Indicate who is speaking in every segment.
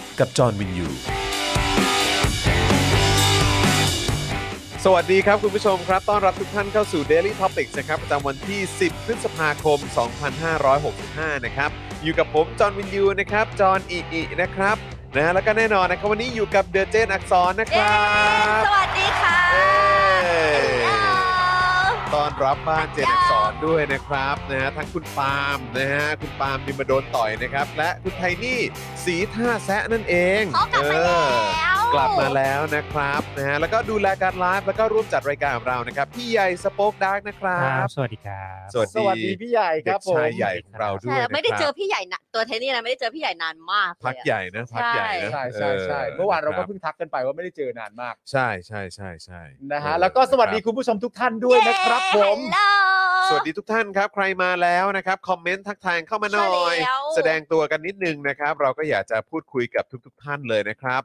Speaker 1: กับจอห์นวินยู
Speaker 2: สวัสดีครับ คุณผู้ชมครับ ต้อนรับทุกท่านเข้าสู่ Daily Topics นะครับ ประจำวันที่ 10 พฤษภาคม 2565 นะครับ อยู่กับผม จอห์นวินยูนะครับ จอห์นอิอินะครับนะฮะแล้วก็แน่นอนนะครับ วันนี้อยู่กับเดอะเจนอักษรนะค
Speaker 3: เย้
Speaker 2: รับ
Speaker 3: สวัสดีค่ะ
Speaker 2: เอ้ย
Speaker 3: เอ้า
Speaker 2: ต้อนรับบ้านเจนอักษรด้วยนะครับนะฮะทั้งคุณปาล์มนะฮะคุณปาล์มดิมาโดนต่อยนะครับ และคุณไทนี่สีท่าแซะนั่นเอง
Speaker 3: เขากลับมา
Speaker 2: เอ
Speaker 3: แล้ว
Speaker 2: อ กลับมาแล้วนะครับนะฮะแล้วก็ดูแลการไลฟ์แล้วก็ร่วมจัดรายการของเรานะครับ พี่ใหญ่สป็อกดาร์กนะครั
Speaker 4: ครับ บสวัสดีครับ
Speaker 2: สวัสดี
Speaker 5: สวัสดีพี่ใหญ่
Speaker 2: เด็ก
Speaker 5: ครับผม
Speaker 2: ชายใหญ่ของเราด้
Speaker 3: ใช่
Speaker 2: วย
Speaker 3: แล้วไม่ได้
Speaker 2: นะครับ
Speaker 3: เจอพี่ใหญ่นะตัวเทนนี่นะไม่ได้เจอพี่ใหญ่นานมากเลยอะ
Speaker 2: พักใหญ่นะพักใหญ่นะ
Speaker 5: ใช่ใช่ใช่เมื่อวานเราก็
Speaker 2: ะคบ
Speaker 5: เพิ่งทักกันไปว่าไม่ได้เจอนานมาก
Speaker 2: ใช่ใช่ใช่ใช่
Speaker 5: นะฮะ
Speaker 2: เออ
Speaker 5: แล้วก็สวัสดี
Speaker 2: ครับ
Speaker 5: คุณผู้ชมทุกท่านด้วยนะครับผม
Speaker 3: Hello
Speaker 2: สวัสดีทุกท่านครับ ใครมาแล้วนะครับ คอมเมนต์ทักทายเข้ามาหน่อย
Speaker 3: ใช่แล้ว
Speaker 2: แสดงตัวกันนิดนึงนะครับ เราก็อยากจะพูดคุยกับทุก ๆ ท่านเลยนะครับ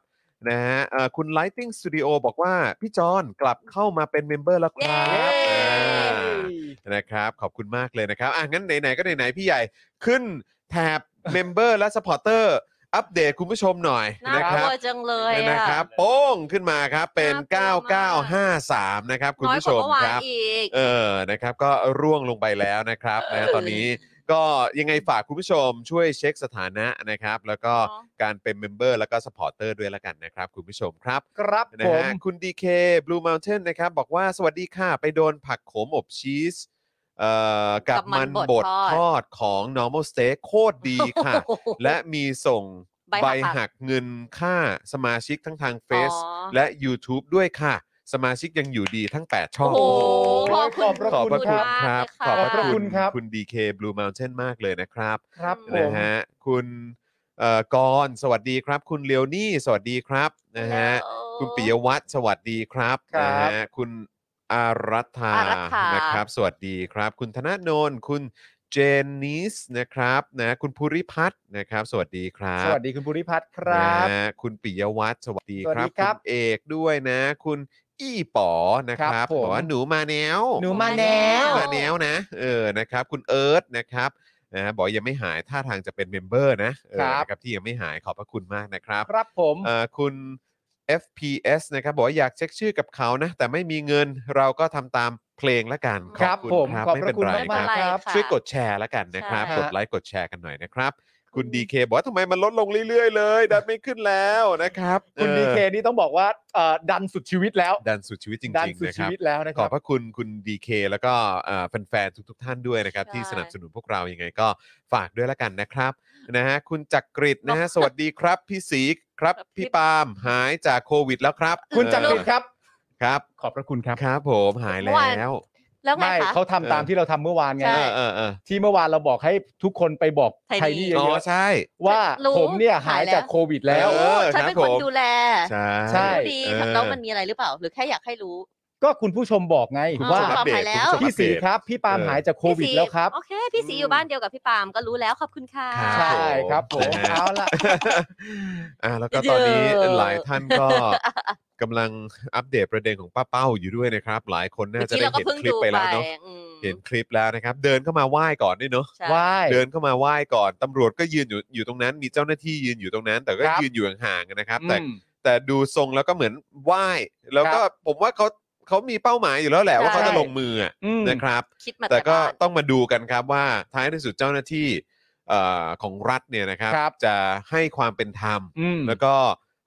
Speaker 2: นะฮะเอ่อคุณ Lighting Studio บอกว่า พี่จอนกลับเข้ามาเป็นเมมเบอร์แล้วค
Speaker 3: เย้
Speaker 2: รับอ่า นะครับขอบคุณมากเลยนะครับอ่ะงั้นไหนๆก็ไหนๆพี่ใหญ่ขึ้นแถ บเมมเบอร์และสปอร์เตอร์อัปเดตคุณผู้ชมหน่อย
Speaker 3: น่า
Speaker 2: นะ
Speaker 3: ก
Speaker 2: ค
Speaker 3: ลั
Speaker 2: รับ
Speaker 3: วจังเลยอะ
Speaker 2: นะครับโป้งขึ้นมาครับเป็น
Speaker 3: น่ากลัวมาก
Speaker 2: 9953 นะครับคุณ
Speaker 3: น้อย
Speaker 2: ผู้
Speaker 3: ก
Speaker 2: ช
Speaker 3: ว่าม เมื่อวาน
Speaker 2: ครับ
Speaker 3: อีก
Speaker 2: เออนะครับก็ร่วงลงไปแล้วนะครับนะฮะตอนนี้ก็ยังไงฝากคุณผู้ชมช่วยเช็คสถานะนะครับ แล้วก็
Speaker 3: เนาะ
Speaker 2: การเป็นเมมเบอร์แล้วก็สปอร์เตอร์ด้วยละกันนะครับคุณผู้ชมครับ
Speaker 5: ครับ
Speaker 2: นะ
Speaker 5: ผม
Speaker 2: ฮะคุณดีเคบลูม n t เทนนะครับ บอกว่าสวัสดีค่ะ ไปโดนผักโขมอบชีสเอ่อกับ
Speaker 3: กับมั
Speaker 2: มัน น
Speaker 3: บบ
Speaker 2: ด
Speaker 3: ดทอด
Speaker 2: ทอดของ normal steak โคตรดีค่ะ
Speaker 3: โอ้โห
Speaker 2: และมีส่ง
Speaker 3: ใบหัก
Speaker 2: ใบหักเงินค่าสมาชิกทั้งทางเฟซ
Speaker 3: อ๋อ
Speaker 2: และ YouTube ด้วยค่ะ สมาชิกยังอยู่ดีทั้ง 8 ช่
Speaker 3: โอ้
Speaker 2: อง
Speaker 3: โหขอบ
Speaker 5: ขอบ
Speaker 3: คุณ
Speaker 5: พระ
Speaker 2: ขอบพระคุณ
Speaker 3: ขอบพระคุ
Speaker 2: ค
Speaker 3: ณมาก
Speaker 2: รับ
Speaker 3: เลยค่ะ
Speaker 2: ขอบพระ
Speaker 5: ขอบพระคุ
Speaker 2: คุณ
Speaker 5: ณครับ
Speaker 2: คุณดีเคบลูม n t เทนมากเลยนะครับ
Speaker 5: ครับผ
Speaker 2: นะ
Speaker 5: ม
Speaker 2: ฮะคุณเอ่อกรณ์สวัสดีครับ คุณเลโอนี่สวัสดีครับนะฮะ
Speaker 3: Hello
Speaker 2: คุณปิยวัฒน์สวัสดีครับ
Speaker 5: ครับ
Speaker 2: นะฮะคุณอารัฐา
Speaker 3: อารัฐาน
Speaker 2: นะครับ สวัสดีครับ คุณธนาโนนคุณเจนนิสนะครับนะคุณภูริพัฒน์นะครับ สวัสดีครับ
Speaker 5: สวัสดีคุณภูริพัฒน์ครับ
Speaker 2: นะฮะคุณปิยวัฒน์สวัสดีครับ
Speaker 5: สวัสดีครับ
Speaker 2: ณเอกด้วยนะ คุณอี้ป๋อนะค
Speaker 5: ครั
Speaker 2: รับบ
Speaker 5: ผม
Speaker 2: บอกว่าหนูมาแนว
Speaker 5: หนูมาแล้ว
Speaker 2: มาแล้วนะ เออ นะครับ คุณเอิร์ธนะครับ นะบอกยังไม่หาย ท่าทางจะเป็นเมมเบอร์นะ เออนะครับ ที่ยังไม่หาย ขอบพระคุณมากนะครับ
Speaker 5: ครับผม
Speaker 2: เอ่อคุณ FPS นะครับ บอกว่าอยากเช็คชื่อกับเขานะ แต่ไม่มีเงิน เราก็ทำตามเพลงละกัน ข
Speaker 5: ค
Speaker 2: อบ
Speaker 5: รับ
Speaker 2: คุณ
Speaker 5: ผม
Speaker 2: ครับ
Speaker 5: ขอบ
Speaker 2: ไม่
Speaker 5: พ
Speaker 2: เป็
Speaker 5: ระ
Speaker 2: น
Speaker 5: คุณ
Speaker 2: ไร
Speaker 5: มาก
Speaker 2: ค
Speaker 5: มาก
Speaker 2: รับ
Speaker 5: ๆครับ
Speaker 3: ค่ะ
Speaker 2: ช่วยกดแชร์ละกันนะครับ
Speaker 3: ใช่
Speaker 2: กดไลค์ กดแชร์กันหน่อยนะครับ คุณ DK บอกว่าทำไมมันลดลงเรื่อยๆ เลย ดันไม่ขึ้นแล้วนะครับ
Speaker 5: คุณดีเค
Speaker 2: ออ
Speaker 5: นี่ต้องบอกว่าเอ่อดันสุดชีวิตแล้ว
Speaker 2: ดันสุดชีวิตจริง
Speaker 5: ดันสุ
Speaker 2: ๆ
Speaker 5: ด
Speaker 2: นะค
Speaker 5: ชี
Speaker 2: รับ
Speaker 5: วิตแล้วนะ
Speaker 2: ข
Speaker 5: ค
Speaker 2: อ
Speaker 5: รั
Speaker 2: บบ พระคุณคุณดีเคแล้วก็เอ่อแฟนๆทุกๆท่านด้วยนะครับ
Speaker 3: ใช่
Speaker 2: ที่สนับสนุนพวกเรายังไงก็ฝากด้วยละกันนะครับนะฮะคุณจักริดนะฮะสวัสดีครับ พี่สีครับ
Speaker 3: ครับพี่
Speaker 2: พี่ปาล์มหายจากโควิดแล้วครับ
Speaker 5: คุณจักริด
Speaker 2: เออ
Speaker 5: ครับ
Speaker 2: ครับ
Speaker 5: ขอบพระคุณครับ
Speaker 2: ครับผมหายแล้ว
Speaker 3: แล้วไง
Speaker 5: ไม่
Speaker 3: คะ
Speaker 5: เขาทำตามที่เราทำเมื่อวานไง
Speaker 3: ใช่
Speaker 2: เออเออเออ
Speaker 5: ที่เมื่อวานเราบอกให้ทุกคนไปบอก
Speaker 3: ไทย
Speaker 5: ไทยนี่
Speaker 3: นี่
Speaker 5: เย
Speaker 2: อ๋อ
Speaker 5: อะ
Speaker 2: ใช่
Speaker 5: ๆว่า
Speaker 3: รู้
Speaker 5: ผมเนี่ย
Speaker 3: หา
Speaker 5: หาย
Speaker 3: ยแล้ว
Speaker 5: จากโควิดแล้ว
Speaker 2: เออ
Speaker 3: ฉันเป็น
Speaker 2: ครับ
Speaker 3: คน
Speaker 2: ผม
Speaker 3: ดูแล
Speaker 2: ใช่
Speaker 5: ใช่
Speaker 3: ดี
Speaker 2: เออ
Speaker 3: แล้วมันมีอะไรหรือเปล่า หรือแค่อยากให้รู้
Speaker 5: ก็คุณผู้ชมบอกไง
Speaker 2: คุณ
Speaker 5: ว่า
Speaker 2: ผู้ชมอัปเดต
Speaker 3: หายแล้
Speaker 2: คุณ
Speaker 3: ว
Speaker 2: ผู้ชมอั
Speaker 5: พี่
Speaker 2: ปเด
Speaker 5: สี
Speaker 2: ต
Speaker 5: ครับพี่ปาล์ม
Speaker 2: เออ
Speaker 5: หายจากโควิด
Speaker 3: พี่ศ
Speaker 5: แล้วครับ
Speaker 3: โอเค พี่สีอยู่บ้านเดียวกับพี่ปาล์มก็รู้แล้วขอบคุณค่ะ
Speaker 2: ครับ
Speaker 5: ใช่ครับผม
Speaker 2: นะฮะ
Speaker 5: เอาละ
Speaker 2: อ่าแล้วก็ตอนนี้
Speaker 3: เยอะ
Speaker 2: หลายท่านก็กำลังอัปเดตประเด็นของป้าเป้าอยู่ด้วยนะครับ หลายคนน่า
Speaker 3: เมื่อ
Speaker 2: จะ
Speaker 3: กี้
Speaker 2: ได้
Speaker 3: เราก็
Speaker 2: เห็น
Speaker 3: เพิ่ง
Speaker 2: คลิป
Speaker 3: ดู
Speaker 2: ไป
Speaker 3: ไป
Speaker 2: แล้วเนาะ
Speaker 3: อืม
Speaker 2: เห็นคลิปแล้วนะครับ เดินเข้ามาไหว้ก่อนด้วยเนาะ
Speaker 3: ใช่
Speaker 5: ว่าย
Speaker 2: เดินเข้ามาไหว้ก่อนตำรวจก็ยืนอยู่อยู่ตรงนั้น มีเจ้าหน้าที่ยืนอยู่ตรงนั้น แต่ก็
Speaker 5: ครับ
Speaker 2: ยืนอยู่ห่างๆนะครับ
Speaker 5: อื
Speaker 2: แต่
Speaker 5: ม
Speaker 2: แต่ดูทรงแล้วก็เหมือนไหว้แล้วก็ผมว่าเขาเขามีเป้าหมายอยู่แล้วแหละว่า
Speaker 3: ใช่
Speaker 2: เขาจะลงมืออะ
Speaker 5: อืม
Speaker 2: นะครับ
Speaker 3: คิดมา
Speaker 2: แต่
Speaker 3: แต่
Speaker 2: ก็
Speaker 3: บ้าน
Speaker 2: ต้องมาดูกันครับว่าท้ายที่สุดเจ้าหน้าที่เอ่อของรัฐเนี่ยนะครับ
Speaker 5: ครับ
Speaker 2: จะให้ความเป็นธรรม
Speaker 5: อืม
Speaker 2: แล้วก็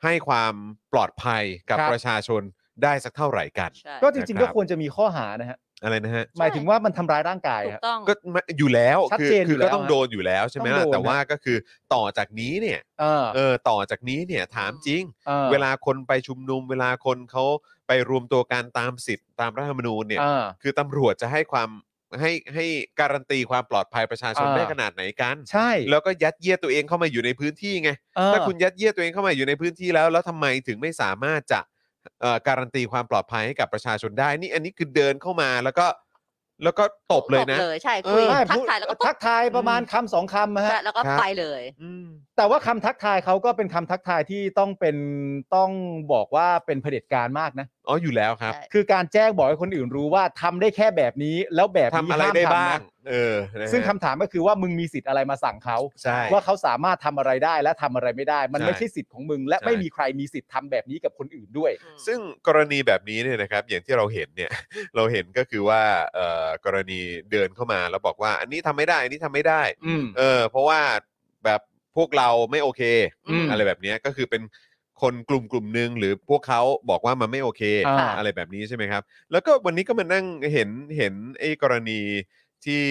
Speaker 2: ให้ความปลอดภัยกับ
Speaker 5: ครับ
Speaker 2: ประชาชนได้สักเท่าไหร่กัน
Speaker 3: ใช่
Speaker 5: ก็จริง
Speaker 2: นะค
Speaker 5: ๆ
Speaker 2: รั
Speaker 5: ก็
Speaker 2: บ
Speaker 5: ควรจะมีข้อหานะฮะ
Speaker 2: อะไรนะฮะ
Speaker 5: หมายถึงว่ามันทำร้ายร่างกาย
Speaker 3: ถูก
Speaker 5: ครับ
Speaker 3: ต้อง
Speaker 2: ก็ไม่อยู่แล้ว
Speaker 5: ชัด
Speaker 2: คื
Speaker 5: เจน
Speaker 2: คื
Speaker 5: ยู่
Speaker 2: ก็
Speaker 5: แล้ว
Speaker 2: ต้องโดนอยู่แล้วใช่ไหม
Speaker 5: ต้
Speaker 2: ล่ะ
Speaker 5: องโดน
Speaker 2: แต่ว่าก็คือต่อจากนี้เนี่ย
Speaker 5: เออ
Speaker 2: เออต่อจากนี้เนี่ยถามจริง
Speaker 5: ออ
Speaker 2: เวลาคนไปชุมนุม เวลาคนเขาไปรวมตัวกันตามสิทธิ์ตามรัฐธรรมนูญเนี่ย
Speaker 5: เออ
Speaker 2: คือตำรวจจะให้ความให้ให้การันตีความปลอดภัยประชาชน
Speaker 5: อ่า
Speaker 2: ได้ขนาดไหนกัน
Speaker 5: ใช่
Speaker 2: แล้วก็ยัดเยียดตัวเองเข้ามาอยู่ในพื้นที่ไง
Speaker 5: เออ
Speaker 2: ถ้าคุณยัดเยียดตัวเองเข้ามาอยู่ในพื้นที่แล้ว แล้วทำไมถึงไม่สามารถจะเอ่อการันตีความปลอดภัยให้กับประชาชนได้นี่อันนี้คือเดินเข้ามาแล้วก็แล้วก็ตบเลยนะ
Speaker 3: ตบเลยใช่คุย
Speaker 2: เออ
Speaker 3: ทัก
Speaker 5: พูด
Speaker 3: ทายแล้วก็ปุ๊
Speaker 5: ทั
Speaker 3: บ
Speaker 5: กทายประมาณคำสองคำนะฮะ
Speaker 3: ใช่แล้วก็
Speaker 2: ครับ
Speaker 3: ไปเลย
Speaker 2: อืม
Speaker 5: แต่ว่าคำทักทายเขาก็เป็นคำทักทายที่ต้องเป็นต้องบอกว่าเป็นเผด็จการมากนะ
Speaker 2: อ๋ออยู่แล้วครับ
Speaker 3: ใช่
Speaker 5: คือการแจ้งบอกให้คนอื่นรู้ว่าทำได้แค่แบบนี้แล้วแบบ
Speaker 2: ทำ
Speaker 5: นี้
Speaker 2: อะไร
Speaker 5: ห้าม
Speaker 2: ได้
Speaker 5: ทำ
Speaker 2: บ้าง
Speaker 5: นะ
Speaker 2: เออนะฮะ
Speaker 5: ซึ่งคำถามก็คือว่ามึงมีสิทธิ์อะไรมาสั่งเขา
Speaker 2: ใช่
Speaker 5: ว่าเขาสามารถทำอะไรได้และทำอะไรไม่ได้ มัน
Speaker 2: ใช่
Speaker 5: ไม่ใช่สิทธิ์ของมึง และ
Speaker 2: ใช่
Speaker 5: ไม่มีใครมีสิทธิ์ทำแบบนี้กับคนอื่นด้วย
Speaker 2: ซึ่งกรณีแบบนี้เนี่ยนะครับ อย่างที่เราเห็นเนี่ย เราเห็นก็คือว่าเอ่อกรณีเดินเข้ามาแล้วบอกว่า อันนี้ทำไม่ได้อันนี้ทำไม่ได้
Speaker 5: อืม
Speaker 2: เออ เพราะว่าแบบพวกเราไม่โอเค
Speaker 5: อืม
Speaker 2: อะไรแบบเนี้ยก็คือเป็นคนกลุ่มกลุ่มหนึ่งหรือพวกเขาบอกว่ามันไม่โอเค
Speaker 5: อ่า
Speaker 2: อะไรแบบนี้ใช่ไหมครับ แล้วก็วันนี้ก็มานั่งเห็นเห็นไอ้กรณีที่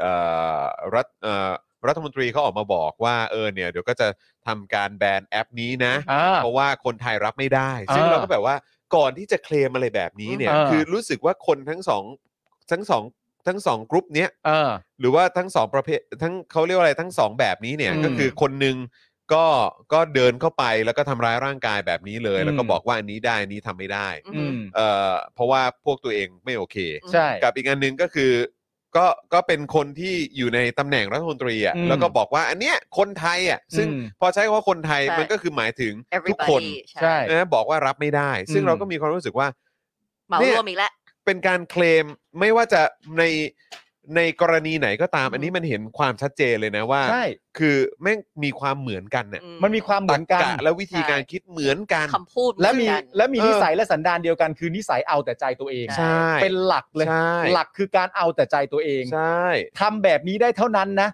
Speaker 2: เอ่อรัฐเอ่อรัฐมนตรีเขาออกมาบอกว่าเออเนี่ยเดี๋ยวก็จะทำการแบนแอปนี้นะ
Speaker 5: อ่า
Speaker 2: เพราะว่าคนไทยรับไม่ได้ ซึ่ง
Speaker 5: อ่า
Speaker 2: เราก็แบบว่าก่อนที่จะเคลมอะไรแบบนี้เนี่ย
Speaker 5: อ่า
Speaker 2: คือรู้สึกว่าคนทั้งสองทั้งสองทั้งสองกรุ๊ปเนี้ย
Speaker 5: เออ
Speaker 2: หรือว่าทั้งสองประเภททั้งเขาเรียกว่าอะไรทั้งสองแบบนี้เนี่ย
Speaker 5: อืม
Speaker 2: ก็คือคนหนึ่งก็ก็เดินเข้าไปแล้วก็ทำร้ายร่างกายแบบนี้เลย
Speaker 5: อืม
Speaker 2: แล้วก็บอกว่าอันนี้ได้อันนี้ทำไม่ได้
Speaker 3: อื
Speaker 5: อืม
Speaker 2: เอ่อเพราะว่าพวกตัวเองไม่โอเค
Speaker 5: ใช่
Speaker 2: กับอีกอันหนึ่งก็คือก็ก็เป็นคนที่อยู่ในตำแหน่งรัฐมนตรีอ่ะ
Speaker 5: อืม
Speaker 2: แล้วก็บอกว่าอันเนี้ยคนไทยอ่ะซึ่ง
Speaker 5: อืม
Speaker 2: พอใช้คำว่าคนไทย
Speaker 3: ใช่
Speaker 2: มันก็คือหมายถึงทุกคน
Speaker 3: everybody
Speaker 5: ใช่
Speaker 2: นะบอกว่ารับไม่ได้ ซึ่ง
Speaker 5: อืม
Speaker 2: เราก็มีความรู้สึกว่า
Speaker 3: เหมา
Speaker 2: เนี่ย
Speaker 3: รวมอีกแล้ว
Speaker 2: เป็นการเคลมไม่ว่าจะในในกรณีไหนก็ตาม
Speaker 3: อืม
Speaker 2: อันนี้มันเห็นความชัดเจนเลยนะว่า
Speaker 5: ใช่
Speaker 2: คือแม่งมีความเหมือนกันเนี่ย
Speaker 3: อื
Speaker 5: มันมีความเหมือนกัน
Speaker 2: ตรรและวิธีการคิดเหมือนกัน
Speaker 3: คำพูด
Speaker 5: และมี
Speaker 3: เหอนกัน
Speaker 5: และมี
Speaker 2: เออ
Speaker 5: นิสัยและสันดานเดียวกันคือนิสัยเอาแต่ใจตัวเอง
Speaker 3: ใช่
Speaker 2: ใช่
Speaker 5: เป็นหลักเลย
Speaker 2: ใช่
Speaker 5: หลักคือการเอาแต่ใจตัวเอง
Speaker 2: ใช่
Speaker 5: ทำแบบนี้ได้เท่านั้นนะ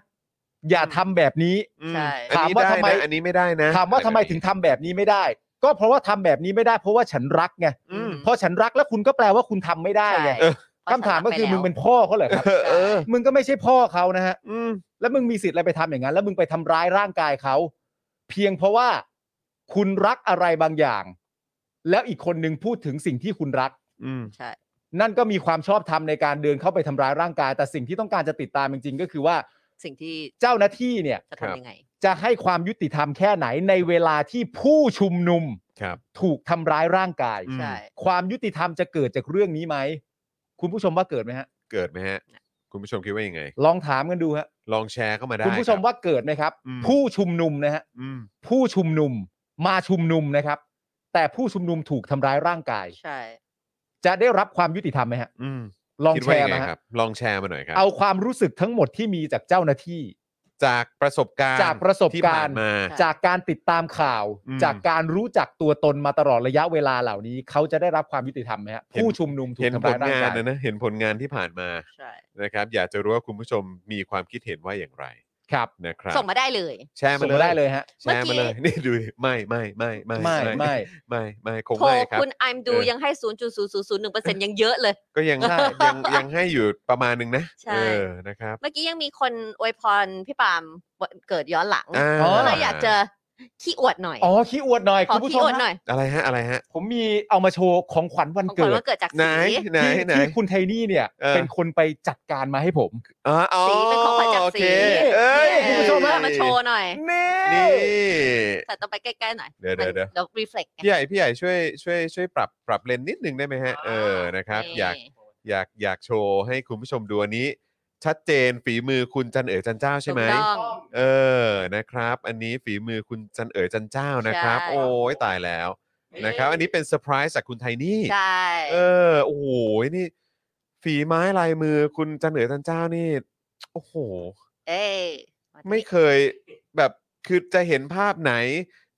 Speaker 5: อย่าทำแบบนี้
Speaker 2: อืม
Speaker 3: ใช่
Speaker 2: อันนี้
Speaker 5: ถามว่า
Speaker 2: ได้
Speaker 5: ทำไม
Speaker 2: นะอันนี้ไม่ได้นะ
Speaker 5: ถามว่าทำไมถึงทำแบบนี้ไม่ได้ ก็เพราะว่าทำแบบนี้ไม่ได้เพราะว่าฉันรักไง
Speaker 2: อืม
Speaker 5: พอฉันรักแล้วคุณก็แปลว่าคุณทำไม่ได้ไง
Speaker 3: ใช่
Speaker 5: คำถามก็คือมึงเป็นพ่อเขาเหรอครับ
Speaker 2: เออเออ
Speaker 5: มึงก็ไม่ใช่พ่อเขานะฮะ
Speaker 2: อืม
Speaker 5: แล้วมึงมีสิทธิ์อะไรไปทำอย่างนั้น แล้วมึงไปทำร้ายร่างกายเขา เพียงเพราะว่าคุณรักอะไรบางอย่าง แล้วอีกคนนึงพูดถึงสิ่งที่คุณรัก
Speaker 2: อืม
Speaker 3: ใช่
Speaker 5: นั่นก็มีความชอบธรรมในการเดินเข้าไปทำร้ายร่างกาย แต่สิ่งที่ต้องการจะติดตามจริงๆ ก็คือว่า
Speaker 3: สิ่งที่
Speaker 5: เจ้าหน้าที่เนี่ย
Speaker 3: จะทำยังไง
Speaker 5: จะให้ความยุติธรรมแค่ไหนในเวลาที่ผู้ชุมนุม
Speaker 2: ครับ
Speaker 5: ถูกทำร้ายร่างกาย
Speaker 2: อืม
Speaker 3: ใช่
Speaker 5: ความยุติธรรมจะเกิดจากเรื่องนี้ไหมคุณผู้ชมว่าเกิดไหมฮะ
Speaker 2: เกิดไหมฮะ คุณผู้ชมคิดว่ายังไง
Speaker 5: ลองถามกันดูฮะ
Speaker 2: ลองแชร์เข้ามาได้
Speaker 5: คุณผู้ชม
Speaker 2: รับ
Speaker 5: ว่าเกิดไหมครับ
Speaker 2: อืม
Speaker 5: ผู้ชุมนุมนะฮะ
Speaker 2: อืม
Speaker 5: ผู้ชุมนุมมาชุมนุมนะครับ แต่ผู้ชุมนุมถูกทำร้ายร่างกาย
Speaker 3: ใช่
Speaker 5: จะได้รับความยุติธรรมไหมฮะ
Speaker 2: อืม
Speaker 5: ลอง
Speaker 2: คิด
Speaker 5: แช
Speaker 2: ว่า
Speaker 5: ร์
Speaker 2: ยัไง
Speaker 5: มา
Speaker 2: ค
Speaker 5: ฮะ
Speaker 2: รับ ลองแชร์มาหน่อยครับ
Speaker 5: เอาความรู้สึกทั้งหมดที่มีจากเจ้าหน้าที่
Speaker 2: จากประสบการณ์
Speaker 5: จากประสบ
Speaker 2: ที่
Speaker 5: การณ์
Speaker 2: ผ่นมา
Speaker 5: จากการติดตามข่าว
Speaker 2: อืม
Speaker 5: จากการรู้จักตัวตนมาตลอดระยะเวลาเหล่านี้ เขาจะได้รับความยุติธรรมไหมฮะผู้ชุมนุมถูก
Speaker 2: เห็น
Speaker 5: ทำ
Speaker 2: ผ
Speaker 5: ร้า
Speaker 2: ล
Speaker 5: ยร่าง
Speaker 2: งาน
Speaker 5: กาย
Speaker 2: นะนะเห็นผลงานที่ผ่านมา
Speaker 3: ใช่
Speaker 2: นะครับ อยากจะรู้ว่าคุณผู้ชมมีความคิดเห็นว่าอย่างไร
Speaker 5: ครับ
Speaker 2: นะครับ
Speaker 3: ส่งมาได้เลย
Speaker 2: แชร์มา
Speaker 5: ส่ง
Speaker 2: เลย
Speaker 5: มาได้เลยฮะ
Speaker 2: แชร์มาเลย นี่ดูดิไม่ไม่ไม่ไม่
Speaker 5: ไม่ไม่
Speaker 2: ไม่ไม่คง
Speaker 3: โทร
Speaker 2: ไม่ครับ
Speaker 3: คุณไอมดู
Speaker 2: เออ
Speaker 3: ยังให้ 0.0001%ยังเยอะเลย
Speaker 2: ก็ยัง
Speaker 5: ใช่
Speaker 2: ยังยังให้อยู่ประมาณหนึงนะ
Speaker 3: ใช่
Speaker 2: เออนะครับ
Speaker 3: เมื่อกี้ยังมีคนอวยพรพี่ปาล์มวันเกิดย้อนหลัง
Speaker 2: า
Speaker 5: อ๋อ
Speaker 3: ก็เลยอยากจะขี้อวดหน่อย
Speaker 5: อ๋อขี้อวดหน่อย
Speaker 3: ขอ
Speaker 5: คุณผู้ช
Speaker 3: ขี้
Speaker 5: ม
Speaker 3: อวดหน่อย
Speaker 2: อะไรฮะอะไรฮะ
Speaker 5: ผมมีเอามาโชว์ของขวัญวัน
Speaker 3: ของขวั
Speaker 5: เกิ
Speaker 3: ญ
Speaker 5: ด
Speaker 3: วันเกิดจาก
Speaker 2: ไหน
Speaker 3: สี
Speaker 2: ไหน
Speaker 5: ที่
Speaker 2: ไหน
Speaker 5: ที่คุณไทนี่เนี่ย
Speaker 2: เออ
Speaker 5: เป็นคนไปจัดการมาให้ผม
Speaker 2: อ๋ออ๋อ
Speaker 3: สีเป็นของขวัญจาก
Speaker 2: โอ
Speaker 3: สี
Speaker 2: เคเอ้ย
Speaker 3: นี่
Speaker 5: คุณผู้ชมฮะ
Speaker 3: เอามาโชว์หน่อย
Speaker 5: นี่
Speaker 2: นี่
Speaker 3: แต่ต้องไปใกล้ๆหน่อย
Speaker 2: เดี๋ยวเดี๋ยวเดี๋ยว
Speaker 3: เรา reflect ไง
Speaker 2: พี่ใหญ่พี่ใหญ่ช่วยช่วยช่วยปรับปรับเลนส์นิดนึงได้ไหมฮะเออนะครับ อยาก อยากอยากโชว์ให้คุณผู้ชมดูอันนี้ ชัดเจนฝีมือคุณจันเอ๋อจันเจ้าใช่ไหม
Speaker 3: ถูกต้อง
Speaker 2: เออนะครับ อันนี้ฝีมือคุณจันเอ๋อจันเจ้านะครับ
Speaker 3: ใช่
Speaker 2: โอ้ยตายแล้วนะครับ อันนี้เป็นเซอร์ไพรส์จากคุณไทนี่
Speaker 3: ใช่
Speaker 2: เออโอ้โหนี่ ฝีไม้ลายมือคุณจันเอ๋อจันเจ้านี่ โอ้โห
Speaker 3: เอ้ย
Speaker 2: ไม่เคยแบบคือจะเห็นภาพไหน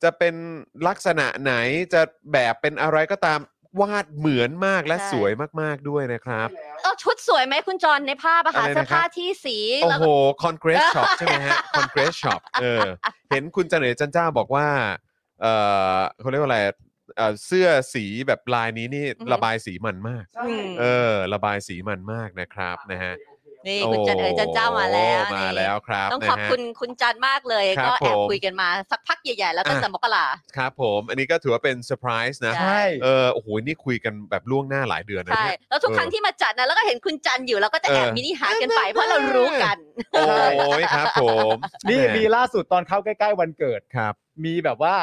Speaker 2: จะเป็นลักษณะไหนจะแบบเป็นอะไรก็ตามวาดเหมือนมากและสวยมาก ๆด้วยนะครับ
Speaker 3: เออชุดสวยไหมคุณจอนในภาพอะค่ะ
Speaker 2: อะไรนะ
Speaker 3: เสื้อผ้า
Speaker 2: ครับ
Speaker 3: ที่สี
Speaker 2: โอ้
Speaker 3: แล้ว
Speaker 2: โห
Speaker 3: ก็
Speaker 2: คอนเกรสช็อปใช่ไหมฮะ คอนเกรสช็อป เออ เห็นคุณเจเนจันเจ้าบอกว่า เอ่อเขาเรียกว่าอะไรเอ่อเสื้อสีแบบลายนี้นี่
Speaker 3: อือฮึ
Speaker 2: ระบายสีมันมาก
Speaker 3: อืม
Speaker 2: เออ ระบายสีมันมากนะครับนะฮะ
Speaker 3: นี่คุณจันเอ๋ยจันเจ้ามาแล้ว
Speaker 2: โอ้มา
Speaker 3: นี่
Speaker 2: แล้วครับ
Speaker 3: ต้อง
Speaker 2: นะ
Speaker 3: ขอบ
Speaker 2: ฮะ
Speaker 3: คุณคุณจันมากเลย
Speaker 2: ครับ
Speaker 3: ก็แอบ
Speaker 2: ผม
Speaker 3: คุยกันมา สักพักใหญ่ๆ แล้วตั้ง
Speaker 2: อ่ะ
Speaker 3: แต่มกรา
Speaker 2: ครับผมอันนี้ก็ถือว่าเป็นเซอร์ไพรส์นะ
Speaker 5: ใช่
Speaker 2: เออโอ้โหนี่คุยกันแบบล่วงหน้าหลายเดือนนะ
Speaker 3: ใช่
Speaker 2: เนี่ย
Speaker 3: แล้วทุกครั้งที่มาจัดนะแล้วก็เห็นคุณจันอยู่เราก็จะแอบ
Speaker 2: เออ
Speaker 3: มินิฮาร์ดกันไป เพราะเรารู้กัน
Speaker 2: โอ้ยครับผม
Speaker 5: นี่
Speaker 2: แห
Speaker 5: มีล่าสุดตอนเข้าใกล้ ๆ วันเกิด
Speaker 2: ครับ
Speaker 5: มีแบบว่า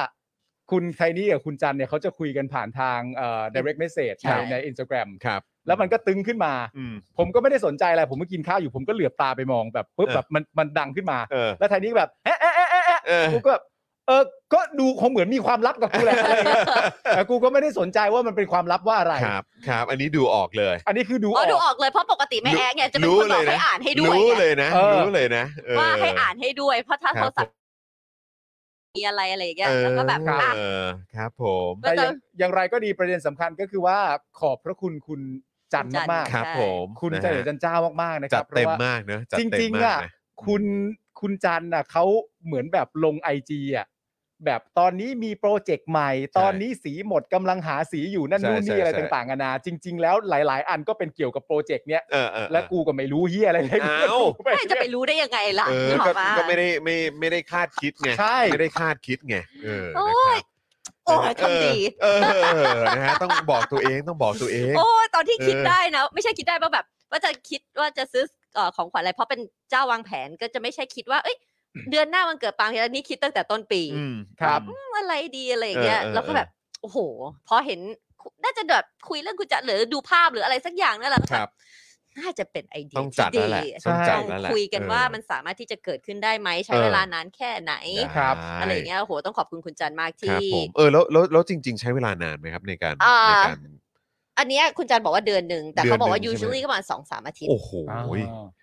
Speaker 5: คุณไทนี่กับคุณจันเนี่ยเขาจะคุยกันผ่านทางเอ่อ direct message
Speaker 3: ใช่
Speaker 5: ในใน Instagram
Speaker 2: ครับ
Speaker 5: แล้วมันก็ตึงขึ้นมา
Speaker 2: อืม
Speaker 5: ผมก็ไม่ได้สนใจอะไร ผมก็กินข้าวอยู่ผมก็เหลือบตาไปมองแบบปุ๊บ
Speaker 2: เออ
Speaker 5: แบบมันมันดังขึ้นมา
Speaker 2: เออ
Speaker 5: แล้วไทนี่ก็แบบเอ๊ะเอ๊ะเอ๊ะเอ๊ะเอ๊ะ
Speaker 2: เออ
Speaker 5: กูก็แบบเออก็ดูคงเหมือนมีความลับกับกูแหละ อะไรอย่างเงี้ยแต่กูก็ไม่ได้สนใจว่ามันเป็นความลับว่าอะไร
Speaker 2: ครับครับ อันนี้ดูออกเลย
Speaker 5: อันนี้คือดูอ
Speaker 3: อ๋อดูอ
Speaker 5: อ
Speaker 3: อ
Speaker 5: ก
Speaker 3: กเลยเพราะปกติไม่
Speaker 2: รู้
Speaker 3: แอกเนี่ยจะเป็น
Speaker 2: รู้
Speaker 3: คนบ
Speaker 2: เล
Speaker 3: อ
Speaker 2: ย
Speaker 3: ก
Speaker 2: นะ
Speaker 3: ให้อ่านให้ด้วย
Speaker 2: รู้
Speaker 3: ไง
Speaker 2: เลยนะ
Speaker 5: เออ
Speaker 2: รู้เลยนะเออ
Speaker 3: ว่าให้อ่านให้ด้วย เพราะถ้า
Speaker 2: ค
Speaker 3: โท
Speaker 2: รับ
Speaker 3: รศัพท์มีอะไรอะไรอย่างเงี้ย
Speaker 2: เออ
Speaker 3: แล้วก็แบบอ่ะ
Speaker 2: เออครับผม
Speaker 3: แล้ว
Speaker 5: แต่
Speaker 3: ก็
Speaker 5: อย่างอย่างไรก็ดีประเด็นสำคัญก็คือว่าขอบพระคุณคุณจันทร์
Speaker 3: คุณจันทร์
Speaker 5: มาก
Speaker 2: ครับ
Speaker 3: ใช่
Speaker 2: ผม
Speaker 5: ๆคุณ
Speaker 2: นะ
Speaker 5: จันทร์ห
Speaker 2: ฮะ
Speaker 5: รือจันเจ้ามากๆนะค
Speaker 2: จั
Speaker 5: รั
Speaker 2: ด
Speaker 5: บ
Speaker 2: เต็ม
Speaker 5: พาะว่า
Speaker 2: มากเนอะจัด
Speaker 5: จ
Speaker 2: เต็
Speaker 5: ริ
Speaker 2: ม
Speaker 5: ง
Speaker 2: มา
Speaker 5: ๆ
Speaker 2: ก
Speaker 5: อ่ะ
Speaker 2: นะ
Speaker 5: คุณคุณจันน่ะเขาเหมือนแบบลงไอจีอ่ะแบบตอนนี้มีโปรเจกต์ใหม่ ตอนนี้สีหมดกำลังหาสีอยู่นั่น
Speaker 2: ใช่
Speaker 5: นู่น
Speaker 2: ใช่
Speaker 5: นี่อะไร
Speaker 2: ใช่
Speaker 5: ต่างๆนานาจริง ๆ แล้วหลาย ๆ อันก็เป็นเกี่ยวกับโปรเจกต์เนี้ย
Speaker 2: เออเออเออ
Speaker 5: และกูก็ไม่รู้เฮียอะไรเลย
Speaker 2: เอ้า
Speaker 5: กูม่
Speaker 3: ไม่จะไปรู้ได้ยังไงล่ะ
Speaker 2: เออ
Speaker 3: นึกอ
Speaker 2: ก็
Speaker 3: อกปะ
Speaker 2: ก็ไม่ได้ไม่ไม่ได้คาดคิดไง
Speaker 5: ใช่
Speaker 2: ไม่ได้คาดคิดไงเออ
Speaker 3: โอ้
Speaker 2: นะค
Speaker 3: ย
Speaker 2: รับ
Speaker 3: โอ้ยทำดี
Speaker 2: เออเออเออนะฮะต้องบอกตัวเองต้องบอกตัวเอง
Speaker 3: โอ้ยตอนที่คิด
Speaker 2: เออ
Speaker 3: ได้นะ ไม่ใช่คิดได้ว่าแบบ ว่าจะคิดว่าจะซื้อเอ่อของขวัญอะไร เพราะเป็นเจ้าวางแผนก็จะไม่ใช่คิดว่าเอ้ย เดือนหน้าวันเกิดปางแล้วนี่คิดตั้งแต่ต้นปี
Speaker 2: อืม
Speaker 5: ครับ
Speaker 3: อืมอะไรดีอะไรอย่างเงี้ย
Speaker 2: เออเออ
Speaker 3: แล้วก็แบบโอ้โหพอเห็นน่าจะแบบคุยเรื่องคุณจะหรือดูภาพหรืออะไรสักอย่างนั่นแหละแล้ว
Speaker 2: ค
Speaker 3: แบ
Speaker 2: รั
Speaker 3: บบ น่าจะเป็นไอเดีย
Speaker 2: ต้อง
Speaker 3: ที่
Speaker 2: จัดแล้วแหละ
Speaker 3: ดี
Speaker 2: ต้องจัด
Speaker 3: ลอง
Speaker 2: แล้วแหละ
Speaker 3: คุยกัน
Speaker 2: เออ
Speaker 3: ว่ามันสามารถที่จะเกิดขึ้นได้ไหมใช้
Speaker 2: เออ
Speaker 3: เวลานานแค่ไหน
Speaker 5: ครับ
Speaker 3: อะไรอย่างเงี้ยโอ้โหต้องขอบคุณคุณจันมา
Speaker 2: ค
Speaker 3: กที่
Speaker 2: รับผมเออแล้วแล้วแล้วจริง ๆ ใช้เวลานานไหมครับในการ
Speaker 3: อ่า
Speaker 2: ในการ
Speaker 3: อันเนี้ยคุณจันบอกว่าเดือนหนึ่งแต่
Speaker 2: เดือน
Speaker 3: เขาบอกว่า
Speaker 2: หนึ่งใช่ไหม
Speaker 3: usually ก็ประมาณสองสามอาทิตย์
Speaker 2: โอ้โห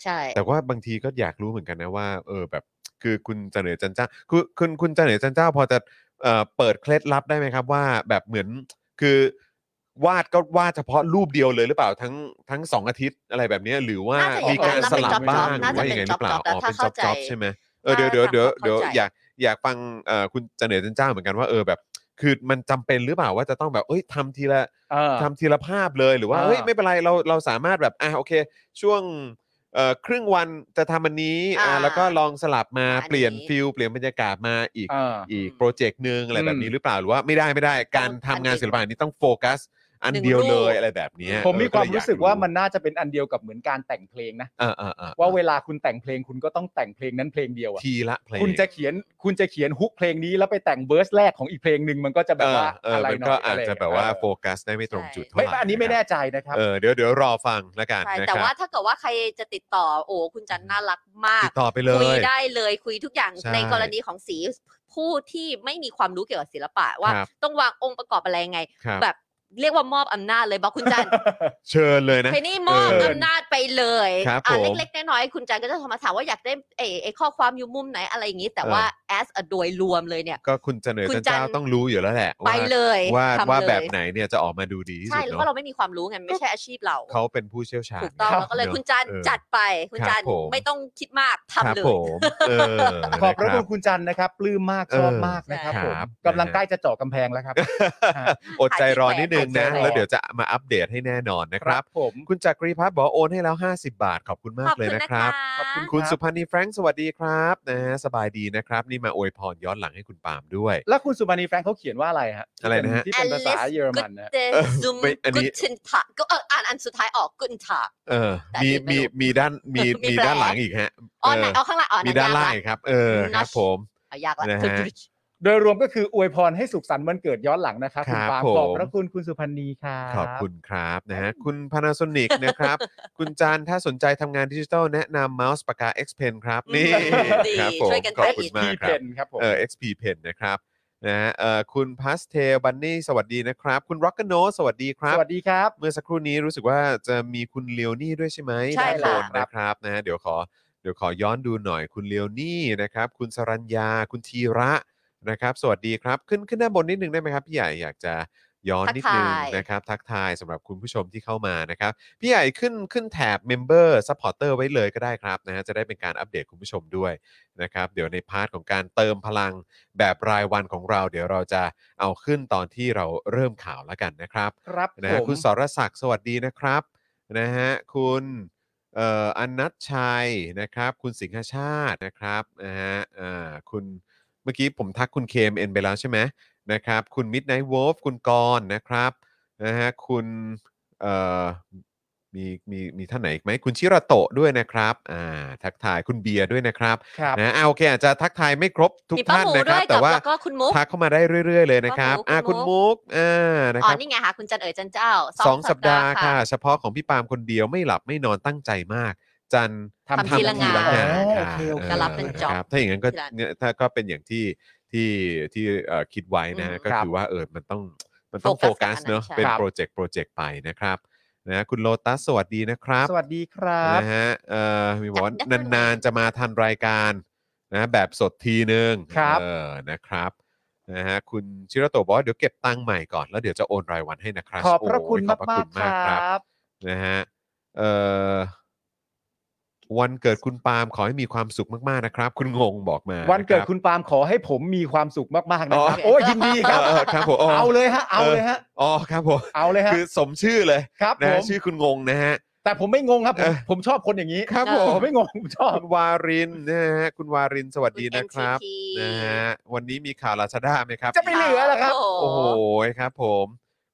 Speaker 3: ใช่
Speaker 2: แต่ว่าบางทีก็อยากรู้เหมือนกันนะว่าเออแบบคือคุณเสนอจันเจ้าคือคุณคุณเสนอจันเจ้าพอจะเอ่อเปิดเคล็ดลับได้ไหมครับว่าแบบเหมือนคือวาดก็วาดเฉพาะรูปเดียวเลยหรือเปล่าทั้งทั้งสองอาทิตย์อะไรแบบเนี้ยหรือว่า
Speaker 3: น่าจะอย่าง
Speaker 2: มีการ
Speaker 3: นั้น
Speaker 2: สลับ
Speaker 3: เป็น
Speaker 2: บ้างห
Speaker 3: job job
Speaker 2: รือว่ายังไงหรือเปล่าอ๋อ
Speaker 3: น่าจะเป็
Speaker 2: เป็น น
Speaker 3: job
Speaker 2: จ็อบ
Speaker 3: job
Speaker 2: จ็อบ
Speaker 3: เข้าใจ
Speaker 2: ใช่ไหมเออเดี๋ยวเดี๋ยวเดี๋ยวเดี๋ยวอยากอยากฟังเอ่อคุณเสนอจันเจ้าเหมือนกันว่าเออแบบคือมันจำเป็นหรือเปล่าว่าจะต้องแบบเอ้ยทำทีละ
Speaker 5: เออ
Speaker 2: ทำทีละภาพเลยหรือว่า
Speaker 5: อ่า
Speaker 2: เฮ้ยไม่เป็นไรเราเราสามารถแบบอ่ะโอเค ช่วงเอ่อครึ่งวันจะทำอันนี้อ่า
Speaker 3: อ่า
Speaker 2: แล้วก็ลองสลับมา
Speaker 3: อันนี้
Speaker 2: เปลี่ยนฟิลเปลี่ยนบรรยากาศมาอีก
Speaker 5: เออ
Speaker 2: อีกโปรเจกต์หนึ่งอะไรแบบนี้หรือเปล่าหรือว่าไม่ได้ไม่ได้การทำงานศิลปะนี้ต้องโฟกัส อันเดียวเลยอะไรแบบเนี้ย
Speaker 5: ผมมีความ
Speaker 2: เออเลยอย
Speaker 5: รู้สึกว่ามันน่าจะเป็นอันเดียวกับเหมือนการแต่งเพลงนะ
Speaker 2: อ่าอ่าอ่า
Speaker 5: ว่าเวลาคุณแต่งเพลงคุณก็ต้องแต่งเพลงนั้นเพลงเดียวอะ
Speaker 2: ทีละเพลง
Speaker 5: คุณจะเขียนคุณจะเขียนฮุกเพลงนี้แล้วไปแต่งเวอร์สแรกของอีกเพลงหนึ่งมันก็จะแบ
Speaker 2: เอบ อ
Speaker 5: ว่า
Speaker 2: เออ
Speaker 5: อะไร
Speaker 2: มัน
Speaker 5: หน่
Speaker 2: ก็
Speaker 5: อย
Speaker 2: อาจ
Speaker 5: ไร
Speaker 2: จะแบบว่า
Speaker 5: เออ
Speaker 2: โฟกัสได้ไม่ตรงจุดเท่าไห
Speaker 5: ไม่
Speaker 2: ร่
Speaker 5: อันนี้ไม่แน่ใจนะครับ
Speaker 2: เออเดี๋ยวเดี๋ยวรอฟังแล้วกัน
Speaker 3: ใช่
Speaker 2: นะ
Speaker 3: แต่
Speaker 2: ค
Speaker 3: ว่า
Speaker 2: รับ
Speaker 3: ถ้าเกิดว่าใครจะติดต่อโอ้คุณจันน่ารักมาก
Speaker 2: ติดต่อไปเล
Speaker 3: คุย
Speaker 2: ย
Speaker 3: ได้เลยคุยทุกอย่าง
Speaker 2: ใช่
Speaker 3: ในกรณีของสีผู้ที่ไม่มีความรู้เกี่ยวกับศิลปะว่า
Speaker 2: ครับ
Speaker 3: ต้องวางองค์ประกอบอะไรยังไง
Speaker 2: ครับ
Speaker 3: แบบเรียกว่ามอบอำนาจเลยบอกคุณจั น
Speaker 2: เชิญเลยนะ
Speaker 3: เพนนี่มอบ
Speaker 2: เออ
Speaker 3: อำนาจไปเลย
Speaker 2: ครับ
Speaker 3: อ่ะ
Speaker 2: ผม
Speaker 3: เล็กๆน้อยๆคุณจันก็จะโทรมาถามว่าอยากได้เอ่อไอ้ข้อความอยู่มุมไหนอะไรอย่างนี้ แต่
Speaker 2: เออ
Speaker 3: ว่า as a โดยรวมเลยเนี่ย
Speaker 2: ก็คุณเสนอ
Speaker 3: คุณ
Speaker 2: จัน
Speaker 3: จัน
Speaker 2: เจ้าต้องรู้อยู่แล้วแหละ
Speaker 3: ไป
Speaker 2: ว่า
Speaker 3: เลย
Speaker 2: ว่า
Speaker 3: ทำ
Speaker 2: ว่า
Speaker 3: เลย
Speaker 2: แบบไหนเนี่ยจะออกมาดูดีที่
Speaker 3: ใช่
Speaker 2: สุด
Speaker 3: เพราะ
Speaker 2: เนาะ
Speaker 3: เราไม่มีความรู้ไงไม่ใช่อาชีพเรา
Speaker 2: เขาเป็นผู้เชี่ยวชาญ
Speaker 3: ถูกต้อง
Speaker 2: รับ
Speaker 3: แล้วก็เลย
Speaker 2: นอะ
Speaker 3: คุณจัน
Speaker 2: เออ
Speaker 3: จัดไปคุณ
Speaker 2: ครับ
Speaker 3: จัน
Speaker 2: ผม
Speaker 3: ไม่ต้องคิดมาก
Speaker 2: ครั
Speaker 3: ทำ
Speaker 2: บ
Speaker 3: เลย
Speaker 2: ผมเออ
Speaker 5: ขอบพระ
Speaker 2: นะค
Speaker 5: คุ
Speaker 2: รับ
Speaker 5: ณคุณจันนะครับปลื้มมาก
Speaker 2: เออ
Speaker 5: ชอบมากนะครับ
Speaker 2: ครับ
Speaker 5: ผม
Speaker 2: นะฮะ
Speaker 5: กำลังใกล้จะเจาะกำแพงแล้วครับ
Speaker 2: อดใจรอนิดนึงนะ
Speaker 3: ขายที่แปด
Speaker 2: แล้วเดี๋ยวจะมาอัปเดตให้แน่นอนนะครับ
Speaker 5: ผม
Speaker 2: คุณจักรีพัฒน์บอกว่าโอนให้แล้ว 50 บาท ขอบคุณมากเลยนะครับ
Speaker 3: ขอบคุณ
Speaker 2: คุณสุพันธ์นีแฟรงค์สวัสดีครับนะฮะสบายดีนะครับ นี่มาอวยพรย้อนหลังให้คุณปาล์มด้วย
Speaker 5: แล้วคุณสุมานีแฟรงค์เขาเขียนว่าอะไรฮะ
Speaker 2: อะไรนะฮะ
Speaker 5: ที่เป็นภาษาเยอรมันนะ
Speaker 3: เดซุ ม
Speaker 2: ไม่อันนี้
Speaker 3: กุนทินทาก็เอออ่านอันสุดท้ายออกกุนทา
Speaker 2: เออ
Speaker 3: แต่อัน
Speaker 2: มี
Speaker 3: นี้ไม่
Speaker 2: มีมี
Speaker 3: รู้
Speaker 2: ด้านมี
Speaker 3: มี
Speaker 2: มี
Speaker 3: แผล
Speaker 2: ด้านหลังอีกฮะ
Speaker 3: อ๋อ
Speaker 2: เอ
Speaker 3: ไหน
Speaker 2: อ
Speaker 3: เอาข้างล่างอ๋อ
Speaker 2: มี
Speaker 3: ย
Speaker 2: ด้าน
Speaker 3: ก
Speaker 2: ล่าง
Speaker 3: ละ
Speaker 2: อีกครับ เออครับ
Speaker 3: นัช
Speaker 2: ผม
Speaker 3: เอายากละ
Speaker 2: นะฮะ
Speaker 5: โดยรวมก็คืออวยพรให้สุขสันต์วันเกิดย้อนหลังนะครับคุณ
Speaker 2: ครับ
Speaker 5: ปาล์ม
Speaker 2: ผม
Speaker 5: ขอบพระคุณคุณสุพันธ์นีครับ
Speaker 2: ขอบคุณครับนะฮะคุณ Panasonic นะครับ คุณจานถ้าสนใจทำงานดิจิทัลแนะนำเมาส์ปากกา X Pen ครับ นี่
Speaker 3: ดี
Speaker 2: ครับผม
Speaker 3: ช่วยกัน
Speaker 2: ขอบ
Speaker 3: ได้
Speaker 2: คุณ
Speaker 3: อีก
Speaker 2: มาก
Speaker 5: XP
Speaker 2: ครับ
Speaker 5: Pen ครับผม
Speaker 2: เออ XP Pen นะครับนะฮะเอ่อคุณพัสเทลบันนี่สวัสดีนะครับ คุณ Rock n o สวัสดีครับ
Speaker 5: สวัสดีครับ
Speaker 2: เมื่อสักครู่นี้รู้สึกว่าจะมีคุณเลโอนี่ด้วยใช่ไหม
Speaker 3: ใช่
Speaker 2: ด้านบน
Speaker 3: ค่ะ
Speaker 2: นะครับนะฮะเดี๋ยวขอเดี๋ยวขอย้อนดูหน่อยคุณเลโอนี่นะครับ คุณสรัญญา คุณธีระนะครับ สวัสดีครับ ขึ้นขึ้นด้านบนนิดนึงได้ไหมครับพี่ใหญ่อยากจะ ย้อน
Speaker 3: ทัก
Speaker 2: นิดนึง
Speaker 3: ทาย
Speaker 2: นะครับ ทักทายสำหรับคุณผู้ชมที่เข้ามานะครับ พี่ใหญ่ขึ้นขึ้นแถบ Member Supporter ไว้เลยก็ได้ครับนะฮะจะได้เป็นการอัปเดตคุณผู้ชมด้วยนะครับ เดี๋ยวในพาร์ทของการเติมพลังแบบรายวันของเรา เดี๋ยวเราจะเอาขึ้นตอนที่เราเริ่มข่าวแล้วกันนะครับ
Speaker 5: ครับ
Speaker 2: นะ
Speaker 5: ผ
Speaker 2: ฮะ
Speaker 5: ม
Speaker 2: คุณสรศักดิ์สวัสดีนะครับนะฮะคุณเอ่ออนัทชัยนะครับ คุณสิงหชาตินะครับนะฮะอ่าคุณเมื่อกี้ผมทักคุณเคมเอ็นไปแล้วใช่ไหมนะครับ คุณมิดไนท์วอฟคุณกรณ์นะครับนะฮะคุณเอ่อมีมีมีท่านไหนอีกไหมคุณชิระโตะด้วยนะครับอ่าทักทายคุณเบียร์ด้วยนะครับ
Speaker 5: ครับ
Speaker 2: นะอ่าโอเคอาจจะทักทายไม่ครบทุก
Speaker 3: มีป้า
Speaker 2: ท่าน
Speaker 3: หมู
Speaker 2: นะค
Speaker 3: ด้
Speaker 2: รับ
Speaker 3: วย
Speaker 2: แต่
Speaker 3: กับ
Speaker 2: ว่า
Speaker 3: แล้วก็คุณมุก
Speaker 2: ทักเข้ามาได้เรื่อย ๆ เลยนะครับ
Speaker 3: ป้าหมู
Speaker 2: อ่า
Speaker 3: คุ
Speaker 2: คุณ
Speaker 3: ณมุ
Speaker 2: มุ
Speaker 3: ก
Speaker 2: กอ่านะค
Speaker 3: อ๋อ
Speaker 2: รับ
Speaker 3: นี่ไงค่ะคุณจันเอ๋ยจันเจ้า
Speaker 2: สองสัปดาห์ค่ะ เฉพาะของพี่ปาล์มคนเดียวไม่หลับไม่นอนตั้งใจมาก จันทร์
Speaker 5: ทำ
Speaker 2: ทำ
Speaker 3: ทำทีละงาน
Speaker 5: ทีละงาน
Speaker 2: ค่ะ
Speaker 5: โอเคโอเค
Speaker 3: จะรับเป็น
Speaker 2: ออ
Speaker 3: job
Speaker 2: คถ้าอย่างนั้นก็
Speaker 3: ทีละ
Speaker 2: เนี่ยถ้าก็เป็นอย่างที่ที่ที่เอ่อคิดไว้นะฮะ
Speaker 3: อืม
Speaker 2: ก็คือว่าเออมันต้องมันต้องโฟ
Speaker 3: โฟกั
Speaker 2: กัส
Speaker 3: สกับอันนั้น
Speaker 2: เนอะ
Speaker 3: ใช่
Speaker 2: เป็นโปรเจกต์โปรเจกต์ไปนะครับนะคุณโลตัสสวัสดีนะครับ
Speaker 5: สวัสดีครับ
Speaker 2: นะฮะเอ่อมีบอกว่า
Speaker 3: จัดได้ไหม
Speaker 2: นานๆจะมาทันรายการนะแบบสดทีนึง
Speaker 5: ครับ
Speaker 2: เออนะครับนะฮะคุณชิระโตะบอกว่าเดี๋ยวเก็บตังค์ใหม่ก่อนแล้วเดี๋ยวจะโอนรายวันให้นะครับ
Speaker 5: ขอบพระคุณ
Speaker 2: โยขอ
Speaker 5: มา
Speaker 2: บ
Speaker 5: ก
Speaker 2: พระ
Speaker 5: มา
Speaker 2: คุ
Speaker 5: ก
Speaker 2: ณ
Speaker 5: คร
Speaker 2: มากครั
Speaker 5: ั
Speaker 2: บ
Speaker 5: บ
Speaker 2: นะฮะเอ่อวันเกิดคุณปาล์มขอให้มีความสุขมากๆนะครับ คุณงงบอกมา
Speaker 5: วันเกิด
Speaker 2: ะรับ
Speaker 5: คุณปาล์มขอให้ผมมีความสุขมากๆนะครับ
Speaker 2: อ๋อ
Speaker 5: โอ้ยยินดีครับ
Speaker 2: เออครับผมอ๋อ
Speaker 5: เอาเลยฮะ เอาเลยฮะ
Speaker 2: อ๋อครับผม
Speaker 5: เอาเลยฮะ
Speaker 2: คือสมชื่อเลย
Speaker 5: ครับ
Speaker 2: นะ
Speaker 5: ผ
Speaker 2: ฮะ
Speaker 5: ม
Speaker 2: ชื่อคุณงงนะฮะ
Speaker 5: แต่ผมไม่งงครับผ
Speaker 2: เอ
Speaker 5: ม
Speaker 2: อ
Speaker 5: ผมชอบคนอย่างนี้
Speaker 2: ครับผ
Speaker 5: ผม
Speaker 2: ม
Speaker 5: ไม่งงผมชอบ
Speaker 2: คุณวารินนะฮะคุณวารินสวัสดีนะครับ
Speaker 3: คุณ NCT
Speaker 2: นะฮะ วันนี้มีข่าวลาซาด้าไหมครับ
Speaker 5: จะไปเหลือแล้วครับ
Speaker 3: โอ้
Speaker 2: โอ้
Speaker 3: โห
Speaker 2: โหครับผม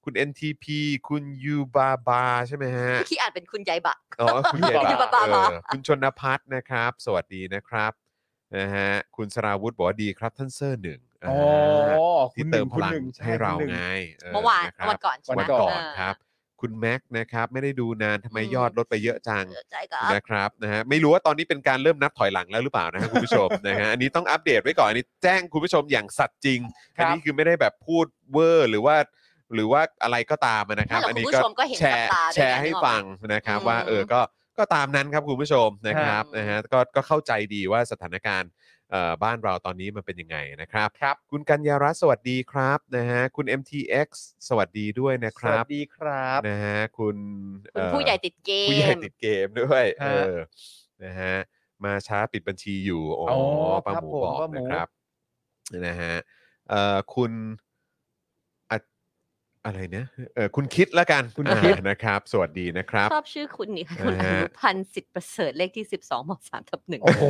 Speaker 2: คุณ NTP คุณยูบาบาใช่ไหมฮะ
Speaker 3: ที่อ่านเป็นคุณยายบะ
Speaker 2: อ๋อคุณใหญ่
Speaker 3: อยู่
Speaker 2: บา
Speaker 3: ปะปะ
Speaker 2: เอ
Speaker 3: ปะ
Speaker 2: อคุณชนพัฒน์นะครับ สวัสดีนะครับนะฮะคุณสราวุธบอกว่าดีครับท่านเซอร์หนึ่ง
Speaker 5: อ๋อ
Speaker 2: อ่า
Speaker 5: คุ
Speaker 2: ที่
Speaker 5: ณห
Speaker 2: เติ
Speaker 5: นึ่
Speaker 2: ม
Speaker 5: ง
Speaker 2: พ
Speaker 5: คุณ
Speaker 2: ลัง
Speaker 5: หนึ่งช่
Speaker 2: ให้เรา
Speaker 5: คุณนึ่
Speaker 2: ไง
Speaker 3: เมื่อวาน
Speaker 2: ครับ
Speaker 3: วันก่อนใช่ไหม
Speaker 2: วัน
Speaker 5: ก่
Speaker 2: ก่อ
Speaker 5: อน น
Speaker 2: ครับ คุณแม็กนะครับ ไม่ได้ดูนานทำไม
Speaker 3: อืม
Speaker 2: ยอดลดไปเยอะจัง
Speaker 3: เออใจก็
Speaker 2: นะครับนะฮะไม่รู้ว่าตอนนี้เป็นการเริ่มนับถอยหลังแล้วหรือเปล่านะฮะคุณผู้ชม นะฮะอันนี้ต้องอัปเดตไว้ก่อนอันนี้แจ้งคุณผู้ชมอย่างสัตย์จริง
Speaker 5: ค
Speaker 2: อั
Speaker 5: รั
Speaker 2: น
Speaker 5: บ
Speaker 2: นี้คือไม่ได้แบบพูดเวอร์หรือว่า หรือว่าอะไรก็ตามนะครั
Speaker 3: ถ้า
Speaker 2: บ
Speaker 3: เรา
Speaker 2: อัน
Speaker 3: คุณ
Speaker 2: นี้
Speaker 3: ผู้
Speaker 2: ก็
Speaker 3: ชมก็เห็น
Speaker 2: แช
Speaker 3: กับ
Speaker 2: ร์
Speaker 3: ตา
Speaker 2: แชร์ให้ฟังนะครับ
Speaker 3: อืม
Speaker 2: ว่าเออก็ก็ตามนั้นครับคุณผู้ชมนะครับนะฮะก็ก็เข้าใจดีว่าสถานการณ์เอ่อบ้านเราตอนนี้มันเป็นยังไงนะครับ
Speaker 5: ครับ
Speaker 2: คุณกัญญารัตน์สวัสดีครับนะฮะคุณ MTX สวัสดีด้วยนะค
Speaker 5: ส
Speaker 2: รั
Speaker 5: วั
Speaker 2: บ
Speaker 5: สดีครับ
Speaker 2: นะฮะคุณ
Speaker 3: คุ
Speaker 2: เอ่
Speaker 3: ณ
Speaker 2: อ
Speaker 3: ผู้ใหญ่ติดเกม
Speaker 2: ผู้ใหญ่ติดเกมด้วย
Speaker 5: ฮะ
Speaker 2: เออนะฮะมาช้าปิดบัญชีอยู่โอ้
Speaker 5: อ๋อ
Speaker 2: ปา
Speaker 5: ครับ
Speaker 2: หมูบ
Speaker 5: ผม
Speaker 2: อก
Speaker 5: ป้าหมู
Speaker 2: นะครับนะฮะเอ่อคุณอะอะไรเนี่ยเออคุณคิดละกัน
Speaker 5: คุณ
Speaker 2: อ่า
Speaker 5: คิด
Speaker 2: นะครับ สวัสดีนะครับ
Speaker 3: ชอบชื่อคุณนี่ค่ะคุณ
Speaker 2: นะ
Speaker 3: อ
Speaker 2: ฮะ
Speaker 3: นุพันธ์สิทธิ์ประเสริฐเลขที่สิบสองบอกสามทับหนึ่ง
Speaker 5: โอ้โห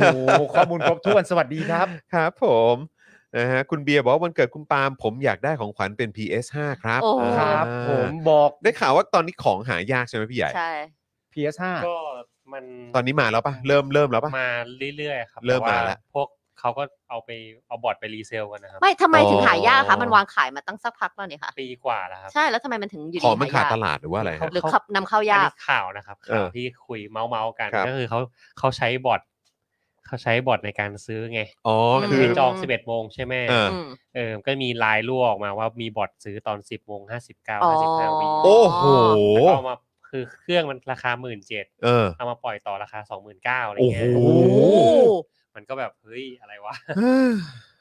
Speaker 5: ข้อมูลครบถ้วนสวัสดีครับ
Speaker 2: ครับผมนะฮะคุณเบียร์บอกว่าวันเกิดคุณปาล์มผมอยากได้ของขวัญเป็น PS5 ครับ
Speaker 3: โอ้โห
Speaker 5: ครับ
Speaker 2: อ่า
Speaker 5: ผมบอก
Speaker 2: ได้ข่าวว่าตอนนี้ของหายากใช่ไหมพี่ใหญ่
Speaker 3: ใช่
Speaker 5: PS5
Speaker 4: ก็มัน
Speaker 2: ตอนนี้มาแล้วปะเริ่มเริ่มแล้วปะ
Speaker 4: มาเรื่อยๆครับ
Speaker 2: เริ่มมาแล้ว
Speaker 4: ต่พวกเขาก็เอาไปเอาบอร์ดไปรีเซลกันนะครับ
Speaker 3: ไม่ทำไมถึงหายาก
Speaker 2: อ๋
Speaker 3: คะ
Speaker 2: อ
Speaker 3: มันวางขายมาตั้งสักพักแล้วเนี่ยค่ะ
Speaker 4: ปีกว่าแล้วครับ
Speaker 3: ใช่แล้วทำไมมันถึงอยู่
Speaker 2: ของมัน
Speaker 3: หยก
Speaker 2: ขาดตลาดหรือว่าอะไรฮะ
Speaker 3: หรือขับนำเข้ายาก
Speaker 4: อันนี้ข่าวนะครับ
Speaker 2: เอ
Speaker 4: ข่าว
Speaker 2: อ
Speaker 4: ที่คุยเมาส์ๆกัน
Speaker 2: ครับ
Speaker 4: ก็คือเขาเขาใช้บอทเขาใช้บอทในการซื้อไง
Speaker 2: อ๋อ
Speaker 4: มัน
Speaker 2: คือ
Speaker 4: มีจอง
Speaker 3: อืม
Speaker 4: 11 โมงใช่ไหม
Speaker 2: เออ
Speaker 3: อืม
Speaker 4: เออก็มีไลน์รั่วออกมาว่ามีบอทซื้อตอน 10 โมง
Speaker 3: อ๋
Speaker 4: 59
Speaker 3: อ
Speaker 4: 55วิ
Speaker 2: โอ้โห
Speaker 4: แล้วก็เอามาคือเครื่องมันราคา 1 7ื่นเ
Speaker 2: เออ
Speaker 4: อามาปล่อยต่อราคา 29,000อะไร
Speaker 2: โอ้โห
Speaker 4: เงี้ย
Speaker 2: โอ้โห
Speaker 4: มันก็แบบเฮ้ยอะไรวะ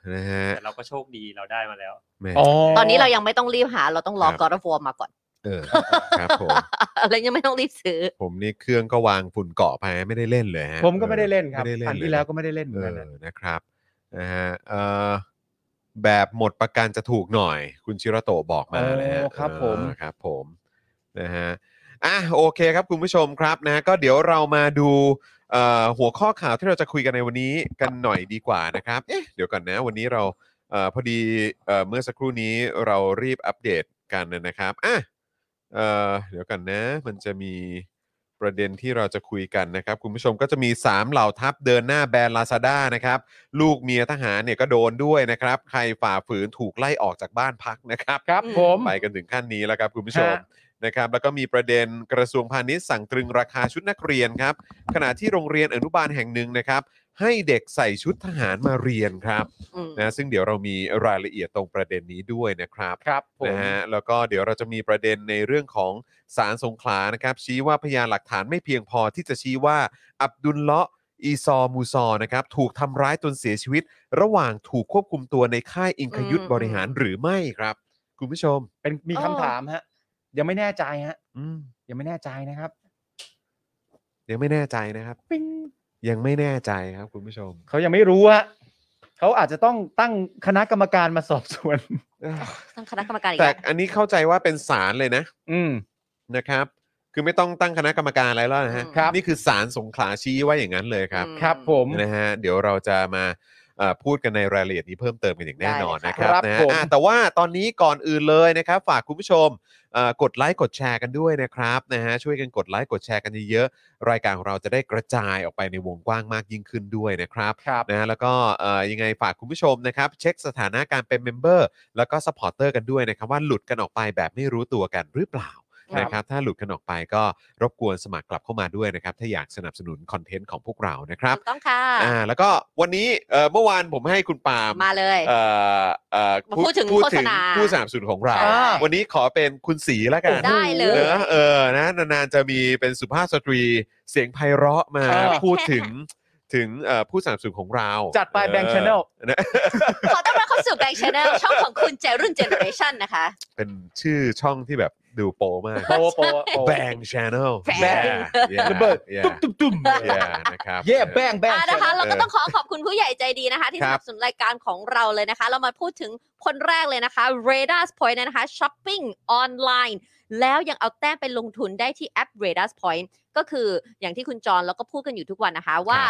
Speaker 2: นะฮะ
Speaker 4: แต่เราก็โชคดีเราได้มาแล้ว
Speaker 2: แหม่
Speaker 3: ตอนนี้เรายังไม่ต้องรีบหา เราต้องรอ
Speaker 2: ครับ
Speaker 3: God of War มาก่อน
Speaker 2: เออครับผม
Speaker 3: อะไรยังไม่ต้องรีบซื้อ
Speaker 2: ผมนี่เครื่องก็วางฝุ่นเกาะไปไม่ได้เล่นเลยฮะ
Speaker 5: ผมก็ไม่ได้เล่นครับ
Speaker 2: ไม่ได้เล่น
Speaker 5: อัน
Speaker 2: เลย
Speaker 5: ที่แล้วก็ไม่ได้เล่นเหมื
Speaker 2: เอ
Speaker 5: อนกัน
Speaker 2: อ
Speaker 5: นะ
Speaker 2: นะครับนะฮะเออแบบหมดประกันจะถูกหน่อย คุณชิระโตะบอกมานะฮะ
Speaker 5: อ๋อครับผม
Speaker 2: เออครับผมนะฮะอ่ะโอเคครับคุณผู้ชมครับนะก็เดี๋ยวเรามาดูเอ่อหัวข้อข่าวที่เราจะคุยกันในวันนี้กันหน่อยดีกว่านะครับเอ๊ะเดี๋ยวก่อนนะวันนี้เราเอ่อพอดีเอ่อเมื่อสักครู่นี้เรารีบอัปเดตกันนะครับอ่ะเอ่อเดี๋ยวกันนะ มันจะมี ประเด็นที่เราจะคุยกันนะครับ คุณผู้ชมก็จะมี 3 เหล่าทัพเดินหน้าแบนลาซาด้านะครับ ลูกเมียทหารเนี่ยก็โดนด้วยนะครับ ใครฝ่าฝืนถูกไล่ออกจากบ้านพักนะครับ
Speaker 5: ครับผม
Speaker 2: ไปกันถึงขั้นนี้แล้วครับคุณผู้ชม
Speaker 5: ฮะ
Speaker 2: นะครับ แล้วก็มีประเด็นกระทรวงพาณิชย์สั่งตรึงราคาชุดนักเรียนครับ ขณะที่โรงเรียนอนุบาลแห่งหนึ่งนะครับ ให้เด็กใส่ชุดทหารมาเรียนครับ
Speaker 3: อืม
Speaker 2: นะซึ่งเดี๋ยวเรามีรายละเอียดตรงประเด็นนี้ด้วยนะครับ
Speaker 5: ครับผม
Speaker 2: นะฮะแล้วก็เดี๋ยวเราจะมีประเด็นในเรื่องของสารสงขลานะครับ ชี้ว่าพยานหลักฐานไม่เพียงพอที่จะชี้ว่า อับดุลเลาะห์อีซอมูซอนะครับถูกทำร้ายจนเสียชีวิต ระหว่างถูกควบคุมตัวในค่ายอิงคยุทธ
Speaker 3: อืม
Speaker 2: บริหารหรือไม่ครับ คุณผู้ชม
Speaker 5: เป็นมีคำถามฮะ ยังไม่แน่ใจฮะ
Speaker 2: อืม
Speaker 5: ยังไม่แน่ใจนะครับ
Speaker 2: ยังไม่แน่ใจนะครับ ยังไม่แน่ใจครับ คุณผู้ชม
Speaker 5: เขายังไม่รู้ฮะเขาอาจจะต้องตั้งคณะกรรมการมาสอบสวน
Speaker 2: เอ้อ
Speaker 3: ตั้งคณะกรรมการอีก
Speaker 2: แต่
Speaker 3: แล้ว
Speaker 2: อันนี้เข้าใจว่าเป็นศาลเลยนะ
Speaker 5: อืม
Speaker 2: นะครับ คือไม่ต้องตั้งคณะกรรมการอะไรแล้วนะฮะ
Speaker 5: ครับ
Speaker 2: นี่คือศาลสงขลาชี้ว่าอย่างนั้นเลยครับ
Speaker 3: อืม
Speaker 5: ครับผม
Speaker 2: นะฮะเดี๋ยวเราจะมาเอ่อพูดกันในรายละเอียดนี้เพิ่มเติมกันอย่างแน่นอน
Speaker 3: ได้เลย
Speaker 2: นะค
Speaker 3: ค่ะ
Speaker 2: รับ
Speaker 5: ครับ
Speaker 2: นะฮะ
Speaker 5: ผม
Speaker 2: อ่ะแต่ว่าตอนนี้ก่อนอื่นเลยนะครับ ฝากคุณผู้ชมเอ่อกดไลค์กดแชร์กันด้วยนะครับนะฮะช่วยกันกดไลค์กดแชร์กันเยอะๆรายการของเราจะได้กระจายออกไปในวงกว้างมากยิ่งขึ้นด้วยนะครับ
Speaker 5: ครับ
Speaker 2: นะฮะแล้วก็เอ่อยังไงฝากคุณผู้ชมนะครับ เช็คสถานะการเป็นเมมเบอร์แล้วก็สปอร์เตอร์กันด้วยนะครับ ว่าหลุดกันออกไปแบบไม่รู้ตัวกันหรือเปล่า
Speaker 5: ครับ
Speaker 2: นะครับถ้าหลุดกันออกไปก็รบกวนสมัครกลับเข้ามาด้วยนะครับ ถ้าอยากสนับสนุนคอนเทนต์ของพวกเรานะครับ
Speaker 3: ถูกต้องค่ะ
Speaker 2: อ่าแล้วก็วันนี้เอ่อเมื่อวานผมให้คุณปาล์ม
Speaker 3: มาเลย
Speaker 2: เอ่อเอ่อ
Speaker 3: มาพูดถึงโฆษณา
Speaker 2: ผู้สนับสนุนของเรา
Speaker 3: ใช่
Speaker 2: วันนี้ขอเป็นคุณสีแล้วกัน
Speaker 3: ได้เลย
Speaker 2: เนอะเออนะนานๆจะมีเป็นสุภาพสตรีเสียงไพเราะมา
Speaker 5: เออ
Speaker 2: พูดถึงถึงเอ่อผู้สนับสนุนของเรา
Speaker 5: จัดไปแบงค์ชาแนล
Speaker 2: เออนะ
Speaker 3: ขอต้อนรับเข้าสู่แบงค์ชาแนลช่องของคุณเจรุ่นเจเนอเรชันนะคะ
Speaker 2: เป็นชื่อช่องที่แบบดูโปมาก
Speaker 5: โปะโปะโปะ
Speaker 2: แบงชานอล
Speaker 3: Bang
Speaker 5: ระเบิดตุ้มตุ้มตุ้ม
Speaker 2: นะครับ
Speaker 5: เย่แบงแบง
Speaker 3: อ่ะนะคะ เราก็ต้องขอขอบคุณผู้ใหญ่ใจดีนะคะ ที่
Speaker 2: ค
Speaker 3: ส
Speaker 2: รับ
Speaker 3: นับสนุนรายการของเราเลยนะคะ เรามาพูดถึงคนแรกเลยนะคะ r a d a r s Point นะคะช้อปปิ้งออนไลน์แล้วยังเอาแต้มไปลงทุนได้ที่แอป r a d a r s Point ก็คืออย่างที่คุณจรแล้วก็พูดกันอยู่ทุกวันนะคะว่า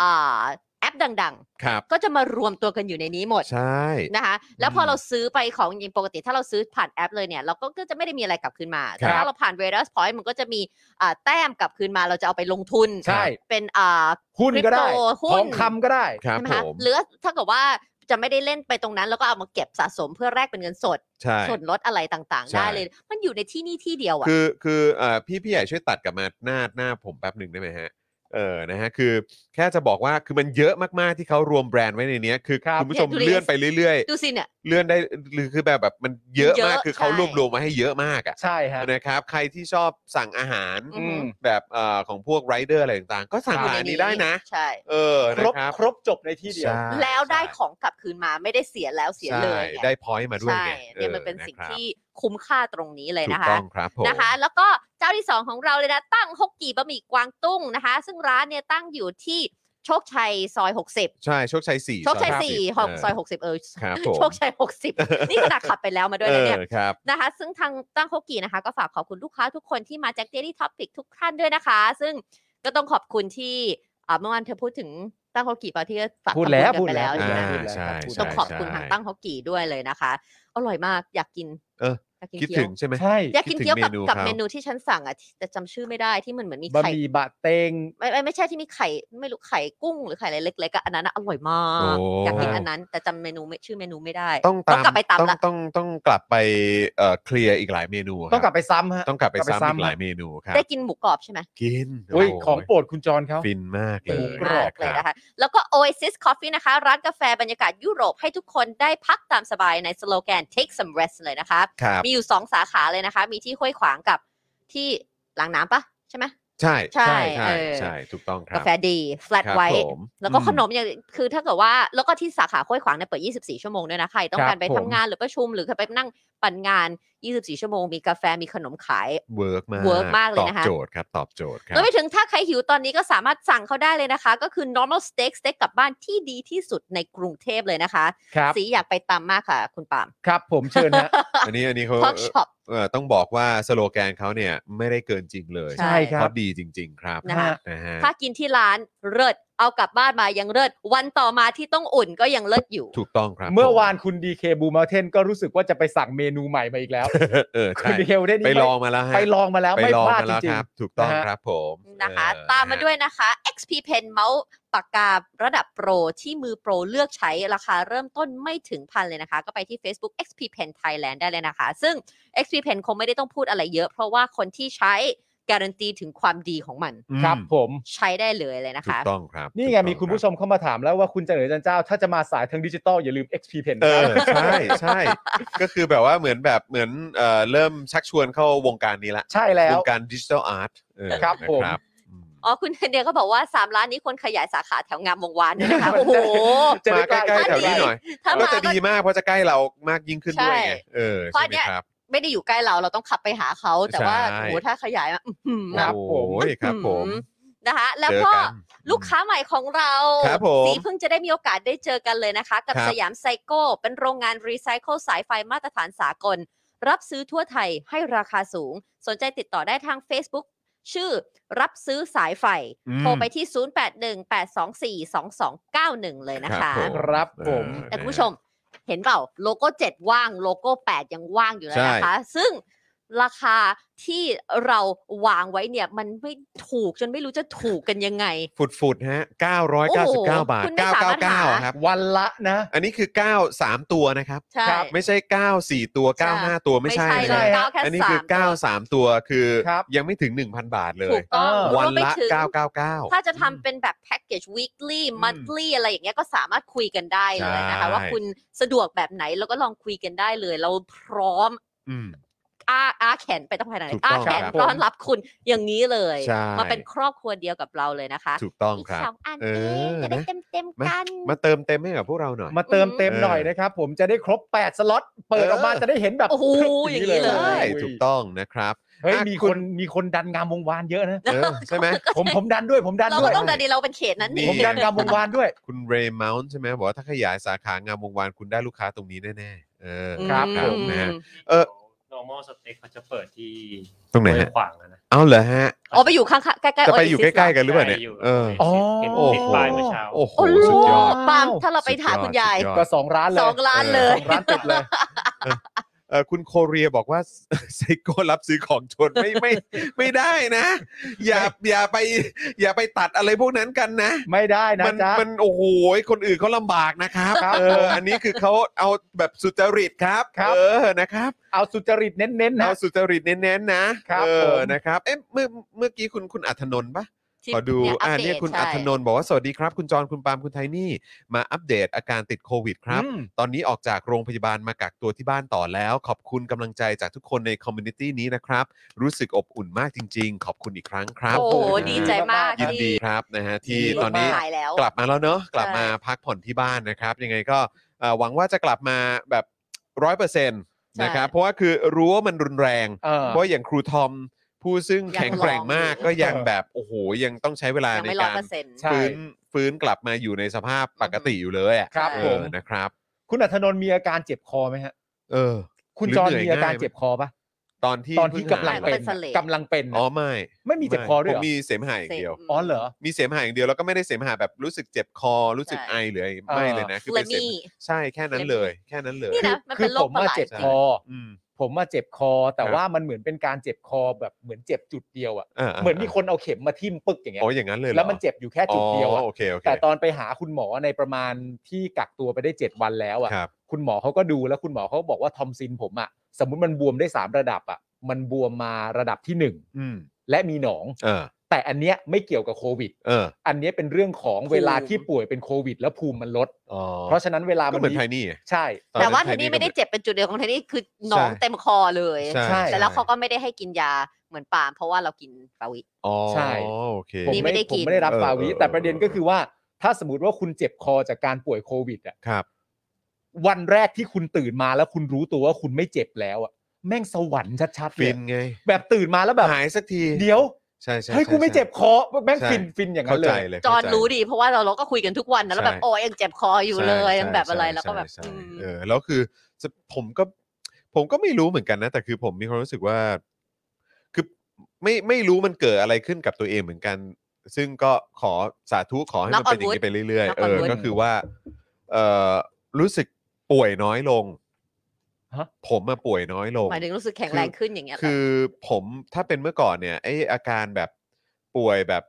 Speaker 3: อ่าแอปดัง
Speaker 2: ครับ
Speaker 3: ๆ ก็จะมารวมตัวกันอยู่ในนี้หมด
Speaker 2: ใช่
Speaker 3: นะคะแล้วพออ
Speaker 2: ม
Speaker 3: เราซื้อไปของอย่างปกติถ้าเราซื้อผ่านแอปเลยเนี่ย เราก็ก็จะไม่ได้มีอะไรกลับคืนมา แต่
Speaker 5: ครั
Speaker 3: ถ้า
Speaker 5: บ
Speaker 3: เราผ่าน r a d a r s Point มันก็จะมีอ่าแต้มกลับคืนมาเราจะเอาไปลงทุน
Speaker 5: ใช่
Speaker 3: เป็นอ่า
Speaker 5: หุ้นก็
Speaker 3: ค
Speaker 5: ได้
Speaker 3: ริปโตหุ้น
Speaker 5: ทองคำก็ได้
Speaker 2: ครับ
Speaker 3: ใช่ไหม
Speaker 2: ผ
Speaker 3: คะ
Speaker 2: ม
Speaker 3: หรือถ้าเกิดว่าจะไม่ได้เล่นไปตรงนั้น แล้วก็เอามาเก็บสะสมเพื่อแลกเป็นเงินสด
Speaker 2: ใช่
Speaker 3: ส่วนลดอะไรต่างๆ
Speaker 2: ใช่
Speaker 3: ได้เลย มันอยู่ในที่นี่ที่เดียวอ่ะ
Speaker 2: คือคือเอ่อพี่พี่ใหญ่ช่วยตัดกลับมาหน้าหน้าผมแป๊บหนึ่งได้ไหมฮะเออนะฮะคือแค่จะบอกว่าคือมันเยอะมากๆที่เขารวมแบรนด์ไว้ในเนี้ยคือ
Speaker 5: ครับ
Speaker 2: คุณผู้ชม
Speaker 3: เนี่ยดูดิ
Speaker 2: เลื่อนไปเรื่อย ๆ
Speaker 3: ดูสิเนี่ย
Speaker 2: เลื่อนได้หรือคือแบบแบบมันเยอะ
Speaker 3: เยอะ
Speaker 2: มากคือเขา
Speaker 3: ใช่
Speaker 2: รวบรวมมาให้เยอะมากอ่ะ
Speaker 5: ใช่ฮะ
Speaker 2: นะครับ ใครที่ชอบสั่งอาหาร
Speaker 3: อืม
Speaker 2: แบบเอ่อของพวกไรเดอร์อะไรต่างๆ ก็สั่ง
Speaker 3: อยู่
Speaker 2: ร้านนี้ได้นะ
Speaker 3: ใช่
Speaker 2: เออ
Speaker 5: ค
Speaker 2: นะ
Speaker 5: รบ
Speaker 2: ครับ
Speaker 5: ครบจบในที่เดียว
Speaker 2: ใช่
Speaker 3: แล้วได้ของกลับคืนมาไม่ได้เสียแล้วเสียเลย
Speaker 2: ใช่
Speaker 3: ไง
Speaker 2: ได้พอยต์มาด้วย
Speaker 3: ใช่
Speaker 2: ไง
Speaker 3: เนี่ยมันเป็นสิ่งที่คุ้มค่าตรงนี้เล
Speaker 2: ถู
Speaker 3: ย
Speaker 2: ก
Speaker 3: นะคะ
Speaker 2: ต้องครับผม
Speaker 3: นะคะแล้วก็เจ้าที่ 2 ของเราเลยนะ ตั้งฮกกี่บะหมี่กวางตุ้งนะคะ ซึ่งร้านเนี่ยตั้งอยู่ที่โชคชัยซอย 60
Speaker 2: ใช่โชคชัยสี่
Speaker 3: โชคชัย4หกซอย 60 เออ
Speaker 2: ครับผม
Speaker 3: โชคชัย 60 นี่ขนาดขับไปแล้วมาด้วยนะเนี่ย
Speaker 2: ออครับ
Speaker 3: นะคะ ซึ่งทางตั้งฮกกี่นะคะ ก็ฝากขอบคุณลูกค้าทุกคนที่มาแจ็คเดลี่ท็อปิกทุกท่านด้วยนะคะ ซึ่งก็ต้องขอบคุณที่อ่าเมื่อวานเธอพูดถึงตั้งฮกกี่ปะที่ฝาก
Speaker 5: พูดแล้
Speaker 3: ข
Speaker 5: ว
Speaker 3: อบคุณกันไปแล้ว
Speaker 5: พูดแล้ว
Speaker 3: ใช่ไหม
Speaker 2: อ่าใช่ใช่
Speaker 3: ต้องขอบคุณทางตั้งฮกกี่ด้วยเลยนะคะอร่อยมากอยากกิน
Speaker 2: เออ
Speaker 3: ยากกิน
Speaker 2: คิด
Speaker 3: เกี๊
Speaker 2: ถึ
Speaker 3: ยว
Speaker 2: งใช่ไหม
Speaker 5: ใช่
Speaker 3: อยากกินเกี๊ยวกับ
Speaker 2: คิดถึงเมนู
Speaker 3: กับ
Speaker 2: เขา
Speaker 3: เมนูที่ฉันสั่งอ่ะที่แต่จำชื่อไม่ได้ที่มันเหมือนมี
Speaker 5: บะ
Speaker 3: ไข่
Speaker 5: หมี่บะเตง
Speaker 3: ไม่ไม่ไม่ใช่ที่มีไข่ไม่รู้ไข่กุ้งหรือไข่อะไรเล็กๆอ่ะอันนั้นอะอร่อยมาก
Speaker 2: โอ้
Speaker 3: อยากกินอันนั้น แต่จำเมนูไม่ชื่อเมนูไม่ได้
Speaker 2: ต้องตาม
Speaker 3: กลับไปตาม
Speaker 2: ต้อง
Speaker 3: ละ
Speaker 2: ต้องต้องกลับไปเอ่อเคลียร์อีกหลายเมนูครั
Speaker 5: ต้องกลับไปซ้ำฮะ
Speaker 2: ต้องกลับไป
Speaker 5: กลับไป
Speaker 2: ซ้ำอีก
Speaker 5: ซ้ำ
Speaker 2: หลายเมนูครับ
Speaker 3: ได้กินหมูกรอบใช่ไหม
Speaker 2: กิน
Speaker 5: อุ้ย
Speaker 2: โโห
Speaker 5: ของโปรดคุณจรเขา
Speaker 2: ฟินมากเลย
Speaker 5: ฟิน
Speaker 3: มากเลย
Speaker 2: รับ
Speaker 3: นะคะ แล้วก็ Oasis Coffee นะคะ ร้านกาแฟบรรยากาศยุโรปให้ทุกคนได้พักตามสบายในสโลแกน take some rest เลยนะคะ
Speaker 2: ครับ
Speaker 3: มีอยู่ 2 สาขาเลยนะคะ มีที่ห้วยขวางกับที่หลังน้ำปะใช่ไหม
Speaker 2: ใช่
Speaker 3: ใช่
Speaker 2: ใช่ใช่
Speaker 3: เออ
Speaker 2: ใช่ถูกต้องครั
Speaker 3: กา
Speaker 2: บ
Speaker 3: แฟดี flat
Speaker 2: ครับ
Speaker 3: white
Speaker 2: ผม
Speaker 3: แล้วก็
Speaker 2: อืม
Speaker 3: ขนมอย่างคือถ้าเกิดว่าแล้วก็ที่สาขาห้วยขวางเนี่ยเปิด 24 ชั่วโมงด้วยนะใครต้อง
Speaker 5: ครับ
Speaker 3: การไป
Speaker 5: ผ
Speaker 3: ทำ
Speaker 5: ม
Speaker 3: งานหรือประชุมหรือใครไปนั่งปั่นงาน 24 ชั่วโมง มีกาแฟมีขนมขาย
Speaker 2: เวิร์กมาก
Speaker 3: work มากเลยนะคะ
Speaker 2: ตอบโจทย์ครับตอบโจทย์ครั
Speaker 3: แล้วไปถึงถ้าใครหิวตอนนี้ก็สามารถสั่งเขาได้เลยนะคะ ก็คือ normal steak steak กลับบ้านที่ดีที่สุดในกรุงเทพเลยนะคะ
Speaker 5: ครับ
Speaker 3: สีอยากไปตามมากค่ะ คุณปาล์ม
Speaker 5: ครับผมเชิญฮะ
Speaker 2: อันนี้อันนี้เขา
Speaker 3: Pork Shop
Speaker 2: เอ่อต้องบอกว่าสโลแกนเขาเนี่ยไม่ได้เกินจริงเลย
Speaker 3: ใช่
Speaker 5: ใช่ครั
Speaker 2: เขา
Speaker 5: บ
Speaker 2: ดีจริง ๆ ครับ
Speaker 3: นะคะ
Speaker 2: นะฮะ
Speaker 3: ถ้ากินที่ร้านเลิศเอากลับบ้านมายังเลิศวันต่อมาที่ต้องอุ่นก็ยังเลิศอยู่
Speaker 2: ถูกต้องครับ
Speaker 5: เมื่อวานคุณดีเคบูมาเทนก็รู้สึกว่าจะไปสั่งเมนูใหม่มาอี กแล้ว
Speaker 2: เออ
Speaker 5: คุ
Speaker 2: ใช่
Speaker 5: ณดีเคบูเทน
Speaker 2: ไป
Speaker 5: นี่
Speaker 2: ลองมาแล้วฮะ
Speaker 5: ไปลองมาแล้ว
Speaker 2: ไป
Speaker 5: ไม่
Speaker 2: ลอง
Speaker 5: พลาด
Speaker 2: มา
Speaker 5: จ
Speaker 2: แล้วค
Speaker 5: ริง
Speaker 2: รับ ถูกต้อง
Speaker 5: นะฮะ
Speaker 2: ครับผม
Speaker 3: นะคะ
Speaker 2: เออ
Speaker 3: ตามมา
Speaker 2: ฮะ
Speaker 3: ด้วยนะคะ XP Pen เมาส์ปากการะดับโปร ที่มือโปรเลือกใช้ราคาเริ่มต้นไม่ถึงพันเลยนะคะ ก็ไปที่ Facebook XP Pen Thailand ได้เลยนะคะ ซึ่ง XP Pen คงไม่ได้ต้องพูดอะไรเยอะ เพราะว่าคนที่ใช้การันตีถึงความดีของมัน
Speaker 2: อืม
Speaker 5: ๆครับผม
Speaker 3: ใช้ได้เลยเลยนะ
Speaker 2: ถู
Speaker 3: คะ
Speaker 2: กต้องครับ
Speaker 5: นี่
Speaker 2: ถูก
Speaker 5: ไง
Speaker 2: ต้อง
Speaker 5: มีคุณผู้ช
Speaker 2: รับ
Speaker 5: มเข้ามาถามแล้วว่าคุณเจริญจันเจ้า ถ้าจะมาสายทางดิจิตอลอย่าลืม XP Pen
Speaker 2: เอ
Speaker 5: นะ
Speaker 2: อใช่ใช่ ก็คือแบบว่าเหมือนแบบเหมือนเอ่อเริ่มชักชวนเข้าวงการนี้ละ
Speaker 5: ใช่แล้ว
Speaker 2: วงการดิจิทัลอาร์ตเออ
Speaker 5: ครับผม
Speaker 2: นะครับอืม
Speaker 3: อ๋อคุณเดียก็บอกว่า 3 ร้านนี้ควรขยายสาขาแถวงามวงวานด้วยนะคะ โอ้โห
Speaker 5: จะได้
Speaker 2: มาใกล้ๆแถวนี้หน่อย
Speaker 3: ถ้า
Speaker 2: ก็
Speaker 3: มา
Speaker 2: จะ
Speaker 3: ก็
Speaker 2: ดีมากเพราะจะใกล้เรามากยิ่งขึ้นด้วย
Speaker 3: ใช่
Speaker 2: ไงเออ
Speaker 3: เพราะ
Speaker 2: ใช่ไหม
Speaker 3: เนี่ย
Speaker 2: ครับ
Speaker 3: ไม่ได้อยู่ใกล้เราเราต้องขับไปหาเขา แต่ว่า
Speaker 2: ใช่
Speaker 3: โอ้โหถ้าขยายมาอื้อหือ
Speaker 5: ครับผม
Speaker 2: โอ้ยครับผม
Speaker 3: นะคะ แล้ว
Speaker 2: เจอ
Speaker 3: ก็
Speaker 2: กัน
Speaker 3: ลูกค้าใหม่ของเรา
Speaker 2: ครับผม
Speaker 3: สีเพิ่งจะได้มีโอกาสได้เจอกันเลยนะคะ กับ
Speaker 2: ครับ
Speaker 3: สยามไซโก้ เป็นโรงงานรีไซเคิลสายไฟมาตรฐานสากล รับซื้อทั่วไทยให้ราคาสูง สนใจติดต่อได้ทาง Facebook ชื่อรับซื้อสายไฟ
Speaker 2: อืม
Speaker 3: โทรไปที่ 0818242291 เลยนะ
Speaker 2: ครั
Speaker 3: คะ
Speaker 2: บผม
Speaker 5: ครับผม
Speaker 2: เออ
Speaker 3: แต่คุณผู้ชมเห็นเปล่าโลโก้ 7 ว่างโลโก้ 8 ยังว่างอยู่เลยนะคะ ซึ่งราคาที่เราวางไว้เนี่ย มันไม่ถูกจนไม่รู้จะถูกกันยังไง
Speaker 2: ฟุดๆดฮะ 999 บาท
Speaker 3: คุณไม่สามารถหา
Speaker 2: 999 ครับ
Speaker 5: วันละนะ
Speaker 2: อันนี้คือ 9 3 ตัวนะครับ
Speaker 3: ใช่
Speaker 2: ไม่ใช่ 9 4 ตัว
Speaker 3: ใช่
Speaker 2: 9 5 ตัวไม่ใช่
Speaker 3: เล
Speaker 2: นะ
Speaker 3: ย
Speaker 5: ใช่
Speaker 3: เก้าแค่
Speaker 2: อันนี้
Speaker 3: สา
Speaker 2: คือ
Speaker 3: มตัว
Speaker 2: 9 3 ตัวคือ
Speaker 5: ครับ
Speaker 2: ยังไม่ถึง 1,000 บาทเล
Speaker 3: ถู
Speaker 2: ย
Speaker 3: กต้อง
Speaker 5: เออ
Speaker 2: วัน
Speaker 3: รมไป
Speaker 2: ละ
Speaker 3: ถึง
Speaker 2: 999
Speaker 3: ถ้าจะทำเป็นแบบแพ็กเกจ weekly monthly อะไรอย่างเงี้ยก็สามารถคุยกันได้เลยนะคะ
Speaker 2: ใช่
Speaker 3: ว่าคุณสะดวกแบบไหนแล้วก็ลองคุยกันได้เลย เราพร้อม
Speaker 2: อืม
Speaker 3: อ้าอ้าแขนไปต้องไปไหน
Speaker 2: ถูกต้อง
Speaker 3: อ้าแขน
Speaker 2: ครับ
Speaker 3: ต้อนรับคุณอย่างนี้เลย
Speaker 2: ใช่
Speaker 3: มาเป็นครอบครัวเดียวกับเราเลยนะคะ
Speaker 2: ถูกต้อง
Speaker 3: อีก
Speaker 2: ครับ
Speaker 3: สองอัน
Speaker 2: เอ
Speaker 3: เอ
Speaker 2: อง
Speaker 3: จะได้
Speaker 2: นะ
Speaker 3: เต็มเต็มๆ
Speaker 2: มา
Speaker 3: กัน
Speaker 2: มาเติมเต็มให้กับพวกเราหน่อย
Speaker 5: มาเติม
Speaker 3: อืม
Speaker 5: เต็มหน่อย
Speaker 2: เออ
Speaker 5: นะครับ ผมจะได้ครบ 8 สล็อต เปิดออกมาจะได้เห็นแบบ
Speaker 3: โอ้โหอ
Speaker 5: นี้
Speaker 3: ย่างนี้เลย
Speaker 2: ใช่ถูกต้องนะครับ
Speaker 5: เฮ้ย
Speaker 2: อ่ะ
Speaker 5: มี
Speaker 2: คุ
Speaker 5: ค
Speaker 2: ณ
Speaker 5: นมีคนดันงามวงวานเยอะนะ
Speaker 2: เออใช่ไหม
Speaker 5: ผมผมดันด้วยผมดัน
Speaker 3: เรา
Speaker 5: ด้ว
Speaker 3: ก็
Speaker 5: ย
Speaker 3: ต้องดันดีเราเป็นเขตนั้น
Speaker 2: ดี
Speaker 3: นี่
Speaker 5: ผมดันงามวงวานด้วย
Speaker 2: คุณเรย์เมาส์ใช่ไหมบอกว่าถ้าขยายสาขางามวงวานคุณได้ลูกค้าตรงนี้แน่ๆเออ
Speaker 5: ครับ
Speaker 2: ค
Speaker 5: ผ
Speaker 2: รับ
Speaker 5: ม
Speaker 2: นะฮะ เอ
Speaker 4: เอ
Speaker 2: อ
Speaker 4: อ normal steak เขาจะเปิดที่
Speaker 2: ตรงไหน
Speaker 4: ห้วย
Speaker 2: ฮะ
Speaker 4: ขวางอะนะ
Speaker 2: เอาเหรอฮะ
Speaker 3: อ๋อไปอยู่ข้างๆใกล้ๆ
Speaker 2: จะไป
Speaker 3: Oasis
Speaker 2: อยู่ใกล้ๆกันหรือเปล่าเนี่ย
Speaker 4: ใช่
Speaker 2: เออ
Speaker 4: โอซิสเห็น
Speaker 2: โอ้
Speaker 4: ติด
Speaker 2: โห
Speaker 4: ป้ายเมื่อเช้า
Speaker 2: โอ้โห
Speaker 3: โอ้โห
Speaker 2: สุดยอด
Speaker 3: ปาล์มถ้าเราไป
Speaker 2: สุดยอด
Speaker 3: ถามคุณยาย
Speaker 2: สุดยอด
Speaker 5: ก็สองร้านเลย
Speaker 3: สองร้านเลย
Speaker 5: สองร้านติดเลย
Speaker 2: เออคุณโคเรียบอกว่า ไซโก้รับซื้อของชนไม่ไม่ไม่ได้นะ อย่าอย่าไป อย่าไปตัดอะไรพวกนั้นกันนะ
Speaker 5: ไม่ได้นะ
Speaker 2: มั
Speaker 5: จ๊ะ
Speaker 2: มันโอ้โหคนอื่นเขาลำบากนะครับ
Speaker 5: ครับ
Speaker 2: เอออันนี้คือเขาเอาแบบสุจริตครับ
Speaker 5: ครับ
Speaker 2: เออนะครับ
Speaker 5: เอาสุจริตเน้นๆนะ
Speaker 2: เอาสุจริตเน้นๆนะครับ เออ
Speaker 5: ผม
Speaker 2: นะครับเอ๊ะเมื่อเมื่อกี้คุณคุณอัธนนท์ปะ
Speaker 3: ที่
Speaker 2: ขอดู
Speaker 3: เนี่ยอั
Speaker 2: อ่า
Speaker 3: ปเด
Speaker 2: เนี่ย
Speaker 3: ต
Speaker 2: คุณ
Speaker 3: ใช่
Speaker 2: อัธนนท์บอกว่า สวัสดีครับ คุณจรคุณปาล์มคุณไทนี่ มาอัปเดตอาการติดโควิดครับ
Speaker 5: อืม
Speaker 2: ตอนนี้ออกจากโรงพยาบาลมากักตัวที่บ้านต่อแล้ว ขอบคุณกำลังใจจากทุกคนในคอมมูนิตี้นี้นะครับ รู้สึกอบอุ่นมากจริง ๆ ขอบคุณอีกครั้งครับ
Speaker 3: โอ้โห
Speaker 2: นะฮะ
Speaker 3: ดีใจมาก
Speaker 2: ยินดี
Speaker 3: ที่
Speaker 2: ครับนะฮะที่
Speaker 5: ดีมาก
Speaker 2: ตอนนี้
Speaker 3: หายแล้ว
Speaker 2: กลับมาแล้วเนอะกลับ
Speaker 3: ใช่
Speaker 2: มาพักผ่อนที่บ้านนะครับ ยังไงก็เอ่อหวังว่าจะกลับมาแบบร้อยเปอร์เซ็นต์นะครับเพราะว่าคือรู้ว่ามันรุนแรง
Speaker 5: เออ
Speaker 2: เพราะอย่างครูทอมผู้ซึ่ง
Speaker 3: ยัง
Speaker 2: แข็งแกร่งมาก
Speaker 3: ลองอยู่
Speaker 2: ก็ยังแบบโอ้โหยังต้องใช้เวลา
Speaker 3: ยัง
Speaker 2: ใน
Speaker 3: ไม่ร้อย
Speaker 2: การ
Speaker 3: เปอร์เซ็นต์
Speaker 5: ใช่
Speaker 2: ฟื้นฟื้นกลับมาอยู่ในสภาพปกติอยู่เลยอะ
Speaker 5: ครับ
Speaker 3: ใช่
Speaker 2: เอ
Speaker 5: ผ
Speaker 2: อ
Speaker 5: ม
Speaker 2: นะครับ
Speaker 5: คุณอัธนนท์มีอาการเจ็บคอไหมฮะ
Speaker 2: เออ
Speaker 5: คุณ
Speaker 2: หรือ
Speaker 5: จอน
Speaker 2: เหนื่อย
Speaker 5: มีอากา
Speaker 2: ง่าย
Speaker 5: ร
Speaker 2: ไหม
Speaker 5: เจ็บคอปะ
Speaker 2: ตอนที่
Speaker 5: ตอนที่
Speaker 2: พิ่
Speaker 5: กำลัง
Speaker 2: หาย
Speaker 5: เป็น
Speaker 3: เป็นสะเลด
Speaker 5: กำลังเป็น
Speaker 2: อ๋อไม่
Speaker 5: ไม่มีเจ็บคอด้วย
Speaker 2: ผ
Speaker 5: เหรอ
Speaker 2: มมีเสมหะอย่างเดียว
Speaker 5: อ๋อเหรอ
Speaker 2: มีเสมหะอย่างเดียวแล้วก็ไม่ได้เสมหะแบบรู้สึกเจ็บคอรู้สึก
Speaker 3: ใช่
Speaker 2: ไอหรืออะไรไม่เลยนะคือ
Speaker 3: เล
Speaker 2: เป็นเสม
Speaker 3: มี่
Speaker 2: หะใช่แค่นั้นเลย แค่นั้นเลย
Speaker 3: นี่นะมัน
Speaker 5: คื
Speaker 3: เป็
Speaker 5: อน
Speaker 3: โร
Speaker 5: ผ
Speaker 3: ค
Speaker 5: ม
Speaker 3: ประ
Speaker 5: มา
Speaker 3: หลาด
Speaker 5: เจ็บ
Speaker 3: จริง
Speaker 5: คอ
Speaker 2: อืม
Speaker 5: ผมมาเจ็บคอ แต่
Speaker 2: ครับ
Speaker 5: ว่ามันเหมือนเป็นการเจ็บคอแบบเหมือนเจ็บจุดเดียวอ่ะ
Speaker 2: อ่า
Speaker 5: เหมือนมีคนเอาเข็มมาทิ่มปึกอย่างเงี้ย
Speaker 2: โอ้อย่างนั้นเลยหรอ
Speaker 5: แล้วมันเจ็บอยู่แค่จุดเดียว
Speaker 2: อ๋
Speaker 5: อะ
Speaker 2: อโอเคโอเค
Speaker 5: แต่ตอนไปหาคุณหมอในประมาณที่กักตัวไปได้ 7 วันแล้วอ่ะ
Speaker 2: ครับ
Speaker 5: คุณหมอเขาก็ดูแล้วคุณหมอเขาบอกว่าทอมซินผมอ่ะสมมติมันบวมได้ 3 ระดับอ่ะมันบวมมาระดับทีหนึ่ง
Speaker 2: อืม
Speaker 5: และมีหนอง
Speaker 2: เออ
Speaker 5: แต่อันเนี้ยไม่เกี่ยวกับโควิด
Speaker 2: เออ
Speaker 5: อันเนี้ยเป็นเรื่องของเวลา
Speaker 3: ภูมิ
Speaker 5: ที่ป่วยเป็นโควิด แล้วภูมิมันลด
Speaker 2: อ๋อ
Speaker 5: เพราะฉะนั้นเวลา
Speaker 2: ก็
Speaker 5: มัน
Speaker 2: เหมือนไทนี่
Speaker 5: ใช่
Speaker 2: ตอนนั้น
Speaker 3: แต่ว่าเท
Speaker 2: ไท
Speaker 3: น
Speaker 2: นี่
Speaker 3: นี่ไม่ได้เจ็บเป็นจุดเดียวของเทนนี่คือหนอง
Speaker 2: ใช่
Speaker 3: เต็มคอเลย
Speaker 2: ใช่
Speaker 5: ใช่
Speaker 3: แต่แล้วเขาก็ไม่ได้ให้กินยาเหมือนปาล์มเพราะว่าเรากินฟาวิ
Speaker 2: อ๋อ
Speaker 5: ใช่
Speaker 2: โอเค
Speaker 5: ผม
Speaker 3: นี่
Speaker 5: ไม่
Speaker 3: ไม่ได้
Speaker 5: ได้
Speaker 3: กิ
Speaker 5: ผ
Speaker 3: น
Speaker 5: มไม่ได้รับ
Speaker 2: เออ
Speaker 5: ฟาวิ
Speaker 2: เออ
Speaker 5: แต่ประเด็นก็คือว่า ถ้าสมมติว่าคุณเจ็บคอจากการป่วยโควิดอ่ะ
Speaker 2: ครับ
Speaker 5: วันแรกที่คุณตื่นมาแล้วคุณรู้ตัวว่าคุณไม่เจ็บแล้วอ่ะแม่งสวรรค์ชัดๆเล
Speaker 2: ฟิ
Speaker 5: ย
Speaker 2: นไง
Speaker 5: แบบตื่นมาแล้วแบบ
Speaker 2: หายสักที
Speaker 5: เดี๋ยว
Speaker 2: ใช่ใช่
Speaker 5: เฮ้ยกูไม่เจ็บคอแม่ง
Speaker 2: ใช่
Speaker 5: ฟินฟินอย่างนั้
Speaker 2: เข้าน
Speaker 5: เล
Speaker 2: ใจ
Speaker 5: ย
Speaker 2: เลย
Speaker 3: จอน
Speaker 2: เข้าใจ
Speaker 3: รู้ดีเพราะว่าเราเราก็คุยกันทุกวันนะแล้วแบ
Speaker 2: ใช่
Speaker 3: บโอ้ยยังเจ็บคออยู่เลยยังแบบอะไรแล้วก็แบบ
Speaker 2: ใช่
Speaker 3: อื
Speaker 2: ใช่
Speaker 3: ม
Speaker 2: เออแล้วคือจะผมก็ผมก็ไม่รู้เหมือนกันนะ แต่คือผมมีความรู้สึกว่า คือไม่ไม่รู้มันเกิดอะไรขึ้นกับตัวเองเหมือนกัน ซึ่งก็ขอสาธุขอให้มัน
Speaker 3: Knock on
Speaker 2: เป็นอย่างนี้
Speaker 3: wood
Speaker 2: ไปเรื่อย ๆ
Speaker 3: Knock
Speaker 2: เอ
Speaker 3: on
Speaker 2: อ
Speaker 3: wood
Speaker 2: ก็คือว่า เออรู้สึกป่วยน้อยลง
Speaker 5: ฮะ
Speaker 2: ผมมาป่วยน้อยลง
Speaker 3: หมายถึงรู้สึกแข็งแรงขึ้นอย่างเงี้ย
Speaker 2: คือ
Speaker 3: เหร
Speaker 2: ผมถ้าเป็นเมื่อก่อนเนี่ยไออาการแบบป่วยแบบ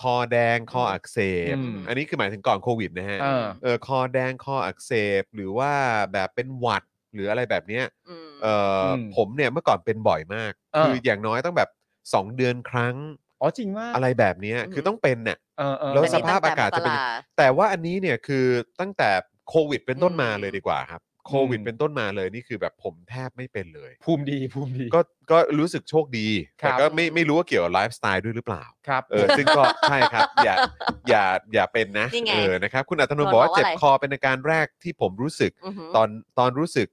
Speaker 2: คอแดงคออักเสบ
Speaker 5: อืม
Speaker 2: อันนี้คือหมายถึงก่อนโควิดนะฮะ
Speaker 5: เออ
Speaker 2: เออคอแดงคออักเสบหรือว่าแบบเป็นหวัดหรืออะไรแบบเนี้ยเอออ
Speaker 5: ม
Speaker 2: ผมเนี่ยเมื่อก่อนเป็นบ่อยมาก
Speaker 5: เออ
Speaker 2: คืออย่างน้อยต้องแบบ 2 เดือนครั้ง
Speaker 5: อ๋อจริงมาก
Speaker 2: อะไรแบบเนี้ย
Speaker 3: อืม
Speaker 2: คือต้องเป็นเนี่ย
Speaker 5: เออเออ
Speaker 2: แล้
Speaker 3: แต่
Speaker 2: ส
Speaker 3: นี่
Speaker 2: ภาพ
Speaker 3: ตั้ง
Speaker 2: อา
Speaker 3: แต่
Speaker 2: กาศจะเป็น
Speaker 3: มร
Speaker 2: แต่ว่าอันนี้เนี่ยคือตั้งแต่โควิดเป็นต้นมา
Speaker 3: อืม
Speaker 2: เลยดีกว่าครับ โควิด
Speaker 5: อืม
Speaker 2: เป็นต้นมาเลยนี่คือแบบผมแทบไม่เป็นเลย
Speaker 5: ภูมิดีภูมิดี
Speaker 2: ก็ก็รู้สึกโชคดี
Speaker 5: ครับ
Speaker 2: แต่ก็ไม่ไม่รู้ว่าเกี่ยวกับไลฟ์สไตล์ด้วยหรือเปล่า
Speaker 5: ครับ
Speaker 2: เออซึ่งก็ ใช่ครับ อย่าอย่าอย่าเป็นนะ
Speaker 3: นี่ไง
Speaker 2: เออนะครับ คุณอัตนนท์
Speaker 3: โดน
Speaker 2: บอกว่า
Speaker 3: บอกว่า
Speaker 2: เจ็บ
Speaker 3: อะไร
Speaker 2: คอเป็นอาการแรกที่ผมรู้สึก
Speaker 3: อือหือ
Speaker 2: ตอนตอนรู้สึก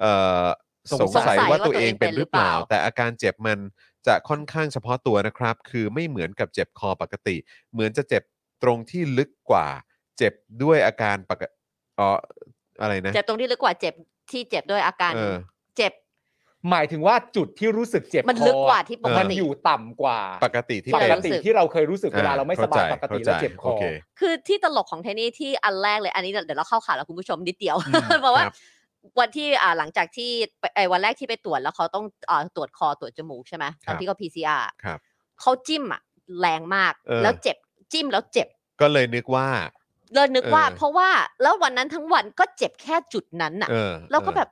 Speaker 2: เอ่อ
Speaker 3: สง
Speaker 2: ส
Speaker 3: สั
Speaker 2: ง
Speaker 3: ย
Speaker 2: สัยว่า
Speaker 3: ว่าตั
Speaker 2: ตัว
Speaker 3: ว
Speaker 2: เอ
Speaker 3: เอง ง
Speaker 2: เป็นหรือเปล่า
Speaker 3: เป็นหรือเปล่า
Speaker 2: แต่อาการเจ็บมันจะค่อนข้างเฉพาะตัวนะครับ คือไม่เหมือนกับเจ็บคอปกติ เหมือนจะเจ็บตรงที่ลึกกว่า เจ็บด้วยอาการปกติอ๋ออะไรนะ
Speaker 3: เจ็บตรงที่ลึกกว่าเจ็บที่เจ็บด้วยอาการ
Speaker 2: เออ
Speaker 3: เจ็บ
Speaker 5: หมายถึงว่าจุดที่รู้สึกเจ็บ
Speaker 3: มันลึกกว่า
Speaker 5: ค
Speaker 3: ที่
Speaker 5: อ
Speaker 3: ปก
Speaker 5: มัน
Speaker 3: ติ
Speaker 5: อยู่ต่ำกว่า
Speaker 2: ปกติที่
Speaker 5: ป
Speaker 2: เป็น
Speaker 5: กติที่เราเคยรู้สึกเวลาเราไม่สบาย
Speaker 2: อ่
Speaker 5: ปกติ
Speaker 2: ข้าใจ
Speaker 5: แล้วเจ็บค
Speaker 2: ข้า
Speaker 5: อ
Speaker 2: ใจ
Speaker 3: คือที่ตลกของเทนนี่ที่อันแรกเลยอันนี้เดี๋ยวเดี๋ยวเราเข้าข่าวแล้วคุณผู้ชมนิดเดียว
Speaker 2: อืม
Speaker 3: เพราะว่า
Speaker 2: ครับ
Speaker 3: วันที่อ่าหลังจากที่ไปไอ้วันแรกที่ไปตรวจแล้วเขาต้องอ่าตรวจคอตรวจจมูกใช่ไหม
Speaker 2: ค
Speaker 3: ต
Speaker 2: รับ
Speaker 3: อนที่เขา PCR
Speaker 2: ครับ
Speaker 3: เขาจิ้มอ่ะแรงมาก
Speaker 2: เออ
Speaker 3: แล้วเจ็บจิ้มแล้วเจ็บ
Speaker 2: ก็เลยนึกว่า
Speaker 3: เลยนึกว่า
Speaker 2: เออ
Speaker 3: เพราะว่าแล้ววันนั้นทั้งวันก็เจ็บแค่จุดนั้นน่ะ
Speaker 2: เออ
Speaker 3: แล้วก็แบบ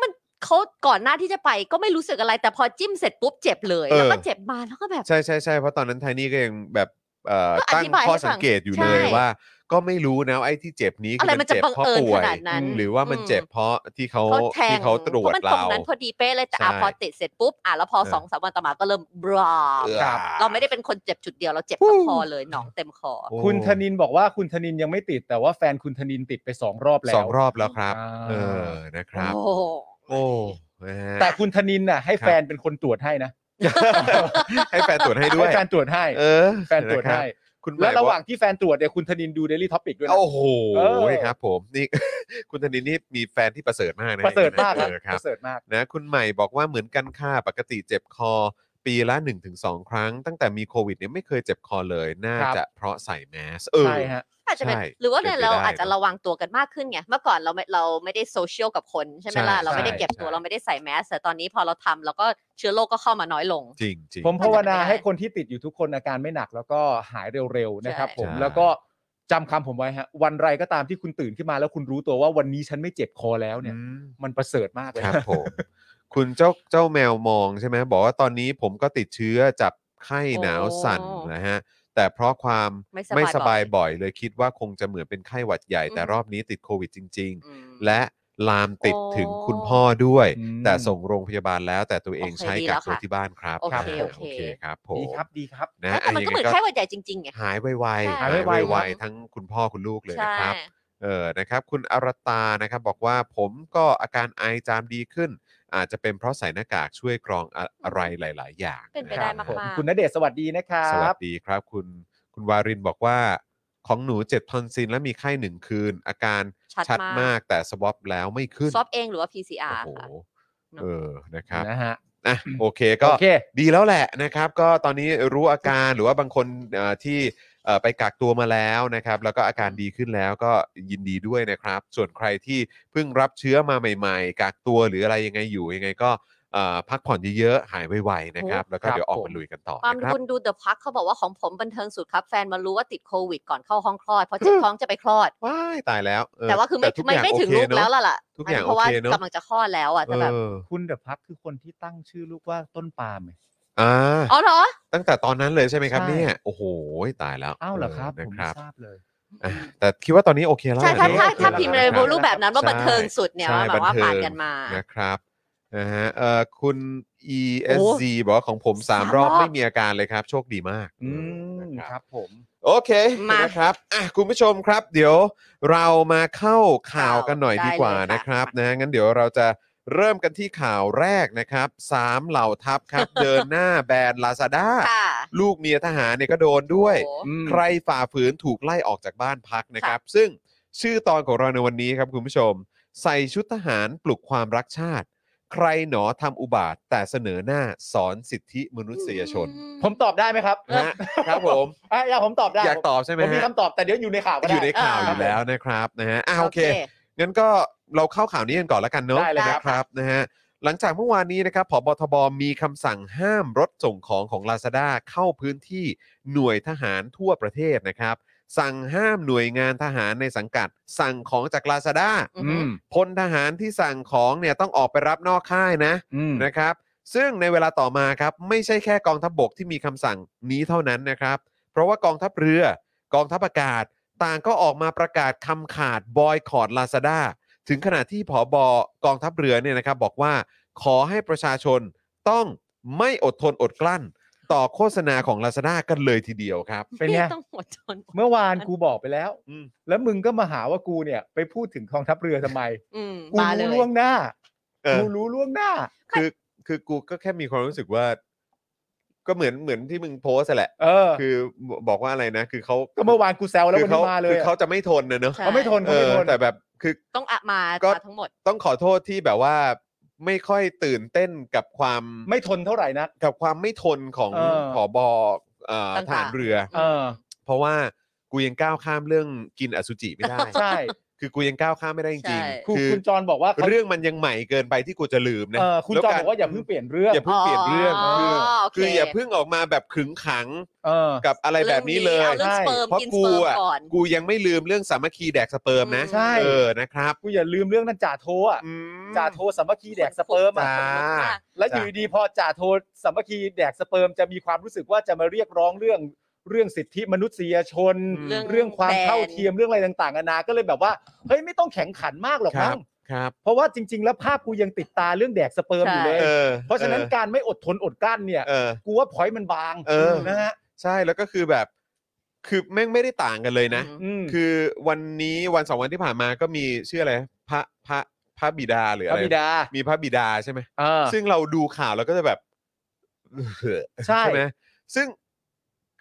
Speaker 3: มันเขาก่อนหน้าที่จะไปก็ไม่รู้สึกอะไร แต่พอจิ้มเสร็จปุ๊บเจ็บเลย แล้วก็เจ็บมาแล้วก็แบบ
Speaker 2: ใช่ใช่ใช่เพราะตอนนั้นไทนี่ก็ยังแบบเอ่อ
Speaker 3: ก็อ
Speaker 2: ตั้ง
Speaker 3: ธิบาย
Speaker 2: ข้อ
Speaker 3: ให้ฟัง
Speaker 2: สังเกตอยู่
Speaker 3: ใช่
Speaker 2: เลยว่า ก็ไม่รู้นะว่าไอ้ที่เจ็บนี้
Speaker 3: อะไร
Speaker 2: คื
Speaker 3: มันจะ
Speaker 2: เจ็บ
Speaker 3: บัง
Speaker 2: เพราะ
Speaker 3: เอิญ
Speaker 2: ป่ว
Speaker 3: ข
Speaker 2: ย
Speaker 3: นาดนั้น
Speaker 2: หรือว่ามันเจ็บ
Speaker 3: อื
Speaker 2: เพราะที่เขา
Speaker 3: เขาแทง
Speaker 2: ที่เขาตรวจ
Speaker 3: พะมันตร
Speaker 2: เรา
Speaker 3: งนั้นพอดีเป๊ะเลยแต่
Speaker 2: ใช่
Speaker 3: อะพอติดเสร็จปุ๊บอ่ะแล้วพอ
Speaker 2: เออ
Speaker 3: สองสามวันต่อมาก็เริ่มบรา
Speaker 2: เออ
Speaker 3: เราไม่ได้เป็นคนเจ็บจุดเดียวเราเจ็บทั้งคอเลยหนองเต็มคอ
Speaker 2: โอ้
Speaker 5: คุณธนินบอกว่าคุณธนินยังไม่ติด แต่ว่าแฟนคุณธนินติดไปสองรอบแล้ว
Speaker 2: สองรอบแล้วครับ
Speaker 5: อ่า
Speaker 2: เออนะครับ
Speaker 3: โอ้โห
Speaker 2: โอ้นะฮะ
Speaker 5: แต่คุณธนินน่ะให้
Speaker 2: ครับ
Speaker 5: แฟนเป็นคนตรวจให้นะ
Speaker 2: ให้แฟนตรวจให้ด้วย
Speaker 5: ให้แฟนตรวจให้
Speaker 2: เออ
Speaker 5: แฟนตรวจให้
Speaker 2: ะคบคุณห
Speaker 5: แล้
Speaker 2: มา
Speaker 5: วย ระหว่าง
Speaker 2: บอ
Speaker 5: ที่แฟนตรวจเนี่ยคุณธนินดูเดลี่ท็อปิกด้วย
Speaker 2: ก
Speaker 5: นะ
Speaker 2: โอ้โห
Speaker 5: เออ
Speaker 2: ครับผมนี่ คุณธนินนี่มีแฟนที่ประเสริฐมากนะ
Speaker 5: ประเสริฐมาก
Speaker 2: เอ
Speaker 5: ครับ
Speaker 2: อครับ
Speaker 5: ประเสริฐมาก
Speaker 2: นะคุณใหม่บอกว่าเหมือนกันค่ะปกติเจ็บคอ ปีละ 1-2 ครั้ง ตั้งแต่มีโควิดเนี่ยไม่เคยเจ็บคอเลย น่า
Speaker 5: ครับ
Speaker 2: จะเพราะใส่แมสเออ
Speaker 5: ใช่ฮะ
Speaker 3: อาจจะเป็น
Speaker 2: ใช่
Speaker 3: หรือว่า
Speaker 2: เป็นไป
Speaker 3: เรา
Speaker 2: ได้
Speaker 3: อาจจะระวังตัวกันมากขึ้นไงเมื่อก่อนเราไม่เราไม่ได้โซเชียลกับคนใช่ไหมล่ะ
Speaker 2: ใช่
Speaker 3: เราไม่ได้เก็บตัว
Speaker 2: ใช่
Speaker 3: เราไม่ได้ใส่แมสแต่ตอนนี้พอเราทำเราก็เชื้อโรคก็เข้ามาน้อยลง
Speaker 2: จริงจริง
Speaker 5: ผมภาวนา
Speaker 3: ไม่ได้
Speaker 5: ให้คนที่ติดอยู่ทุกคนอาการไม่หนักแล้วก็หายเร็วๆนะครับ
Speaker 3: ใช่
Speaker 5: ผม
Speaker 2: ใช่
Speaker 5: แล้วก็จำคำผมไว้ฮะ วันไรก็ตามที่คุณตื่นขึ้นมาแล้วคุณรู้ตัวว่าวันนี้ฉันไม่เจ็บคอแล้วเนี่ย
Speaker 2: อืม
Speaker 5: มันประเสริฐมากเลย
Speaker 2: ครับผม คุณเจ้าเจ้าแมวมองใช่ไหมบอกว่าตอนนี้ผมก็ติดเชื้อจับไข้หนาวสั่น
Speaker 3: โอ้
Speaker 2: นะฮะ แต่เพราะความ
Speaker 3: ไม่สบาย
Speaker 2: ไม่สบาย
Speaker 3: บ่อย
Speaker 2: บ่อยเลยคิดว่าคงจะเหมือนเป็นไข้หวัดใหญ่แต่
Speaker 3: อืม
Speaker 2: รอบนี้ติดโควิดจริง ๆ
Speaker 3: อืม
Speaker 2: และลามติด
Speaker 3: โอ้
Speaker 2: ถึงคุณพ่อด้วย
Speaker 5: อืม
Speaker 2: แต่ส่งโรงพยาบาลแล้ว แต่ตัวเอง
Speaker 3: โอเค
Speaker 2: ใช้
Speaker 3: ดี
Speaker 2: กั
Speaker 3: แล้
Speaker 2: ก
Speaker 3: ว
Speaker 2: ตัว
Speaker 3: ค่ะ
Speaker 2: ที่บ้านครับ
Speaker 3: โอเค
Speaker 2: อ่า
Speaker 3: โอเค
Speaker 2: โอเคครับผม
Speaker 5: ดีครับดีครับ
Speaker 2: นะ
Speaker 3: แต่มัน
Speaker 2: ยัง
Speaker 3: ก็เหมื
Speaker 2: ไง
Speaker 3: อนไข้หวัดใหญ่จริงๆไง
Speaker 2: หายไวๆ
Speaker 5: หายไวๆครับ
Speaker 2: ทั้งคุณพ่อคุณลูกเลย
Speaker 3: ใช่
Speaker 2: นะครับ เออนะครับ คุณอรตานะครับบอกว่าผมก็อาการไอจามดีขึ้น อาจจะเป็นเพราะใส่หน้ากากช่วยกรองอะอะไรหลาย ๆ อย่าง
Speaker 3: เป็นไป
Speaker 2: ะค
Speaker 3: ได้
Speaker 2: รับ
Speaker 3: มาก
Speaker 5: ผมคุณณเดชน์สวัสดีนะครั
Speaker 2: สวั
Speaker 5: บ
Speaker 2: สดีครับคุณคุณวารินบอกว่าของหนูเจ็บทอนซินและมีไข้หนึ่งคืน อาการ
Speaker 3: ชัดมาก
Speaker 2: มากแต่สวอปแล้วไม่ขึ้น
Speaker 3: ซอฟเองหรือว่า PCR
Speaker 2: โอ้โห
Speaker 3: ค่ะ เนอะ
Speaker 2: เออนะครับ
Speaker 5: นะฮะ
Speaker 2: อ่ะโอเคก็
Speaker 5: โอเค
Speaker 2: ดีแล้วแหละนะครับ ก็ตอนนี้รู้อาการหรือว่าบางคนเอ่อที่เอ่อไปกักตัวมาแล้วนะครับ แล้วก็อาการดีขึ้นแล้วก็ยินดีด้วยนะครับ ส่วนใครที่เพิ่งรับเชื้อมาใหม่ ๆกักตัวหรืออะไรยังไงอยู่ยังไงก็เอ่อพักผ่อนเยอะๆหายไวๆนะครับ แล้วก็
Speaker 5: ครับ
Speaker 2: เดี๋ยวออ
Speaker 5: ผม
Speaker 2: กาม ลุยกันต่อ
Speaker 3: ความ
Speaker 2: นะครับ
Speaker 3: คุณดูเดอะพักเขาบอกว่าของผมบันเทิงสุดครับ แฟนมารู้ว่าติดโควิดก่อนเข้าห้องคลอดเพราะเจ็บท้องจะไปคลอด
Speaker 2: ว้ายตายแล้วเ
Speaker 3: แต่ว่าคือไม่
Speaker 2: ทุก
Speaker 3: ไม่
Speaker 2: ย่า
Speaker 3: ไม่ถึง
Speaker 2: โอเค
Speaker 3: ลูก
Speaker 2: เนอะ
Speaker 3: แล้วล่ะล่ะ
Speaker 2: ทุกอย่าง
Speaker 3: เพ
Speaker 2: โอ
Speaker 3: ราะว่า
Speaker 2: เคเนอะ
Speaker 3: กำลังจะคลอดแล้วอ่ะแต่แบบ
Speaker 2: เออ
Speaker 5: คุณเดอะพักคือคนที่ตั้งชื่อลูกว่าต้นปาล์มไง
Speaker 2: อ่า
Speaker 3: อ๋อเหรอ
Speaker 2: ตั้งแต่ตอนนั้นเลยใช่ไหมครับ
Speaker 5: ใช่
Speaker 2: เนี่ยโอ้โหตายแล้ว
Speaker 5: อ้าวเหรอครับ
Speaker 2: นะ
Speaker 5: ผม
Speaker 2: ค
Speaker 5: ไม่
Speaker 2: รับ
Speaker 5: ทราบเลย
Speaker 2: อ่ะแต่คิดว่าตอนนี้โอเคแล้ว
Speaker 3: ใช่
Speaker 2: แหละ
Speaker 3: ถ้าถ้า
Speaker 2: เนอะ
Speaker 3: ถ้าพิมพ์เลย
Speaker 2: ครับ
Speaker 3: รูปแบบนั้นว่า
Speaker 2: ใช่
Speaker 3: บันเทิงสุดเนี่ย
Speaker 2: ใช่
Speaker 3: ว่าแบบว่า
Speaker 2: บันเทิง
Speaker 3: ผ่านกันมา
Speaker 2: นะครับนะฮะเอ่อคุณ ESG บอกว่าของผม
Speaker 3: สาม
Speaker 2: 3 รอบ
Speaker 3: รอบ
Speaker 2: ไม่มีอาการเลยครับ โชคดีมาก
Speaker 5: อืม
Speaker 2: นะค
Speaker 5: ครับ รับผม
Speaker 2: โอเค
Speaker 3: มาน
Speaker 2: นะครับอ่ะคุณผู้ชมครับ เดี๋ยวเรามาเข้าข่าวกันหน่อย
Speaker 3: ได้
Speaker 2: ดีกว่า
Speaker 3: เลยค่ะ
Speaker 2: นะครับนะงั้นเดี๋ยวเราจะเริ่มกันที่ข่าวแรกนะครับสามเหล่าทัพครับ เดินหน้าแบน Lazada
Speaker 3: ค่ะ
Speaker 2: ลูกเมียทหารเนี่ยก็โดนด้วย
Speaker 3: โอ้โห
Speaker 2: ใครฝ่าฝืนถูกไล่ออกจากบ้านพักนะครับ ซึ่งชื่อตอนของเราในวันนี้ครับคุณผู้ชม ใส่ชุดทหารปลุกความรักชาติ ใครหนอทำอุบาท แต่เสนอหน้าสอนสิทธิมนุษยชน
Speaker 5: ผมตอบได้ไหมครับ
Speaker 2: นะฮะครับผม
Speaker 5: อ่ะอยากผมตอบได้
Speaker 2: อยากตอบใช่ไหม
Speaker 5: ผมมี
Speaker 2: ฮะ
Speaker 5: คำตอบแต่เดี๋ยวอยู่ในข่าวก็
Speaker 2: อ
Speaker 5: ได้
Speaker 2: ยู่ในข่าว
Speaker 3: อ่า
Speaker 2: อยู่แล้วนะครับนะฮะอ่ะโอเค งั้นก็เราเข้าข่าวนี้กันก่อนละกันเนาะ
Speaker 5: ได้เลยครับ
Speaker 2: นะครับนะฮะหลังจากเมื่อวานนี้นะครับผบทบมีคำสั่งห้ามรถส่งของของ Lazada เข้าพื้นที่หน่วยทหารทั่วประเทศนะครับ สั่งห้ามหน่วยงานทหารในสังกัด สั่งของจาก Lazada
Speaker 3: อื
Speaker 5: อืม
Speaker 2: พลทหารที่สั่งของเนี่ยต้องออกไปรับนอกค่ายนะ
Speaker 5: อืม
Speaker 2: นะครับซึ่งในเวลาต่อมาครับไม่ใช่แค่กองทัพบบกที่มีคำสั่งนี้เท่านั้นนะครับ เพราะว่ากองทัพเรือกองทัพอากาศ ต่างก็ออกมาประกาศคำขาดบอยคอรดลาซาด้า ถึงขนาดที่ผอบกองทัพเรือเนี่ยนะครับบอกว่าขอให้ประชาชนต้องไม่อดทนอดกลั้น ต่อโฆษณาของ Lazada กันเลยทีเดียวครับ
Speaker 5: เป็นไง
Speaker 3: ไม่ต้องหัวจน
Speaker 5: เมื่อวานกูบอกไปแล้ว
Speaker 2: อืม
Speaker 5: แล้วมึงก็มาหาว่ากูเนี่ย ไปพูดถึงกองทัพเรือทำไม
Speaker 3: อืม
Speaker 5: กู
Speaker 3: มาเล
Speaker 5: รู้
Speaker 3: ย
Speaker 5: ล่วงหน้า
Speaker 2: เออ
Speaker 5: กูรู้ล่วงหน้า
Speaker 2: คือคือกูก็แค่มีความรู้สึกว่า ก็เหมือนเหมือนที่มึงโพสต์อะแหละ
Speaker 5: เออ
Speaker 2: คือบอกว่าอะไรนะ คือเขา
Speaker 5: ก็เมื่อวานกูแซวแล้ว
Speaker 2: คื
Speaker 5: วัน
Speaker 2: เขา
Speaker 5: นี้มาเลย
Speaker 2: คือ
Speaker 5: อะ
Speaker 2: เขาจะไม่ทนนะเนอะ
Speaker 3: ใช่
Speaker 5: เขาไม่ทน
Speaker 2: เอ
Speaker 5: เขาไม่
Speaker 2: อ
Speaker 5: ทน
Speaker 2: แต่แบบคือ
Speaker 3: ต้องอะมา
Speaker 2: ก็
Speaker 3: ทั้งหมด
Speaker 2: ต้องขอโทษที่แบบว่า ไม่ค่อยตื่นเต้นกับความ
Speaker 5: ไม่ทนเท่าไหร่นัก
Speaker 2: กับความไม่ทนของ
Speaker 5: เออ
Speaker 2: ผอบเอ่อ
Speaker 3: ต่าง
Speaker 2: ท
Speaker 3: ๆ
Speaker 2: หารเรือ
Speaker 5: เออ
Speaker 2: เพราะว่ากูยังก้าวข้ามเรื่องกินอสุจิไม่ได้
Speaker 5: ใช่
Speaker 2: คือกูยังก้าวข้ามไม่ได้จริงๆ
Speaker 5: ครู
Speaker 2: คือ
Speaker 5: คุณจรบอกว่าขา
Speaker 2: เรื่องมันยังใหม่เกินไปที่กูจะลืมนะ
Speaker 5: เออคุณ
Speaker 2: แล้ว
Speaker 5: จร
Speaker 2: ร
Speaker 5: บอกว่าอย่าเพิ่งเปลี่ยนเรื่อง
Speaker 2: อย่าเพิ่งเปลี่ยนเรื่องคืออ
Speaker 3: โเ
Speaker 2: คืออย่าเพิ่งออกมาแบบขึงขัง
Speaker 5: เออ
Speaker 2: กับอะไรแบบนี้เลย
Speaker 3: อาเรื่องสเปิร์ม
Speaker 2: เพราะ
Speaker 3: กินส
Speaker 2: กู
Speaker 3: เปิร์ม
Speaker 2: อ่ะ
Speaker 3: ก่อน
Speaker 2: กูยังไม่ลืมเรื่องสามัคคีแดกสเปิร์มนะ
Speaker 5: ใช่
Speaker 2: เออนะครับ
Speaker 5: กูอย่าลืมเรื่องนั้นจ่าโทอ่ะ
Speaker 2: อืม
Speaker 5: จ่าโทสามัคคีแดกสเปิร์ม
Speaker 2: จ้า
Speaker 5: อ่ะแล้วอยู่ดีพอจ่าโทสามัคคีแดกสเปิร์มจะมีความรู้สึกว่าจะมาเรียกร้องเรื่องเรื่องสิทธิมนุษยชน
Speaker 3: เรื่อง
Speaker 5: เรื่องความเท่าเทียมเรื่องอะไรต่างๆนานาก็เลยแบบว่าเฮ้ยไม่ต้องแข็งขันมากหรอก
Speaker 2: ครั
Speaker 5: มั้
Speaker 2: บ
Speaker 5: ง
Speaker 2: ครับ
Speaker 5: เพราะว่าจริง ๆ แล้วภาพกูยังติดตาเรื่องแดกสเปิร์มอยู่เล
Speaker 2: เอย อ
Speaker 5: เพราะฉะนั้นการไม่อดทนอดกลั้นเนี่ย
Speaker 2: เออ
Speaker 5: กูว่าพอยมันบาง
Speaker 2: เออ
Speaker 5: นะฮะ
Speaker 2: ใช่แล้วก็คือแบบ คือแม่งไม่ได้ต่างกันเลยนะ
Speaker 5: อืม
Speaker 2: คือวันนี้วันสองวันที่ผ่านมาก็มีชื่ออะไรพระพระพระบิดาหรือ
Speaker 5: พ
Speaker 2: อะ
Speaker 5: ระ
Speaker 2: ไร
Speaker 5: บิดา
Speaker 2: มีพระบิดาใช่ไหม
Speaker 5: เออ
Speaker 2: ซึ่งเราดูข่าวเราก็จะแบบ
Speaker 5: ใช่
Speaker 2: ใช่ไหมซึ่ง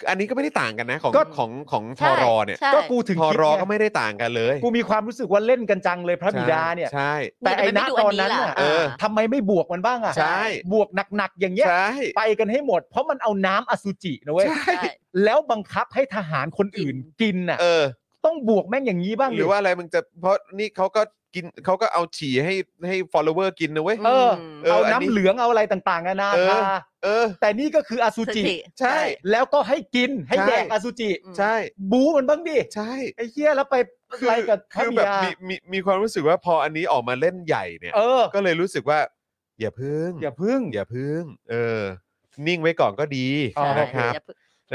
Speaker 2: อันนี้ก็ไม่ได้ต่างกันนะ ของ
Speaker 5: ก็
Speaker 2: ของของท
Speaker 3: ใช่
Speaker 2: รเนี่ย
Speaker 3: ใช่
Speaker 5: ก็กูถึง
Speaker 2: ท
Speaker 5: คิด
Speaker 2: ร
Speaker 5: ไง
Speaker 2: ก็ไม่ได้ต่างกันเลย
Speaker 5: กูมีความรู้สึกว่าเล่นกันจังเลยพระบิดาเนี่ย
Speaker 2: ใช่
Speaker 5: แต่ไอ้ณตอนนั้นน่ะ
Speaker 3: เออ
Speaker 5: ทำไมไม่บวกมันบ้างอ่ะ
Speaker 2: ใช่
Speaker 5: บวกหนักๆอย่างเงี้ย
Speaker 2: ใช่
Speaker 5: ไปกันให้หมด เพราะมันเอาน้ำอสุจินะเว้ย
Speaker 2: ใช่
Speaker 3: ใช่
Speaker 5: แล้วบังคับให้ทหารคนอื่นกินน่ะ
Speaker 2: เออ
Speaker 5: ต้องบวกแม่งอย่างนี้บ้างดิ
Speaker 2: หรือว่าอะไรมึงจะเพราะนี่เขาก็กินเขาก็เอาฉี่ให้ให้ follower กินนะเว้ย
Speaker 5: เออ
Speaker 2: เออ
Speaker 5: เอา
Speaker 2: อันนี้
Speaker 5: น้ำเหลืองเอาอะไรต่างๆนานา
Speaker 2: เออ
Speaker 5: ทา
Speaker 2: เออ
Speaker 5: แต่นี่ก็คืออสุจิ
Speaker 2: ใช่
Speaker 5: แล้วก็ให้กินให้
Speaker 2: ใช่
Speaker 5: แดกอสุจิ
Speaker 3: อืม
Speaker 2: ใช่
Speaker 5: บูมันบ้างดิ
Speaker 2: ใช่
Speaker 5: ไอ้เหี้ยแล้วไป
Speaker 2: คื
Speaker 5: อะไรกับพระ
Speaker 2: คือ
Speaker 5: บิ
Speaker 2: แบบ
Speaker 5: ดา
Speaker 2: มีมีมีความรู้สึกว่าพออันนี้ออกมาเล่นใหญ่เนี่ย
Speaker 5: เออ
Speaker 2: ก็เลยรู้สึกว่า อย่าพึ่ง
Speaker 5: อย่าพึ่ง
Speaker 2: อย่าพึ่ง เออ นิ่งไว้ก่อนก็ดี
Speaker 5: อ๋อ
Speaker 2: นะครับ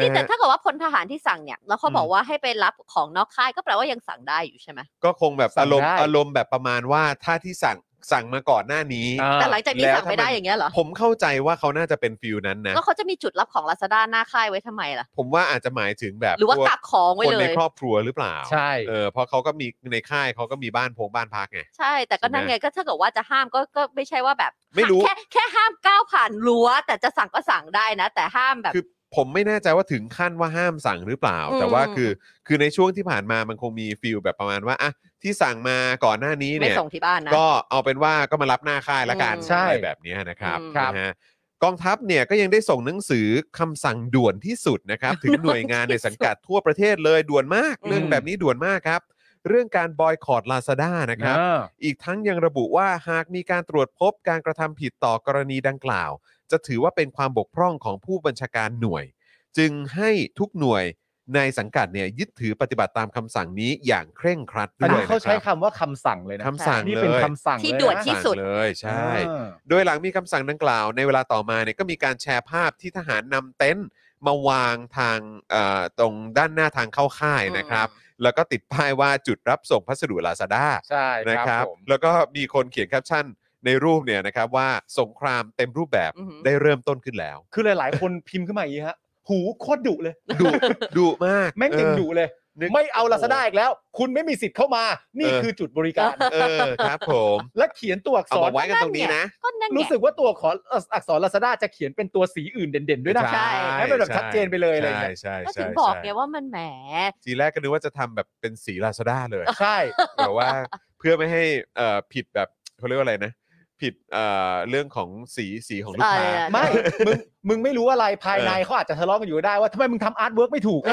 Speaker 3: นี่แต่
Speaker 2: นะฮะ
Speaker 3: ถ้าเกิดว่าพลทหารที่สั่งเนี่ยแล้วเขา
Speaker 2: อืม
Speaker 3: บอกว่าให้ไปรับของนอกค่ายก็แปลว่ายังสั่งได้อยู่ใช่ไหม
Speaker 2: ก็คงแบบ
Speaker 5: สั่
Speaker 2: อาง รมณ์
Speaker 5: ได้
Speaker 2: อารมณ์แบบประมาณว่าถ้าที่สั่งสั่งมาก่อนหน้านี้
Speaker 3: แต่หลังจากนี้
Speaker 2: แล้ว
Speaker 3: สั่ง
Speaker 2: ถ้า
Speaker 3: ไม่
Speaker 2: มัน
Speaker 3: ได้อย่างเงี้ยเหรอ
Speaker 2: ผมเข้าใจว่าเขาน่าจะเป็นฟิลนั้นนะ
Speaker 3: แล้วเขาจะมีจุดรับของลาซาด้าหน้าค่ายไว้ทำไมล่ะ
Speaker 2: ผมว่าอาจจะหมายถึงแบบ
Speaker 3: หรือว่า
Speaker 2: พวก
Speaker 3: กักของไว้
Speaker 2: คน
Speaker 3: เล
Speaker 2: ใน
Speaker 3: ย
Speaker 2: ครอบครัวหรือเปล่า
Speaker 5: ใช่
Speaker 2: เออเพราะเขาก็มีในค่ายเขาก็มีบ้านพงบ้านพักไง
Speaker 3: ใช่ แต่ก็นั่น
Speaker 2: ใช่ไหม
Speaker 3: ไงก็ถ้าเกิดว่าจะห้ามก็ก็ไม่ใช่ว่าแบบ
Speaker 2: ไม่รู้
Speaker 3: แค่แค่ห้ามก้าวผ่านรั้วแต่จะสั่งก็สั่งได้นะ แต่ห้ามแบบ
Speaker 2: คือผมไม่แน่ใจว่าถึงขั้นว่าห้ามสั่งหรือเปล่า
Speaker 3: อืม
Speaker 2: แต่ว่าคือคือในช่วงที่ผ่านมามันคงมีฟิลแบบประมาณว่าอ่ะที่สั่งมาก่อนหน้านี้
Speaker 3: ไม่
Speaker 2: เนี่ย
Speaker 3: ส่งที่บ้านนะ
Speaker 2: ก็เอาเป็นว่าก็มารับหน้าค่ายละกัน
Speaker 3: อืม
Speaker 5: ใช่
Speaker 2: อะไรแบบเนี้ยนะครับ
Speaker 3: อืม
Speaker 5: ครับ
Speaker 2: นะฮะกองทัพเนี่ยก็ยังได้ส่งหนังสือคำสั่งด่วนที่สุดนะครับ ถึงหน่วยงานในสังกัดทั่วประเทศเลยด่วนมาก เรื่อง
Speaker 5: อืม
Speaker 2: แบบนี้ด่วนมากครับ เรื่องการบอยคอรดลาซาด้านะครับ
Speaker 5: เออ
Speaker 2: อีกทั้งยังระบุว่าหากมีการตรวจพบการกระทำผิดต่อกรณีดังกล่าว จะถือว่าเป็นความบกพร่องของผู้บัญชาการหน่วย จึงให้ทุกหน่วยในสังกัดเนี่ยยึดถือปฏิบัติตามคำสั่งนี้อย่างเคร่งครัด
Speaker 5: อัน
Speaker 2: ด้ว
Speaker 5: นี้
Speaker 2: ย
Speaker 5: เขา
Speaker 2: นะค
Speaker 5: ใช้
Speaker 2: รับ
Speaker 5: คำว่าคำสั่งเลยนะ
Speaker 2: คำสั่ง
Speaker 5: นี่
Speaker 2: เล
Speaker 5: เป็น
Speaker 2: ย
Speaker 5: คำสั่ง
Speaker 3: ที่
Speaker 5: เลยะ
Speaker 3: ด่วนที่
Speaker 2: คำ
Speaker 3: สุ
Speaker 2: งเลยใช่
Speaker 5: อ่า
Speaker 2: โดยหลังมีคำสั่งดังกล่าวในเวลาต่อมาเนี่ยก็มีการแชร์ภาพที่ทหารนำเต็นท์มาวางทางเอ่อตรงด้านหน้าทางเข้าค่ายนะครับ แล้วก็ติดป้ายว่าจุดรับส่งพัสดุลาซาด้า
Speaker 5: ใช่
Speaker 2: นะครับ
Speaker 5: ผม
Speaker 2: แล้วก็มีคนเขียนแคปชั่นในรูปเนี่ยนะครับว่าสงครามเต็มรูปแบบ
Speaker 3: อือหือ
Speaker 2: ได้เริ่มต้นขึ้นแล้ว
Speaker 5: คือหลาย ๆ คนพิมพ์ขึ้นมาอย่างนี้ฮะ หูโคตรดุ เลย
Speaker 2: ดุดุมาก
Speaker 5: แม่งยังดุเลย
Speaker 2: นึก
Speaker 5: ไม่เอาลาซาด้าอีกแล้ว คุณไม่มีสิทธิ์เข้ามา นี่
Speaker 2: เออ
Speaker 5: คือจุดบริ การ
Speaker 2: เออครับผม
Speaker 5: และเขียนตัวอัก
Speaker 2: เอา
Speaker 5: ษร
Speaker 2: มาไว้กันตรงนี้นะ
Speaker 3: ก็นั่นไง
Speaker 5: รู้สึกว่าตัวขออักษรลาซาด้าจะเขียนเป็นตัวสีอื่นเด่น ๆ ด้วยนะ
Speaker 3: ใช่
Speaker 5: ให้มันแบบชัดเจนไปเลยอะไรอย่าง
Speaker 2: ใช่
Speaker 5: เงี้ย
Speaker 2: ใช่
Speaker 3: ก็
Speaker 2: ใช่
Speaker 3: ถึงบอก
Speaker 2: ใช่
Speaker 3: ไงว่ามันแหม
Speaker 2: ทีแรกก็นึกว่าจะทำแบบเป็นสีลาซาด้าเลย
Speaker 5: ใช่
Speaker 2: แบบว่าเพื่อไม่ให้เอ่อผิดแบบเขาเรียกว่าอะไรนะ ผิดเอ่อเรื่องของสีสีของลูกค้า
Speaker 3: เออ
Speaker 5: ไม่ มึง มึงไม่รู้อะไรภายใน
Speaker 2: เออ
Speaker 5: เขาอาจจะทะเลาะกันอยู่ก็ได้ว่าทำไมมึงทำอาร์ตเวิร์กไม่ถูก
Speaker 2: เอ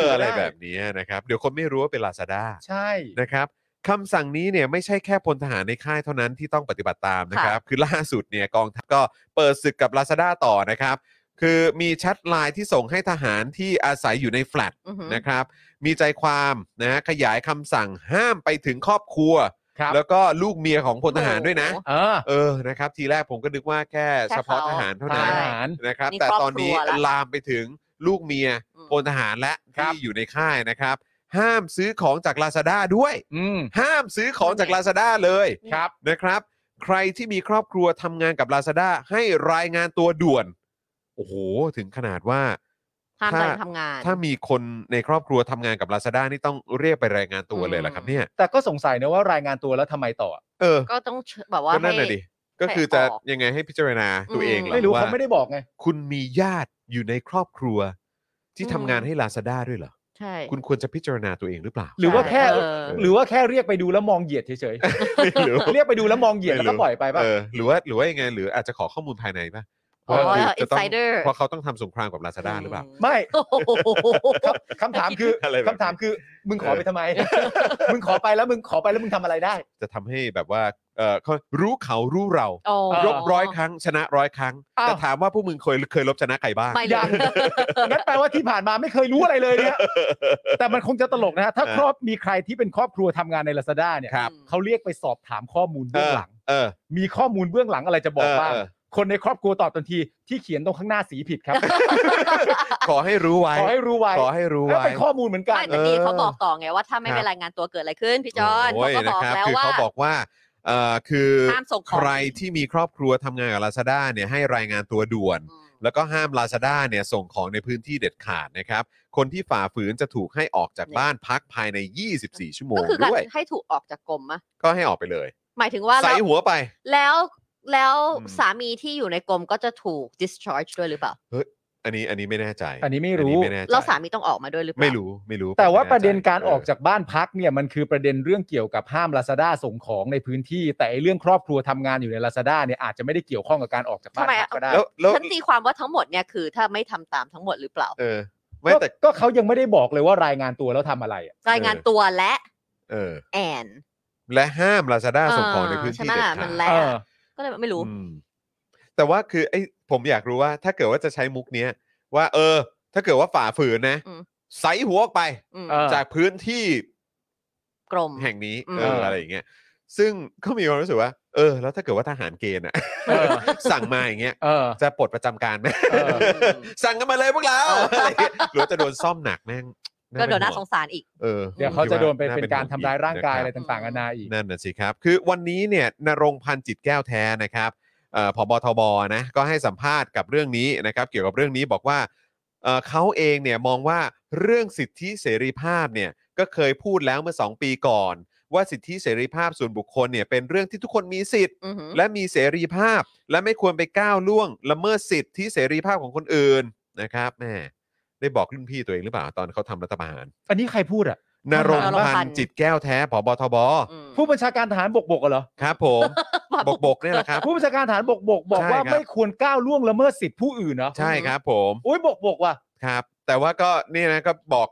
Speaker 2: ออะไรแบบนี้นะครับ เดี๋ยวคนไม่รู้ว่าเป็นลาซาด้า
Speaker 5: ใช่
Speaker 2: นะครับคำสั่งนี้เนี่ยไม่ใช่แค่พลทหารในค่ายเท่านั้นที่ต้องปฏิบัติตามนะครับ คือล่าสุดเนี่ยกองทัพก็เปิดศึกกับ Lazada ต่อนะครับ คือมีแชทไลน์ที่ส่งให้ทหารที่อาศัยอยู่ในแฟลต
Speaker 3: อือหือ
Speaker 2: นะครับ มีใจความนะฮะขยายคำสั่งห้ามไปถึงครอบครัว
Speaker 5: ครับ
Speaker 2: แล้วก็ลูกเมียของพลทหารด้วยนะ
Speaker 3: โอ้โห
Speaker 5: เออ
Speaker 2: เออนะครับ ทีแรกผมก็นึกว่าแค่
Speaker 3: แค่
Speaker 2: เฉพาะ
Speaker 3: เขา
Speaker 2: ทหารเท่า
Speaker 5: ท
Speaker 2: นั้น
Speaker 3: ใช่
Speaker 5: หาร
Speaker 2: นะครับ
Speaker 3: มี
Speaker 2: แต่
Speaker 3: ครอบ
Speaker 2: ตอนนี้
Speaker 3: ครัวละ
Speaker 2: ลามไปถึงลูกเมีย
Speaker 3: อืม
Speaker 2: พลทหารและ
Speaker 5: ครับ
Speaker 2: ที่อยู่ในค่ายนะครับ ห้ามซื้อของจาก Lazada ด้วย
Speaker 5: อืม
Speaker 2: ห้ามซื้อของจาก Lazada เลย
Speaker 5: ครับ
Speaker 2: นะครับ ใครที่มีครอบครัวทำงานกับ Lazada ให้รายงานตัวด่วน โอ้โห ถึงขนาดว่า
Speaker 3: ห้าม
Speaker 2: ถ้า
Speaker 3: ไปทำงาน
Speaker 2: ถ้ามีคนในครอบครัวทำงานกับ Lazada นี่ต้องเรียกไปรายงานตัวเลยเหรอครับเนี่ย
Speaker 5: แต่ก็สงสัยนะว่ารายงานตัวแล้วทำไมต่อ
Speaker 2: เออ
Speaker 3: ก็ต้องเชิญแบบว่า
Speaker 2: ก็นั่น
Speaker 3: ให้
Speaker 2: น่ะดิ ก็คือจะ
Speaker 3: ให้ออก
Speaker 2: ยังไงให้พิจารณาตัวเองเหรอ
Speaker 5: ไม่รู้
Speaker 2: ว่า
Speaker 5: เขาไม่ได้บอกไง
Speaker 2: คุณมีญาติอยู่ในครอบครัว ที่
Speaker 3: อืม
Speaker 2: ทำงานให้ Lazada ด้วยเหรอ
Speaker 3: ใช่
Speaker 2: คุณควรจะพิจารณาตัวเองหรือเปล่า
Speaker 5: หรือว่าแค่
Speaker 3: เออ
Speaker 5: หรือว่าแค่เรียกไปดูแล้วมองเหยียดเฉย
Speaker 2: ไม่รู้
Speaker 5: ๆ เรียกไปดูแล้วมองเหยียดแล้วก็ปล่อยไปป่ะ
Speaker 2: เออหรือว่าหรือว่ายังไง หรืออาจจะขอข้อมูลภายในป่ะ
Speaker 3: อ๋อ
Speaker 2: ว่าคือ
Speaker 3: เออ
Speaker 2: จะต้อง
Speaker 3: insider
Speaker 2: เพราะเขาต้องทำสงครามกับลาซาด้าหรือเปล่า
Speaker 5: ไม่
Speaker 3: โอ้โห
Speaker 5: คำคำถามคือ
Speaker 2: อะไรแบบนี้
Speaker 5: คำถามคือ มึงขอ
Speaker 2: เออ
Speaker 5: ไป ทำไม มึงขอไปแล้วมึงขอไปแล้วมึงทำอะไรได้
Speaker 2: จะทำให้แบบว่าเออเขารู้เขารู้เรา
Speaker 3: อ๋อ
Speaker 2: รบร้อยครั้ง ชนะร้อยครั้ง
Speaker 5: อ้าว
Speaker 2: แต่ถามว่าพวกมึงเคยเคยลบชนะใครบ้าง
Speaker 3: ไม่
Speaker 5: อยังงั้นแปลว่าที่ผ่านมาไม่เคยรู้อะไรเลย เนี่ยแต่มันคงจะตลกนะฮะถ้า
Speaker 2: เออ
Speaker 5: ครอบมีใครที่เป็นครอบครัวทำงานในลาซาด้าเนี่ย
Speaker 2: ครับ
Speaker 5: เขาเรียกไปสอบถามข้อมูล
Speaker 2: เอ
Speaker 5: เบื้อง
Speaker 2: อ
Speaker 5: หลัง
Speaker 2: เออ
Speaker 5: มีข้อมูลเบื้องหลังอะไรจะบอก
Speaker 2: เออ
Speaker 5: บ้าง
Speaker 2: เออ
Speaker 5: คนในครอบครัวตอบทันทีที่เขียนตรงข้างหน้าสีผิดครับ
Speaker 2: ขอให้รู้ไว้
Speaker 5: ขอให้รู้ไว้
Speaker 2: ขอให้รู้
Speaker 5: แล้ว
Speaker 2: ไว้
Speaker 5: เป็นข้อมูลเหมือนกัน
Speaker 3: ไม่แต่นี่
Speaker 2: เออ
Speaker 3: เขาบอกต่อไงว่าถ้า
Speaker 2: ค
Speaker 3: ไม่
Speaker 2: รับ
Speaker 3: ไปรายงานตัวเกิดอะไรขึ้นพี่จอน
Speaker 2: โอ้
Speaker 3: เขา
Speaker 2: ย
Speaker 3: ก็
Speaker 2: นะ
Speaker 3: บอก
Speaker 2: ครับ
Speaker 3: แล้ว
Speaker 2: คือ
Speaker 3: ว่า
Speaker 2: เขาบอกว่าเออคือ
Speaker 3: ห้ามส่งข
Speaker 2: ใค
Speaker 3: อง
Speaker 2: รที่มีครอบครัวทำงานกับลาซาด้าเนี่ยให้รายงานตัวด่วน
Speaker 3: อืม
Speaker 2: แล้วก็ห้าม Lazada เนี่ยส่งของในพื้นที่เด็ดขาดนะครับ คนที่ฝ่าฝืนจะถูกให้ออกจาก
Speaker 3: เนี่ย
Speaker 2: บ้านพักภายใน 24 ชั่วโม
Speaker 3: ก็
Speaker 2: ง
Speaker 3: คือการ
Speaker 2: ด้วย
Speaker 3: ให้ถูกออกจากกรมอะ
Speaker 2: ก็ให้ออกไปเลย
Speaker 3: หมายถึงว่า
Speaker 2: ใส่
Speaker 3: เรา
Speaker 2: หัวไป
Speaker 3: แล้วแล้ว
Speaker 2: อืม
Speaker 3: สามีที่อยู่ในกรมก็จะถูก discharge ด้วยหรือเปล่า
Speaker 2: อันนี้อันนี้ไม่แน่ใจ
Speaker 5: อันนี้ไม่รู้
Speaker 2: ไม่แน่ใจ
Speaker 3: แล้วสามีต้องออกมาด้วยหรือเปล่า
Speaker 2: ไม่รู้ไม่รู้
Speaker 5: แต่ว่า
Speaker 2: ผม
Speaker 5: ป
Speaker 2: ไม่แน่ใจ
Speaker 5: ระเด็นการออก
Speaker 2: เ
Speaker 5: จากบ้านพักเนี่ยมันคือประเด็นเรื่องเกี่ยวกับห้าม Lazada ส่งของในพื้นที่ แต่ไอ้เรื่องครอบครัวทำงานอยู่ใน Lazada เนี่ยอาจจะไม่ได้เกี่ยวข้องกับการออกจากบ้าน
Speaker 3: ทำไม
Speaker 5: พัก
Speaker 3: อะ
Speaker 5: ก็ได้
Speaker 2: แล้วแล้ว
Speaker 3: ฉันตีความว่าทั้งหมดเนี่ยคือถ้าไม่ทำตามทั้งหมดหรือเปล่า
Speaker 2: เออไม่
Speaker 5: ก็
Speaker 2: แต่
Speaker 5: ก็เขายังไม่ได้บอกเลยว่ารายงานตัวแล้วทำอะไรอะ
Speaker 3: รายงานตัวและ
Speaker 2: เออ
Speaker 3: แอน
Speaker 2: และห้าม Lazada ส่งของในพื้น
Speaker 3: ใช่
Speaker 2: ที่
Speaker 3: ไหม
Speaker 2: เด็ดขา
Speaker 3: ล่ะมั
Speaker 2: ด
Speaker 3: นและ
Speaker 5: เออ
Speaker 3: ก็เลยไม่รู้
Speaker 2: อืมแต่ว่าคือไอ้ผมอยากรู้ว่า ถ้าเกิดว่าจะใช้มุกเนี้ยว่า เออ ถ้าเกิดว่าฝ่าฝืนนะ
Speaker 3: อืม
Speaker 2: ใส่หัวออกไป
Speaker 3: อืม
Speaker 5: เออ
Speaker 2: จากพื้นที่
Speaker 3: กรม
Speaker 2: แห่งนี้
Speaker 3: อืม
Speaker 2: เอออะไรอย่างเงี้ยซึ่งก็มีความรู้สึกว่า เออ แล้วถ้าเกิดว่าทหารเกณฑ์ อ่ะ
Speaker 5: เออ
Speaker 2: สั่งมาอย่างเงี้ย
Speaker 5: เออ
Speaker 2: จะปลดประจำการไหม
Speaker 5: เออ
Speaker 2: สั่งกันมาเลยพวกเราอะไรอย่างเงี้ยหรือว่าจะโดนซ่อมหนักแม่ง
Speaker 3: ก็โดนน่าสง
Speaker 2: สาร
Speaker 3: สารอีก
Speaker 2: เออ
Speaker 5: เดี๋ยวเขาจะโดนไป
Speaker 2: า
Speaker 5: เป็นการทำร้ายร่างกายอะไร
Speaker 2: นคบ
Speaker 5: ต่างๆนานาอีก
Speaker 2: นั่นน่ะสิครับ คือวันนี้เนี่ยนรงค์พันธ์จิตแก้วแท้นะครับเอ่อผบทบนะก็ให้สัมภาษณ์กับเรื่องนี้นะครับ เกี่ยวกับเรื่องนี้บอกว่าเอ่อเขาเองเนี่ยมองว่าเรื่องสิทธิเสรีภาพเนี่ยก็เคยพูดแล้วเมื่อสองปีก่อน ว่าสิทธิเสรีภาพส่วนบุคคลเนี่ยเป็นเรื่องที่ทุกคนมีสิทธิ์
Speaker 3: อือหือ
Speaker 2: และมีเสรีภาพและไม่ควรไปก้าวล่วง ละเมิดสิทธิเสรีภาพของคนอื่นนะครับแม่ได้บอกรุ่นพี่ตัวเองหรือเปล่าตอนเขาทำรัฐประหาร
Speaker 5: อันนี้ใครพูดอ่ะ
Speaker 2: น
Speaker 5: น
Speaker 2: ร
Speaker 5: รง งค์
Speaker 2: ค์พัน
Speaker 3: พัน
Speaker 2: ธ์
Speaker 3: ธ์
Speaker 2: จิตแก้วแท้ผบทบ
Speaker 3: อืม
Speaker 5: ผู้บัญชาการทหารบกบกเหรอ
Speaker 2: ครับ ผมบกบกเนี่ยแหละครับ
Speaker 5: ผู้บัญชาการทหารบกบกบอก
Speaker 2: ใช่
Speaker 5: ว่า
Speaker 2: ครับ
Speaker 5: ไม่ควรก้าวล่วงละเมิดสิทธิผู้อื่นเนาะ
Speaker 2: ใช่ครับ ผม
Speaker 5: อุ้ยบกบกว่ะ
Speaker 2: ครับ แต่ว่าก็เนี่ยนะก็บอก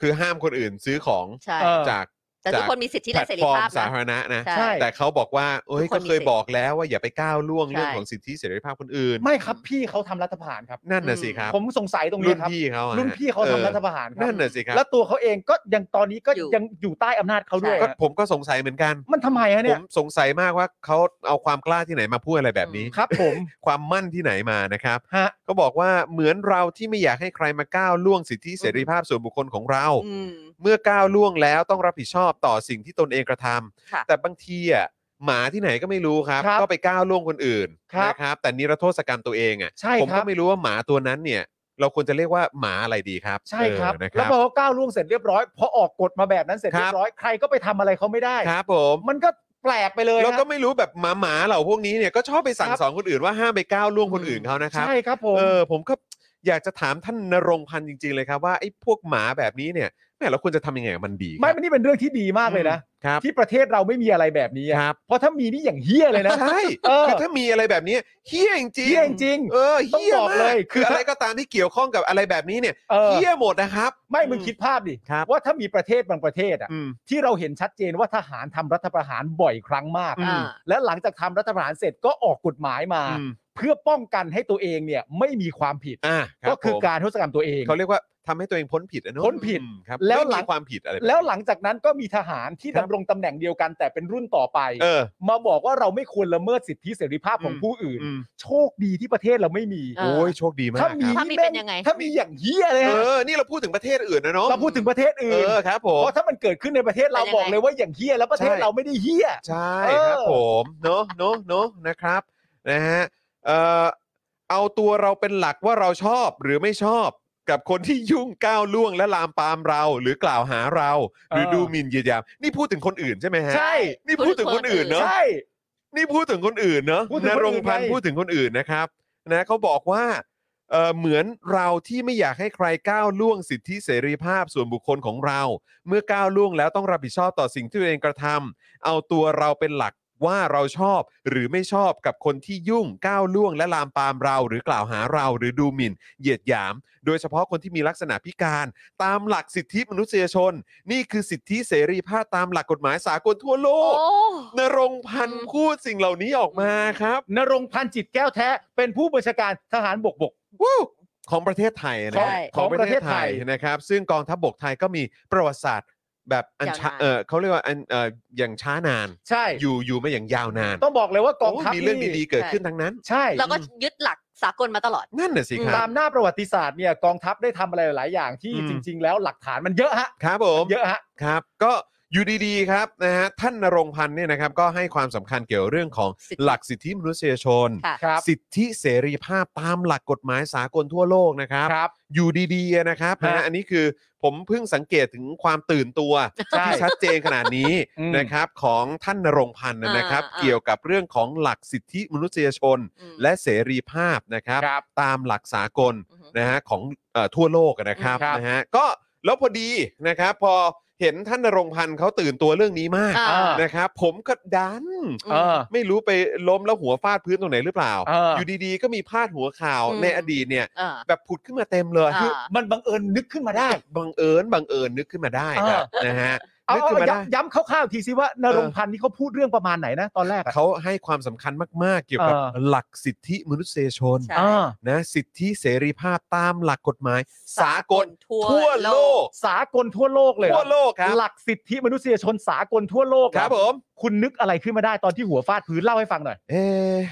Speaker 2: คือห้ามคนอื่นซื้อของ
Speaker 3: ใช่
Speaker 5: เออ
Speaker 2: จาก
Speaker 3: แต่ทุกคนมีสิทธิ
Speaker 2: แพล
Speaker 3: และ
Speaker 2: ต
Speaker 3: เสรี
Speaker 2: ฟอร์ม
Speaker 3: ภาพ
Speaker 2: สา
Speaker 3: นะ
Speaker 2: ธารณะนะ
Speaker 5: ใช่
Speaker 2: แต่เขาบอกว่าเอ้ย
Speaker 3: ทุกค
Speaker 2: ก็
Speaker 3: นมี
Speaker 2: เคย
Speaker 3: สิทธิ์
Speaker 2: บอกแล้วว่าอย่าไปก้าวล่วงเรื่อง
Speaker 3: ใช่
Speaker 2: ของสิทธิเสรีภาพคนอื่น
Speaker 5: ไม่ครับพี่เขาทำรัฐประหารครับ
Speaker 2: นั่นน่ะสิ
Speaker 3: อืม
Speaker 2: ครับ
Speaker 5: ผมสงสัยตรง
Speaker 2: รุ่
Speaker 5: นี้
Speaker 2: น
Speaker 5: ครับ
Speaker 2: พี่เขาอะ
Speaker 5: รุ่นพี่เขา
Speaker 2: ออ
Speaker 5: ทำรัฐประหารครั
Speaker 2: นั่นน่ะสิครับ
Speaker 5: แล้วตัวเขาเองก็ยังตอนนี้ก็
Speaker 3: อยู่
Speaker 5: ยังอยู่ใต้อำนาจเขาด้วย
Speaker 3: ใช่
Speaker 2: ก็
Speaker 5: ฮะ
Speaker 2: ผมก็สงสัยเหมือนกัน
Speaker 5: มันทำไมฮะ
Speaker 2: ผ
Speaker 5: เนี่ย
Speaker 2: มสงสัยมากว่าเขาเอาความกล้าที่ไหนมาพูดอะไรแบบนี้
Speaker 5: ครับ ผม
Speaker 2: ความมั่นที่ไหนมานะครับ
Speaker 5: ฮะ
Speaker 2: ก็บอกว่าเหมือนเราที่ไม่อยากให้ใครมาก้าวล่วงสิทธิเสรีภาพส่วนบุคคลของเรา
Speaker 3: อืม
Speaker 2: เมื่อก้าวล่วงแล้วต้องรับผิดชอบต่อสิ่งที่ตนเองกระทำ
Speaker 3: ค่ะ
Speaker 2: แต่บางทีอ่ะหมาที่ไหนก็ไม่รู้ครับ ก็ไปก้าวล่วงคนอื่นนะครับ แต่นิรโทษกรรมตัวเองอ่ะ
Speaker 5: ใช่
Speaker 2: ผม
Speaker 5: ครั
Speaker 2: ก็
Speaker 5: บ
Speaker 2: ไม่รู้ว่าหมาตัวนั้นเนี่ย เราควรจะเรียกว่าหมาอะไรดีครับ
Speaker 5: ใช่ครับ
Speaker 2: เออนะค
Speaker 5: แล้ว
Speaker 2: รับ
Speaker 5: พอเขาก้าวล่วงเสร็จเรียบร้อยพอออกกฎมาแบบนั้นเสร็จ
Speaker 2: ครับ
Speaker 5: เรียบร้อยใครก็ไปทำอะไรเขาไม่ได้
Speaker 2: ครับผม
Speaker 5: มันก็แปลกไปเลย
Speaker 2: แล้วก็
Speaker 5: ฮะ
Speaker 2: ไม่รู้แบบหมาหมาๆเหล่าพวกนี้เนี่ยก็ชอบไปสั่ง
Speaker 5: ครับ
Speaker 2: สอนคนอื่นว่าห้ามไปก้าวล่วงคนอื่นเขานะครับ
Speaker 5: ใช่ครับผม
Speaker 2: เออผมก็อยากจะถามท่านนรงค์พันธ์จริงๆเลยครับว่าไอ้พวกหมาแบบนี้เนี่ยแม่เราควรจะทำยังไงกับมันดี
Speaker 5: ไม่มันนี่เป็นเรื่องที่ดีมากเลยนะครับที่ประเทศเราไม่มีอะไรแบบนี้อะ
Speaker 2: ครับ
Speaker 5: เพราะถ้ามีนี่อย่างเฮี้ยเลยนะ
Speaker 2: ใช่
Speaker 5: เออ
Speaker 2: คือถ้ามีอะไรแบบนี้เฮี้ยจริงๆ
Speaker 5: เฮี้ยจริง
Speaker 2: เออ
Speaker 5: ต้อง
Speaker 2: เฮี้ย
Speaker 5: บอก
Speaker 2: มา
Speaker 5: เล
Speaker 2: ก
Speaker 5: ยคื
Speaker 2: คือ
Speaker 5: ออ
Speaker 2: อะไรก็ตามที่เกี่ยวข้องกับอะไรแบบนี้เนี่ย
Speaker 5: เออ
Speaker 2: เฮี้ยหมดนะครับ
Speaker 5: ไม่มึงคิดภาพดิ
Speaker 2: ครับ
Speaker 5: ว่าถ้ามีประเทศบางประเทศอ่ะ
Speaker 2: อืม
Speaker 5: ที่เราเห็นชัดเจนว่าทหารทำรัฐประหารบ่อยครั้งมาก
Speaker 3: อืม
Speaker 5: และหลังจากทำรัฐประหารเสร็จก็ออกกฎหมายมา
Speaker 2: อืม
Speaker 5: เพื่อป้องกันให้ตัวเองเนี่ยไม่มีความผิด
Speaker 2: อ่ารับ
Speaker 5: ก็คือ
Speaker 2: ผม
Speaker 5: การทศกรรมตัวเอง
Speaker 2: เขาเรียกว่า ทำให้ตัวเองพ้นผิดอะเนอะ
Speaker 5: พ้นผิด
Speaker 2: อืมครับ
Speaker 5: แล้ว
Speaker 2: ไม่
Speaker 5: หลั
Speaker 2: มี
Speaker 5: ง
Speaker 2: ความผิดอะไรบบ
Speaker 5: แล้วหลังจากนั้นก็มีทหารที่
Speaker 2: ครับ
Speaker 5: ดำรงตำแหน่งเดียวกันแต่เป็นรุ่นต่อไป
Speaker 2: เออ
Speaker 5: มาบอกว่าเราไม่ควรละเมิดสิทธิเสรีภาพของ
Speaker 2: อืม
Speaker 5: ผู้อื่น
Speaker 2: อืม
Speaker 5: โชคดีที่ประเทศเราไม่มี
Speaker 3: เออ
Speaker 2: โอ้ยโชคดีมากค
Speaker 5: ถ้า
Speaker 2: รับ
Speaker 3: ถ้า
Speaker 5: มี
Speaker 3: มี
Speaker 5: แม่
Speaker 3: เป็นยังไง
Speaker 5: ถ้ามีอย่างเฮียเลย
Speaker 2: เอ
Speaker 5: ฮะ
Speaker 2: อนี่เราพูดถึงประเทศอื่นนะเนาะ
Speaker 5: เราพูดถึงประเทศอื่น
Speaker 2: เออครับผม
Speaker 5: เพราะถ้ามันเกิดขึ้นในประเทศเรา
Speaker 3: เป็นยังไง
Speaker 5: บอกเลยว่าอย่างเฮียแล้วประเทศ
Speaker 2: ใช่
Speaker 5: เราไม่ได้เฮีย
Speaker 2: ใช่
Speaker 5: เออ
Speaker 2: ครับผมเนาะเนาะเนาะนะครับนะฮะเอ่อเอาตัวเราเป็นหลักว่าเราชอบหรือไม่ชอบกับคนที่ยุ่งก้าวล่วงและลามปามเรา หรือกล่าวหาเรา หรือดูหมิ่นเหยียดหยามนี่พูดถึงคนอื่นใช่ไหมฮะ
Speaker 5: ใช่
Speaker 2: นี่พูดถึงคนอื่นเนาะ
Speaker 5: ใช่
Speaker 2: นี่พูดถึงคนอื่นเนอะ
Speaker 5: พูดถึง
Speaker 2: น
Speaker 5: คน
Speaker 2: รง
Speaker 5: อื่น
Speaker 2: ค์พันธ์
Speaker 5: ไง
Speaker 2: พูดถึงคนอื่นนะครับนะเขาบอกว่าเอ่อเหมือนเราที่ไม่อยากให้ใครก้าวล่วงสิทธิเสรีภาพส่วนบุคคลของเรา เมื่อก้าวล่วงแล้วต้องรับผิดชอบต่อสิ่งที่ตัวเองกระทำเอาตัวเราเป็นหลักว่าเราชอบหรือไม่ชอบกับคนที่ยุ่งก้าวล่วง และลามปามเรา หรือกล่าวหาเราหรือดูหมิ่น เหยียดหยาม โดยเฉพาะคนที่มีลักษณะพิการ ตามหลักสิทธิมนุษยชน นี่คือสิทธิเสรีภาพตามหลักกฎหมายสากลทั่วโล
Speaker 3: โอ้
Speaker 2: ก นรงค์พัน
Speaker 3: อื
Speaker 2: ธ์
Speaker 3: ม
Speaker 2: พูดสิ่งเหล่านี้ออกมาครับ
Speaker 5: นรงค์พันธ์จิตแก้วแท้ เป็นผู้บัญชาการทหารบกบก
Speaker 2: วู้ของประเทศไทยนะ
Speaker 3: ใช่
Speaker 2: ของประเทศไทย
Speaker 5: ของประเทศไทย
Speaker 2: นะครับ ซึ่งกองทัพบกไทยก็มีประวัติศาสตร์แบบอันชาย
Speaker 3: าวนาน
Speaker 2: เออเขาเรียกว่าอันเอออย่างช้านาน
Speaker 5: ใช่
Speaker 2: อยู่อยู่มาอย่างยาวนาน
Speaker 5: ต้องบอกเลยว่ากอง
Speaker 2: โอ้ย
Speaker 5: ทัพ
Speaker 2: มีเรื่องดี
Speaker 5: นี่
Speaker 2: ๆเกิดขึ้นทั้งนั้น
Speaker 5: ใช่
Speaker 3: เราก็ยึดหลักสากลมาตลอด
Speaker 2: นั่นน่ะสิค
Speaker 5: ตา
Speaker 2: รับ
Speaker 5: มหน้าประวัติศาสตร์เนี่ยกองทัพได้ทำอะไรหลายอย่างที่
Speaker 2: อืม
Speaker 5: จริง ๆ แล้วหลักฐานมันเยอะฮะ
Speaker 2: ครับผม
Speaker 5: เยอะฮะ
Speaker 2: ครับก็อยู่ดีๆครับนะฮะท่านนรงค์พันธ์เนี่ยนะครับก็ให้ความสำคัญเกี่ยวเรื่องของ
Speaker 3: สิทธิ
Speaker 2: หลักสิทธิมนุษยชน
Speaker 3: ค่ะ
Speaker 5: ครับ
Speaker 2: สิทธิเสรีภาพตามหลักกฎหมายสากลทั่วโลกนะครับ
Speaker 5: ครับ
Speaker 2: อยู่ดีๆอะนะครับนะฮะ
Speaker 5: ฮะ
Speaker 2: อันนี้คือผมเพิ่งสังเกตถึงความตื่นตัว
Speaker 5: ใช่
Speaker 2: ที่ชัดเจนขนาดนี้
Speaker 5: อืม
Speaker 2: นะครับของท่านนรงค์พันธ์นะครับ
Speaker 3: อ่าอ่า
Speaker 2: เกี่ยวกับเรื่องของหลักสิทธิมนุษยชน
Speaker 3: อืม
Speaker 2: และเสรีภาพนะครับ
Speaker 5: ครับ
Speaker 2: ตามหลักสากล
Speaker 3: อือฮึ
Speaker 2: นะฮะของเอ่อทั่วโลกอะนะครับ
Speaker 5: ครับ
Speaker 2: นะฮะก็แล้วพอดีนะครับ พอเห็นท่านนรงค์พันธ์เขาตื่นตัวเรื่องนี้มาก
Speaker 3: อ่า
Speaker 2: นะครับ ผมก็ดัน
Speaker 3: อืม
Speaker 5: เออ
Speaker 2: ไม่รู้ไปล้มแล้วหัวฟาดพื้นตรงไหนหรือเปล่า
Speaker 5: เอออ
Speaker 2: ยู่ดีๆ ก็มีพาดหัวข่าว
Speaker 3: อืม
Speaker 2: ในอดีตเนี่ย
Speaker 3: เออ
Speaker 2: แบบผุดขึ้นมาเต็มเลย
Speaker 3: อ่า
Speaker 2: คือ
Speaker 5: มันบังเอิญนึกขึ้นมาได้
Speaker 2: บังเอิญบังเอิญนึกขึ้นมาได้ครับนะฮะ
Speaker 5: เอา
Speaker 2: นึก
Speaker 5: เอา
Speaker 2: ขึ้นมา
Speaker 5: เอา
Speaker 2: ได้
Speaker 5: ย้ำย้ำคร่าวๆทีสิว่านรงค์พันธ์นี่เขาพูดเรื่องประมาณไหนนะตอนแรกอะ
Speaker 2: เขาให้ความสำคัญมาก ๆ เกี่ยวกับ
Speaker 5: เออ
Speaker 2: หลักสิทธิมนุษยชน
Speaker 3: ใช่
Speaker 5: อ่า
Speaker 2: นะสิทธิเสรีภาพตามหลักกฎหมาย สากลทั่วโลก
Speaker 5: สากลทั่วโลกเลยเหรอ
Speaker 2: ทั่วโลกครับ
Speaker 5: หลักสิทธิมนุษยชนสากลทั่วโลกเหอ
Speaker 2: ครับผม
Speaker 5: คุณนึกอะไรขึ้นมาได้ตอนที่หัวฟาดพื้นเล่าให้ฟังหน่อย
Speaker 2: เอะ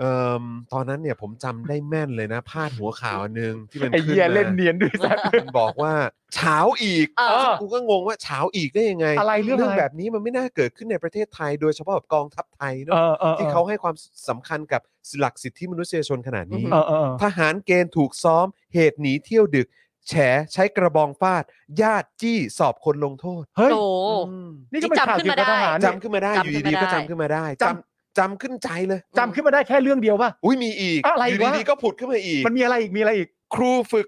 Speaker 2: เอ่มตอนนั้นเนี่ยผมจำได้แม่นเลยนะพาดหัวข่าวอันหนึ่งที่มัน
Speaker 5: ไอ้
Speaker 2: ขึ้น
Speaker 5: เหี้ยเล่น
Speaker 2: มา
Speaker 5: เนียนด้วยสัตว์
Speaker 2: มันบอกว่าเฉาอีก
Speaker 3: เออ
Speaker 2: กูก็งงว่าเฉาอีกได้ยังไง
Speaker 5: อะไรเรื่องอะไร
Speaker 2: แบบนี้มันไม่น่าเกิดขึ้นในประเทศไทย โดยเฉพาะกับกองทัพไทยเนอะ
Speaker 5: เออออออ
Speaker 2: ที่เขาให้ความสำคัญกับหลักสิทธิมนุษยชนขนาดนี้
Speaker 5: เออเออเออ
Speaker 2: ทหารเกณฑ์ถูกซ้อม เหตุหนีเที่ยวดึก แฉใช้กระบองฟาด ญาติจี้สอบคนลงโทษ
Speaker 5: เฮ้ย
Speaker 3: โอ้
Speaker 2: อืม
Speaker 5: นี่ก็เป็นข่าวเกี่ยวกับทหาร
Speaker 3: นนี้
Speaker 2: จำขึ้นมาได้ อ
Speaker 3: จำ
Speaker 2: ยู่
Speaker 3: ขึ้น
Speaker 2: ดีๆ
Speaker 3: มา
Speaker 2: ก็
Speaker 3: ได้
Speaker 2: จำขึ้นมาได้จำจำขึ้นใจเลย
Speaker 5: จำขึ้นมาได้แค่เรื่องเดียวป่ะ
Speaker 2: อุ้ยมีอีก
Speaker 5: อะไร
Speaker 2: ยู่
Speaker 5: วะ
Speaker 2: ดีๆก็ผุดขึ้นมาอีก
Speaker 5: มันมีอะไรอีกมีอะไรอีก
Speaker 2: ครูฝึก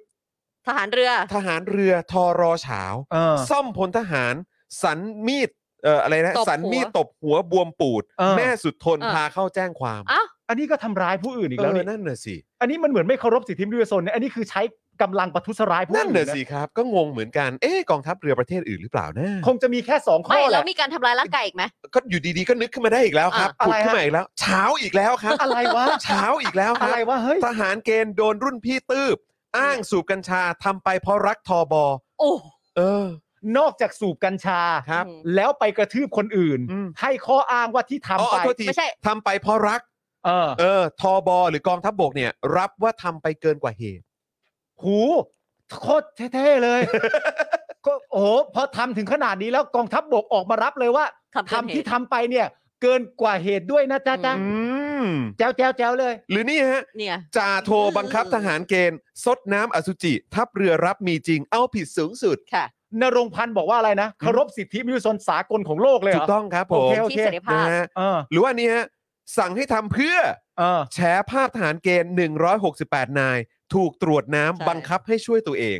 Speaker 3: ทหารเรือ
Speaker 2: ทหารเรือทอรอเฉาว
Speaker 5: เออ
Speaker 2: ซ่อมพลทหาร สันมีดเอ่ออะไรนะ
Speaker 3: ตบหัว
Speaker 2: สันมีดตบหัวบวมปูด
Speaker 5: เออ
Speaker 2: แม่สุดทน
Speaker 3: เออ
Speaker 2: พาเข้าแจ้งความ
Speaker 3: อ้าว
Speaker 5: อันนี้ก็ทำร้ายผู้อื่นอีกแล้ว
Speaker 2: เอ
Speaker 5: นี่
Speaker 2: อนั่นน่ะสิ
Speaker 5: อันนี้มันเหมือนไม่เคารพสิทธิมนุษยชนเนี่ยอันนี้คือใช้กำลังประทุษร้ายผู้
Speaker 2: นั่น
Speaker 5: อื่น
Speaker 2: น่ะสิครับ ก็งงเหมือนกัน เอ๊ะกองทัพเรือประเทศอื่นหรือเปล่านะ
Speaker 5: คงจะมีแค่สองข้
Speaker 3: ไม่
Speaker 5: อแห
Speaker 3: แล้
Speaker 5: ละ
Speaker 3: วมีการทำร้ายร่างกายอีกไหม
Speaker 2: ก็อยู่ดีๆก็นึกขึ้นมาได้อีกแล้วครับ
Speaker 5: อ่ะ
Speaker 2: ผุด
Speaker 5: อะไรฮะ
Speaker 2: ขึ้นมาอีกแล้วเช้าอีกแล้วครับ
Speaker 5: อะไรวะ
Speaker 2: เช้าอีกแล้วค
Speaker 5: อะ
Speaker 2: รับ
Speaker 5: ไรวะเฮ้ย
Speaker 2: ทหารเกณฑ์โดนรุ่นพี่ตืบอ้างสูบกัญชาทำไปเพราะรักทอบอ
Speaker 3: โอ้
Speaker 2: เออ
Speaker 5: นอกจากสูบกัญชา
Speaker 2: ครับ
Speaker 3: อืม
Speaker 5: แล้วไปกระทืบคนอื่น
Speaker 2: อืม
Speaker 5: ให้ข้ออ้างว่าที่
Speaker 2: อ๋อ
Speaker 5: ทำ
Speaker 2: ข
Speaker 5: ไป
Speaker 2: อโทษที
Speaker 3: ไม่ใช่
Speaker 2: ทำไปเพราะรัก
Speaker 5: เออ
Speaker 2: เออทอบอหรือกองทัพบกเนี่ย รับว่าทำไปเกินกว่าเหตุ
Speaker 5: หูโคตรเท่ๆเลย ก็โอ้โหพอทำถึงขนาดนี้แล้วกองทัพบกออกมารับเลยว่าทำ
Speaker 3: ทำ
Speaker 5: ที่ทำไปเนี่ย เกินกว่าเหตุด้วยนะจ๊ะจ๊ะ
Speaker 2: อืม
Speaker 5: แจวแจวแจวเลย
Speaker 2: หรือนี่ฮะ
Speaker 3: เนี่ย
Speaker 2: จ่าโทบังคับทหารเกณฑ์ซดน้ำอสุจิ ทัพเรือรับมีจริงเอาผิดสูงสุด
Speaker 3: ค่ะ
Speaker 5: นรงค์พันธ์บอกว่าอะไรนะเคารพสิทธิมนุษยชนสากลของโลกเลยเหร
Speaker 2: ถู
Speaker 5: อ
Speaker 2: กต้องครับผ
Speaker 5: โอ
Speaker 2: ม
Speaker 5: เคโอ
Speaker 3: ที่
Speaker 5: เค
Speaker 3: เสรีภา
Speaker 2: นะ
Speaker 3: พ
Speaker 2: ฮะ
Speaker 5: เออ
Speaker 2: หรือว่านี่ฮะสั่งให้ทำเพื่อ
Speaker 5: เออ
Speaker 2: แฉภาพทหารเกณฑ์ 168 นาย ถูกตรวจน้ำ
Speaker 3: ใช่
Speaker 2: บังคับให้ช่วยตัวเอง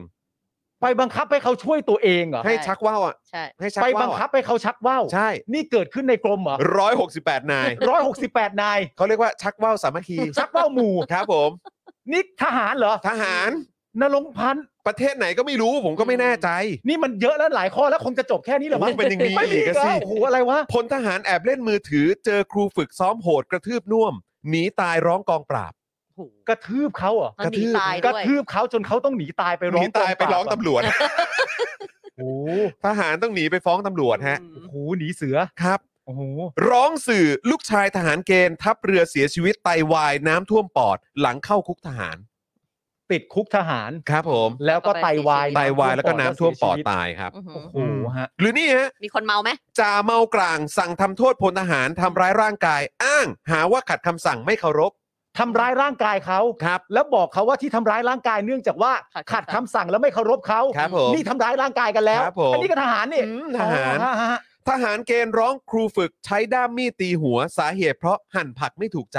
Speaker 5: ไปบังคับให้เขาช่วยตัวเองเหรอ
Speaker 2: ให้ชักว่าวอ่ะ
Speaker 3: ใช่
Speaker 2: ให้ชัก
Speaker 5: ไป
Speaker 2: ว่า
Speaker 5: บัง
Speaker 2: ว
Speaker 5: คับ
Speaker 2: อะ
Speaker 5: ให้เขาชักว่าว
Speaker 2: ใช่
Speaker 5: นี่เกิดขึ้นในกรมเหรอ
Speaker 2: 168 นาย
Speaker 5: ร้อยหกสิบแปด นาย
Speaker 2: เขาเรียกว่าชักว่าวสามัคคี
Speaker 5: ชักว่าวหมู่
Speaker 2: ครับผม
Speaker 5: นี่ทหารเหรอ
Speaker 2: ทหาร
Speaker 5: นรงค์พันธ์
Speaker 2: ประเทศไหนก็ไม่รู้ผมก็ไม่แน่ใจ
Speaker 5: นี่มันเยอะแล้วหลายข้อแล้วคงจะจบแค่นี้เหรอ
Speaker 2: มันเป็นอย่างนี้
Speaker 5: ไม่มี
Speaker 2: อีก
Speaker 5: อี
Speaker 2: อะ
Speaker 5: กแล้ว
Speaker 2: สิ
Speaker 5: โอ้โหอะไรวะ
Speaker 2: พลทหารแอบเล่นมือถือ เจอครูฝึกซ้อมโหดกระทืบน่วมหนีตายร้องกองปราบ
Speaker 3: โห
Speaker 5: กระทืบเขาเหรอ
Speaker 3: ตอนหนีตาย
Speaker 5: ก
Speaker 3: ด้
Speaker 5: ระ
Speaker 3: วย
Speaker 5: ทืบเขาจนเขาต้องหนีตายไป
Speaker 2: ห
Speaker 5: ร้อ
Speaker 2: นี
Speaker 5: ง
Speaker 2: ตายไปร้อง
Speaker 5: กปบ
Speaker 2: ตำรวจ
Speaker 5: โอ้โห
Speaker 2: ทหารต้องหนีไปฟ้องตำรวจฮะ
Speaker 5: โอ้โหหนีเสือ
Speaker 2: ครับ
Speaker 5: โอ้โห
Speaker 2: ร้องสื่อลูกชายทหารเกณฑ์ทัพเรือเสียชีวิตไตวายน้ำท่วมปอด หลังเข้าคุกทหาร
Speaker 5: ติดคุกทหาร
Speaker 2: ครับผม
Speaker 5: แล้วก็ไตวาย
Speaker 2: ไตวายแล้วก็น้ำท่วมปอด
Speaker 5: ตาย
Speaker 2: ตายครับ
Speaker 3: อื้อหื
Speaker 5: โอ้
Speaker 3: อ
Speaker 5: โหฮะ
Speaker 2: หรือนี่ฮะ
Speaker 3: มีคนเมาไหม
Speaker 2: จ่าเมากลางสั่งทำโทษพลทหารทำร้ายร่างกาย อ้าง หาว่าขัดคำสั่งไม่เคารพ
Speaker 5: ทำร้ายร่างกายเขา
Speaker 2: ครับ
Speaker 5: แล้วบอกเขาว่าที่ทำร้ายร่างกายเนื่องจากว่าขัดคำสั่งแล้วไม่เคารพเขา
Speaker 2: ครับผม
Speaker 5: นี่ทำร้ายร่างกายกันแล้ว
Speaker 2: ครับผม
Speaker 5: อันี้ก็ทหารนี่
Speaker 2: อืมทหาร
Speaker 5: อ๋อฮะฮะ
Speaker 2: ทหารเกณฑ์ร้องครูฝึกใช้ด้ามมีดตีหัวสาเหตุเพราะหั่นผักไม่ถูกใจ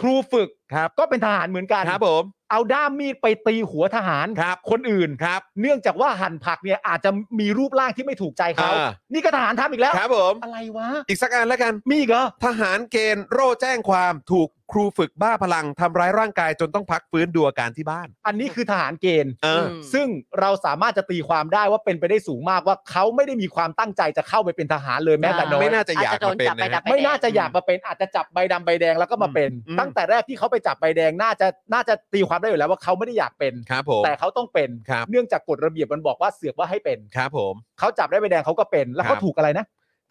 Speaker 5: ครูฝึก
Speaker 2: ครับ
Speaker 5: ก็เป็นทหารเหมือนกัน
Speaker 2: ครับผม
Speaker 5: เอาด้ามมีดไปตีหัวทหาร
Speaker 2: ครับ
Speaker 5: คนอื่น
Speaker 2: ครับ
Speaker 5: เนื่องจากว่าหั่นผักเนี่ยอาจจะมีรูปร่างที่ไม่ถูกใจเขา
Speaker 2: อ่า
Speaker 5: นี่ก็ทหารทำอีกแล้ว
Speaker 2: ครับผม
Speaker 5: อะไรวะ
Speaker 2: อีกสักอันแล้วกัน
Speaker 5: มีอีกเหรอ
Speaker 2: ทหารเกณฑ์โร่แจ้งความถูกครูฝึกบ้าพลังทำร้ายร่างกายจนต้องพักฟื้นดูอาการที่บ้าน
Speaker 5: อันนี้คือทหารเกณฑ์
Speaker 2: เออ
Speaker 3: ม
Speaker 5: ซึ่งเราสามารถจะตีความได้ว่าเป็นไปได้สูงมากว่าเขาไม่ได้มีความตั้งใจจะเข้าไปเป็นทหารเลยแม้แต่
Speaker 3: า
Speaker 5: น้อย
Speaker 2: ไม่น่าจะอยาก
Speaker 3: อาจจะโด
Speaker 2: มานเป็น
Speaker 3: จับ
Speaker 2: นะ
Speaker 3: ไปดั
Speaker 2: ฮะ
Speaker 3: บ
Speaker 5: ไม่น่าจะอยากมาเป็นอาจจะจับใบดำใบแดงแล้วก็มาเป็น
Speaker 2: อืม
Speaker 5: ตั้งแต่แรกที่เขาไปจับใบแดงน่าจะน่าจะตีความได้อยู่แล้วว่าเขาไม่ได้อยากเป็น
Speaker 2: ครับผม
Speaker 5: แต่เขาต้องเป็น
Speaker 2: ครับ
Speaker 5: เนื่องจากกฎระเบียบมันบอกว่าเสือกว่าให้เป็น
Speaker 2: ครับผม
Speaker 5: เขาจับได้ใบแดงเขาก็เป็น แล้วเขา
Speaker 2: ครับ
Speaker 5: ถูกอะไรนะ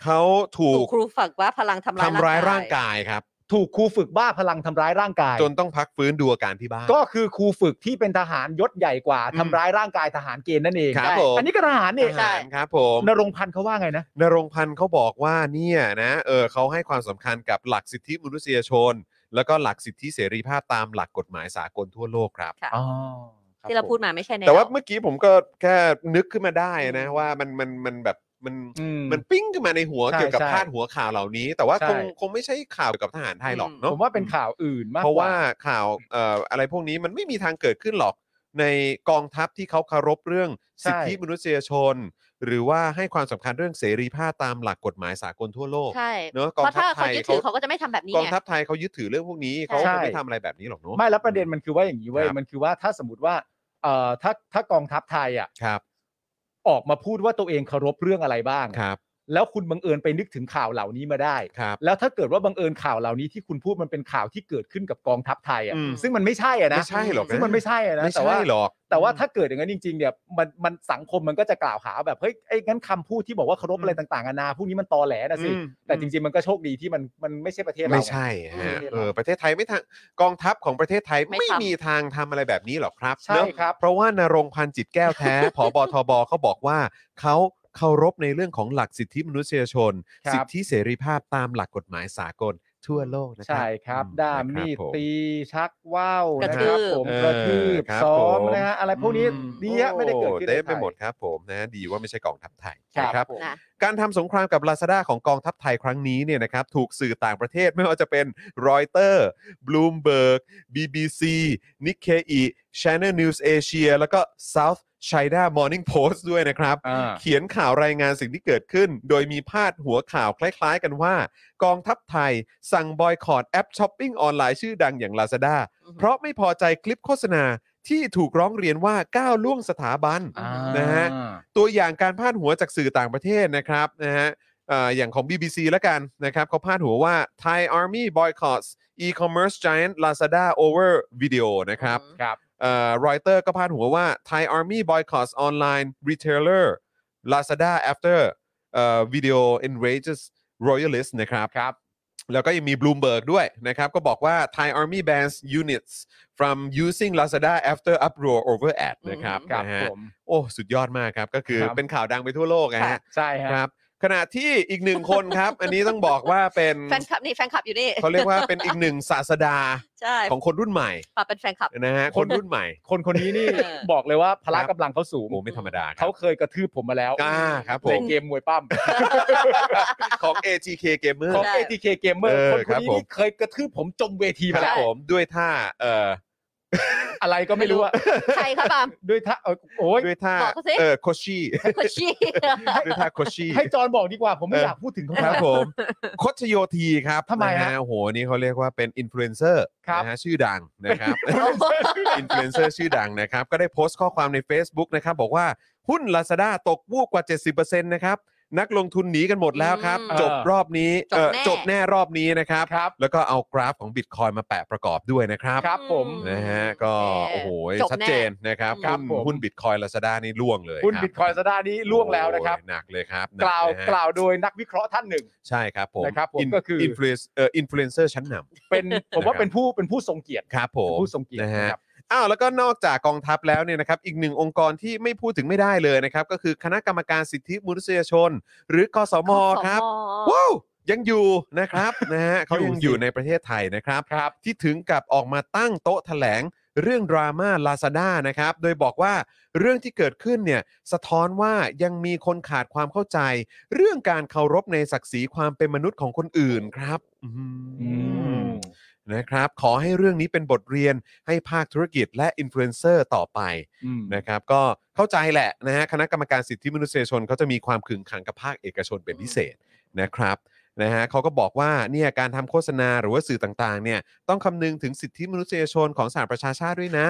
Speaker 2: เขาถู
Speaker 3: ถู
Speaker 2: ก
Speaker 3: กครูฝึกว่าพลังทำร้าย
Speaker 2: ทำร้ายร่างกายครับ
Speaker 5: ถูกครูฝึกบ้าพลังทำร้ายร่างกาย
Speaker 2: จนต้องพักฟื้นดูอาการที่บ้าน
Speaker 5: ก็คือครูฝึกที่เป็นทหารยศใหญ่กว่า
Speaker 2: อืม
Speaker 5: ทำร้ายร่างกายทหารเกณฑ์นั่นเอง
Speaker 2: ครับผม
Speaker 5: อันนี้ก็ทหารนี่
Speaker 2: ทหารครับผม
Speaker 5: นรงค์พันธ์เขาว่าไงนะ
Speaker 2: นรงค์พันธ์เขาบอกว่าเนี่ยนะเออเขาให้ความสำคัญกับหลักสิทธิมนุษยชน แล้วก็หลักสิทธิเสรีภาพตามหลักกฎหมายสากลทั่วโลกครับ
Speaker 3: ค่ะ
Speaker 5: อ๋อ
Speaker 3: ที่เราพูดมาไม่ใช่แนว
Speaker 2: แต่ว่าเมื่อกี้ผมก็แค่นึกขึ้นมาได้นะว่ามันมันมันแบบมัน
Speaker 5: อืม
Speaker 2: มันปิ้งขึ้นมาในหัว
Speaker 5: ใช่
Speaker 2: เกี่ยวกับ
Speaker 5: ใช่
Speaker 2: พาดหัวข่าวเหล่านี้ แต่ว่า
Speaker 5: ใช่
Speaker 2: คงคงไม่ใช่ข่าวเกี่ยวกับทหารไทยหรอก
Speaker 3: อืม
Speaker 2: เนาะ
Speaker 5: ผมว่าเป็นข่าวอื่นมากก
Speaker 2: เพราะว่าข่าวเอ่ออะไรพวกนี้มันไม่มีทางเกิดขึ้นหรอก ในกองทัพที่เขาเคารพเรื่องสิทธิมนุษยชน หรือว่าให้ความสำคัญเรื่องเสรีภาพตามหลักกฎหมายสากลทั่วโลก
Speaker 3: ใช่
Speaker 2: เนาะกอง
Speaker 3: เพราะ
Speaker 2: ทั
Speaker 3: ถ้า
Speaker 2: พไท
Speaker 3: เขา
Speaker 2: ย
Speaker 3: ยึดถือเขาก็จะไม่ทำแบบนี้
Speaker 2: กอง
Speaker 3: ไง
Speaker 2: ทัพไทยเขายึดถือเรื่องพวกนี้เขาคงไม่ทำอะไรแบบนี้หรอกเนาะ
Speaker 5: ไม่แล้วประเด็นมันคือว่าอย่างนี้เว้ยมันคือว่าถ้าสมมติว่าเอ่อถ้าถ้ากองทัพไทยอ่ะ
Speaker 2: ครับ
Speaker 5: ออกมาพูดว่าตัวเองเคารพเรื่องอะไรบ้าง
Speaker 2: ครับ
Speaker 5: แล้วคุณบังเอิญไปนึกถึงข่าวเหล่านี้มาได้
Speaker 2: ครับ
Speaker 5: แล้วถ้าเกิดว่าบังเอิญข่าวเหล่านี้ที่คุณพูดมันเป็นข่าวที่เกิดขึ้นกับกองทัพไทยอ่ะ
Speaker 2: อืม
Speaker 5: ซึ่งมันไม่ใช่อ่ะนะ
Speaker 2: ไม่ใช่หรอกะ
Speaker 5: ซึ่งมันไม่ใช่อ่ะนะ
Speaker 2: ไม่
Speaker 5: แต่ว่า
Speaker 2: ใช่หรอก
Speaker 5: แต่ว่าถ้าเกิดอย่างนั้นจริงๆเนี่ย มันมันสังคมมันก็จะกล่าวหาแบบเฮ้ยไอ้งั้นคำพูดที่บอกว่าเคารพอะไรต่างๆนานาพวกนี้มันตอแหลนะสิ
Speaker 2: อืม
Speaker 5: แต่จริงๆมันก็โชคดีที่มันมันไม่ใช่ประเทศเรา
Speaker 2: ไม่ใช่ฮะ
Speaker 5: อืม
Speaker 2: เออประเทศไทยไม่ทางกองทัพของประเทศไทย
Speaker 3: ไม่
Speaker 2: ไม่
Speaker 3: ทำ
Speaker 2: มีทางทำอะไรแบบนี้หรอกครับ
Speaker 5: ใช่
Speaker 2: เนอะ
Speaker 5: ครับ
Speaker 2: เพราะว่านรงค์พันธ์จิตแก้วแท้ ผบทบเขาบอกว่าเขาเคารพในเรื่องของหลักสิทธิมนุษยชน
Speaker 5: ครับ
Speaker 2: สิทธิเสรีภาพตามหลักกฎหมายสากลทั่วโลกนะครั
Speaker 5: ใช่ครับ
Speaker 2: อื
Speaker 5: ด้าม
Speaker 2: นะครับ
Speaker 5: มีด
Speaker 2: ผ
Speaker 5: ตีชักว่าว
Speaker 3: กระ
Speaker 5: นะ
Speaker 3: ทื
Speaker 5: ครับ บผม
Speaker 2: เออก
Speaker 5: ระทืบ
Speaker 2: ครับ
Speaker 5: ซ้อม
Speaker 2: ผม
Speaker 5: นะฮะอะไรพวกนี้
Speaker 2: อืม
Speaker 5: ดีฮะไม่ได้เกิดขึ้น
Speaker 2: โอ้
Speaker 5: ใน
Speaker 2: เต็มไป
Speaker 5: ทย
Speaker 2: หมดครับผมนะดีว่าไม่ใช่กองทัพไทย
Speaker 5: ครับ
Speaker 2: นะครับ การทำสงครามกับ Lazada ของกองทัพไทยครั้งนี้เนี่ยนะครับถูกสื่อต่างประเทศไม่ว่าจะเป็นรอยเตอร์บลูมเบิร์ก BBC n i k k e i Channel News Asia แล้วก็ South China Morning Post ด้วยนะครับ
Speaker 5: อ่า
Speaker 2: เขียนข่าวรายงานสิ่งที่เกิดขึ้น โดยมีพาดหัวข่าวคล้าย ๆ กันว่า กองทัพไทยสั่งบอยคอรดแอปช้อปปิ้งออนไลน์ชื่อดังอย่าง Lazada
Speaker 3: อือฮึ
Speaker 2: เพราะไม่พอใจคลิปโฆษณาที่ถูกร้องเรียนว่าก้าวล่วงสถาบัน
Speaker 3: อ่า
Speaker 2: นะฮะ ตัวอย่างการพาดหัวจากสื่อต่างประเทศนะครับนะฮะเอ่ออย่างของ BBC ละกันนะครับเขาพาดหัวว่า Thai Army boycotts e-commerce giant Lazada over video นะครับ
Speaker 3: อืม
Speaker 5: ครับ
Speaker 2: รอยเตอร์ก็พาดหัวว่า Thai Army boycotts online retailer Lazada after เอ่อ video enrages royalist นะครับ
Speaker 5: ครับ
Speaker 2: แล้วก็ยังมี Bloomberg ด้วยนะครับก็บอกว่า Thai Army bans units from using Lazada after uproar over ad นะครับ
Speaker 5: ครับ
Speaker 2: นะฮะ
Speaker 5: ผม
Speaker 2: โอ้สุดยอดมากครับ ก็คือ
Speaker 5: ครับ
Speaker 2: เป็นข่าวดังไปทั่วโลกนะฮะ
Speaker 5: ใช่ฮะ
Speaker 2: ครับ ขณะที่อีกหนึ่งคนครับ อันนี้ต้องบอกว่าเป็น
Speaker 3: แฟนคลับนี่แฟนคลับอยู่นี่
Speaker 2: เขาเรียกว่าเป็นอีกหนึ่งศาสดา
Speaker 3: ใช่
Speaker 2: ของคนรุ่นใหม่
Speaker 3: ปาเป็นแฟนคลับ
Speaker 2: นะฮะคนรุ่นใหม่
Speaker 5: คนคนนี้นี่
Speaker 3: เออ
Speaker 5: บอกเลยว่าพละ
Speaker 2: ครับ
Speaker 5: กำลังเขาสูง
Speaker 2: โอ้ไม่ธรรมดาครั
Speaker 5: เขาเคยกระทืบผมมาแล้ว
Speaker 2: อ่าครับผ
Speaker 5: ใน
Speaker 2: ม
Speaker 5: เกมมวยปั้ม
Speaker 2: ของ ATK Gamer
Speaker 5: ของ
Speaker 3: ใช่
Speaker 5: ATK Gamer
Speaker 2: เออค
Speaker 5: คนคน
Speaker 2: รับ
Speaker 5: นี้
Speaker 2: ผม
Speaker 5: นี่เคยกระทืบผมจมเวที
Speaker 2: ครั
Speaker 5: มาแล้
Speaker 2: บ
Speaker 5: ว
Speaker 2: ผมด้วยท่าเอ่อ
Speaker 5: อะไรก็ไม่รู้อะ
Speaker 3: ใครครับปาล์ม
Speaker 5: ด้วยท่าเอ่อโอ้ย
Speaker 2: ด้วยท่า
Speaker 3: บอกเขาสิ
Speaker 2: เออโคชี่
Speaker 3: โคชี่
Speaker 2: ด้วยท่าโคชี่
Speaker 5: ให้จอนบอกดีกว่าผมไม่
Speaker 2: เออ
Speaker 5: อ
Speaker 2: อ
Speaker 5: ยากพูดถึงเขา
Speaker 2: ค
Speaker 5: แล้
Speaker 2: รั
Speaker 5: ว
Speaker 2: บผมคชโยธีครับ
Speaker 5: ทำไม
Speaker 2: น
Speaker 5: ฮะ
Speaker 2: โอ้โหนี่เขาเรียกว่าเป็นอินฟลูเอนเซอร์
Speaker 5: ครับ
Speaker 2: นะฮะชื่อดังนะครับ อินฟลูเอนเซอร์ชื่อดังนะครับ ก็ได้โพสต์ข้อความใน Facebook นะครับ บอกว่าหุ้น Lazada ตกวูบกว่า 70%นะครับ นักลงทุนหนีกันหมดแล้วครับ
Speaker 3: อืม
Speaker 2: จบรอบนี้
Speaker 3: จบ
Speaker 2: เอ่อ
Speaker 3: แน่
Speaker 2: จบแน่รอบนี้นะครับ
Speaker 5: ครับ
Speaker 2: แล้วก็เอากราฟของบิตคอยมาแปะประกอบด้วยนะครับ
Speaker 5: ครับผม
Speaker 2: นะฮะก็โอ้โห
Speaker 3: จบแ
Speaker 2: ชัดเจนนะครับ
Speaker 3: ครับ
Speaker 2: หุ้น
Speaker 5: ผม
Speaker 2: หุ้นบิตคอยลาซาด้านี่ล่วงเลย
Speaker 5: หุ้น
Speaker 2: รับ
Speaker 5: บิตคอยซาด้านี้ล่วงแล้วนะครับ
Speaker 2: โอ้ยหนักเลยครับ
Speaker 5: กล่าว
Speaker 2: หนันะฮะ
Speaker 5: กล่าวโดยนักวิเคราะห์ท่านหนึ่ง
Speaker 2: ใช่ครับผม
Speaker 5: นะครับผม
Speaker 2: น
Speaker 5: ก็คือ
Speaker 2: นฟลูเอนซ์เอ่ออินฟลูเอนเซอร์ชั้นนำ
Speaker 5: เป็นผมว่า
Speaker 2: นะครับ
Speaker 5: เป็นผู้เป็นผู้ทรงเกียรติ
Speaker 2: ครับผม
Speaker 5: ผู้ทรงเกียรติ
Speaker 2: นะฮะ
Speaker 5: ครับ
Speaker 2: อ้าวแล้วก็นอกจากกองทัพแล้วเนี่ยนะครับอีกหนึ่งองค์กรที่ไม่พูดถึงไม่ได้เลยนะครับ ก็คือคณะกรรมการสิทธิมนุษยชน หรือกสมครับ ว้าวยังอยู่นะครับ นะฮะเขายัง
Speaker 5: อยู่สิ
Speaker 2: อยู่ในประเทศไทยนะครับ
Speaker 5: ครับ
Speaker 2: ที่ถึงกับออกมาตั้งโต๊ะแถลงเรื่องดราม่าลาซาด้านะครับ โดยบอกว่าเรื่องที่เกิดขึ้นเนี่ยสะท้อนว่ายังมีคนขาดความเข้าใจ เรื่องการเคารพในศักดิ์ศรีความเป็นมนุษย์ของคนอื่นครับอืมนะครับ ขอให้เรื่องนี้เป็นบทเรียนให้ภาคธุรกิจและอินฟลูเอนเซอร์ต่อไป นะครับก็เข้าใจแหละนะฮะคณะกรรมการสิทธิมนุษยชนเขาจะมีความขึงขังกับภาคเอกชนเป็นพิเศษนะครับนะฮะเขาก็บอกว่าเนี่ยการทำโฆษณาหรือว่าสื่อต่างๆเนี่ยต้องคำนึงถึงสิทธิมนุษยชนของสหประชาชาติด้วยนะ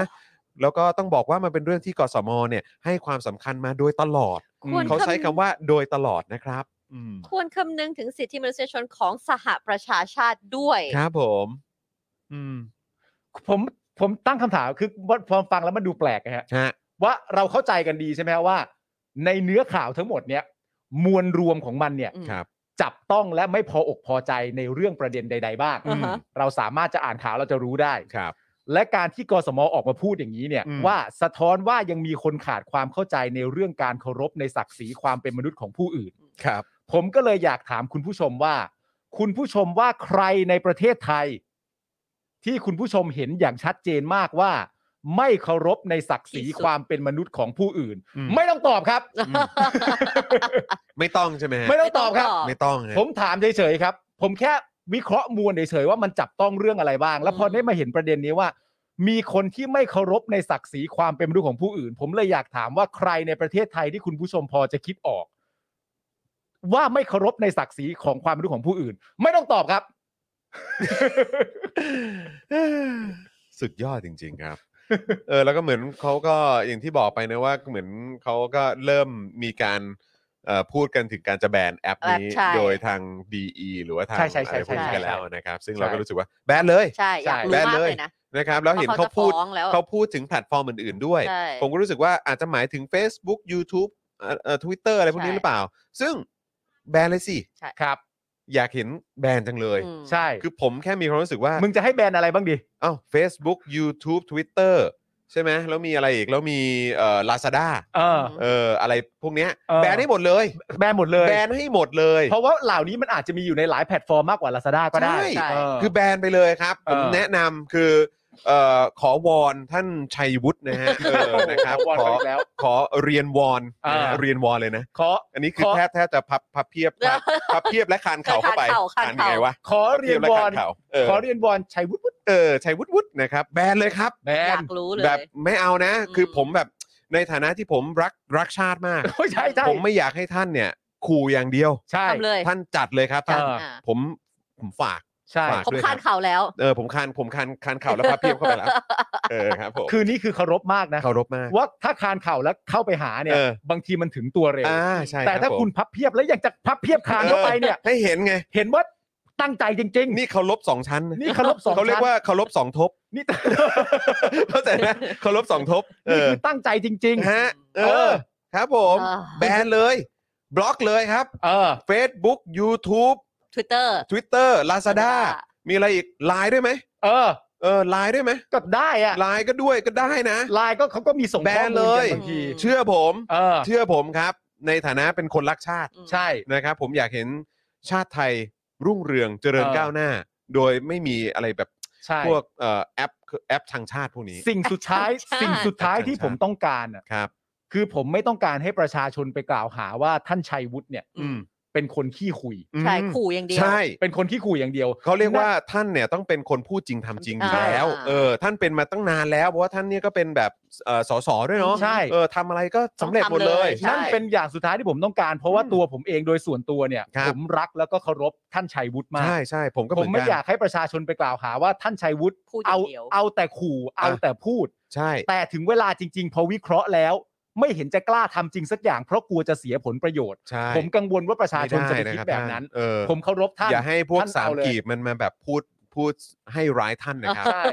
Speaker 2: แล้วก็ต้องบอกว่ามันเป็นเรื่องที่กสมเนี่ยให้ความสำคัญมาโดยตลอด
Speaker 3: ควร
Speaker 2: เขาใช้คำ
Speaker 3: คำ
Speaker 2: ว่าโดยตลอดนะครับอืม
Speaker 3: ควรคำนึงถึงสิทธิมนุษยชนของสหประชาชาติด้วย
Speaker 2: ครับผมอืม
Speaker 5: ผมผมตั้งคำถามคือพอฟังแล้วมันดูแปลกนะฮะ
Speaker 2: ฮะ
Speaker 5: ว่าเราเข้าใจกันดีใช่ไหมฮะว่า ในเนื้อข่าวทั้งหมดเนี่ย มวลรวมของมันเนี่ย
Speaker 3: อืม
Speaker 2: ครับ
Speaker 5: จับต้องและไม่พออกพอใจในเรื่องประเด็นใด ๆ บ้าง
Speaker 3: อ่าฮะ
Speaker 5: เราสามารถจะอ่านข่าวเราจะรู้ได้
Speaker 2: ครับ
Speaker 5: และการที่กสมออกมาพูดอย่างนี้เนี่ย
Speaker 2: อืม
Speaker 5: ว่าสะท้อนว่ายังมีคนขาดความเข้าใจในเรื่องการเคารพในศักดิ์ศรีความเป็นมนุษย์ของผู้อื่น
Speaker 2: ครับ
Speaker 5: ผมก็เลยอยากถามคุณผู้ชมว่า คุณผู้ชมว่าใครในประเทศไทย ที่คุณผู้ชมเห็นอย่างชัดเจนมากว่า ไม่เคารพในศักดิ์ศรี
Speaker 3: ที่สุด
Speaker 5: ความเป็นมนุษย์ของผู้อื่น
Speaker 2: อืม
Speaker 5: ไม่ต้องตอบครับ
Speaker 2: ไม่ต้องใช่ไหมฮะ
Speaker 5: ไม่ต้องตอบครับ
Speaker 2: ไม่ต้องนะ
Speaker 5: ผมถามเฉยๆครับ ผมแค่วิเคราะห์มวลเฉยๆว่ามันจับต้องเรื่องอะไรบ้าง แล้วพอ
Speaker 3: อืม
Speaker 5: ได้มาเห็นประเด็นนี้ว่า มีคนที่ไม่เคารพในศักดิ์ศรีความเป็นมนุษย์ของผู้อื่น ผมเลยอยากถามว่าใครในประเทศไทยที่คุณผู้ชมพอจะคิดออก ว่าไม่เคารพในศักดิ์ศรีของความเป็นมนุษย์ของผู้อื่น ไม่ต้องตอบ ครับ
Speaker 2: สุดยอดจริง ๆ ครับ เออแล้วก็เหมือนเขาก็อย่างที่บอกไปนะว่าเหมือนเขาก็เริ่มมีการเอ่อพูดกันถึงการจะแบนแอปนี้
Speaker 3: แอปใช่
Speaker 2: โดยทาง DE หรือว่าทาง
Speaker 5: ใช่ใช่ใช่
Speaker 2: อะไรพวกนี้
Speaker 5: ใช่
Speaker 2: กันแล้ว
Speaker 5: ใช่
Speaker 2: นะครับ ซึ่ง
Speaker 5: ใช่
Speaker 2: เราก็รู้สึกว่าแบนเลย
Speaker 3: ใช่ อยากรู้
Speaker 2: แบน
Speaker 3: มาก
Speaker 2: เลย
Speaker 3: เลยนะ
Speaker 2: นะครับ แล้วเห็น
Speaker 3: ว่า
Speaker 2: เขา
Speaker 3: เขา
Speaker 2: พูด
Speaker 3: จะฟ้องแล้ว
Speaker 2: เขาพูดถึงแพลตฟอร์มอื่น ๆ ด้วย
Speaker 3: ใช่
Speaker 2: ผมก็รู้สึกว่าอาจจะหมายถึง Facebook YouTube เอ่อเอ่อ Twitter อะไรพวกนี้
Speaker 3: ใช่
Speaker 2: หรือเปล่า ซึ่งแบนเลยสิ
Speaker 5: ครับ
Speaker 2: อยากเห็นแบนจังเลย
Speaker 3: อืม
Speaker 5: ใช่
Speaker 2: คือผมแค่มีความรู้สึกว่า
Speaker 5: มึงจะให้แบนอะไรบ้างดี
Speaker 2: อ้าว Facebook YouTube Twitter ใช่ไหมแล้วมีอะไรอีก แล้วมีเอ่อ Lazada
Speaker 5: เออ
Speaker 3: ม
Speaker 2: เอ่ออะไรพวกเนี้ย
Speaker 5: เออ
Speaker 2: แบนให้หมดเลย
Speaker 5: แบนหมดเลย
Speaker 2: แบนให้หมดเลย
Speaker 5: เพราะว่าเหล่านี้มันอาจจะมีอยู่ในหลายแพลตฟอร์มมากกว่า Lazada ก็ได้
Speaker 2: ใช่
Speaker 3: ใช่
Speaker 5: เ
Speaker 2: คือแบนไปเลยครับ
Speaker 5: เอ
Speaker 2: ผ
Speaker 5: อ
Speaker 2: มแนะนำคือเอ่อขอวอนท่านชัยวุฒินะ ฮะเออนะครับ
Speaker 5: วอน
Speaker 2: ขอ
Speaker 5: เขาอีกแล้ว
Speaker 2: ขอเรียนวอน
Speaker 5: เออ
Speaker 2: นะฮะเรียนวอนเลยนะ
Speaker 5: ขอ
Speaker 2: อันนี้คือ
Speaker 5: ขอ
Speaker 2: แทบแทบจะพับพับเพี ยบพับพับเพียบและคานเข่าเข้าไป
Speaker 3: คานเข่าคาน
Speaker 2: อ่าน
Speaker 3: เข่า
Speaker 2: ยังไงวะ
Speaker 5: ขอเรียน
Speaker 2: พับ
Speaker 5: ว
Speaker 2: พี
Speaker 5: อบ น
Speaker 2: และคาเข่าเออ
Speaker 5: ขอเรียนวอนชัยวุฒิ
Speaker 2: เออชัยวุฒิวุฒินะครับแบนเลยครับ
Speaker 5: แบ
Speaker 3: อยาน กรู้เลย
Speaker 2: แบบไม่เอานะ
Speaker 3: อืม
Speaker 2: คือผมแบบในฐานะที่ผมรักรักชาติมาก
Speaker 5: โอ้ยใช่ใช่
Speaker 2: ผมไม่อยากให้ท่านเนี่ยขู่อย่างเดียว
Speaker 5: ใช่
Speaker 3: ทำเลย
Speaker 2: ท่านจัดเลยครับท่าน
Speaker 5: เออ
Speaker 3: อ่า
Speaker 2: ผมผมฝาก
Speaker 5: ใช่
Speaker 2: ฝาก
Speaker 3: ผมคานเข่าวแล้ว
Speaker 2: เออผมคานผมคานคานเข่าแล้วพับเพียบเข้าไปแล้วเออครับผม
Speaker 5: คือนี่คือเคารพมากนะ
Speaker 2: เคารพมาก
Speaker 5: ว่าถ้าคานเข่าแล้วเข้าไปหาเนี่ย
Speaker 2: เออ
Speaker 5: บางทีมันถึงตัวเร็ว
Speaker 2: อ่าใช่
Speaker 5: แต่
Speaker 2: รับ
Speaker 5: ถ้า
Speaker 2: ผม
Speaker 5: คุณพับเพียบแล้วอยากจะพับเพียบคานเข้าไปเนี่ย
Speaker 2: ให้เห็นไง
Speaker 5: เห็นว่าตั้งใจจริง
Speaker 2: นี่เคารพสองชั้น
Speaker 5: นี่เคารพสองชั้น
Speaker 2: เขาเรียกว่าเคารพสองทบ
Speaker 5: ๆ นี่
Speaker 2: เข้าใจไหมเคารพสองทบเอ
Speaker 5: นี่
Speaker 2: อ
Speaker 5: คือตั้งใจจริง
Speaker 2: ฮะเอ
Speaker 5: เอ
Speaker 2: อ
Speaker 5: อ
Speaker 2: ครับผม
Speaker 3: เออ
Speaker 2: แบนเลย บล็อกเลยครับ
Speaker 5: ๆ เออ
Speaker 2: Facebook YouTube
Speaker 3: Twitter
Speaker 2: Twitter Lazada
Speaker 3: Lazada
Speaker 2: มีอะไรอีกไลน์ด้วยไหม
Speaker 5: เออ
Speaker 2: เออไลน์ด้วยไหม
Speaker 5: ก็ได้อะ
Speaker 2: ไลน์ก็ด้วยก็ได้นะ
Speaker 5: ไลน์ก็เขาก็มีส่ง
Speaker 2: แบ
Speaker 5: ข้อน มู
Speaker 2: เล
Speaker 5: ลกั
Speaker 2: ย
Speaker 5: นบางที
Speaker 2: เชื่อผม
Speaker 5: เออ
Speaker 2: เชื่อผมครับ ในฐานะเป็นคนรักชาติ
Speaker 3: อืม
Speaker 5: ใช่
Speaker 2: นะครับ ผมอยากเห็นชาติไทยรุ่งเรืองเจริญ
Speaker 5: เออ
Speaker 2: ก้าวหน้า โดยไม่มีอะไรแบบ
Speaker 5: ใช่
Speaker 2: พวกเอ่อแอปแอปทางชาติพวกนี้
Speaker 5: สิ่งสุดท้าย
Speaker 3: ใช่
Speaker 5: สิ่งสุดท้ายที่ผมต้องการอะ
Speaker 2: ครับ
Speaker 5: คือผมไม่ต้องการให้ประชาชนไปกล่าวหาว่าท่านชัยวุฒิเนี่ย
Speaker 2: อืม
Speaker 5: เป็นคนขี้คุย
Speaker 3: ใช่
Speaker 2: อืม
Speaker 3: ขู่อย่างเดียว
Speaker 2: ใช่
Speaker 5: เป็นคนขี้คุยอย่างเดียว
Speaker 2: เขาเรียกว่าท่านเนี่ยต้องเป็นคนพูดจริงทำจริงอยู่
Speaker 3: ใช่
Speaker 2: แล้วเออท่านเป็นมาตั้งนานแล้วเพราะว่าท่านเนี่ยก็เป็นแบบเอ่อสสด้วยเนาะ
Speaker 5: ใช่
Speaker 2: เออทำอะไรก็สำเร็จหมดเลย
Speaker 3: ต้องทำเลยใช่
Speaker 5: นั่นเป็นอย่างสุดท้ายที่ผมต้องการ เพราะว่าตัวผมเองโดยส่วนตัวเนี่ย
Speaker 2: ครับ
Speaker 5: ผมรักแล้วก็เคารพท่านชัยวุฒิมาก
Speaker 2: ใช่ใช่ผมก็เห
Speaker 5: ผ
Speaker 2: มื
Speaker 5: ม
Speaker 2: อน
Speaker 5: ไม่
Speaker 2: กัน
Speaker 5: อยากให้ประชาชนไปกล่าวหาว่าท่านชัยวุฒิ
Speaker 3: พูดอ
Speaker 5: เอา
Speaker 3: ย่างเดียว
Speaker 5: เอาแต่ขู่เอาแต่พูด
Speaker 2: ใช่
Speaker 5: แต่ถึงเวลาจริง ๆ พอวิเคราะห์แล้ว ไม่เห็นจะกล้าทำจริงสักอย่างเพราะกลัวจะเสียผลประโยชน์
Speaker 2: ใช่
Speaker 5: ผมกังวลว่าประชาชนจะไป
Speaker 2: ม่ด้
Speaker 5: คิด
Speaker 2: รับ
Speaker 5: แบบ
Speaker 2: ท่า
Speaker 5: นั้น
Speaker 2: เออ
Speaker 5: ผมเคารพท่าน
Speaker 2: อย่าให้พวก
Speaker 5: ท่าน
Speaker 2: สาม
Speaker 5: เอาเลย
Speaker 2: กีบมันมาแบบพูดพูดให้ร้ายท่านนะครับ
Speaker 5: ใช่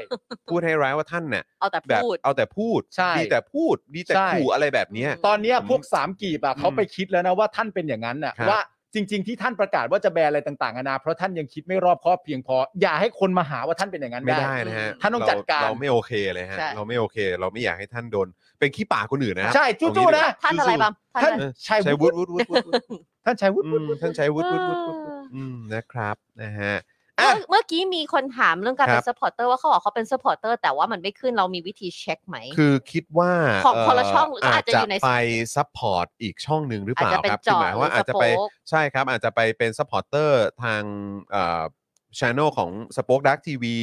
Speaker 2: พูดให้ร้ายว่าท่านเนี่ย
Speaker 3: เอาแต่
Speaker 2: แบบ
Speaker 3: พูด
Speaker 2: เอาแต่พูด
Speaker 5: ใช่
Speaker 2: ดีแต่พูดดีแต่
Speaker 5: ใช่
Speaker 2: ขู่อะไรแบบเนี้ย
Speaker 5: ตอนเนี้ยพวก
Speaker 2: อืม
Speaker 5: สามกีบอะเขาไปคิดแล้วนะว่าท่านเป็นอย่างนั้นน่ะ
Speaker 2: ครับ
Speaker 5: ว่าจริง ๆ ที่ท่านประกาศว่าจะแบนอะไรต่างๆนานาเพราะท่านยังคิดไม่รอบคอบเพียงพอ อย่าให้คนมาหาว่าท่านเป็นอย่างนั้น
Speaker 2: ไม่ได้นะฮะ
Speaker 5: ท่านต้องจัดการ
Speaker 2: เเราไม่โอเคเลยฮะ
Speaker 5: ใช่
Speaker 2: เราไม่โอเค เราไม่อยากให้ท่านโดน เป็นขี้ปากคนอื่นนะ
Speaker 5: ใช่จู่ๆนะ
Speaker 3: ท่านอะไรบ้างท่าน
Speaker 5: ท่าน
Speaker 3: อะไร
Speaker 5: ชัย
Speaker 2: ใช้วุ
Speaker 5: วุ
Speaker 2: ฒิ
Speaker 5: ฒิ
Speaker 2: วุฒิวุฒิวุฒิ
Speaker 5: ท่านชัยวุฒิ
Speaker 2: อืมท่านใช้วุฒิวุฒิวุฒิวุฒิ
Speaker 3: เออ
Speaker 2: อืมนะครับนะฮะ
Speaker 3: เมื่อเมื่อกี้มีคนถามเรื่องการ
Speaker 2: ครับ
Speaker 3: เป็น s u p p อร์เตอร์ว่าเขาบอกเขาเป็น s u p p อร์เตอร์แต่ว่ามันไม่ขึ้นเรามีวิธีเช็คไหม
Speaker 2: คือคิดว่า
Speaker 3: ของคนละ
Speaker 2: เ
Speaker 3: ช่องหรืออาจจะอยู่ใน
Speaker 2: ไปซัพพอร์ตอีกช่องหนึ่งหรือเปล่า
Speaker 3: อาจจะเป็น
Speaker 2: ครับ
Speaker 3: จอ
Speaker 2: หมายว่าอาจจะไป
Speaker 3: หรือสโป๊ก
Speaker 2: ใช่ครับอาจจะไปเป็นซัพพอร์ตเตอร์ทางเอ่อช anel ของสป็อคดักทีวี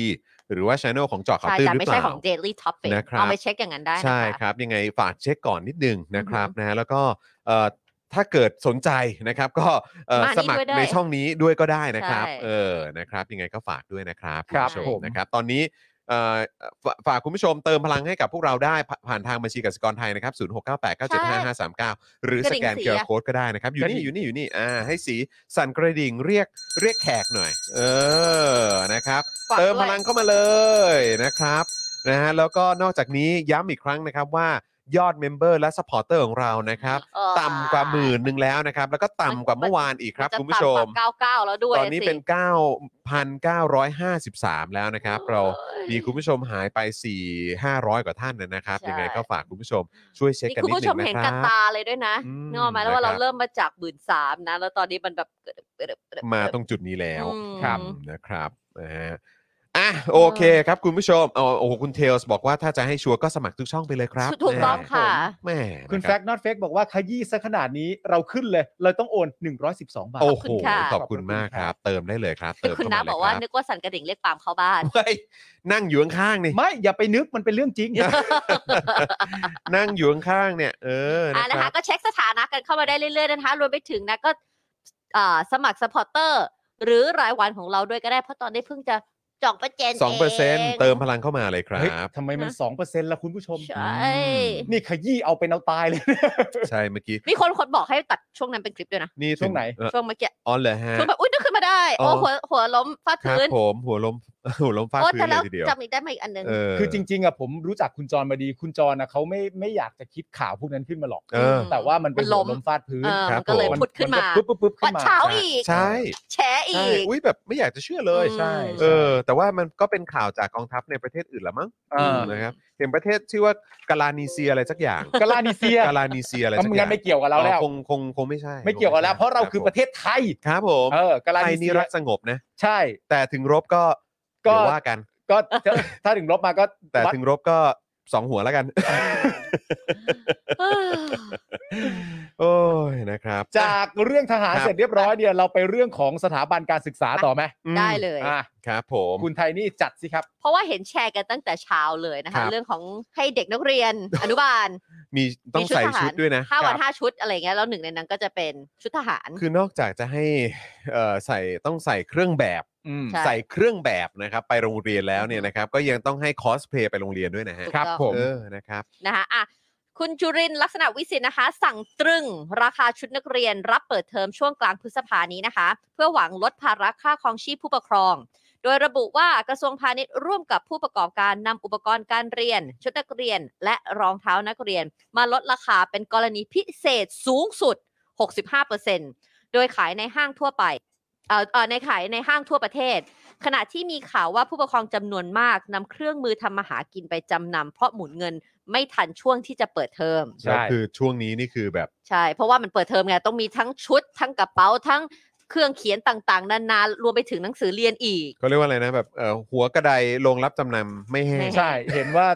Speaker 2: หรือว่าช anel ของเจอข่าว
Speaker 3: ใช่
Speaker 2: ตื้นหรื
Speaker 3: แต่
Speaker 2: อ
Speaker 3: ไม่
Speaker 2: เป
Speaker 3: ใช่
Speaker 2: ล่า
Speaker 3: ของ Daily Topic
Speaker 2: นะครับ
Speaker 3: เอาไปเช็คอย่างนั้นได้นะคะ
Speaker 2: ใช่ครับยังไงฝากเช็คก่อนนิดนึงนะครับนะฮะแล้วก็เอ่อถ้าเกิดสนใจนะครับ ก็เอ่อ
Speaker 3: มานี่
Speaker 2: สมัคร
Speaker 3: ด้วยได้
Speaker 2: ในช่องนี้ด้วยก็ได้นะครับ
Speaker 3: ใช่
Speaker 2: เออนะครับ ยังไงก็ฝากด้วยนะครับ
Speaker 5: ครั
Speaker 2: ณ
Speaker 5: บ
Speaker 2: ผู้ช
Speaker 5: ผม
Speaker 2: นะครับ ตอนนี้เอ่อฝฝากคุณผู้ชมเติมพลังให้กับพวกเราได้ผ่าผ่านทางบัญชีกสิกรไทยนะครับ 0698975539 หรือก
Speaker 3: ระ
Speaker 2: ส
Speaker 3: ดิ่ง
Speaker 2: แกน
Speaker 3: สี
Speaker 2: เคอร์
Speaker 3: อะ
Speaker 2: โค้ดก็ได้นะครับ อยู่นี่อยู่นี่อยู่นี่อ่าให้สีสั่นกระดิ่งเรียกเรียกแขกหน่อย เออนะครับ
Speaker 3: ฝาก
Speaker 2: เติม
Speaker 3: ด้วย
Speaker 2: พลังเข้ามาเลยนะครับนะฮะแล้วก็นอกจากนี้ย้ำอีกครั้งนะครับว่ายอดเมมเบอร์และสปอร์เตอร์ของเรานะครับ
Speaker 3: เออ
Speaker 2: ต่ำกว่าหมื่นหนึ่งแล้วนะครับ แล้วก็ต่ำกว่าเมื่อวานอีกครับ
Speaker 3: นจะ
Speaker 2: คุณผู้ชม
Speaker 3: ต่ำกว่า99 แล้วด้วย
Speaker 2: ตอนนี้เป็น
Speaker 3: สิ
Speaker 2: 9,953 แล้วนะครับ เรา
Speaker 3: อ้ย
Speaker 2: มีคุณผู้ชมหายไป 4 500 กว่าท่านนะครับ
Speaker 3: ใช่
Speaker 2: ยังไงก็ฝากคุณผู้ชมช่วยเช็ค
Speaker 3: นี่
Speaker 2: กัน
Speaker 3: คุณ
Speaker 2: นิด
Speaker 3: ผู้
Speaker 2: หนึ
Speaker 3: ชม
Speaker 2: งนะ
Speaker 3: เห็น
Speaker 2: ค
Speaker 3: กับ
Speaker 2: รับ
Speaker 3: ตาเลยด้วยนะ
Speaker 2: อืม
Speaker 3: นึกออกไหมแล้วว่า
Speaker 2: นะครับ
Speaker 3: เราเริ่มมาจากหมื่นสามนะ แล้วตอนนี้มันแบบ
Speaker 2: มาตรงจุดนี้แล้ว
Speaker 3: อืม
Speaker 2: ครับนะครับนะฮะอ่ะโอเคครับคุณผู้ชมเอาโอ้โหคุณเทลส์บอกว่าถ้าจะให้ชัวร์ก็สมัครทุกช่องไปเลยครับ
Speaker 3: ถูกต้อง
Speaker 2: นฮ
Speaker 3: ค่ะ
Speaker 2: แหม่
Speaker 5: คุณ
Speaker 2: นะ
Speaker 5: แฟ
Speaker 2: รับ
Speaker 5: กต์นอตเฟกบอกว่าขยี้ซะขนาดนี้เราขึ้นเลย เราต้องโอน 112 บาท
Speaker 2: โอ้โห
Speaker 3: ค่ะ
Speaker 2: ขอบคุณมากครับ เติมได้เลยครับ
Speaker 3: คือ
Speaker 2: เติม
Speaker 3: คุณ
Speaker 2: เข้
Speaker 3: น้า
Speaker 2: เลย
Speaker 3: บอกว่า
Speaker 2: รั
Speaker 3: นึกว่าสั่นกระดิ่งเรียกปาล์มเข้าบ้าน
Speaker 2: เฮ้ยนั่งอยู่ข้างๆ นี่
Speaker 5: ไม่ อย่าไปนึกมันเป็นเรื่องจริง
Speaker 2: นั่งอยู่ข้างๆเนี่ย เออ
Speaker 3: อ่า
Speaker 2: นะค
Speaker 3: นะคะ
Speaker 2: รับ
Speaker 3: ก็เช็คสถานะกันเข้ามาได้เรื่อยๆนะคะรวมไปถึงนะก็เอ่อสมัครสปอร์เตอร์หรือรายวันของเราด้วยก็ได้เพราะตอนนี้เพิ่งจะจองประเจน
Speaker 2: สองเปอร์เซ็นต์
Speaker 3: ง
Speaker 2: เติมพลังเข้ามาเลยครั
Speaker 5: เฮ้ย
Speaker 2: บ
Speaker 5: ทำไมมัน 2%ละคุณผู้ชม
Speaker 3: ใช่
Speaker 5: นี่ขยี้เอาเป็นเอาตายเลย
Speaker 2: ใช่เมื่อกี้
Speaker 3: มีคนคนบอกให้ตัดช่วงนั้นเป็นคลิปด้วยนะ
Speaker 2: นี่
Speaker 5: ช่วงไหน
Speaker 2: ถึเอ่อ
Speaker 3: ช่วงเมื่อกี้
Speaker 2: อ๋อเหรอฮะ
Speaker 3: ช่วงแบบอุ้ยนึกขึ้นมาได้
Speaker 2: อ๋
Speaker 3: โอ้
Speaker 2: อ
Speaker 3: หัวหัวล้มฟาด
Speaker 2: ครับ
Speaker 3: พื้น
Speaker 2: ผมหัวลม หัวลมฟาด
Speaker 3: โอ้
Speaker 2: พื้น
Speaker 3: แต่
Speaker 2: เล
Speaker 3: แล้
Speaker 2: ยว ทีเดียว
Speaker 3: จำอีกได้ไหมาอีกอันหนึง
Speaker 2: เออ
Speaker 5: คือจริง ๆอะผมรู้จักคุณจรมาดี คุณจรนะเขาไม่ไม่อยากจะคิดข่าวพวกนั้นขึ้นมาหรอก
Speaker 2: เออ
Speaker 5: แต่ว่ามันเป็น
Speaker 3: มันล้ม
Speaker 5: หัวลมฟาดพื้น
Speaker 3: เออ
Speaker 2: ครั
Speaker 3: มั
Speaker 2: บ
Speaker 3: นก็เลย
Speaker 2: ผม
Speaker 3: พุดขึ้นมา
Speaker 5: ก็ปุ๊บปุ๊บปุ๊บ
Speaker 3: วั
Speaker 5: ขึ้
Speaker 3: ด
Speaker 5: นมา
Speaker 3: เช้าอีก
Speaker 2: ใช่
Speaker 3: แฉอี
Speaker 2: ใช่
Speaker 3: ก
Speaker 2: อุ้ยแบบไม่อยากจะเชื่อเลย
Speaker 3: อืม
Speaker 2: ใช่ เออ แต่ว่ามันก็เป็นข่าวจากกองทัพในประเทศอื่นละมั้ง
Speaker 5: เออ
Speaker 2: นะครับเห็นประเทศชื่อว่ากาลานีเซียอะไรสักอย่าง
Speaker 5: กาลา นิเซีย
Speaker 2: กาลานีเซียอะไรสักอ
Speaker 5: งั้
Speaker 2: ย่าน ง
Speaker 5: ไม่เกี่ยวกับเราแล้ว
Speaker 2: อ๋อคงคงคงไม่ใช่
Speaker 5: ไม่เกี่ยวกับเราเพราะเราคือประเทศไทย
Speaker 2: ครับผม
Speaker 5: เออกาลา
Speaker 2: ไทย
Speaker 5: นิ
Speaker 2: นี่
Speaker 5: เซีย
Speaker 2: รักสงบนะ
Speaker 5: ใช่
Speaker 2: แต่ถึงรบก็
Speaker 5: ก็
Speaker 2: เดี๋ยวว่ากัน
Speaker 5: ก็ ถ้าถ้าถึงลบมาก็
Speaker 2: แต่
Speaker 5: วัด
Speaker 2: ถึงรบก็สองหัวแล้วกัน
Speaker 3: เออ
Speaker 2: โอ้ยนะครับ
Speaker 5: จากเรื่องทหาร
Speaker 2: ครับ
Speaker 5: เสร็จเรียบร้อยเนี่ยเราไปเรื่องของสถาบันการศึกษาต่อไหม
Speaker 2: อืม
Speaker 3: ได้เลย
Speaker 5: อ่ะ
Speaker 2: ครับผม
Speaker 5: คุณไทนี่จัดสิครับ
Speaker 3: เพราะว่าเห็นแชร์กันตั้งแต่เช้าเลยนะ
Speaker 2: ครั
Speaker 3: คะ
Speaker 2: บ
Speaker 3: เรื่องของให้เด็กนักเรียน อนุบาล
Speaker 2: มีต้องใส่ชุดด้วยนะ
Speaker 3: ห้าวั
Speaker 2: ค
Speaker 3: น
Speaker 2: รับ
Speaker 3: ห้าชุดอะไรเงี้ยแล้วหนึ่งในนั้นก็จะเป็นชุดทหาร
Speaker 2: คือนอกจากจะให้เอ่อใส่ต้องใส่เครื่องแบบ
Speaker 5: อืม
Speaker 3: ใช่
Speaker 2: ใส่เครื่องแบบนะครับไปโรงเรียนแล้วเนี่ยนะครับ ก็ยังต้องให้คอสเพลย์ไปโรงเรียนด้วยนะฮะ
Speaker 3: ถูกต้องครับผม
Speaker 2: เออนะครับ
Speaker 3: นะคะอ่ะคุณจุรินทร์ลักษณะวิสิทธิ์นะคะ สั่งตรึงราคาชุดนักเรียน รับเปิดเทอมช่วงกลางพฤษภานี้นะคะ เพื่อหวังลดภาระค่าครองชีพผู้ปกครอง โดยระบุว่ากระทรวงพาณิชย์ร่วมกับผู้ประกอบการนำอุปกรณ์การเรียน ชุดนักเรียนและรองเท้านักเรียน มาลดราคาเป็นกรณีพิเศษสูงสุด 65%โดยขายในห้างทั่วไปเอ่อเอ่อในขายในห้างทั่วประเทศ ขณะที่มีข่าวว่าผู้ปกครองจำนวนมากนำเครื่องมือทำมาหากินไปจำนำเพราะหมุนเงินไม่ทันช่วงที่จะเปิดเทอม
Speaker 5: ใช่
Speaker 2: แล้วคือช่วงนี้นี่คือแบบ
Speaker 3: ใช่ เพราะว่ามันเปิดเทอมไงต้องมีทั้งชุด ทั้งกระเป๋าทั้งเครื่องเขียนต่างๆ นานารวมไปถึงหนังสือเรียนอีก
Speaker 2: เขาเรียกว่าอะไรนะแบบเอ่อหัวกระไดลงรับจำนำไม่แห้ง
Speaker 3: ไม่แห้ง
Speaker 5: ใช่เห็นว่า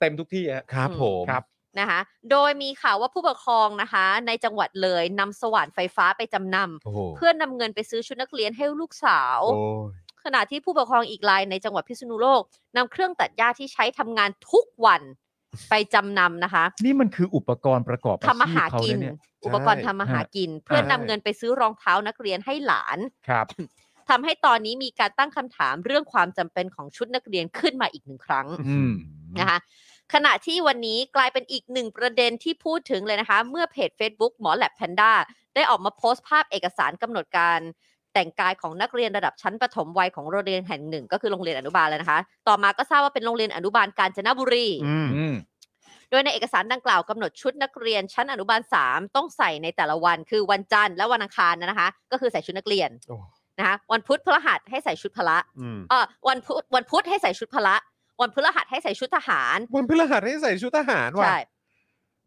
Speaker 5: เต็มทุกที่ฮะ
Speaker 2: ครับผม
Speaker 5: ครับ
Speaker 3: นะคะโดยมีข่าวว่าผู้ปกครองนะคะ ในจังหวัดเลยนำสว่านไฟฟ้าไปจำน
Speaker 2: โอ้โห
Speaker 3: ำเพื่อนนำเงินไปซื้อชุดนักเรียนให้ลูกสาว
Speaker 2: โอ้ย
Speaker 3: ขณะที่ผู้ปกครองอีกรายในจังหวัดพิษณุโลกนำเครื่องตัดหญ้าที่ใช้ทำงานทุกวันไปจำนำนะคะ
Speaker 5: นี่มันคืออุปกรณ์ประกอบ
Speaker 3: ทำมาหากิน
Speaker 5: เย
Speaker 3: อุปกรณ์ทำมาหากิน เพื่อนำเงินไปซื้อรองเท้านักเรียนให้หลาน
Speaker 5: ครับ
Speaker 3: ทำให้ตอนนี้มีการตั้งคำถามเรื่องความจำเป็นของชุดนักเรียนขึ้นมาอีกหนึ่งครั้ง
Speaker 5: อืม
Speaker 3: นะคะ ขณะที่วันนี้กลายเป็นอีกหนึ่งประเด็นที่พูดถึงเลยนะคะ เมื่อเพจ Facebook หมอแลบแพนด้าได้ออกมาโพสต์ภาพเอกสารกำหนดการ แต่งกายของนักเรียนระดับชั้นประถมวัยของโรงเรียนแห่งหนึ่ง ก็คือโรงเรียนอนุบาลแล้วนะคะ ต่อมาก็ทราบว่าเป็นโรงเรียนอนุบาลกาญจนบุรี
Speaker 5: อืมอืม
Speaker 3: โดยในเอกสารดังกล่าวกำหนดชุดนักเรียนชั้นอนุบาล 3 ต้องใส่ในแต่ละวันคือวันจันทร์และวันอังคารนะคะ ก็คือใส่ชุดนักเรียน
Speaker 2: โอ้
Speaker 3: นะคะวันพุธพฤหัสให้ใส่ชุดพละ
Speaker 2: อืม
Speaker 3: เออวันพุธวันพุธให้ใส่ชุดพละ วันพฤหัสให้ใส่ชุดทหาร
Speaker 2: วันพฤหัสให้ใส่ชุดทหารว่ะ
Speaker 3: ใช่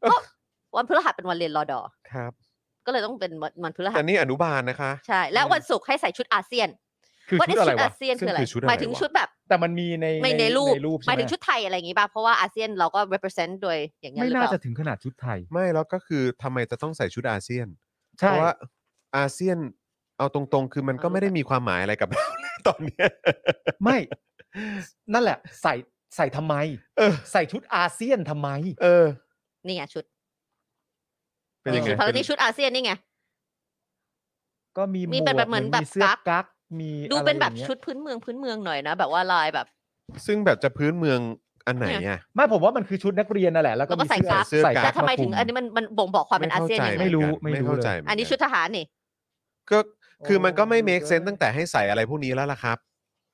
Speaker 3: ก็วันพฤหัสเป็นวันเรียนรอดอ
Speaker 2: ครับ
Speaker 3: ก็เลยต้องเป็นวันวันพฤหั
Speaker 2: แต่
Speaker 3: ส
Speaker 2: นี่อนุบาลนะคะ
Speaker 3: ใช่ แล้ววันศุกร์ให้ใส่ชุดอาเซียน
Speaker 5: คือ
Speaker 3: ว่า
Speaker 5: ชุดอะไร
Speaker 3: ชุด
Speaker 5: วะ
Speaker 3: อาเซียนคืออะไร
Speaker 2: ซึ่งคือชุดอะไร
Speaker 3: หมายถึง
Speaker 2: วะ
Speaker 3: ชุดแบบ
Speaker 5: แต่มันมีใน
Speaker 3: ไม่ในรูป
Speaker 5: ใช่
Speaker 3: หมายถึงชุดไทยอะไรอย่างงี้ป่ะเพราะว่าอาเซียนเราก็ represent โดยอย่างนั้น
Speaker 5: ไม่
Speaker 3: หรือ
Speaker 5: น่า
Speaker 3: เปล่า
Speaker 5: จะถึงขนาดชุดไทย
Speaker 2: ไม่แล้วก็คือทำไมจะต้องใส่ชุดอาเซียน เพ
Speaker 5: ใช่
Speaker 2: ราะว่าอาเซียนเอาตรงๆ คือมันก็ไม่ได้มีความหมายอะไรกับเรา ตอนเนี้ย
Speaker 5: ไม่ นั่นแหละ ใส่ใส่ทำไม
Speaker 2: เออ
Speaker 5: ใส่ชุดอาเซียนทำไม
Speaker 2: เออ
Speaker 3: นี่ไงชุด
Speaker 2: เป็นยังไง
Speaker 3: สีพารา
Speaker 2: เป็
Speaker 3: นี่
Speaker 2: น
Speaker 3: ชุดอาเซียนนี่ไง
Speaker 5: ก็มี
Speaker 3: มีเป็น
Speaker 5: วก
Speaker 3: แบบเหมือนแบบ
Speaker 5: เสื้อ
Speaker 3: กั๊ก
Speaker 5: กั๊กมี
Speaker 3: ดู
Speaker 5: อะไร
Speaker 3: เป็นแบบ
Speaker 5: อย่างงี้ย
Speaker 3: ชุดพื้นเมืองพื้นเมืองหน่อยนะ แบบว่าลายแบบ
Speaker 2: ซึ่งแบบจะพื้นเมืองอันไหนอ่ะ
Speaker 5: ไม่ผมว่ามันคือชุดนักเรียนนั่นแหละแล้วก็
Speaker 3: แล้วก็
Speaker 5: มี
Speaker 3: ใส่กั๊ก
Speaker 2: เสื้อ
Speaker 5: ใส่
Speaker 2: กั๊ก
Speaker 3: แต่
Speaker 5: กั๊ก
Speaker 3: ทำไมา
Speaker 5: คลุ
Speaker 3: ถึงอันนี้มันมันบ่งบอกความเป็นอาเซียน
Speaker 2: ไข้
Speaker 3: ยัง
Speaker 2: ใจ
Speaker 3: ไง
Speaker 2: เหอนกันไม่เข้าใจเหมื
Speaker 3: อันนี้ชุดทหารนี่
Speaker 2: ก็คือมันก็ไม่ make sense ตั้งแต่ให้ใส่อะไรพวกนี้แล้วล่ะครับ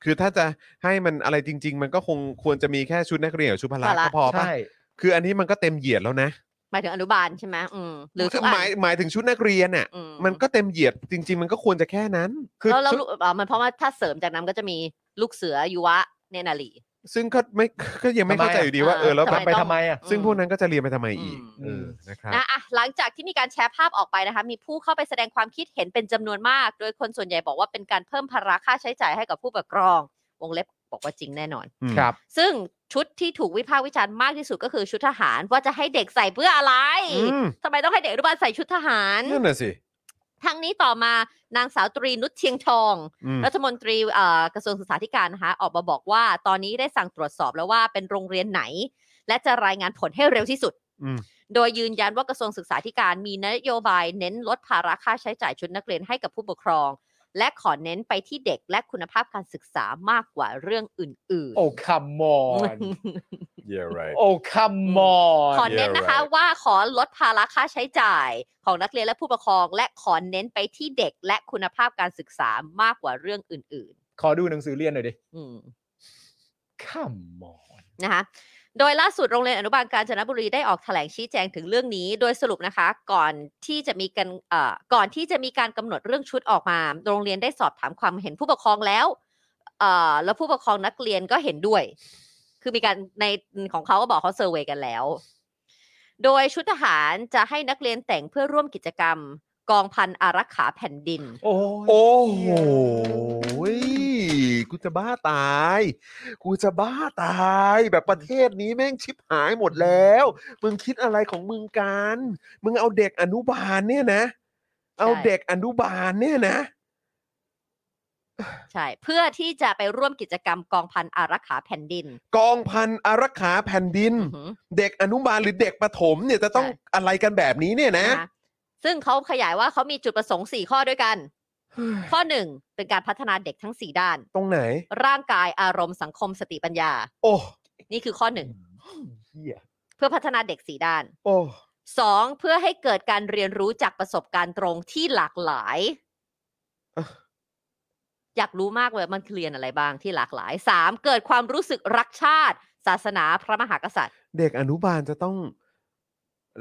Speaker 2: คือถ้าจะให้มันอะไรจริง ๆ มันก็คงควรจะมีแค่ชุดนักเรียนกับชุดพละ
Speaker 3: พละ
Speaker 2: ก็พอป่ะ
Speaker 5: ใช่
Speaker 2: คืออันนี้มันก็เต็มเหยียดแล้วนะ
Speaker 3: หมายถึงอนุบาลใช่ไหมอืมหรือ
Speaker 2: คื
Speaker 3: ทุ
Speaker 2: อก ห
Speaker 3: อั
Speaker 2: มาย
Speaker 3: น
Speaker 2: หมายถึงชุดนักเรียนอ่ะ
Speaker 3: อืม
Speaker 2: มันก็เต็มเหยียดจริง ๆ มันก็ควรจะแค่นั้น
Speaker 5: คือ
Speaker 3: แล้วเรา
Speaker 5: ชุด
Speaker 3: รู้อ๋อมันเพราะว่าถ้าเสริมจากนั้นก็จะมีลูกเสือยุวะเนนาลี
Speaker 2: ซึ่งก็ไม่ก็ยังไม่เข้าใจอยู่ดีว่า
Speaker 3: ทำไมอะ
Speaker 2: เออแล้วแบบ
Speaker 3: ทำ
Speaker 5: ไป
Speaker 3: ม
Speaker 5: ทำไมอ่ะ
Speaker 2: ซึ่งพวกนั้นก็จะเรียนไปทำไมอีก
Speaker 3: อืม
Speaker 2: เออนะครับ
Speaker 3: นะอ่ะหลังจากที่มีการแชร์ภาพออกไปนะคะ มีผู้เข้าไปแสดงความคิดเห็นเป็นจำนวนมาก โดยคนส่วนใหญ่บอกว่าเป็นการเพิ่มภาระค่าใช้จ่ายให้กับผู้ปกครอง วงเล็บบอกว่าจริงแน่นอน
Speaker 2: อืม
Speaker 5: ครับ
Speaker 3: ซึ่งชุดที่ถูกวิพากษ์วิจารณ์มากที่สุดก็คือชุดทหารว่าจะให้เด็กใส่เพื่ออะไร
Speaker 2: อืม
Speaker 3: ทำไมต้องให้เด็กอนุบาลใส่ชุดทหาร
Speaker 2: นั่นน่ะสิ
Speaker 3: ทั้งนี้ต่อมานางสาวตรีนุชเชียงทอง
Speaker 2: อืม
Speaker 3: รัฐมนตรีเอ่อกระทรวงศึกษาธิการนะคะออกมาบอกว่า ตอนนี้ได้สั่งตรวจสอบแล้วว่าเป็นโรงเรียนไหน และจะรายงานผลให้เร็วที่สุด
Speaker 2: อืม
Speaker 3: โดยยืนยันว่ากระทรวงศึกษาธิการมีนโยบายเน้นลดภาระค่าใช้จ่ายชุดนักเรียนให้กับผู้ปกครอง และขอเน้นไปที่เด็กและคุณภาพการศึกษามากกว่าเรื่องอื่น
Speaker 5: โอ้คัมมอน
Speaker 2: yeah right
Speaker 5: โอ้คัมมอ
Speaker 3: ๆ ขอน เน้นนะ
Speaker 2: Yeah,
Speaker 3: คะ
Speaker 2: right.
Speaker 3: ว่าขอลดภาระค่าใช้จ่ายของนักเรียนและผู้ปกครอง และขอเน้นไปที่เด็กและคุณภาพการศึกษามากกว่าเรื่องอื่น
Speaker 5: ขอดูหนังสือเรียนหน่อยดิ
Speaker 3: ๆ อืม
Speaker 5: คัมมอน
Speaker 3: นะคะ โดยล่าสุดโรงเรียนอนุบาลกาญจนบุรีได้ออกแถลงชี้แจงถึงเรื่องนี้ โดยสรุปนะคะ ก่อนที่จะมีการเอ่อก่อนที่จะมีการกำหนดเรื่องชุดออกมา โรงเรียนได้สอบถามความเห็นผู้ปกครองแล้วเอ่อแล้วผู้ปกครองนักเรียนก็เห็นด้วย คือมีการในของเขาก็บอกเขาเซอร์เวยกันแล้ว โดยชุดทหารจะให้นักเรียนแต่งเพื่อร่วมกิจกรรม กองพันอารักขาแผ่นดิน
Speaker 5: โอ้
Speaker 2: โอ้โหยกูจะบ้าตาย กูจะบ้าตาย แบบประเทศนี้แม่งชิบหายหมดแล้ว มึงคิดอะไรของมึงกัน มึงเอาเด็กอนุบาลเนี่ยนะ เอาเด็กอนุบาลเนี่ยนะ
Speaker 3: ใช่ เพื่อที่จะไปร่วมกิจกรรมกองพันอารักขาแผ่นดิน
Speaker 2: กองพันอารักขาแผ่นดิน
Speaker 3: อือหือ
Speaker 2: เด็กอนุบาลหรือเด็กประถมเนี่ยจะต้อง
Speaker 3: ใช่
Speaker 2: อะไรกันแบบนี้เนี่ยนะ
Speaker 3: นะคะซึ่งเขาขยายว่าเขามีจุดประสงค์ 4 ข้อด้วยกัน ข้อ 1 เป็นการพัฒนาเด็กทั้ง 4 ด้าน
Speaker 2: ตรงไหน
Speaker 3: ร่างกายอารมณ์สังคมสติปัญญา
Speaker 2: โอ้
Speaker 3: นี่คือข้อ
Speaker 2: เหี้ย
Speaker 3: 1 เพื่อพัฒนาเด็ก 4 ด้าน
Speaker 2: โอ้
Speaker 3: 2 เพื่อให้เกิดการเรียนรู้จากประสบการณ์ตรงที่หลากหลาย อยากรู้มากเลยมันเรียนอะไรบ้างที่หลากหลาย 3 เกิดความรู้สึกรักชาติ ศาสนาพระมหากษัตริย์
Speaker 2: เด็กอนุบาลจะต้อง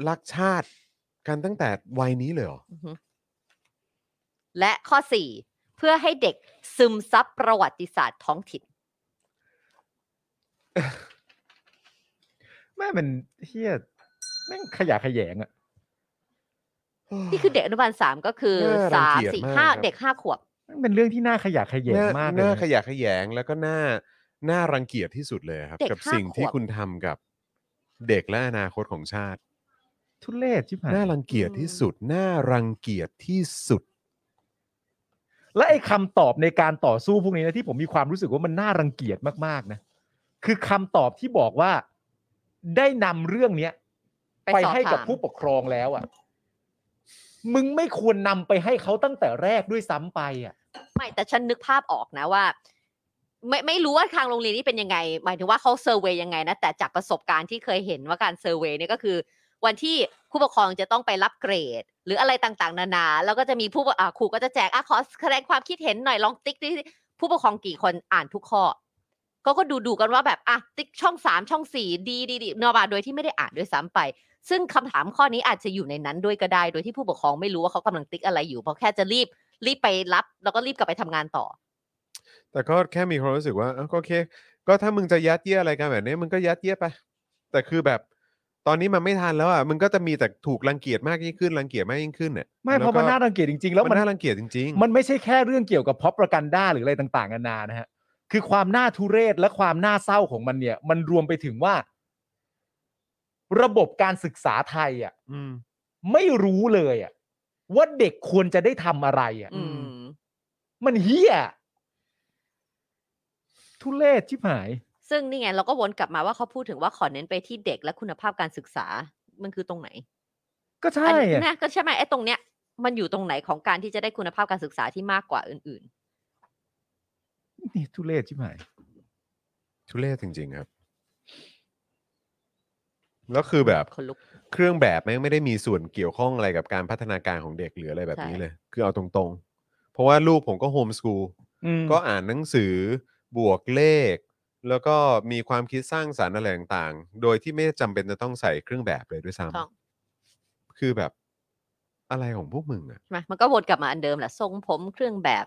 Speaker 2: รักชาติกันตั้งแต่วัยนี้เลยเหรอ
Speaker 3: อือฮึและข้อ 4 เพื่อให้เด็กซึมซับประวัติศาสตร์ท้องถิ่น
Speaker 5: แม่มันเฮียแม่งขยะแขยงอ่ะ
Speaker 3: นี่คือเด็กอนุบาลสามก็คือ
Speaker 2: น่ารั
Speaker 3: สาง ม
Speaker 2: เกียจ
Speaker 3: สี่
Speaker 2: มาก
Speaker 3: ห้า
Speaker 2: ครับ
Speaker 3: เด็กห้าขวบ
Speaker 5: แม่งเป็นเรื่องที่น่าขยะแขยง
Speaker 2: หน้
Speaker 5: มาก
Speaker 2: ห
Speaker 5: เลย
Speaker 2: น้า
Speaker 5: นะ
Speaker 2: ขยะแขยงแล้วก็หน้าหน้ารังเกียจที่สุดเลยครับ
Speaker 3: เด็ก
Speaker 2: กับ
Speaker 3: ห้า
Speaker 2: สิ่งที่
Speaker 3: ขวบ
Speaker 2: คุณทำกับเด็กและอนาคตของชาติ
Speaker 5: ทุเรศชิบหาย
Speaker 2: น่ารังเกียจที่สุดน่ารังเกียจที่สุด
Speaker 5: และไอ้คำตอบในการต่อสู้พวกนี้นะที่ผมมีความรู้สึกว่ามันน่ารังเกียจมากๆนะ คือคำตอบที่บอกว่าได้นำเรื่องเนี้ย
Speaker 3: ไป
Speaker 5: ไป
Speaker 3: สอบ
Speaker 5: ให้กับ
Speaker 3: ถาม
Speaker 5: ผู้ปกครองแล้วอ่ะ มึงไม่ควรนำไปให้เขาตั้งแต่แรกด้วยซ้ำไปอ่ะ
Speaker 3: ไม่แต่ฉันนึกภาพออกนะว่า ไม่ไม่รู้ว่าทางโรงเรียนนี่เป็นยังไง หมายถึงว่าเขาเซอร์เวยยังไงนะแต่จากประสบการณ์ที่เคยเห็นว่าการเซอร์เวยเนี่ยก็คือ วันที่ผู้ปกครองจะต้องไปรับเกรด หรืออะไรต่างๆ นานา แล้วก็จะมีผู้ปกอ่าครูก็จะแจกอ่ะขอแสดงความคิดเห็นหน่อยลองติ๊กดิผู้ปกครองกี่คนอ่านทุกข้อเขาก็ดูดูๆกันว่าแบบอ่ะติ๊กช่องสามช่องสี่ดีดีดีนอบาโดยที่ไม่ได้อ่านด้วยซ้ำไป ซึ่งคำถามข้อนี้อาจจะอยู่ในนั้นด้วยก็ได้ โดยที่ผู้ปกครองไม่รู้ว่าเขากำลังติ๊กอะไรอยู่เพราะแค่จะรีบรีบไปรับ แล้วก็รีบกลับไปทำงานต่อ
Speaker 2: แต่ก็แค่มีความรู้สึกว่าเอ้าก็โอเค ก็ถ้ามึงจะยัดเยียดอะไรกันแบบนี้มึงก็ยัดเยียดไป แต่คือแบบตอนนี้มันไม่ทันแล้วอ่ะมึงก็จะมีแต่ถูกรังเกียจมากยิ่งขึ้นรังเกียจมากยิ่งขึ้นเนี่ย
Speaker 5: ไม่เพ
Speaker 2: แล้ว
Speaker 5: ราะ
Speaker 2: ก็
Speaker 5: มันน่ารังเกียจจริงๆ แล้ว
Speaker 2: มัน
Speaker 5: มัน
Speaker 2: น่ารังเกียจจริง
Speaker 5: มันไม่ใช่แค่เรื่องเกี่ยวกับพ็อปประกันด้าหรืออะไรต่างๆนานานะฮะคือความน่าทุเรศและความน่าเศร้าของมันเนี่ย มันรวมไปถึงว่า ระบบการศึกษาไทยอ่ะ
Speaker 2: อืม
Speaker 5: ไม่รู้เลยอ่ะว่าเด็กควรจะได้ทำอะไรอ่ะ
Speaker 3: อืม
Speaker 5: มันเฮี้ยทุเรศชิบหาย
Speaker 3: ซึ่งนี่ไงเราก็วนกลับมาว่าเขาพูดถึงว่าขอเน้นไปที่เด็กและคุณภาพการศึกษา มันคือตรงไหน
Speaker 5: ก็
Speaker 3: อั
Speaker 5: ใช่
Speaker 3: นนี้
Speaker 5: อะ
Speaker 3: นะก็ใช่ไหมไอ้ตรงเนี้ย มันอยู่ตรงไหนของการที่จะได้คุณภาพการศึกษาที่มากกว่าอื่น
Speaker 5: นี่ทุเรศชิบหาย
Speaker 2: ทุเรศจริง ๆ ครับ แล้วคือแบบ
Speaker 3: ๆ คนลุก
Speaker 2: เครื่องแบบแม่งไม่ได้มีส่วนเกี่ยวข้องอะไรกับการพัฒนาการของเด็กหรืออะไรแบบนี้
Speaker 3: ใช่
Speaker 2: เลย คือเอาตรงๆ เพราะว่าลูกผมก็โฮมสกูลก็อ่านหนังสือบวกเลข แล้วก็มีความคิดสร้างสารรค์อะไรต่างๆ โดยที่ไม่จำเป็นจะต้องใส่เครื่องแบบเลยด้วยซ้
Speaker 3: ถูกต้อง
Speaker 2: ำคือแบบอะไรของพวกมึงอะ
Speaker 3: ใช่ไหมมันก็วนกลับมาอันเดิมแหละทรงผมเครื่องแบบ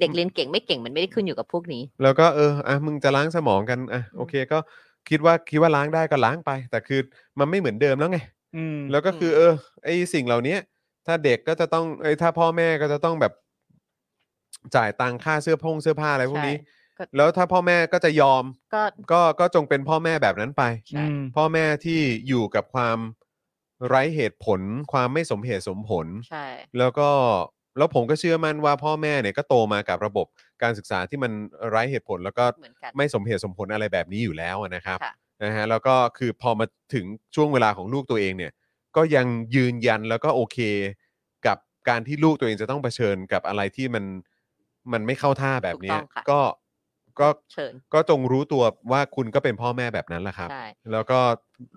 Speaker 3: เด็กเรียนเก่งไม่เก่งมันไม่ได้ขึ้นอยู่กับพวกนี้
Speaker 2: แล้วก็เอออ่ะมึงจะล้างสมองกันอ่ะโอเค ก็คิดว่าคิดว่าล้างได้ก็ล้างไป แต่คือมันไม่เหมือนเดิมแล้วไง แล้วก็คืออ
Speaker 3: ม
Speaker 2: เออไอสิ่งเหล่านี้ถ้าเด็กก็จะต้องไอยถ้าพ่อแม่ก็จะต้องแบบจ่ายตังค่าเสื้อผงเสื้อผ้าอะไรพวกนี้
Speaker 3: ใช่ก็
Speaker 2: แล้วถ้าพ่อแม่ก็จะยอม
Speaker 3: ก็
Speaker 2: ก็ก็จงเป็นพ่อแม่แบบนั้นไป
Speaker 3: ใช่
Speaker 2: พ่อแม่ที่อยู่กับความไร้เหตุผล ความไม่สมเหตุสมผล
Speaker 3: ใช่
Speaker 2: แล้วก็แล้วผมก็เชื่อมั่นว่าพ่อแม่เนี่ยก็โตมากับระบบการศึกษาที่มันไร้เหตุผล แล้วก็
Speaker 3: เหมือนกัน
Speaker 2: ไม่สมเหตุสมผลอะไรแบบนี้อยู่แล้วอะนะครับ
Speaker 3: ค่ะ
Speaker 2: นะฮะแล้วก็คือพอมาถึงช่วงเวลาของลูกตัวเองเนี่ย ก็ยังยืนยันแล้วก็โอเค กับการที่ลูกตัวเองจะต้องเผชิญกับอะไรที่มันมันไม่เข้าท่าแบบเนี้ย
Speaker 3: ถูกต้องค่ะ
Speaker 2: ก็ก็
Speaker 3: เชิญ
Speaker 2: ก็จงรู้ตัวว่าคุณก็เป็นพ่อแม่แบบนั้นแหละครับ
Speaker 3: ใช่
Speaker 2: แล้วก็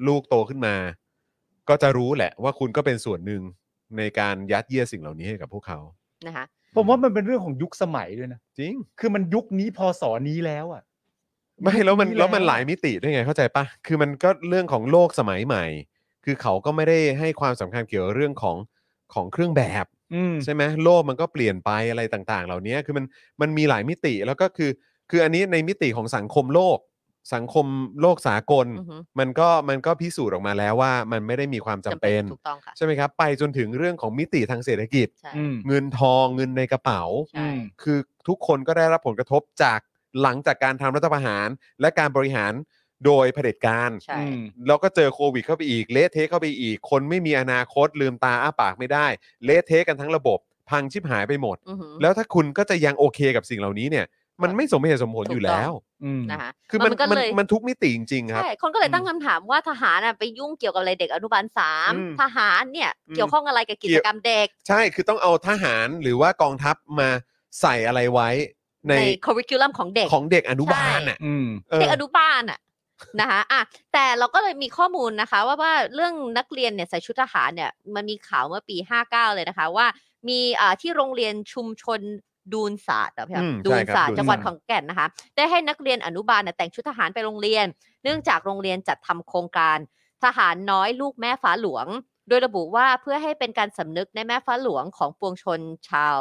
Speaker 2: ลูกโตขึ้นมา ก็จะรู้แหละว่าคุณก็เป็นส่วนหนึ่งในการยัดเยียดสิ่งเหล่านี้ให้กับพวกเขา
Speaker 3: นะคะ
Speaker 5: ผมว่ามันเป็นเรื่องของยุคสมัยด้วยนะ
Speaker 2: จริง
Speaker 5: คือมันยุคนี้พอสอนี้แล้วอ่ะ
Speaker 2: ไม่แล้วมัน
Speaker 5: ยุคนี้
Speaker 2: แล้วมัน
Speaker 5: แล้ว
Speaker 2: หลายมิติด้วยไงเข้าใจปะคือมันก็เรื่องของโลกสมัยใหม่ คือเขาก็ไม่ได้ให้ความสำคัญเกี่ยวกับเรื่องของของเครื่องแบบ
Speaker 5: อืม
Speaker 2: ใช่ไหมโลกมันก็เปลี่ยนไปอะไรต่างๆ เหล่านี้คือมันมันมีหลายมิติแล้วก็คือ คืออันนี้ในมิติของสังคมโลก สังคมโลกสากล
Speaker 3: อือฮึ
Speaker 2: มันก็มันก็พิสูจน์ออกมาแล้วว่ามันไม่ได้มีความจำเป็น
Speaker 3: ถูกต้องค่ะ
Speaker 2: ใช่ไหมครับ ไปจนถึงเรื่องของมิติทางเศรษฐกิจ
Speaker 3: ใช่
Speaker 5: อืม
Speaker 2: เงินทองเงินในกระเป๋า
Speaker 3: ใช่
Speaker 2: คือทุกคนก็ได้รับผลกระทบจากหลังจากการทำรัฐประหาร และการบริหารโดยเผด็จการ
Speaker 3: ใช่
Speaker 5: อืม
Speaker 2: แล้วก็เจอโควิดเข้าไปอีก เละเทะเข้าไปอีก คนไม่มีอนาคตลืมตาอ้าปากไม่ได้ เละเทะกันทั้งระบบ พังชิบหายไปหมด
Speaker 3: อือหือ
Speaker 2: แล้วถ้าคุณก็จะยังโอเคกับสิ่งเหล่านี้เนี่ย มันไม่สมเหตุสมผล
Speaker 3: ถูก
Speaker 2: อยู่แล้ว
Speaker 5: อืม
Speaker 3: นะคะ
Speaker 2: คือ
Speaker 3: แล้ว
Speaker 2: มัน
Speaker 3: ก็
Speaker 2: มัน
Speaker 3: เลย
Speaker 2: มันทุกมิติจริงๆครับ
Speaker 3: ใช่ คนก็เลยตั้ง
Speaker 2: อืม
Speaker 3: คำถามว่าทหารน่ะไปยุ่งเกี่ยวกับอะไรเด็กอนุบาลสาม
Speaker 2: อืม
Speaker 3: ทหารเนี่ย
Speaker 2: อืม
Speaker 3: เกี่ยวข้องอะไรกับกิจกรรมเด็ก
Speaker 2: ใช่คือต้องเอาทหารหรือว่ากองทัพมาใส่อะไรไว้ใน
Speaker 3: ในค r ริคิลัมของเด็ก
Speaker 2: ของเด็กอนุบาลน่ะ
Speaker 5: อืม
Speaker 2: เออ
Speaker 3: เด็กอนุบาลอ่ะ นะคะอ่ะแต่เราก็เลยมีข้อมูลนะคะ ว่าว่าเรื่องนักเรียนเนี่ยใส่ชุดทหารเนี่ยมันมีข่าวเมื่อปี 59 เลยนะคะ ว่ามีอ่าที่โรงเรียนชุมชนดูนศาสตร์เหรอพี่ครับ
Speaker 2: อืม
Speaker 3: ดู
Speaker 2: ใช่
Speaker 3: น
Speaker 2: ครับ
Speaker 3: ศาสต
Speaker 2: ดู
Speaker 3: ร์
Speaker 2: น
Speaker 3: จังหวัด
Speaker 5: ศาสตร์
Speaker 3: ขอนแก่นนะคะ ได้ให้นักเรียนอนุบาลเนี่ยแต่งชุดทหารไปโรงเรียน เนื่องจากโรงเรียนจัดทำโครงการทหารน้อยลูกแม่ฟ้าหลวง โดยระบุว่าเพื่อให้เป็นการสำนึกในแม่ฟ้าหลวงของปวงชนชาว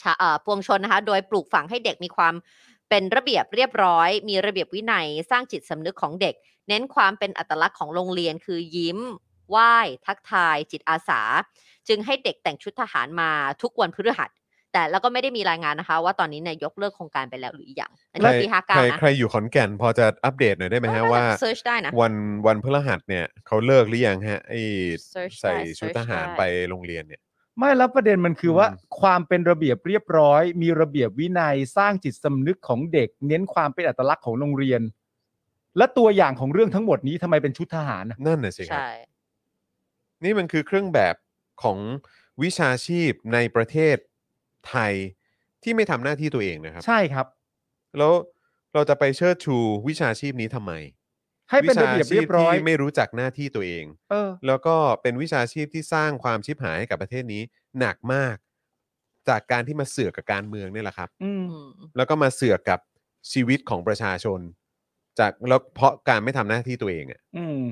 Speaker 3: ชาเอ่อปวงชนนะคะ โดยปลูกฝังให้เด็กมีความเป็นระเบียบเรียบร้อย มีระเบียบวินัยสร้างจิตสำนึกของเด็ก เน้นความเป็นอัตลักษณ์ของโรงเรียนคือยิ้ม ไหว้ ทักทาย จิตอาสา จึงให้เด็กแต่งชุดทหารมาทุกวันพฤหัส แต่แล้วก็ไม่ได้มีรายงานนะคะ ว่าตอนนี้เนี่ยยกเลิกโครงการไปแล้วหรือยังอันนี้ปีห้าเก้า
Speaker 2: ใคร
Speaker 3: นะ
Speaker 2: ใครอยู่ขอนแก่นพอจะอัปเดตหน่อยได้ไหมฮะว่า
Speaker 3: เซิร์ชได้นะ
Speaker 2: วันวันพฤหัสเนี่ยเขาเลิกหรือยังฮะไอ
Speaker 3: Search
Speaker 2: ใส่
Speaker 3: ได้
Speaker 2: ชุด
Speaker 3: Search
Speaker 2: ทหาร
Speaker 3: ได้
Speaker 2: ไปโรงเรียนเนี่ย
Speaker 5: ไม่แล้วประเด็นมันคือ
Speaker 2: อืม
Speaker 5: ว่า ความเป็นระเบียบเรียบร้อย มีระเบียบวินัยสร้างจิตสำนึกของเด็ก เน้นความเป็นอัตลักษณ์ของโรงเรียน และตัวอย่างของเรื่องทั้งหมดนี้ทำไมเป็นชุดทหารน่ะ
Speaker 2: นั่นน่ะสิครับ
Speaker 3: ใช่
Speaker 2: นี่มันคือเครื่องแบบของวิชาชีพในประเทศไทยที่ไม่ทำหน้าที่ตัวเองนะครับ
Speaker 5: ใช่ครับ
Speaker 2: แล้วเราจะไปเชิดชูวิชาชีพนี้ทำไม
Speaker 5: ให้เป็นระเบียบเรียบร้อ
Speaker 2: วิ
Speaker 5: ย
Speaker 2: ชาชีพที่ไม่รู้จักหน้าที่ตัวเอง
Speaker 5: เออ
Speaker 2: แล้วก็เป็นวิชาชีพที่สร้างความชิบหายให้กับประเทศนี้หนักมาก จากการที่มาเสือกกับการเมืองเนี่ยแหละครับ
Speaker 5: อืม
Speaker 3: อืม
Speaker 2: แล้วก็มาเสือกกับชีวิตของประชาชน จากแล้วเพราะการไม่ทำหน้าที่ตัวเองอะ
Speaker 5: อืม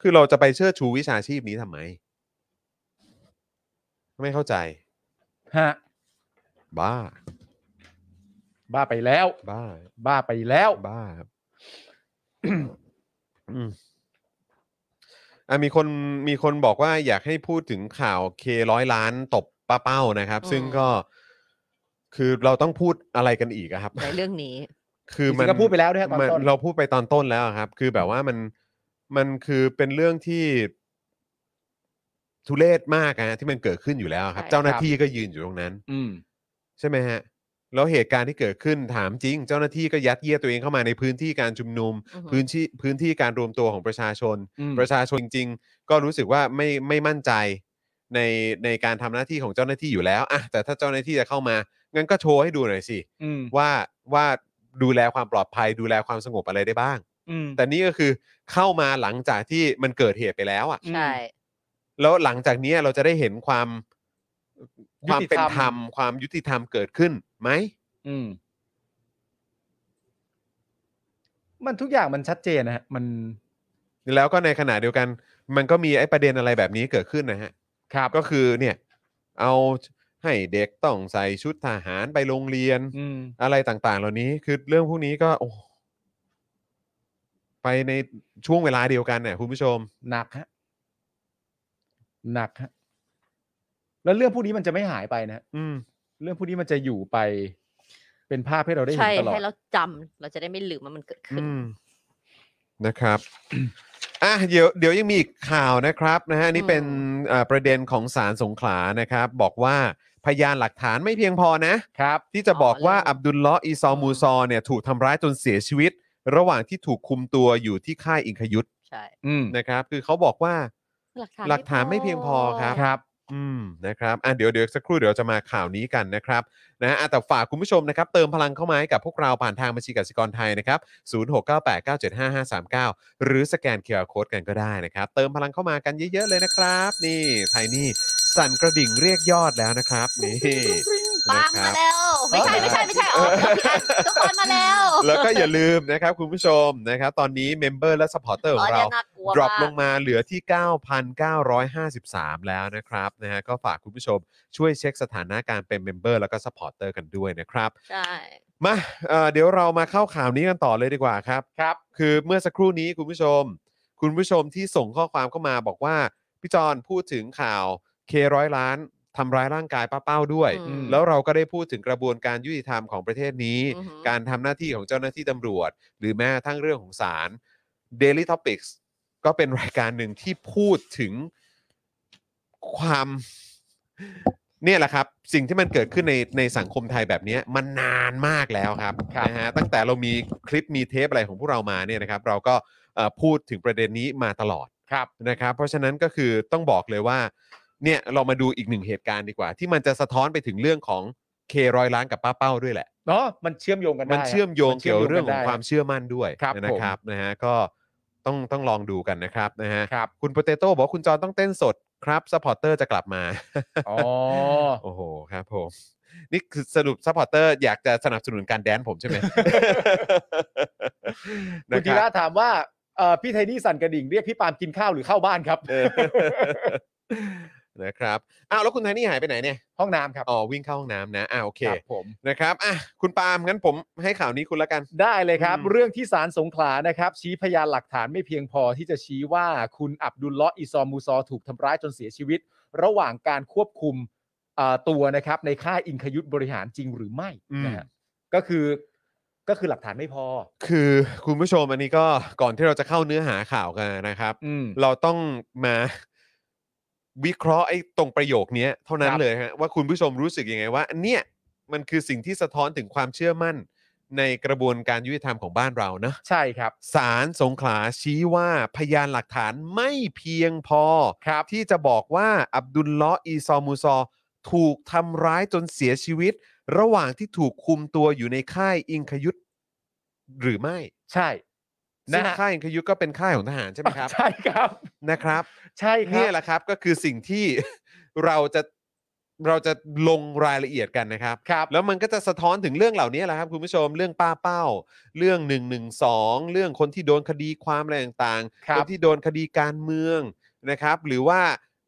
Speaker 2: คือเราจะไปเชิดชูวิชาชีพนี้ทำไม ไม่เข้าใจ
Speaker 5: ฮะ
Speaker 2: บ้า
Speaker 5: บ้าไปแล้ว
Speaker 2: บ้า
Speaker 5: บ้าไปแล้ว
Speaker 2: บ้าครับอืมอ่ะมีคนมีคนบอกว่าอยากให้พูดถึงข่าวเคร้อยล้านตบป้าเป้านะครับ ซึ่งก็คือเราต้องพูดอะไรกันอีกอะครับ
Speaker 3: ในเรื่องนี้
Speaker 2: คือมัน
Speaker 5: จริงๆก็พูดไปแล้วด้วยฮะตอนต้น
Speaker 2: มัเราพูดไปตอนต้นแล้วอะครับ คือแบบว่ามันมันคือเป็นเรื่องที่ทุเรศมากนะที่มันเกิดขึ้นอยู่แล้วครับ
Speaker 3: ใช่
Speaker 2: เจ้าหน้าที่ก็ยืนอยู่ตรงนั้น
Speaker 5: อืม
Speaker 2: ใช่ไหมฮะแล้วเหตุการณ์ที่เกิดขึ้นถามจริง เจ้าหน้าที่ก็ยัดเยียดตัวเองเข้ามาในพื้นที่การชุมนุม
Speaker 3: อือหือ
Speaker 2: พื้นที่พื้นที่การรวมตัวของประชาชน
Speaker 5: อืม
Speaker 2: ประชาชนจริง ๆ ก็รู้สึกว่าไม่ไม่มั่นใจในในการทำหน้าที่ของเจ้าหน้าที่อยู่แล้วอะแต่ถ้าเจ้าหน้าที่จะเข้ามางั้นก็โชว์ให้ดูหน่อยสิ
Speaker 5: อืม
Speaker 2: ว่าว่าดูแลความปลอดภัยดูแลความสงบอะไรได้บ้าง
Speaker 5: อืม
Speaker 2: แต่นี่ก็คือเข้ามาหลังจากที่มันเกิดเหตุไปแล้วอะ่ะ
Speaker 5: อืม
Speaker 3: ใช่
Speaker 2: แล้วหลังจากเนี้ยเราจะได้เห็นความค
Speaker 5: ยุ
Speaker 2: วาม
Speaker 5: ติธรรม
Speaker 2: เป็นธรรม ความยุติธรรมเกิดขึ้นไหม
Speaker 5: อืม มันทุกอย่างมันชัดเจนนะฮะ มัน
Speaker 2: แล้วก็ในขณะเดียวกัน มันก็มีไอ้ประเด็นอะไรแบบนี้เกิดขึ้นนะฮะ
Speaker 5: ครับ
Speaker 2: ก็คือเนี่ย เอาให้เด็กต้องใส่ชุดทหารไปโรงเรียน
Speaker 5: อืม
Speaker 2: อะไรต่าง ๆ เหล่านี้คือเรื่องพวกนี้ก็โอ้ไปในช่วงเวลาเดียวกันเนี่ยคุณผู้ชม
Speaker 5: หนักฮะ หนักฮะ แล้วเรื่องพวกนี้มันจะไม่หายไปนะฮะ
Speaker 2: อืม
Speaker 5: เรื่องพวกนี้มันจะอยู่ไป เป็นภาพให้เราได้เห็
Speaker 3: ใช่
Speaker 5: นตลอด
Speaker 3: ให้เราจำเราจะได้ไม่ลืมว่ามันเกิดขึ้น
Speaker 2: อืมนะครับ อ่ะเดี๋ยวเดี๋ยวยังมีอีกข่าวนะครับนะฮะอันนี่เป็น
Speaker 3: อื
Speaker 2: เอ่อประเด็นของสารสงขลานะครับ บอกว่าพยานหลักฐานไม่เพียงพอนะ
Speaker 5: ครับ
Speaker 2: ที่จะบอกว่าอับดุลเลาะห์อีซอมูซอเนี่ยถูกทำร้ายจนเสียชีวิต ระหว่างที่ถูกคุมตัวอยู่ที่ค่ายอิงคยุทธ
Speaker 3: ใช่
Speaker 5: อืม
Speaker 2: นะครับ คือเขาบอกว่า
Speaker 3: หลักฐาน
Speaker 2: หลักฐานไม่เพียงพอครับ
Speaker 5: ครับ
Speaker 2: อืมนะครับอ่ะเดี๋ยวเดี๋ยวสักครู่เดี๋ยวจะมาข่าวนี้กันนะครับนะอ่ะแต่ฝากคุณผู้ชมนะครับ เติมพลังเข้ามาให้กับพวกเราผ่านทางบัญชีกสิกรไทยนะครับ 0698975539 หรือสแกนเคอร์โคดกันก็ได้นะครับ เติมพลังเข้ามากันเยอะ ๆ เลยนะครับ นี่ไทนี่สั่นกระดิ่งเรียกยอดแล้วนะครับ นี่
Speaker 3: ปัง
Speaker 2: นะค
Speaker 3: มา
Speaker 2: รับ
Speaker 3: แล้ว ไม่ใช่ไม่ใช่ไม่ใช่อ๋อผิดอันทุกคนมาแล้ว
Speaker 2: แล้วก็อย่าลืมนะครับคุณผู้ชมนะครับ ตอนนี้เมมเบอร์และสปอร์เตอร์ข
Speaker 3: อ๋
Speaker 2: อ
Speaker 3: อง เนี่
Speaker 2: เรา
Speaker 3: ยน่ากลัว
Speaker 2: ดรอปล
Speaker 3: มาก
Speaker 2: งมาเหลือที่ 9,953 แล้วนะครับนะฮะก็ฝากคุณผู้ชมช่วยเช็คสถานะการเป็นเมมเบอร์แล้วก็สปอร์เตอร์กันด้วยนะครับ
Speaker 3: ใช่
Speaker 2: มาเอ่อเดี๋ยวเรามาเข้าข่าวนี้กันต่อเลยดีกว่าครับ
Speaker 5: ครับ
Speaker 2: คือเมื่อสักครู่นี้คุณผู้ชม คุณผู้ชมที่ส่งข้อความเข้ามาบอกว่า พี่จอนพูดถึงข่าวเคร้อยล้านทำร้ายร่างกายป้าเป้าด้วย
Speaker 3: อืม
Speaker 2: แล้วเราก็ได้พูดถึงกระบวนการยุติธรรมของประเทศนี้
Speaker 3: อือฮึ
Speaker 2: การทำหน้าที่ของเจ้าหน้าที่ตำรวจ หรือแม้กระทั้งเรื่องของศาล Daily Topics ก็เป็นรายการหนึ่งที่พูดถึงความ เนี่ยแหละครับ สิ่งที่มันเกิดขึ้นในในสังคมไทยแบบเนี้ยมันนานมากแล้วครับ
Speaker 5: ครับ
Speaker 2: นะฮะตั้งแต่เรามีคลิปมีเทปอะไรของพวกเรามาเนี่ยนะครับ เราก็เอ่อพูดถึงประเด็นนี้มาตลอด
Speaker 5: ครับ
Speaker 2: นะครับเพราะฉะนั้นก็คือต้องบอกเลยว่าเนี่ยเรามาดูอีกหนึ่งเหตุการณ์ดีกว่า ที่มันจะสะท้อนไปถึงเรื่องของเคร้อยล้านกับป้าเป้าด้วยแหละ
Speaker 5: เนาะมันเชื่อมโยงกันได้
Speaker 2: มันเชื่อมโยง
Speaker 5: น
Speaker 2: เกี่ยวเรื่องของ
Speaker 5: ได้
Speaker 2: ความเชื่อมั่นด้วย
Speaker 5: ครับ
Speaker 2: นะค
Speaker 5: ผม
Speaker 2: รับนะฮะก็ต้องต้องลองดูกันนะครับนะฮะ
Speaker 5: ครับ
Speaker 2: คุณโปเตโต้บอกว่าคุณจอนต้องเต้นสดครับซัพพอร์เตอร์จะกลับมา
Speaker 5: อ๋อ
Speaker 2: โอ้โหครับผมนี่คือสรุปซัพพอร์เตอร์อยากจะสนับสนุนการแดนผมใช่ไหม
Speaker 5: คุณธีระถามว่าเอ่อพี่ไทนี่สั่นกระดิ่งเรียกพี่ปาล์มกินข้าวหรือเข้าบ้านครับ
Speaker 2: เออ นะครับอ้าวแล้วคุณไทนี่หายไปไหนเนี่ย
Speaker 5: ห้องน้ำครับ
Speaker 2: อ๋อวิ่งเข้าห้องน้ำนะอ่าโอเค
Speaker 5: ครับผม
Speaker 2: นะครับอ่ะคุณปาล์มงั้นผมให้ข่าวนี้คุณละกัน
Speaker 5: ได้เลยครับ
Speaker 2: อืม
Speaker 5: เรื่องที่ศาลสงขลานะครับ ชี้พยานหลักฐานไม่เพียงพอที่จะชี้ว่าคุณอับดุลเลาะห์อิซอมมูซอถูกทำร้ายจนเสียชีวิต ระหว่างการควบคุมเอ่อตัวนะครับ ในค่ายอิงคยุทธบริหารจริงหรือไม่นะฮะก็คือก็คือหลักฐานไม่พอ
Speaker 2: คือคุณผู้ชมอันนี้ก็ก่อนที่เราจะเข้าเนื้อหาข่าวกันนะครับ
Speaker 5: อืม
Speaker 2: เราต้องมา วิเคราะห์ไอ้ตรงประโยคเนี้ยเท่านั้น
Speaker 5: ครับ
Speaker 2: เลยฮะว่าคุณผู้ชมรู้สึกยังไงว่าอันเนี่ยมันคือสิ่งที่สะท้อนถึงความเชื่อมั่น ในกระบวนการยุติธรรมของบ้านเรานะ
Speaker 5: ใช่ครับ
Speaker 2: ศาลสงขลาชี้ว่าพยานหลักฐานไม่เพียงพอ
Speaker 5: ครับ
Speaker 2: ที่จะบอกว่าอับดุลเลาะห์อีซอมูซอ ถูกทำร้ายจนเสียชีวิต ระหว่างที่ถูกคุมตัวอยู่ในค่ายอิงคยุทธหรือไม่
Speaker 5: ใช่
Speaker 2: ซึ่ง
Speaker 5: นะฮะ
Speaker 2: ค่ายอิงคยุทธก็เป็นค่ายของทหารใช่ไหมครับ
Speaker 5: ใช่ครับ
Speaker 2: นะครับ
Speaker 5: ใช่ครับ
Speaker 2: เนี่ยแหละครับก็คือสิ่งที่ เราจะเราจะลงรายละเอียดกันนะครับ
Speaker 5: ครับ
Speaker 2: แล้วมันก็จะสะท้อนถึงเรื่องเหล่านี้แหละครับคุณผู้ชมเรื่องป้าเป้า เรื่อง1นึเรื่องคนที่โดนคดีความอะไรต่าง
Speaker 5: ค
Speaker 2: ๆ
Speaker 5: รับ
Speaker 2: นที่โดนคดีการเมืองนะครับ หรือว่า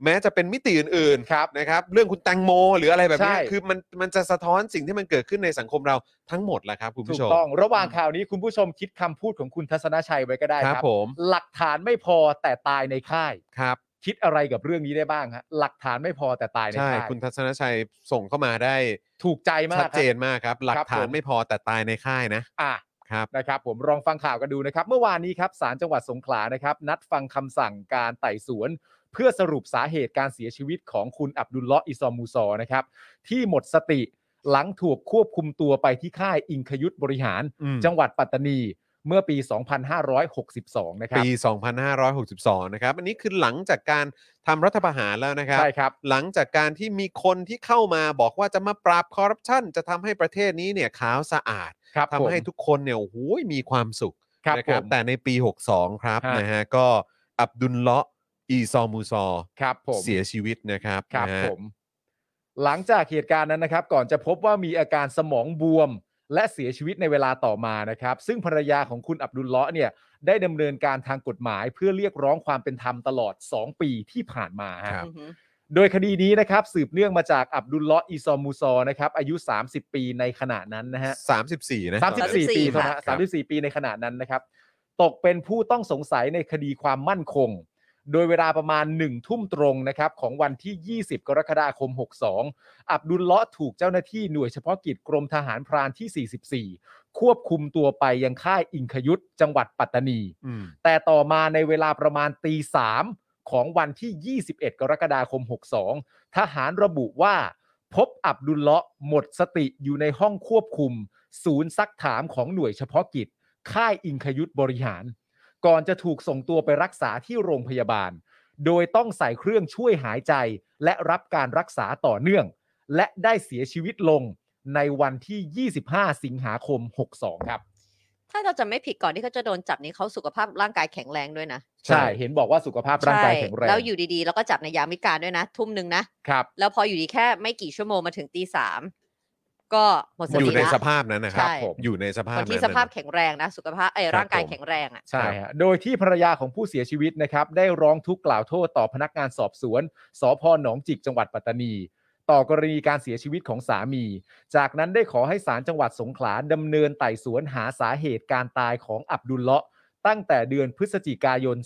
Speaker 2: แม้จะเป็นมิติอื่น
Speaker 5: ครับ
Speaker 2: ๆนะครับ เรื่องคุณแตงโมหรืออะไรแบบเนี้ย
Speaker 5: ใช่
Speaker 2: คือมันมันจะสะท้อนสิ่งที่มันเกิดขึ้นในสังคมเราทั้งหมดแหละครับคุณ
Speaker 5: ถู
Speaker 2: ผู้
Speaker 5: ก
Speaker 2: ชม
Speaker 5: ต้องระหว่างข่าวนี้คุณผู้ชมคิดคำพูดของคุณทัศนชัยไว้ก็ได้
Speaker 2: ค
Speaker 5: ค
Speaker 2: รั
Speaker 5: รั
Speaker 2: บบ ผม
Speaker 5: หลักฐานไม่พอแต่ตายในค่าย
Speaker 2: ครับ
Speaker 5: คิดอะไรกับเรื่องนี้ได้บ้างฮะหลักฐานไม่พอแต่ตายใน
Speaker 2: ใช่
Speaker 5: ค่าย
Speaker 2: คุณทัศนชัยส่งเข้ามาได้
Speaker 5: ถูกใจมากค
Speaker 2: ชั
Speaker 5: รั
Speaker 2: ด
Speaker 5: บ
Speaker 2: เจนมากครับ หลั
Speaker 5: ครั
Speaker 2: ก
Speaker 5: บ
Speaker 2: ฐาน
Speaker 5: ผม
Speaker 2: ไม่พอแต่ตายในค่ายนะ
Speaker 5: อ่ะ
Speaker 2: ครับ
Speaker 5: นะครับผมลองฟังข่าวกันดูนะครับ เมื่อวานนี้ครับศาลจังหวัดสงขลานะครับ นัดฟังคำสั่งการไต่สวน เพื่อสรุปสาเหตุการเสียชีวิตของคุณอับดุลเลาะห์อิซอมมูซอนะครับ ที่หมดสติหลังถูกควบคุมตัวไปที่ค่ายอิงคยุทธบริหาร
Speaker 2: อืม
Speaker 5: จังหวัดปัตตานีเมื่อปี 2562 นะครับ
Speaker 2: ปี 2562 นะครับ อันนี้คือหลังจากการทำรัฐประหารแล้วนะครับ
Speaker 5: ใช่ครับ
Speaker 2: หลังจากการที่มีคนที่เข้ามาบอกว่าจะมาปราบคอร์รัปชันจะทำให้ประเทศนี้เนี่ยขาวสะอาด
Speaker 5: ครับ
Speaker 2: ทำให้
Speaker 5: ผม
Speaker 2: ทุกคนเนี่ยโอ้โหมีความสุข
Speaker 5: ครับ
Speaker 2: นะ
Speaker 5: ผม
Speaker 2: แต่ในปี 62 ครับ
Speaker 5: ฮะ
Speaker 2: นะฮะก็อับดุลเลาะห์อีซอมูซอ
Speaker 5: ครับผม
Speaker 2: เสียชีวิตนะครับ
Speaker 5: ครับ
Speaker 2: นะฮะ
Speaker 5: ผมหลังจากเหตุการณ์นั้นนะครับ ก่อนจะพบว่ามีอาการสมองบวม และเสียชีวิตในเวลาต่อมานะครับ ซึ่งภรรยาของคุณอับดุลเลาะห์เนี่ยได้ดำเนินการทางกฎหมายเพื่อเรียกร้องความเป็นธรรมตลอด 2 ปีที่ผ่านมาฮะ
Speaker 2: ครับ
Speaker 3: อือหือ
Speaker 5: โดยคดีนี้นะครับสืบเนื่องมาจากอับดุลเลาะห์อีซอมมูซอนะครับอายุ 30 ปีในขณะนั้นนะฮะ
Speaker 2: 34 นะ
Speaker 5: สามสิบสี่
Speaker 3: 34
Speaker 5: ปี
Speaker 3: ค่ะ
Speaker 5: เท่านั้นสามสิบสี่ปีในขณะนั้นนะครับ ตกเป็นผู้ต้องสงสัยในคดีความมั่นคง โดยเวลาประมาณ 1 ทุ่มตรงนะครับ ของวันที่ 20 กรกฎาคม 62 อับดุลเลาะห์ถูกเจ้าหน้าที่หน่วยเฉพาะกิจกรมทหารพรานที่ 44 ควบคุมตัวไปยังค่ายอิงคยุทธจังหวัดปัตตานี
Speaker 2: อืม
Speaker 5: แต่ต่อมาในเวลาประมาณตีสามของวันที่ 21 กรกฎาคม 62 ทหารระบุว่า พบอับดุลเลาะห์หมดสติอยู่ในห้องควบคุม ศูนย์ซักถามของหน่วยเฉพาะกิจ ค่ายอิงคยุทธบริหาร ก่อนจะถูกส่งตัวไปรักษาที่โรงพยาบาล โดยต้องใส่เครื่องช่วยหายใจ และรับการรักษาต่อเนื่อง และได้เสียชีวิตลงในวันที่ 25 สิงหาคม 62 ครับ
Speaker 3: ถ้าเราจะไม่ผิดก่อนที่เขาจะโดนจับนี้เขาสุขภาพร่างกายแข็งแรงด้วยนะ
Speaker 5: ใช่เห็นบอกว่าสุขภาพร่างกายแข็งแรง
Speaker 3: แล้วอยู่ดีๆ แล้วก็จับในยามวิการด้วยนะ ทุ่มหนึ่งนะ
Speaker 5: ครับ
Speaker 3: แล้วพออยู่ดีแค่ไม่กี่ชั่วโมงมาถึงตีสามก็หมดส
Speaker 2: อยู่
Speaker 3: ติ
Speaker 2: ใน
Speaker 3: ละ
Speaker 2: สภาพนั้นนะครับ
Speaker 3: ใช่
Speaker 2: อยู่ในสภาพ
Speaker 3: คนที่
Speaker 2: นั้น
Speaker 3: ส
Speaker 2: นะ
Speaker 3: ภาพแข็งแรงนะ สุขภาพเอ้ย
Speaker 2: ครับ
Speaker 3: ร่างกาย
Speaker 2: ผม
Speaker 3: แข็งแรงอ่ะ
Speaker 5: ใช่ฮะโดยที่ภรรยาของผู้เสียชีวิตนะครับ ได้ร้องทุกข์กล่าวโทษต่อพนักงานสอบสวน สพหนองจิกจังหวัดปัตตานี ต่อกรณีการเสียชีวิตของสามี จากนั้นได้ขอให้ศาลจังหวัดสงขลาดำเนินไต่สวนหาสาเหตุการตายของอับดุลเลาะห์ตั้งแต่เดือนพฤศจิกายน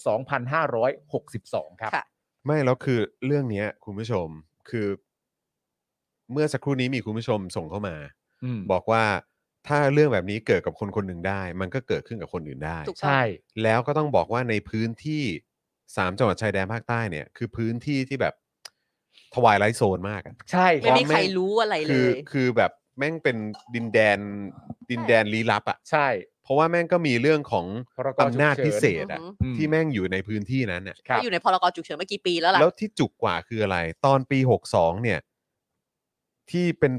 Speaker 5: 2562 ครับ
Speaker 3: ค่ะ
Speaker 2: ไม่แล้วคือเรื่องเนี้ยคุณผู้ชมคือ เมื่อสักครู่นี้มีคุณผู้ชมส่งเข้ามา
Speaker 5: อืม
Speaker 2: บอกว่าถ้าเรื่องแบบนี้เกิดกับคนคนหนึ่งได้ มันก็เกิดขึ้นกับคนอื่นได้
Speaker 3: ถูก
Speaker 5: ใช่
Speaker 2: แล้วก็ต้องบอกว่าในพื้นที่สามจังหวัดชายแดนภาคใต้เนี่ย คือพื้นที่ที่แบบทวายไร้โซนมากอะ
Speaker 5: ใช่ค
Speaker 3: ไม่
Speaker 5: รับ
Speaker 3: มีใครรู้อะไรเล
Speaker 2: คือย คือแบบแม่งเป็นดินแดนดินแดนลี้ลับอะ
Speaker 5: ใช่
Speaker 2: เพราะว่าแม่งก็มีเรื่องของ
Speaker 5: พรกฉุก
Speaker 2: อำ
Speaker 5: เฉิ
Speaker 2: นาจพิเศษอะ
Speaker 3: อือหื
Speaker 5: อืม
Speaker 2: ที่แม่งอยู่ในพื้นที่นั้นน่ะ
Speaker 5: ครับ
Speaker 3: อยู่ในพรกฉุกเฉินเมื่อกี่ปีแล้วล่ะ
Speaker 2: แล้วที่จุกกว่าคืออะไร ตอนปี 62 เนี่ย ที่เป็น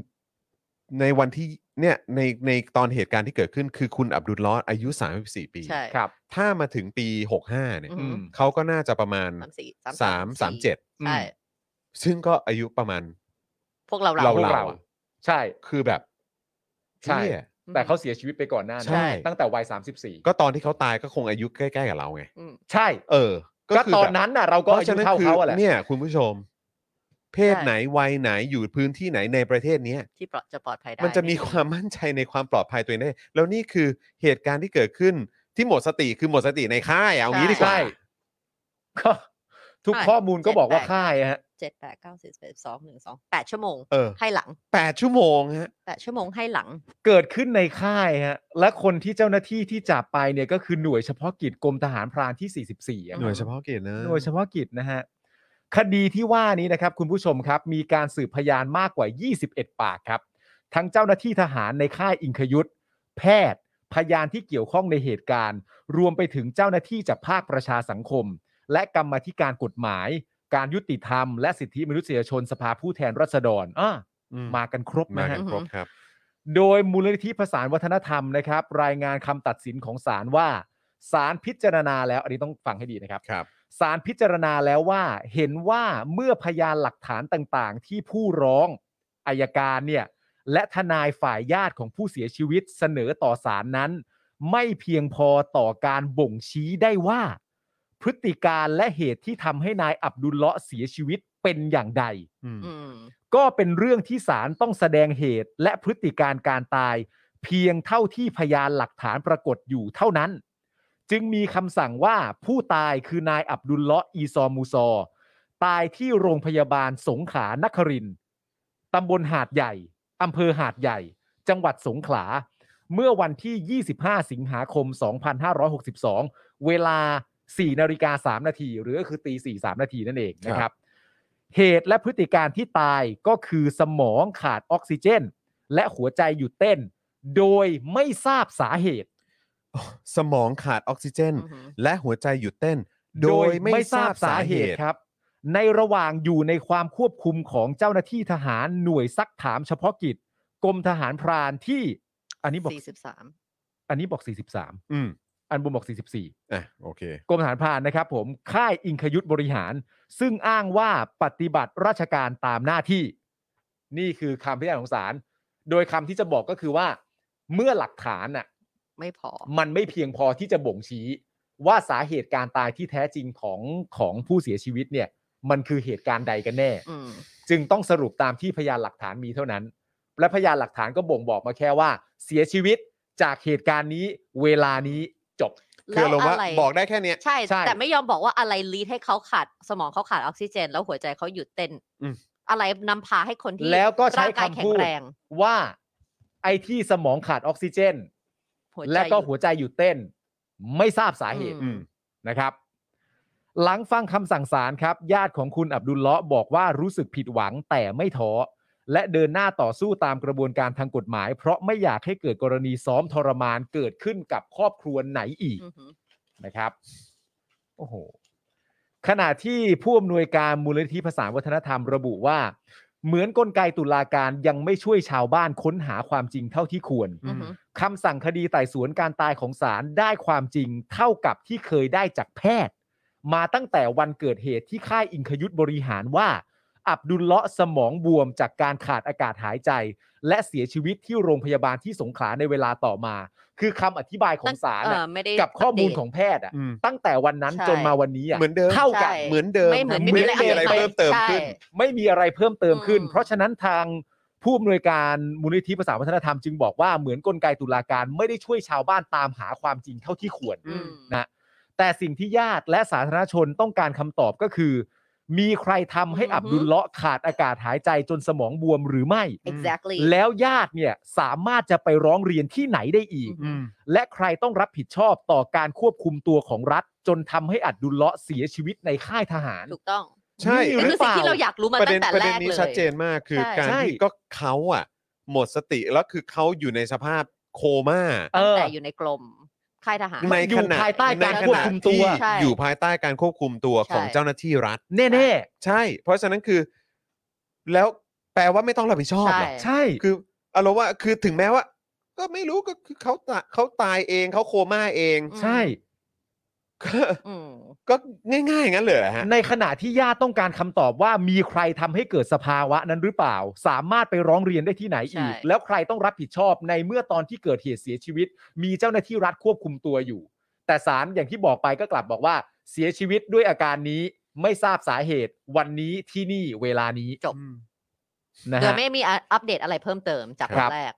Speaker 2: ในวันที่เนี่ยในในตอนเหตุการณ์ที่เกิดขึ้นคือคุณอับดุลเลอดอายุ 34 ปี
Speaker 3: ใช่
Speaker 5: ครับ
Speaker 2: ถ้ามาถึงปี 65 เนี่ย
Speaker 3: อืม
Speaker 2: เขาก็น่าจะประมาณ
Speaker 3: สามสี่
Speaker 2: 3 3
Speaker 3: สี่
Speaker 2: 7
Speaker 3: ใช่
Speaker 2: ซึ่งก็อายุประมาณ
Speaker 3: พวกเรา
Speaker 2: เรา
Speaker 5: พวก
Speaker 3: เรา
Speaker 5: เราใช่
Speaker 2: คือแบบ
Speaker 5: ใช่
Speaker 2: เหี้ย
Speaker 5: แต่เขาเสียชีวิตไปก่อนหน้านั้น
Speaker 2: ใช่
Speaker 5: ตั้งแต่วัย34
Speaker 2: ก็ตอนที่เขาตายก็คงอายุใกล้ๆกับเราไง
Speaker 3: อืม
Speaker 5: ใช่
Speaker 2: เออ
Speaker 5: ก็
Speaker 2: คือ
Speaker 5: ต
Speaker 2: แบบ
Speaker 5: อนนั้นน่ะเราก็อายุเท่าเขาอะแหละ
Speaker 2: เนี่ย คุณผู้ชม เพศ
Speaker 3: ใช่
Speaker 2: ไหนวัยไหนอยู่พื้นที่ไหนในประเทศเนี้ย
Speaker 3: ที่ปลอดจะปลอดภัยได้
Speaker 2: มันจะมีความมั่นใจในความปลอดภัยตัวเองได้ แล้วนี่คือเหตุการณ์ที่เกิดขึ้นที่หมดสติคือหมดสติในค่ายอะเอางี้ดีกว่า
Speaker 5: ใช่ ก็ทุกข้อมูลก็บอกว่าค่ายฮะ
Speaker 3: เจ็ดแปดเก้าสิบสิบเอ็ดสองหนึ่งสองแปดชั่วโมง
Speaker 2: เออ
Speaker 3: ให้หลัง
Speaker 2: แปดชั่วโมงฮะ
Speaker 3: แปดชั่วโมงให้หลัง
Speaker 5: เกิดขึ้นในค่ายฮะ และคนที่เจ้าหน้าที่ที่จับไปเนี่ยก็คือหน่วยเฉพาะกิจกรมทหารพรานที่ 44อะ
Speaker 2: หน่วยเฉพาะกิจนะ
Speaker 5: หน่วยเฉพาะกิจนะฮะ คดีที่ว่านี้นะครับ คุณผู้ชมครับ มีการสืบพยานมากกว่า 21 ปากครับ ทั้งเจ้าหน้าที่ทหารในค่ายอิงคยุทธแพทย์ พยานที่เกี่ยวข้องในเหตุการณ์ รวมไปถึงเจ้าหน้าที่จากภาคประชาสังคม และกรรมาธิการกฎหมาย การยุติธรรม และสิทธิมนุษยชนสภาผู้แทนราษฎรอ่า
Speaker 2: อื
Speaker 5: มากันครบ
Speaker 2: มากั
Speaker 5: นะฮะ
Speaker 2: น
Speaker 3: อืม
Speaker 2: ครบครับ
Speaker 5: โดยมูลนิธิประสานวัฒนธรรมนะครับ รายงานคำตัดสินของศาลว่าศาลพิจารณาแล้วอันนี้ต้องฟังให้ดีนะครับ
Speaker 2: ครับ
Speaker 5: ศาลพิจารณาแล้วว่าเห็นว่าเมื่อพยานหลักฐานต่างๆ ที่ผู้ร้องอายการเนี่ยและทนายฝ่ายญาติของผู้เสียชีวิตเสนอต่อศาลนั้น ไม่เพียงพอต่อการบ่งชี้ได้ว่า พฤติการและเหตุที่ทำให้นายอับดุลเลาะห์เสียชีวิตเป็นอย่างใด
Speaker 3: อืม
Speaker 5: ก็เป็นเรื่องที่ศาลต้องแสดงเหตุและพฤติการการตาย เพียงเท่าที่พยานหลักฐานปรากฏอยู่เท่านั้น จึงมีคำสั่งว่าผู้ตายคือนายอับดุลเลาะห์อีซอมูซอ ตายที่โรงพยาบาลสงขลานครินทร์ตำบลหาดใหญ่อำเภอหาดใหญ่ จังหวัดสงขลา เมื่อวันที่ 25 สิงหาคม 2562 เวลา 4นาฬิกา3นาทีหรือก็คือตี4 3นาทีนั่นเองนะค
Speaker 2: ครั
Speaker 5: รับ
Speaker 2: บ
Speaker 5: เหตุและพฤติการที่ตายก็คือสมองขาดออกซิเจน และหัวใจหยุดเต้น โดยไม่ทราบสาเหตุ
Speaker 2: สมองขาดออกซิเจน
Speaker 3: อืม
Speaker 2: และหัวใจหยุดเต้น โดยไม่ทราบสาเหตุ
Speaker 5: ครับ ในระหว่างอยู่ในความควบคุมของเจ้าหน้าที่ทหารหน่วยซักถามเฉพาะกิจกรมทหารพรานที่ อันนี้บอก
Speaker 3: สี่สิบสาม
Speaker 5: อันนี้บอก 43
Speaker 2: อืม
Speaker 5: อันบนบอก 44
Speaker 2: อ่ะโอเค
Speaker 5: กรมทหารพรานนะครับผมค่ายอิงคยุทธบริหาร ซึ่งอ้างว่าปฏิบัติราชการตามหน้าที่ นี่คือคำพิจารณาของศาลโดยคำที่จะบอกก็คือว่า เมื่อหลักฐานน่ะ
Speaker 3: ไม่พอ
Speaker 5: มันไม่เพียงพอที่จะบ่งชี้ ว่าสาเหตุการตายที่แท้จริงของของผู้เสียชีวิตเนี่ย มันคือเหตุการณ์ใดกันแน่
Speaker 3: อืม
Speaker 5: จึงต้องสรุปตามที่พยานหลักฐานมีเท่านั้น และพยานหลักฐานก็บ่งบอกมาแค่ว่า เสียชีวิตจากเหตุการณ์นี้ เวลานี้จบ
Speaker 2: คือลงว่า
Speaker 3: ะร
Speaker 2: บอกได้แค่เนี้ย
Speaker 3: ใช่
Speaker 5: ใช่
Speaker 3: แต่ไม่ยอมบอกว่าอะไรลีดให้เขาขาด สมองเขาขาดออกซิเจน แล้วหัวใจเขาหยุดเต้น
Speaker 2: อืม
Speaker 3: อะไรนำพาให้คนที่
Speaker 5: แล้วก็ใช้
Speaker 3: ร่างกายแข็
Speaker 5: คำพู
Speaker 3: ง
Speaker 5: ด
Speaker 3: แรง
Speaker 5: ว่าไอ้ที่สมองขาดออกซิเจน
Speaker 3: หัวใจ
Speaker 5: และก็
Speaker 3: ห
Speaker 5: หั
Speaker 3: ยุด
Speaker 5: วใจหยุดเต้น ไม่ทราบสาเหตุ
Speaker 3: อืม
Speaker 5: นะครับ หลังฟังคำสั่งศาลครับ ญาติของคุณอับดุลเลาะห์บอกว่ารู้สึกผิดหวังแต่ไม่ท้อและเดินหน้าต่อสู้ตามกระบวนการทางกฎหมาย เพราะไม่อยากให้เกิดกรณีซ้อมทรมานเกิดขึ้นกับครอบครัวไหนอีก
Speaker 3: อือหือ
Speaker 5: นะครับ โอ้โห ขณะที่ผู้อำนวยการมูลนิธิภาษานวัฒนธรรมระบุว่า เหมือนกลไกตุลาการยังไม่ช่วยชาวบ้านค้นหาความจริงเท่าที่ควร
Speaker 3: อือหือ
Speaker 5: คำสั่งคดีไต่สวนการตายของศาลได้ความจริงเท่ากับที่เคยได้จากแพทย์ มาตั้งแต่วันเกิดเหตุที่ค่ายอิงคยุทธบริหารว่า อับดุลเลาะห์สมองบวมจากการขาดอากาศหายใจ และเสียชีวิตที่โรงพยาบาลที่สงขลาในเวลาต่อมา คือคำอธิบายของศาลน่ะ
Speaker 3: เออไม่ได้
Speaker 5: กับข้อมู
Speaker 3: ป
Speaker 5: ล
Speaker 3: ฏิเสธ
Speaker 5: ของแพทย์อะ
Speaker 2: อืม
Speaker 5: ตั้งแต่วันนั้น
Speaker 3: ใช่
Speaker 5: จนมาวันนี้อะ
Speaker 2: เหมือนเดิม
Speaker 5: เท่ากัน
Speaker 3: ใช่
Speaker 2: เหมือนเดิม
Speaker 3: ไม่เหมือน
Speaker 2: ครับ
Speaker 3: ไม่มีอะไร
Speaker 2: ไม่มีอะไร
Speaker 3: ป
Speaker 2: เพิ่มเติมขึ้น
Speaker 3: ใช่
Speaker 5: ไม่มีอะไรเพิ่มเติมขึ้น
Speaker 3: อืม
Speaker 5: เพราะฉะนั้นทางผู้อำนวยการมูลนิธิภาษาวัฒนธรรมจึงบอกว่าเหมือนกลไกตุลาการไม่ได้ช่วยชาวบ้านตามหาความจริงเท่าที่ควร
Speaker 3: อืม
Speaker 5: นะแต่สิ่งที่ญาติและสาธารณชนต้องการคำตอบก็คือ มีใครทำให้
Speaker 3: อือฮึ
Speaker 5: อับดุลเลาะห์ขาดอากาศหายใจจนสมองบวมหรือไม่
Speaker 3: exactly
Speaker 5: แล้วญาติเนี่ยสามารถจะไปร้องเรียนที่ไหนได้อีก
Speaker 3: อืม
Speaker 5: และใครต้องรับผิดชอบต่อการควบคุมตัวของรัฐ จนทำให้อับดุลเลาะห์เสียชีวิตในค่ายทหาร
Speaker 3: ถูกต้อง
Speaker 2: ใช่
Speaker 3: นี่คือสิ่งที่เราอยากรู้มา
Speaker 2: ประ
Speaker 3: ตั้
Speaker 2: เด็น
Speaker 3: งแต่
Speaker 2: ประ
Speaker 3: แร
Speaker 2: เด็น
Speaker 3: ก
Speaker 2: นี้
Speaker 3: เลย
Speaker 2: ชัดเจนมากคือ
Speaker 3: ใช่
Speaker 2: การ
Speaker 5: ใช่
Speaker 2: ที่ก็เขาอ่ะ หมดสติแล้วคือเขาอยู่ในสภาพโคม่า
Speaker 5: เออ
Speaker 3: แต่อยู่ในกลมค่ายทหาร
Speaker 2: ใน
Speaker 5: อยู่
Speaker 2: ขณะ
Speaker 5: ภายใต้การ
Speaker 2: นขณะ
Speaker 5: ควบคุมตัว
Speaker 2: ที่
Speaker 3: ใช่
Speaker 2: อยู่ภายใต้การควบคุมตัวของ
Speaker 3: ใช่
Speaker 2: เจ้าหน้าที่รัฐ
Speaker 5: แน่
Speaker 2: ใช่ เพราะฉะนั้นคือ แล้วแปลว่าไม่ต้องรับผิดชอบเหรอ
Speaker 5: ๆใช่
Speaker 2: คืออารมณ์ว่าคือถึงแม้ว่า ก็ไม่รู้ก็คือเขาตาเขาตายเองเขาโคม่าเอง
Speaker 3: อืม
Speaker 5: ใช่
Speaker 2: ก็
Speaker 3: อืม
Speaker 2: ก็ง่ายๆอย่างนั้นเลยเหรอฮะ
Speaker 5: ในขณะที่ญาติต้องการคำตอบว่ามีใครทำให้เกิดสภาวะนั้นหรือเปล่า สามารถไปร้องเรียนได้ที่ไหนอีก
Speaker 3: ใช่
Speaker 5: แล้วใครต้องรับผิดชอบในเมื่อตอนที่เกิดเหตุเสียชีวิต มีเจ้าหน้าที่รัฐควบคุมตัวอยู่ แต่ศาลอย่างที่บอกไปก็กลับบอกว่า เสียชีวิตด้วยอาการนี้ไม่ทราบสาเหตุ วันนี้ที่นี่เวลานี้
Speaker 3: จบ
Speaker 5: นะ
Speaker 3: โดย
Speaker 5: ฮะ
Speaker 3: ไม่มีอะอัปเดตอะไรเพิ่มเติมจาก
Speaker 5: ค
Speaker 3: วั
Speaker 5: รั
Speaker 3: น
Speaker 5: บ
Speaker 3: แรก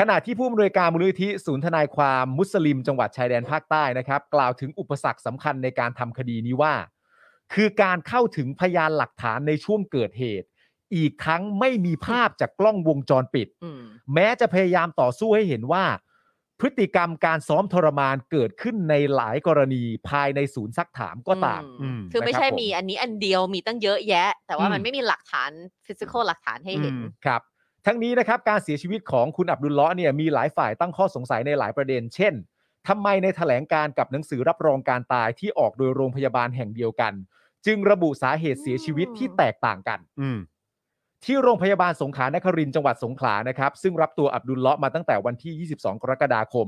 Speaker 5: ขณะที่ผู้อำนวยการมูลนิธิศูนย์ทนายความมุสลิมจังหวัดชายแดนภาคใต้นะครับ กล่าวถึงอุปสรรคสำคัญในการทำคดีนี้ว่า คือการเข้าถึงพยานหลักฐานในช่วงเกิดเหตุ อีกทั้งไม่มีภาพจากกล้องวงจรปิด
Speaker 3: อืม
Speaker 5: แม้จะพยายามต่อสู้ให้เห็นว่า พฤติกรรมการซ้อมทรมานเกิดขึ้นในหลายกรณีภายในศูนย์ซักถามก็ตาม
Speaker 3: อืม คือไม่ใช่
Speaker 5: นะครับผม
Speaker 3: มีอันนี้อันเดียวมีตั้งเยอะแยะ แต่ว่า
Speaker 5: อืม
Speaker 3: มันไม่มีหลักฐานฟิสิกอลหลักฐานให้เห็น
Speaker 5: อืมครับ ทั้งนี้นะครับการเสียชีวิตของคุณอับดุลเลาะห์เนี่ยมีหลายฝ่ายตั้งข้อสงสัยในหลายประเด็น เช่นทำไมในแถลงการกับหนังสือรับรองการตายที่ออกโดยโรงพยาบาลแห่งเดียวกัน จึงระบุสาเหตุเสียชีวิตที่แตกต่างกัน ที่โรงพยาบาลสงขลานครินทร์จังหวัดสงขลานะครับ ซึ่งรับตัวอับดุลเลาะห์มาตั้งแต่วันที่ 22 กรกฎาคม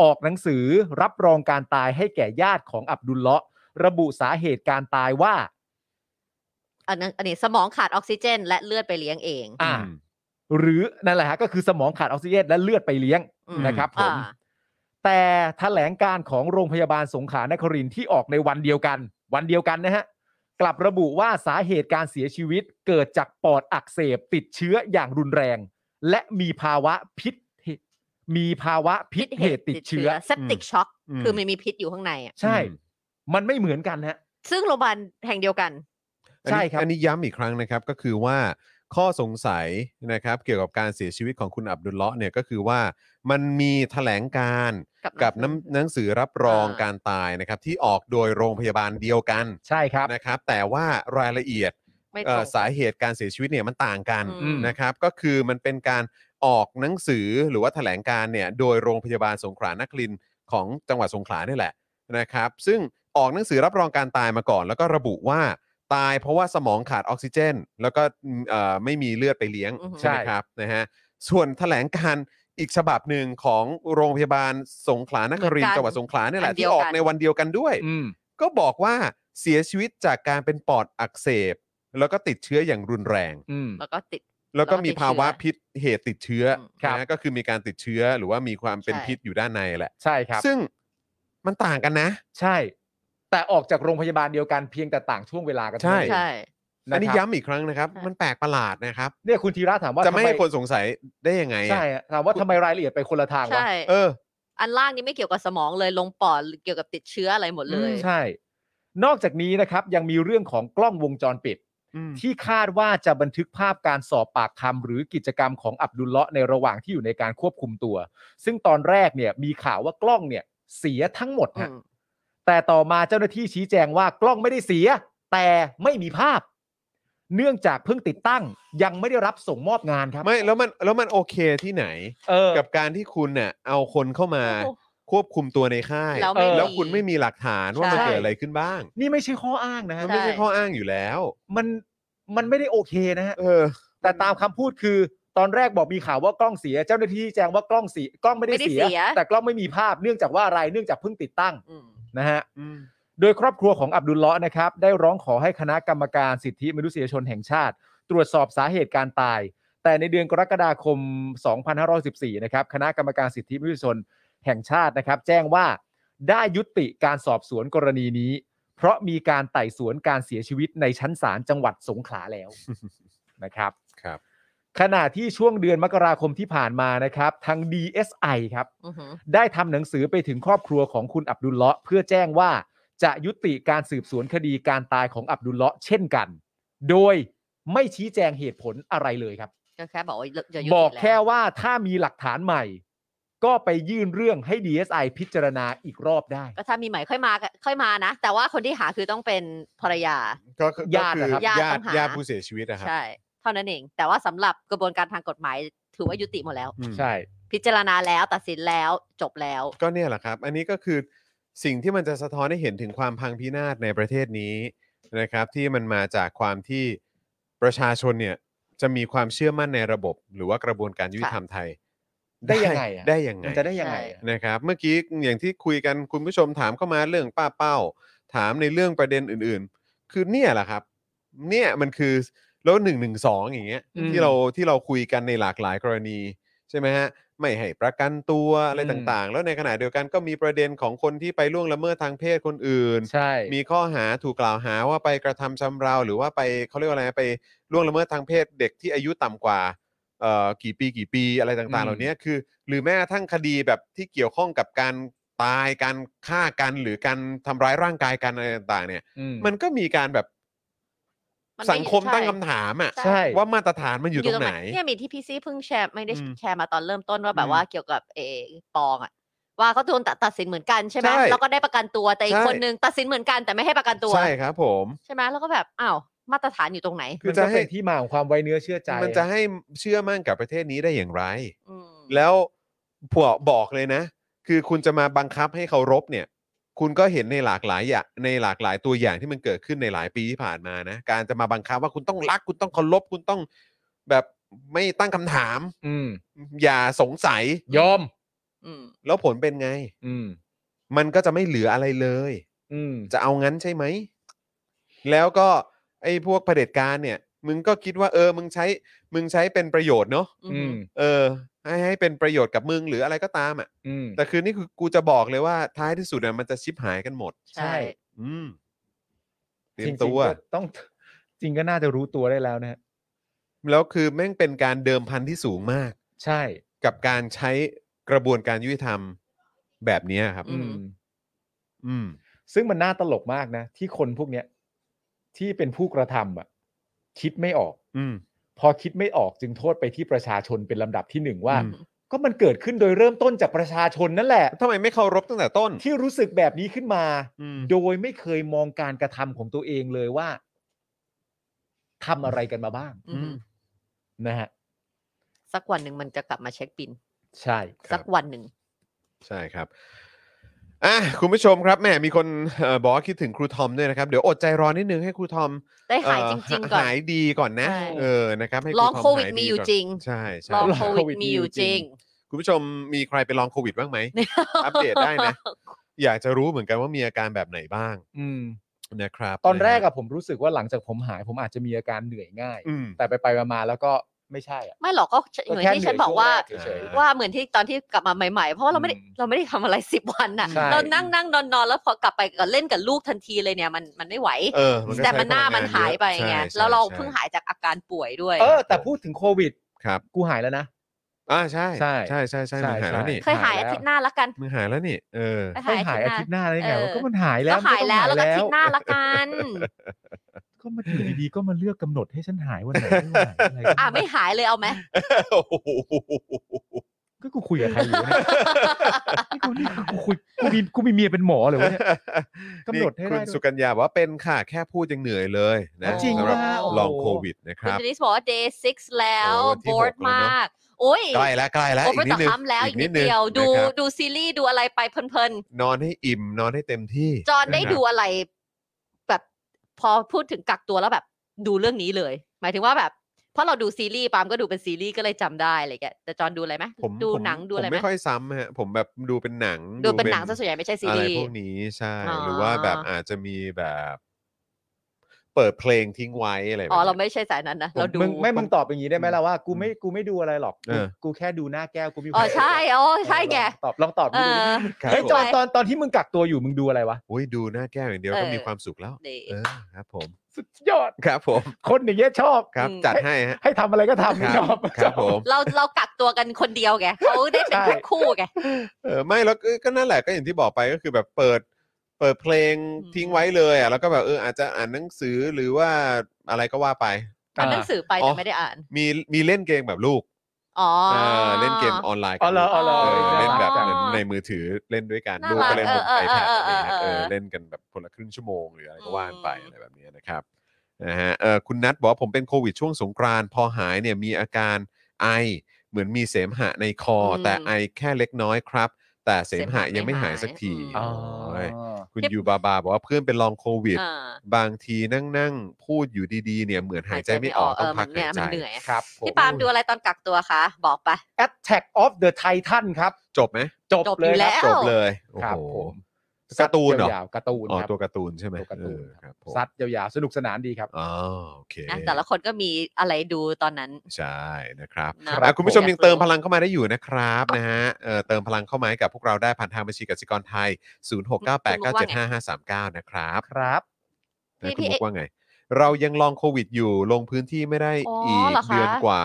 Speaker 5: ออกหนังสือรับรองการตายให้แก่ญาติของอับดุลเลาะห์ระบุสาเหตุการตายว่า
Speaker 3: อันนั้นอันนี้สมองขาดออกซิเจน และเลือดไปเลี้ยงเอง
Speaker 5: อ่า หรือนั่นแหละฮะก็คือสมองขาดออกซิเจนและเลือดไปเลี้ยง
Speaker 3: อืม
Speaker 5: นะครับผม
Speaker 3: อ่า
Speaker 5: แต่แถลงการของโรงพยาบาลสงขลานครินทร์ที่ออกในวันเดียวกัน วันเดียวกันนะฮะ กลับระบุว่าสาเหตุการเสียชีวิตเกิดจากปอดอักเสบติดเชื้ออย่างรุนแรง และมีภาวะพิษเหมีภาวะพิษเหตุติดเชื้อ
Speaker 3: เซปติกช็อก
Speaker 2: อืม
Speaker 3: คือมันมีพิษอยู่ข้างในอะ
Speaker 5: ใช่ มันไม่เหมือนกันฮะ
Speaker 3: ซึ่งโรงพยาบาลแห่งเดียวกัน
Speaker 2: อันนี้
Speaker 5: ใช่ครับ
Speaker 2: อันนี้ย้ำอีกครั้งนะครับก็คือว่าข้อสงสัยนะครับเกี่ยวกับการเสียชีวิตของคุณอับดุลเลาะห์เนี่ยก็คือว่ามันมีแถลงการกับหนังหนังสือรับรอง
Speaker 3: อ่า
Speaker 2: การตายนะครับที่ออกโดยโรงพยาบาลเดียวกัน
Speaker 5: ใช่ครับ
Speaker 2: นะครับ แต่ว่ารายละเอียด
Speaker 3: ไม่ต
Speaker 2: เอ่
Speaker 3: ร
Speaker 2: อง สาเหตุการเสียชีวิตเนี่ยมันต่างกัน
Speaker 3: อืม
Speaker 2: นะครับ ก็คือมันเป็นการออกหนังสือหรือว่าแถลงการเนี่ยโดยโรงพยาบาลสงขลานครินทร์ของจังหวัดสงขลาเนี่ยแหละ นะครับซึ่งออกหนังสือรับรองการตายมาก่อน แล้วก็ระบุว่าตายเพราะว่าสมองขาดออกซิเจน แล้วก็เอ่อไม่มีเลือดไปเลี้ยง
Speaker 3: อือฮึ
Speaker 2: ใช่ไหม
Speaker 5: ใช่
Speaker 2: ครับนะฮะส่วนแถลงการอีกฉบับหนึ่งของโรงพยาบาลสงขลานครินทร์จังหวัดสงขลาเนี่ยแหละที่ออกในวันเดียวกันด้วย
Speaker 5: อืม
Speaker 2: ก็บอกว่าเสียชีวิตจากการเป็นปอดอักเสบ แล้วก็ติดเชื้ออย่างรุนแรง
Speaker 5: อืม
Speaker 3: แล้วก็ติด
Speaker 2: แล้วก็
Speaker 3: แล้วก็
Speaker 2: มีภาวะพิษเหตุติดเชื้อ
Speaker 3: อืม
Speaker 5: ครับ
Speaker 2: นะฮะก็คือมีการติดเชื้อหรือว่ามีความเป็น
Speaker 3: ใช่
Speaker 2: พิษอยู่ด้านในแหละ
Speaker 5: ใช่ครับ
Speaker 2: ซึ่งมันต่างกันนะ
Speaker 5: ใช่ แต่ออกจากโรงพยาบาลเดียวกันเพียงแต่ต่างช่วงเวลากัน
Speaker 2: ใช่
Speaker 3: ใช่
Speaker 2: อันนี้
Speaker 5: ะครับ
Speaker 2: ย้ำอีกครั้งนะครับ
Speaker 3: ใช่
Speaker 2: มันแปลกประหลาดนะครับ
Speaker 5: เนี่ยคุณธีระถามว่า
Speaker 2: จะไม่ให้
Speaker 5: ทำ
Speaker 2: คนสงสัยได้ยังไงอะ
Speaker 5: ใช่ฮะถามว่าทำไมรายละเอียดไปคนละทางวะ
Speaker 3: ใช่
Speaker 2: เออ
Speaker 3: อันล่างนี้ไม่เกี่ยวกับสมองเลยลงปอดหรือเกี่ยวกับติดเชื้ออะไรหมดเลย
Speaker 5: ใช่ นอกจากนี้นะครับยังมีเรื่องของกล้องวงจรปิด ที่คาดว่าจะบันทึกภาพการสอบปากคำหรือกิจกรรมของอับดุลเลาะห์ในระหว่างที่อยู่ในการควบคุมตัว ซึ่งตอนแรกเนี่ยมีข่าวว่ากล้องเนี่ยเสียทั้งหมดฮะ
Speaker 3: อืม
Speaker 5: แต่ต่อมาเจ้าหน้าที่ชี้แจงว่ากล้องไม่ได้เสีย แต่ไม่มีภาพ เนื่องจากเพิ่งติดตั้งยังไม่ได้รับส่งมอบงานครับ
Speaker 2: ไม่แล้วมันแล้วมันโอเคที่ไหน
Speaker 5: เออ
Speaker 2: กับการที่คุณเนี่ยเอาคนเข้ามา
Speaker 3: โอ้โห
Speaker 2: ควบคุมตัวในค่าย
Speaker 3: แล้ว
Speaker 5: ไม่มี
Speaker 2: แล้วคุณไม่มีหลักฐานว่ามัน
Speaker 3: ใช่
Speaker 2: เกิดอะไรขึ้นบ้าง
Speaker 5: นี่ไม่ใช่ข้ออ้างนะฮะ
Speaker 2: มันไม่ใช่ข้ออ้างอยู่แล้ว
Speaker 5: มันมันไม่ได้โอเคนะฮะ
Speaker 2: เออ
Speaker 5: แต่ตามคำพูดคือตอนแรกบอกมีข่าวว่ากล้องเสีย เจ้าหน้าที่แจ้งว่ากล้องเสียกล้องไม่ได้
Speaker 3: ไม่ได้
Speaker 5: เสี
Speaker 3: เสีย
Speaker 5: แต่กล้องไม่มีภาพเนื่องจากว่าอะไรเนื่องจากเพิ่งติดตั้ง
Speaker 3: อืม
Speaker 5: นะฮะโดยครอบครัวของอับดุลเลาะห์นะครับ ได้ร้องขอให้คณะกรรมการสิทธิมนุษยชนแห่งชาติ ตรวจสอบสาเหตุการตาย แต่ในเดือนกรกฎาคม 2514 นะครับคณะกรรมการสิทธิมนุษยชนแห่งชาตินะครับ แจ้งว่าได้ยุติการสอบสวนกรณีนี้ เพราะมีการไต่สวนการเสียชีวิตในชั้นศาลจังหวัดสงขลา แล้ว นะครับ
Speaker 2: ครับ
Speaker 5: ขณะที่ช่วงเดือนมกราคมที่ผ่านมานะครับ ทาง DSI ครับ
Speaker 3: อือหือ
Speaker 5: ได้ทำหนังสือไปถึงครอบครัวของคุณอับดุลเลาะห์เพื่อแจ้งว่าจะยุติการสืบสวนคดีการตายของอับดุลเลาะห์เช่นกัน โดยไม่ชี้แจงเหตุผลอะไรเลยครับ
Speaker 3: ก็แค่บอกว่าเลิกอย่ายุ
Speaker 5: บอก
Speaker 3: ล้ว
Speaker 5: แค่ว่าถ้ามีหลักฐานใหม่ ก็ไปยื่นเรื่องให้ DSI พิจารณาอีกรอบได้
Speaker 3: ก็ถ้ามีใหม่ค่อยมาก็ค่อยมานะ แต่ว่าคนที่หาคือต้องเป็นภรรยา
Speaker 2: ก็คือก็
Speaker 5: ญาติ
Speaker 2: คื
Speaker 5: เหรอ
Speaker 2: อ
Speaker 5: ครับ
Speaker 2: ญา
Speaker 3: ญา
Speaker 2: ติ
Speaker 3: ติต้องหา
Speaker 2: ญาติผู้เสียชีวิตนะครับ
Speaker 3: ใช่ เท่านั้นเอง แต่ว่าสำหรับกระบวนการทางกฎหมายถือว่ายุติหมดแล้ว
Speaker 2: อืม
Speaker 5: ใช่
Speaker 3: พิจารณาแล้วตัดสินแล้วจบแล้ว
Speaker 2: ก็เนี่ยแหละครับ อันนี้ก็คือสิ่งที่มันจะสะท้อนให้เห็นถึงความพังพินาศในประเทศนี้นะครับ ที่มันมาจากความที่ประชาชนเนี่ยจะมีความเชื่อมั่นในระบบ หรือว่ากระบวนการยุติธรรมไทย
Speaker 5: ได้ยังไงอะ
Speaker 2: ได้ยังไง
Speaker 5: มันจะได้ยังไงอะ
Speaker 2: นะครับเมื่อกี้อย่างที่คุยกันคุณผู้ชมถามเข้ามาเรื่องป้าเป้า ถามในเรื่องประเด็นอื่นๆ คือเนี่ยแหละครับ เนี่ยมันคือแล้วหนึ่งหนึ่งสองอย่างเงี้ย
Speaker 5: อืม
Speaker 2: ที่เราที่เราคุยกันในหลากหลายกรณีใช่ไหมฮะไม่ให้ประกันตัวอะไร
Speaker 5: อืม
Speaker 2: ต่างๆ แล้วในขณะเดียวกันก็มีประเด็นของคนที่ไปล่วงละเมิดทางเพศคนอื่น
Speaker 5: ใช่
Speaker 2: มีข้อหาถูกกล่าวหาว่าไปกระทำชำเรา หรือว่าไปเขาเรียกว่าอะไรไปล่วงละเมิดทางเพศเด็กที่อายุต่ำกว่าเอ่อกี่ปีกี่ปีอะไรต่างๆ
Speaker 5: อืม
Speaker 2: เหล่านี้คือ หรือแม้กระทั้งคดีแบบที่เกี่ยวข้องกับการตายการฆ่ากันหรือการทำร้ายร่างกายกันอะไรต่างๆ เนี่ย
Speaker 5: อืม
Speaker 2: มันก็มีการแบบ
Speaker 3: มันไม่
Speaker 2: สังคม
Speaker 3: ใช่
Speaker 2: ตั้งคำถามอะ
Speaker 5: ใช่
Speaker 2: ว่ามาตรฐานมันอยู่ตรงไหน
Speaker 3: เนี่ยมีที่พี่ซีเพิ่งแชร์ไม่ได้
Speaker 2: อืม
Speaker 3: แชร์มาตอนเริ่มต้นว่าแบ
Speaker 2: อื
Speaker 3: บ
Speaker 2: ม
Speaker 3: ว่าเกี่ยวกับเออปองอะว่าเขาโดนตัดตัดสินเหมือนกันใช่ไหม
Speaker 2: ใช่
Speaker 3: แล้วก็ได้ประกันตัวแต่อี
Speaker 2: ใช่
Speaker 3: กคนนึงตัดสินเหมือนกันแต่ไม่ให้ประกันตัว
Speaker 2: ใช่ครับผม
Speaker 3: ใช่ไหมแล้วก็แบบอ้าวมาตรฐานอยู่ตรงไหน
Speaker 2: คือ
Speaker 5: มัน
Speaker 2: จะ
Speaker 5: ก็
Speaker 2: ให้
Speaker 5: เป็นที่มาของความไว้เนื้อเชื่อใจ
Speaker 2: มันจะให้เชื่อมั่นกับประเทศนี้ได้อย่างไร
Speaker 3: อืม
Speaker 2: แล้วผัวบอกเลยนะ คือคุณจะมาบังคับให้เคารพเนี่ย คุณก็เห็นในหลากหลายอย่างในหลากหลายตัวอย่างที่มันเกิดขึ้นในหลายปีที่ผ่านมานะ การจะมาบังคับว่าคุณต้องรัก คุณต้องเคารพคุณต้อง แบบไม่ตั้งคำถาม
Speaker 5: อืม
Speaker 2: อย่าสงสัย
Speaker 5: ยอม
Speaker 3: อืม
Speaker 2: แล้วผลเป็นไง
Speaker 5: อืม
Speaker 2: มันก็จะไม่เหลืออะไรเลย
Speaker 5: อืม
Speaker 2: จะเอางั้นใช่ไหม แล้วก็ไอ้พวกเผด็จการเนี่ย มึงก็คิดว่าเออ มึงใช้ มึงใช้เป็นประโยชน์เนาะ
Speaker 5: อืม
Speaker 2: เออ ให้ให้เป็นประโยชน์กับมึงหรืออะไรก็ตามอ่ะ
Speaker 5: อืม
Speaker 2: แต่คือนี่คือกูจะบอกเลยว่าท้ายที่สุดอ่ะมันจะชิบหายกันหมด
Speaker 5: ใช่
Speaker 2: อืมเตรีย
Speaker 5: จ
Speaker 2: ม
Speaker 5: ริงๆ
Speaker 2: ตัว
Speaker 5: ก็ต้องจริงก็น่าจะรู้ตัวได้แล้วนะฮะ
Speaker 2: แล้วคือแม่งเป็นการเดิมพันที่สูงมาก
Speaker 5: ใช่
Speaker 2: กับการใช้กระบวนการยุติธรรมแบบเนี้ยครับ
Speaker 3: อื
Speaker 5: อืม
Speaker 2: อืม
Speaker 5: ซึ่งมันน่าตลกมากนะ ที่คนพวกเนี้ยที่เป็นผู้กระทำอ่ะ คิดไม่ออก
Speaker 2: อืม
Speaker 5: พอคิดไม่ออกจึงโทษไปที่ประชาชนเป็นลำดับที่หนึ่งว่า
Speaker 2: อืม
Speaker 5: ก็มันเกิดขึ้นโดยเริ่มต้นจากประชาชนนั่นแหละ
Speaker 2: ทำไมไม่เคารพตั้งแต่ต้น
Speaker 5: ที่รู้สึกแบบนี้ขึ้นมา
Speaker 2: อืม
Speaker 5: โดยไม่เคยมองการกระทำของตัวเองเลยว่าทำอะไรกันมาบ้าง
Speaker 3: อืม
Speaker 5: นะฮะ
Speaker 3: สักวันหนึ่งมันจะกลับมาเช็คบิน
Speaker 5: ใช่
Speaker 3: สักวันหนึ่ง
Speaker 2: ใช่ครับ อ่ะคุณผู้ชมครับแหม่มีคนเอ่อบอกว่าคิดถึงครูทอมด้วยนะครับ เดี๋ยวอดใจรอนิดนึงให้ครูทอม
Speaker 3: ได้หาย
Speaker 2: เอ่อ
Speaker 3: จริง ๆ ก่อน
Speaker 2: หายดีก่อนนะ
Speaker 3: ใช่
Speaker 2: เออนะครับให้
Speaker 3: ลอง
Speaker 2: รูทม
Speaker 3: โควิด
Speaker 2: หา
Speaker 3: มีอยู่
Speaker 2: ก่น
Speaker 3: จริง
Speaker 2: ใช่ใช่
Speaker 3: ลอง
Speaker 2: ค
Speaker 3: โครับ วิดมีอยู่จริง
Speaker 2: คุณผู้ชมมีใครไปลองโควิด บ้างไหม อัปเดตได้นะ อยากจะรู้เหมือนกันว่ามีอาการแบบไหนบ้าง
Speaker 5: อืม
Speaker 2: นะครับ
Speaker 5: ตอนแรก
Speaker 2: ะฮะ
Speaker 5: อะผมรู้สึกว่าหลังจากผมหาย ผมอาจจะมีอาการเหนื่อยง่าย
Speaker 2: อืม
Speaker 5: แต่ไปไปๆมาๆแล้วก็ไม่ใช่อะ
Speaker 3: ไม่หรอกก็เหมือนที่ฉันบอกว่า
Speaker 5: ก็แค่เหนื่อยช่งแรกเฉย
Speaker 2: อ่า
Speaker 3: ว่าเหมือนที่ตอนที่กลับมาใหม่ๆ เพราะว่าเราไม่ได้
Speaker 5: อืม
Speaker 3: เราไม่ได้ทำอะไรสิบวันน่ะ
Speaker 5: ใช่
Speaker 3: เรานั่งนั่งนอนนอนแล้วพอกลับไปก็เล่นกับลูกทันทีเลยเนี่ยมันมันไม่ไหว
Speaker 2: เออก็
Speaker 3: แต่
Speaker 2: ใช้
Speaker 3: มันหน้า
Speaker 2: พลังง
Speaker 3: มันหายไปไง
Speaker 2: เอะใช่
Speaker 3: แล้วเรา
Speaker 2: ใช่
Speaker 3: เพิ่งหายจากอาการป่วยด้วย
Speaker 5: ๆเออ แต่พูดถึงโควิด
Speaker 2: ครับ
Speaker 5: กูหายแล้วนะ
Speaker 2: อ่าใช่
Speaker 5: ใช่
Speaker 2: ใช่ใช่ใช่
Speaker 5: ใช่
Speaker 2: มึงหายแล้ว
Speaker 5: ใช่
Speaker 2: นี่
Speaker 3: เคยหายอาทิตย์หน้าละกัน
Speaker 2: มึงหายแล้วนี่เออ
Speaker 3: ไป
Speaker 5: ไม่หายอาทิตย์หน้าได้ไงวะก็มันหายแล้ว
Speaker 3: ก็หายแล้วแล้วก็อาทิตย์หน้าละกัน
Speaker 5: ก็มันอยู่ดีๆก็มาเลือกกำหนดให้ฉันหาย วันไหนไม่หายอะไร
Speaker 3: อ่ะไม่หายเลยเอาไหม
Speaker 2: โอ้โห
Speaker 5: ก็กูคุยกับใครอยู่วะเนี่ยนี่กูนี่กูคุยกูมีกูมีเมียเป็นหมอเลยวะเนี่ย กำหนดให้ได้
Speaker 2: คุณ
Speaker 5: ด้วย
Speaker 2: สุกัญญาบอกว่าเป็นค่ะ แค่พูดยังเหนื่อยเลยนะ
Speaker 5: จริง
Speaker 2: สำหรับ
Speaker 5: ว่าโอ้โห
Speaker 2: ลองโควิดนะค
Speaker 3: คุณ
Speaker 2: รับ
Speaker 3: เดนิสบอกว่า day six แล้ว
Speaker 2: โอ้วันที่
Speaker 3: bored
Speaker 2: หกแล้วเนอะ
Speaker 3: มาก โอ้ย
Speaker 2: ใกล้แล้วใกล้แล้ว
Speaker 3: โอ
Speaker 2: อีก
Speaker 3: เป
Speaker 2: นิดนึ
Speaker 3: ร่า
Speaker 2: ง
Speaker 3: คัมแล้วอีกนิดเดียว
Speaker 2: อีก
Speaker 3: ดู
Speaker 2: นินะครับ
Speaker 3: ดูซีรีส์ดูอะไรไปเพลิน
Speaker 2: นอนให้อิ่มนอนให้เต็มที่
Speaker 3: ๆ จอห์นได้
Speaker 2: ะครับ
Speaker 3: ดูอะไร แบบพอพูดถึงกักตัวแล้วแบบ ดูเรื่องนี้เลย หมายถึงว่าแบบ เพราะเราดูซีรีส์ปาล์มก็ดูเป็นซีรีส์ก็เลยจำได้อะไรแกแต่จอห์นดูอะไรไหม
Speaker 2: ผม
Speaker 3: ดู
Speaker 2: ผม
Speaker 3: หนังดู
Speaker 2: ผ
Speaker 3: อะไร
Speaker 2: ม
Speaker 3: ไหม
Speaker 2: ไม่ค่อยซ้ำฮะผมแบบดูเป็นหนัง
Speaker 3: ดูเป็นหนังซะส่วนใหญ่ไม่ใช่ซี
Speaker 2: อะไร
Speaker 3: รีส์
Speaker 2: พวกนี้ใช่
Speaker 3: อ๋อ
Speaker 2: หรือว่าแบบอาจจะมีแบบ เปิดเพลงทิ้งไว้อะไรแบบ
Speaker 3: อ๋อเรา
Speaker 2: นี้
Speaker 3: ไม่ใช่สายนั้นนะ
Speaker 2: ผม
Speaker 3: เราดู
Speaker 5: มึงไม่มึงตอบอย่างนี้ได้ไหมล่ะว่ากูไม่กูไม่ดูอะไรหรอก
Speaker 2: เออ
Speaker 5: กูแค่ดูหน้าแก้วกูมี
Speaker 3: อ๋อใช่อ๋อใช่แก
Speaker 5: ตอบลองตอบ
Speaker 3: เอ
Speaker 5: ดูดิ
Speaker 3: อ
Speaker 2: ครับ
Speaker 5: เฮ้ย
Speaker 2: ผม
Speaker 5: จอนตอนตอนที่มึงกักตัวอยู่มึงดูอะไรวะ
Speaker 2: โอ้ยดูหน้าแก้วอย่างเดียวก็
Speaker 3: เออ
Speaker 2: มีความสุขแล้ว
Speaker 3: นี่
Speaker 2: เออครับผม
Speaker 5: สุดยอด
Speaker 2: ครับผม
Speaker 5: คนอย่างเงี้ยชอบ
Speaker 2: ครับ
Speaker 3: อืม
Speaker 2: จัดให้ฮะ
Speaker 5: ให้ทำอะไรก็
Speaker 2: ค
Speaker 5: ทำไม่
Speaker 2: รับ
Speaker 5: ชอบ
Speaker 2: ครับผม
Speaker 3: เราเรากักตัวกันคนเดียวแกเขาได้เป็นแพ็คคู่แก
Speaker 2: เออไม่แล้วก็ก็นั่นแหละก็อย่างที่บอกไปก็คือแบบเปิดเปิดเพลง
Speaker 3: อืม
Speaker 2: ทิ้งไว้เลยอ่ะแล้วก็แบบเอออาจจะอ่านหนังสือหรือว่าอะไรก็ว่าไป
Speaker 3: อ่านหนังสือไป
Speaker 2: อ๋
Speaker 3: แต่
Speaker 2: อ
Speaker 3: ไม่ได้อ่าน
Speaker 2: มีมีเล่นเกมแบบลูก
Speaker 3: อ๋ออา
Speaker 2: เล่นเกมออนไลน์กั
Speaker 5: อ๋อบ เหร
Speaker 2: ลู
Speaker 5: อก อ๋อเหรอ
Speaker 2: เอ
Speaker 3: เ
Speaker 2: อเล่นแบบ
Speaker 3: อ๋อ
Speaker 2: เหมือนในมือถือเล่นด้วยกัน
Speaker 3: น่า
Speaker 2: ลูกก็เล่นบน
Speaker 3: รัก
Speaker 2: ไอแพด
Speaker 3: เออ
Speaker 2: อะไรเงี้ยเออ
Speaker 3: เออเออเออ
Speaker 2: เล่นกันแบบคนละครึ่งชั่วโมงหรืออะไรก็
Speaker 3: อืม
Speaker 2: ว่านไปอะไรแบบเนี้ยนะครับนะฮะเออคุณนัทบอกว่าผมเป็นโควิดช่วงสงกรานต์พอหายเนี่ยมีอาการไอเหมือนมีเสมหะในคออ
Speaker 3: ม
Speaker 2: แต่ไอแค่เล็กน้อยครับ แต่เสมหะ
Speaker 3: เสมหะ
Speaker 2: ยังไม่หาย
Speaker 3: ไม่หาย
Speaker 2: สักที
Speaker 3: อืม
Speaker 5: อ๋อ
Speaker 2: โอ้ย คุณ
Speaker 3: เจ็บ
Speaker 2: ยูบาบาบอกว่าเพื่อนเป็นลองโควิด
Speaker 3: อ่า
Speaker 2: บางทีนั่งนั่งๆพูดอยู่ดีๆ เนี่ยเหมือนหายใจไม่ออก
Speaker 3: เอ
Speaker 2: ต้อง
Speaker 3: อ
Speaker 2: พั
Speaker 3: มั
Speaker 2: กหา
Speaker 3: นเนี่ย
Speaker 2: ยใจ
Speaker 3: มันเหนื่อย
Speaker 5: ครับผม
Speaker 3: พี่ปาล์มดูอะไรตอนกักตัวคะ บอกไป
Speaker 5: Attack of the Titan ครับ
Speaker 2: จบไหม
Speaker 5: จบ
Speaker 3: จบ
Speaker 5: เล
Speaker 3: อย ยู่
Speaker 5: ค
Speaker 3: แล้
Speaker 5: รับ
Speaker 2: จ
Speaker 3: ว
Speaker 2: บเลยโอ้
Speaker 5: ครับ
Speaker 2: โห
Speaker 5: ผม
Speaker 2: การ์ตูนเหรอ
Speaker 5: ยาวๆการ์ตูน
Speaker 2: อ๋อ
Speaker 5: ครับ
Speaker 2: ตัวการ์ตูนใช่ไหม
Speaker 5: ตัวการ์ตูน
Speaker 2: เออครับผม
Speaker 5: ซัดยาวๆสนุกสนานดีครับ
Speaker 2: อ๋อโอเค
Speaker 3: นะแต่ละคนก็มีอะไรดูตอนนั้น
Speaker 2: ใช่นะครับ
Speaker 3: นะ
Speaker 2: อ่ะคุณผู้ชม
Speaker 3: ผม
Speaker 2: ยังเติมพลังเข้ามาได้อยู่นะครับนะฮะเออเติมพลังเข้ามาให้กับพวกเราได้ผ่านทางบัญชีกสิกรไทย 0698975539 นะครับ
Speaker 5: ครับ
Speaker 2: นะ
Speaker 3: พี่
Speaker 2: คุณ
Speaker 3: พี่
Speaker 2: มุกว่าไง เรายังลองโควิดอยู่ลงพื้นที่ไม่ได้
Speaker 3: อ๋ออี
Speaker 2: อีก
Speaker 3: เหรอคะ
Speaker 2: เดือนกว่า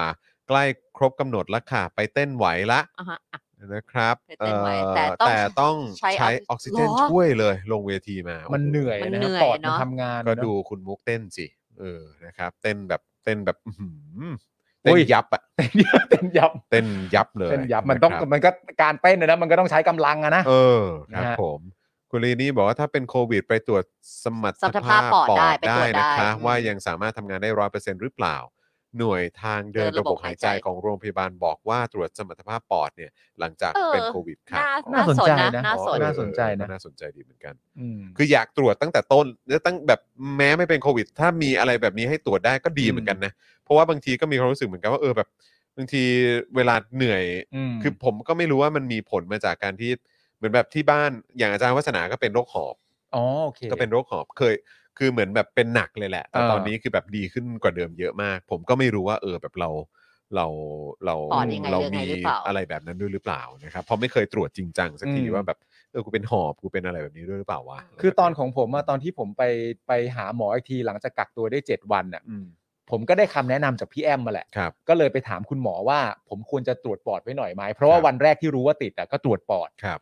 Speaker 2: ใกล้ครบกำหนดแล้วค่ะ ไปเต้นไหวละ
Speaker 3: อ่ะฮะอ่ะ
Speaker 2: นะครับ
Speaker 3: ไปเต้นไว้
Speaker 2: เอ่อ
Speaker 3: แต่ต้อง
Speaker 2: แต่ต้อง
Speaker 3: ใช้
Speaker 2: ใช้อ
Speaker 3: อ
Speaker 2: อ
Speaker 3: อก กซิ
Speaker 2: ซิเจ
Speaker 3: เจน
Speaker 2: น
Speaker 3: หรอ
Speaker 2: ช่วยเลยลงเวทีมามั
Speaker 5: มันเหนื่อย
Speaker 3: มัน
Speaker 5: นะ
Speaker 3: เหนื่อย
Speaker 5: ปอดมัน
Speaker 3: เนอะ
Speaker 5: ทำงาน
Speaker 2: ก็
Speaker 5: เนอะ
Speaker 2: ดูคุณมุกเต้นสิเออนะครับ เต้นแบบเต้นแบบอื้อหือ
Speaker 5: โอ้
Speaker 2: เต้น
Speaker 5: ย
Speaker 2: ยับอะ
Speaker 5: เต้นยับเต้นยับ
Speaker 2: เต้นยับเลย
Speaker 5: เต้นยับมันต้อง
Speaker 2: ะครับ
Speaker 5: มันก็การเต้นนะนะมันก็ต้องใช้กำลังอะนะ
Speaker 2: เออครับ
Speaker 5: นะฮะ
Speaker 2: ผมคุณลีนี่บอกว่าถ้าเป็นโควิด ไปตรวจสมรรถ
Speaker 3: สมรรถภาพปอดได้ไปตรวจได้
Speaker 2: นะคะ
Speaker 3: อืม
Speaker 2: ว่ายังสามารถทำงานได้ร้อยเปอร์เซ็นต์หรือเปล่า หน่วยทางเดินระ
Speaker 3: เดินระ
Speaker 2: บบ บบ หา
Speaker 3: หาย ย
Speaker 2: ใจ
Speaker 3: ใจ
Speaker 2: ของโรงพยาบาลบอกว่าตรวจสมรรถภาพปอดเนี่ยหลังจาก
Speaker 3: เออ
Speaker 2: เป็นโควิดครับ
Speaker 3: น่า
Speaker 5: น่า
Speaker 3: น่า
Speaker 5: ส
Speaker 3: สน
Speaker 5: นใจ
Speaker 3: นะ
Speaker 5: นะ
Speaker 3: น่าสน
Speaker 5: น่าสนใจนะ
Speaker 2: เออน่าสนใจดีเหมือนกัน
Speaker 5: อืม
Speaker 2: คืออยากตรวจตั้งแต่ต้นแล้วตั้งแบบแม้ไม่เป็นโควิด ถ้ามีอะไรแบบนี้ให้ตรวจได้ก็ดี
Speaker 5: อืม
Speaker 2: เหมือนกันนะเพราะว่าบางทีก็มีความรู้สึกเหมือนกันว่าเออแบบบางทีเวลาเหนื่อย
Speaker 5: ม
Speaker 2: คือผมก็ไม่รู้ว่ามันมีผลมาจากการที่เหมือนแบบที่บ้านอย่างอาจารย์วัฒนาก็เป็นโรคหอบ
Speaker 5: อ๋อโอเค
Speaker 2: ก็เป็นโรคหอบเคย คือเหมือนแบบเป็นหนักเลยแหละแต่
Speaker 5: เออ
Speaker 2: ตอนนี้คือแบบดีขึ้นกว่าเดิมเยอะมาก ผมก็ไม่รู้ว่าเออแบบเราเราเรา
Speaker 3: ปอดยังไง
Speaker 2: เรา
Speaker 3: เรื่อง
Speaker 2: มี
Speaker 3: ไงหรือเปล่า
Speaker 2: อะไรแบบนั้นด้วยหรือเปล่านะครับเพราะไม่เคยตรวจจริงจังสักทีว่าแบบเออกูเป็นหอบกูเป็นอะไรแบบนี้ด้วยหรือเปล่าวะ
Speaker 5: คือตอนของผมอะตอนที่ผมไปไปหาหมออีกทีหลังจากกักตัวได้เจ็ดวันอะ
Speaker 2: อืม
Speaker 5: ผมก็ได้คำแนะนำจากพี่แอมมาแหละ
Speaker 2: ครับ
Speaker 5: ก็เลยไปถามคุณหมอว่า ผมควรจะตรวจปอดไว้หน่อยไหมเพราะว่า
Speaker 2: ครับ
Speaker 5: วันแรกที่รู้ว่าติดอะก็ตรวจปอด
Speaker 2: ครับ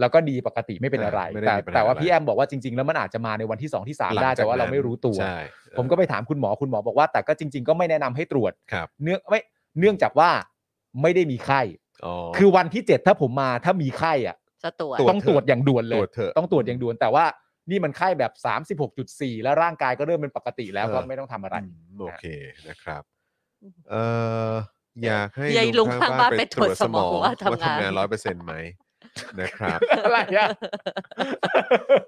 Speaker 5: แล้วก็ดีปกติไม่เป็นอะไร
Speaker 2: อ่าไม่ได้
Speaker 5: แต่
Speaker 2: มีปัญหา
Speaker 5: แต่ว่า
Speaker 2: อะไร
Speaker 5: พี่แอมบอกว่าจริง ๆ แล้วมันอาจจะมาในวันที่สองที่สามได้แต่ว่าเราไม่รู้ตัว
Speaker 2: ใช่
Speaker 5: ผมก็ไปถามคุณหมอคุณหมอบอกว่า แต่ก็จริง ๆ ก็ไม่แนะนำให้ตรวจ
Speaker 2: ครับ
Speaker 5: เนื่องไม่เนื่องจากว่าไม่ได้มีไข้
Speaker 2: อ๋อ
Speaker 5: คือวันที่เจ็ดถ้าผมมาถ้ามีไข้อะ
Speaker 3: จะตรวจ
Speaker 2: ตรวจ
Speaker 5: ต้องตรวจอย่างด่วนเล
Speaker 2: ต
Speaker 5: ย
Speaker 2: รวจเถอะ
Speaker 5: ต้องตรวจอย่างด่วน แต่ว่านี่มันไข้แบบ 36.4 แล้วร่างกายก็เริ่มเป็นปกติแล้ว
Speaker 2: เออ
Speaker 5: ก็ไม่ต้องทำอะไร
Speaker 2: อืมโอเคนะครับ
Speaker 3: อืม
Speaker 2: เอออยากให้
Speaker 3: ยายลุงข้างบ้านไปตรวจสมองว่าทำงาน
Speaker 2: ว่าทำงานร้อยเปอร์เซ็นต์ไหมนะครับ
Speaker 5: อะไรอะ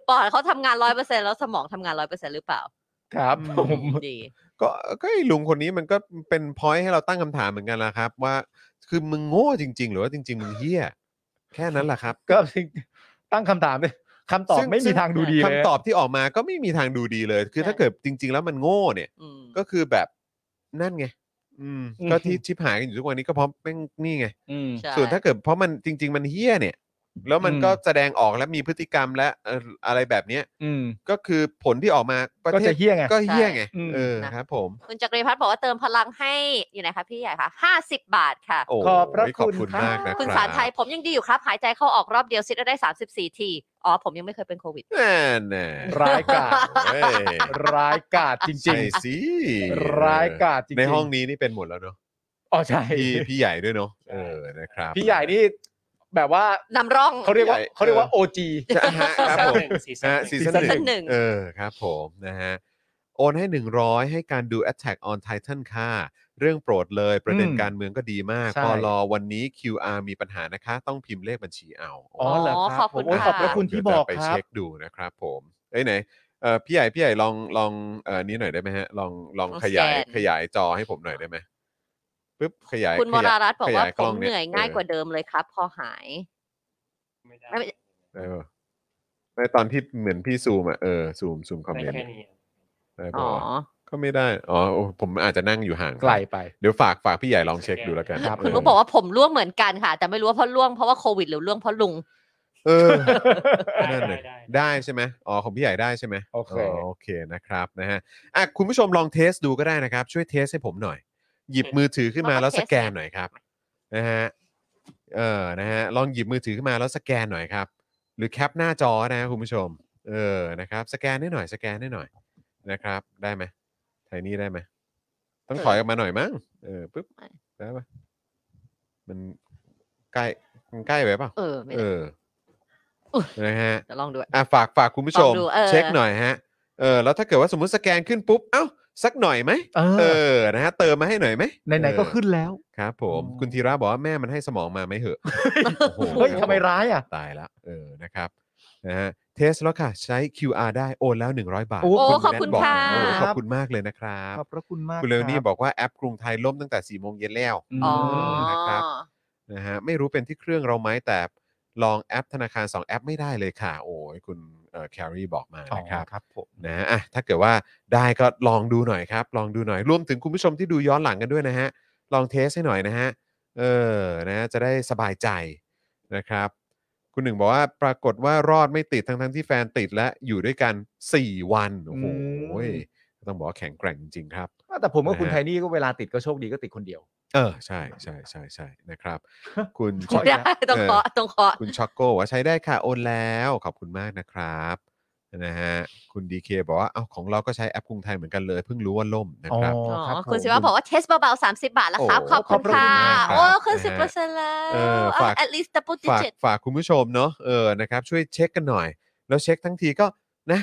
Speaker 3: ปอดเขาทำงานร้อยเปอร์เซ็นแล้วสมองทำงานร้อยเปอร์เซ็นหรือเปล่า
Speaker 5: ครับ
Speaker 2: อืม
Speaker 5: ผม
Speaker 3: ดี
Speaker 2: ก็ก็ไอ้ลุงคนนี้มันก็เป็นพอยให้เราตั้งคำถามเหมือนกันละครับ ว่าคือมึงโง่จริง ๆ หรือว่าจริง ๆ มึงเหี้ยแค่นั้นแหละครับ
Speaker 5: ก็ตั้งคำถามเลยค ำตอบ
Speaker 2: ซึ่ง
Speaker 5: ไม่มีทางดูดีเลย
Speaker 2: คำตอบที่ออกมาก็ไม่มีทางดูดีเลย คือถ้า
Speaker 3: ใช่
Speaker 2: เกิดจริง ๆ แล้วมันโง่เนี่ย
Speaker 3: อืม
Speaker 2: ก็คือแบบนั่นไงอืมก็ที่ชิบหายกันอยู่ทุกวันนี้ก็เพราะแม่งนี่ไง
Speaker 5: อืม
Speaker 3: ใช่
Speaker 2: ส่วนถ้าเกิดเพราะมันจริง ๆ มันเฮี้ยเนี่ย แล้วมัน
Speaker 5: อืม
Speaker 2: ก็แสดงออกและมีพฤติกรรมและเอ่ออะไรแบบเนี้ย
Speaker 5: อืม
Speaker 2: ก็คือผลที่ออกมาประ
Speaker 5: ก็
Speaker 2: เทศ
Speaker 5: จะเฮี้ยไง
Speaker 2: ก็เฮี้ยไง
Speaker 5: ใช่อืม
Speaker 2: เออ
Speaker 3: นะ
Speaker 2: ครับ ผม
Speaker 3: คุณจักรีพัฒน์บอกว่าเติมพลังให้อยู่ไหนคะพี่ใหญ่คะห้าสิบบาทค่ะ
Speaker 2: โอ้
Speaker 5: ขอบพระ
Speaker 2: ยขอบคุณ
Speaker 5: คุณ
Speaker 2: มากนะ
Speaker 3: คุณ
Speaker 2: รับ
Speaker 3: สารชัยผมยังดีอยู่ครับ หายใจเข้าออกรอบเดียวซิดได้ 34 ที อ๋อ ผมยังไม่เคยเป็นโควิด
Speaker 2: แน่แน่
Speaker 5: ร้ายกาจ
Speaker 2: เฮ้ย
Speaker 5: ร้ายกาจจริ
Speaker 2: ใช่
Speaker 5: ง
Speaker 2: สิ
Speaker 5: ๆ ร้ายกาจจริงๆ
Speaker 2: ในห้องนี้นี่เป็นหมดแล้วเนาะ
Speaker 5: อ๋อใช่
Speaker 2: พี่พี่ใหญ่ด้วยเนาะเออนะครับ
Speaker 5: พี่ใหญ่นี่แบบว่าน
Speaker 3: ำร่อง
Speaker 5: เขาเรียกว่าเขาเรียกว่าโอจี
Speaker 2: ใช่ฮะครับผม
Speaker 4: ซีซั่น
Speaker 2: นะฮะ
Speaker 4: หนึ่ง
Speaker 2: ซีซั่น
Speaker 3: ซีซั่น
Speaker 2: ห
Speaker 3: หนึ่
Speaker 2: นึ่ง
Speaker 3: ง
Speaker 2: เออครับผมนะฮะโอนให้ 100 ให้การดู Attack on Titan ค่ะ เรื่องโปรดเลยประเด็น
Speaker 5: อืม
Speaker 2: การเมืองก็ดีมาก
Speaker 5: ใช่
Speaker 2: ปลอวันนี้ QR มีปัญหานะคะ ต้องพิมพ์เลขบัญชีเอา
Speaker 5: อ๋อเหรอครับ
Speaker 3: ขอบคุณ
Speaker 5: โอ้ย
Speaker 3: ค่ะ
Speaker 5: ขอบพระคุณที่บอก
Speaker 2: เดี๋ยวจะไป
Speaker 5: ครับ
Speaker 2: เช็คดูนะครับผมเอ้ยไหนเอ่อพี่ใหญ่พี่ใหญ่ลองลองเอ่อนี้หน่อยได้ไหมฮะ ลองลอง
Speaker 3: ลอง
Speaker 2: ขยาย
Speaker 3: สแกน
Speaker 2: ขยายจอให้ผมหน่อยได้ไหมปึ๊บขยาย
Speaker 3: คุณว
Speaker 2: ขย
Speaker 3: ราย รัตน์บอกว่า
Speaker 2: ขยย
Speaker 3: ผ
Speaker 2: ล้
Speaker 3: มเหนื่อยง่ายกว่า
Speaker 2: เ
Speaker 3: เดิมเลยครับ พอหาย
Speaker 4: ไม่ได้
Speaker 3: ไม่
Speaker 2: ออได้ปะในตอนที่เหมือนพี่ซูมอ่ะเออซูมซูมคอมเมน
Speaker 4: ได้
Speaker 2: ต์
Speaker 4: แค่นี้อะ
Speaker 2: ได้ปะ
Speaker 3: อ๋อ
Speaker 2: วะ ก็ไม่ได้ อ๋อโอ้ผมอาจจะนั่งอยู่ห่าง
Speaker 5: ไกลไป
Speaker 2: เดี๋ยวฝากฝากพี่ใหญ่ลองเช็คดูแล้วกัน
Speaker 5: ครับ
Speaker 3: คุณลูกบอกว่าผมร่วงเหมือนกันค่ะ แต่ไม่รู้ว่าเพราะร่วงเพราะว่าโควิดหรือร่วงเพราะลุง
Speaker 2: เออ
Speaker 4: ได้
Speaker 2: นั่นเล
Speaker 4: ได้
Speaker 2: ย
Speaker 4: ได้
Speaker 2: ได้ใช่ไหมอ๋อของพี่ใหญ่ได้ใช่ไหม
Speaker 5: โอเค
Speaker 2: โอเคนะครับนะฮะอ่ะคุณผู้ชมลองเทสดูก็ได้นะครับ ช่วยเทสให้ผมหน่อย หยิบมือถือขึ้นมา
Speaker 3: เราก็
Speaker 2: แล้วสแกน
Speaker 3: เทสนะ
Speaker 2: หน่อยครับนะฮะเออนะฮะลองหยิบมือถือขึ้นมาแล้วสแกนหน่อยครับ หรือแคปหน้าจอนะคุณผู้ชม เออนะครับ สแกนให้หน่อยสแกนให้หน่อยนะครับ ได้ไหมไทยนี่ได้ไหมต้องถอยออกมาหน่อยมั้งเออปึ๊บได้ปะมันใกล้มันใกล้ไปเปล่า
Speaker 3: เออ ไม่
Speaker 2: เออ
Speaker 3: ได้
Speaker 2: นะฮะ
Speaker 3: เดี๋ยวลองดู
Speaker 2: อ่ะฝากฝากคุณผู้ชม
Speaker 3: ลองดูเออ
Speaker 2: เช็คหน่อยฮะเออแล้วถ้าเกิดว่าสมมติสแกนขึ้นปุ๊บ เอ้า สักหน่อยไหม
Speaker 5: เอ
Speaker 2: เอ
Speaker 5: อ
Speaker 2: อนะฮะเติมมาให้หน่อยไหม
Speaker 5: ไหน
Speaker 2: เออ
Speaker 5: ๆก็ขึ้นแล้ว
Speaker 2: ครับผม
Speaker 5: อืม
Speaker 2: คุณธีระบอกว่าแม่มันให้สมองมาไหมเห อะโอ้โห
Speaker 5: เฮ้ย
Speaker 2: คบ
Speaker 5: ทำไมร้ายอ่ะ
Speaker 2: ตายละเออนะครับนะฮะเทสแล้วค่ะ ใช้ QR ได้โอนแล้ว 100 บาท
Speaker 5: โอ้
Speaker 3: โอ้ขอบ
Speaker 2: แนท
Speaker 3: คุณ
Speaker 2: ก
Speaker 3: ค่ะ
Speaker 2: โอ้ขอบคุณมากเลยนะครับ
Speaker 5: ขอบพระคุณมาก
Speaker 2: คุณเลวนี่
Speaker 5: รับ
Speaker 2: บอกว่าแอปกรุงไทยล่มตั้งแต่4ี่โมงเย็นแล้ว
Speaker 5: ม
Speaker 3: อ๋อ
Speaker 2: นะครับ นะฮะไม่รู้เป็นที่เครื่องเราไหมแต่ลองแอปธนาคาร 2 แอปไม่ได้เลยค่ะ โอ้ยคุณแครีบอกมานะครับ
Speaker 5: ครับผม
Speaker 2: นะฮะอ่ะถ้าเกิดว่าได้ก็ลองดูหน่อยครับ ลองดูหน่อยรวมถึงคุณผู้ชมที่ดูย้อนหลังกันด้วยนะฮะ ลองเทสให้หน่อยนะฮะ เออนะฮะจะได้สบายใจนะครับ คุณหนึ่งบอกว่าปรากฏว่ารอดไม่ติดทั้งทั้งๆที่แฟนติดและอยู่ด้วยกัน 4 วัน โอ้โห
Speaker 5: อืม
Speaker 2: ต้องบอกว่าแข็งแกร่งจริงๆครับ
Speaker 5: แต่ผมกับ
Speaker 2: นะฮะ
Speaker 5: คุณไทนี่ก็เวลาติดก็โชคดีก็ติดคนเดียว
Speaker 2: เออ ใช่ใช่ใช่ใช่นะครับ คุณ
Speaker 5: ขออีก
Speaker 3: ได้
Speaker 5: นะ
Speaker 3: ต้องขอต้องขอ
Speaker 2: คุณช็อกโก้บอกว่าใช้ได้ค่ะ โอนแล้วขอบคุณมากนะครับนะฮะคุณดีเคบอกว่าเอาของเราก็ใช้แอปกรุงไทยเหมือนกันเลยเพิ่งรู้ว่าล่มนะครับ
Speaker 3: อ๋
Speaker 5: รับ
Speaker 3: อ
Speaker 5: ผม
Speaker 3: คุณสิวะบอกว่าเทสเบาๆ 30 บาทแล้วครับ
Speaker 2: โอ้
Speaker 3: ขอบคุณ
Speaker 2: ข
Speaker 3: ค่ะ
Speaker 2: อบคุณมากครับ
Speaker 3: โอ้ขึ้น
Speaker 2: นะฮะ
Speaker 3: 10%แล้ว
Speaker 2: เออ
Speaker 3: เอา
Speaker 2: ฝาก
Speaker 3: at least double
Speaker 2: ฝาก
Speaker 3: digit
Speaker 2: ฝากคุณผู้ชมเนาะเออนะครับช่วยเช็คกันหน่อย แล้วเช็คทั้งทีก็นะ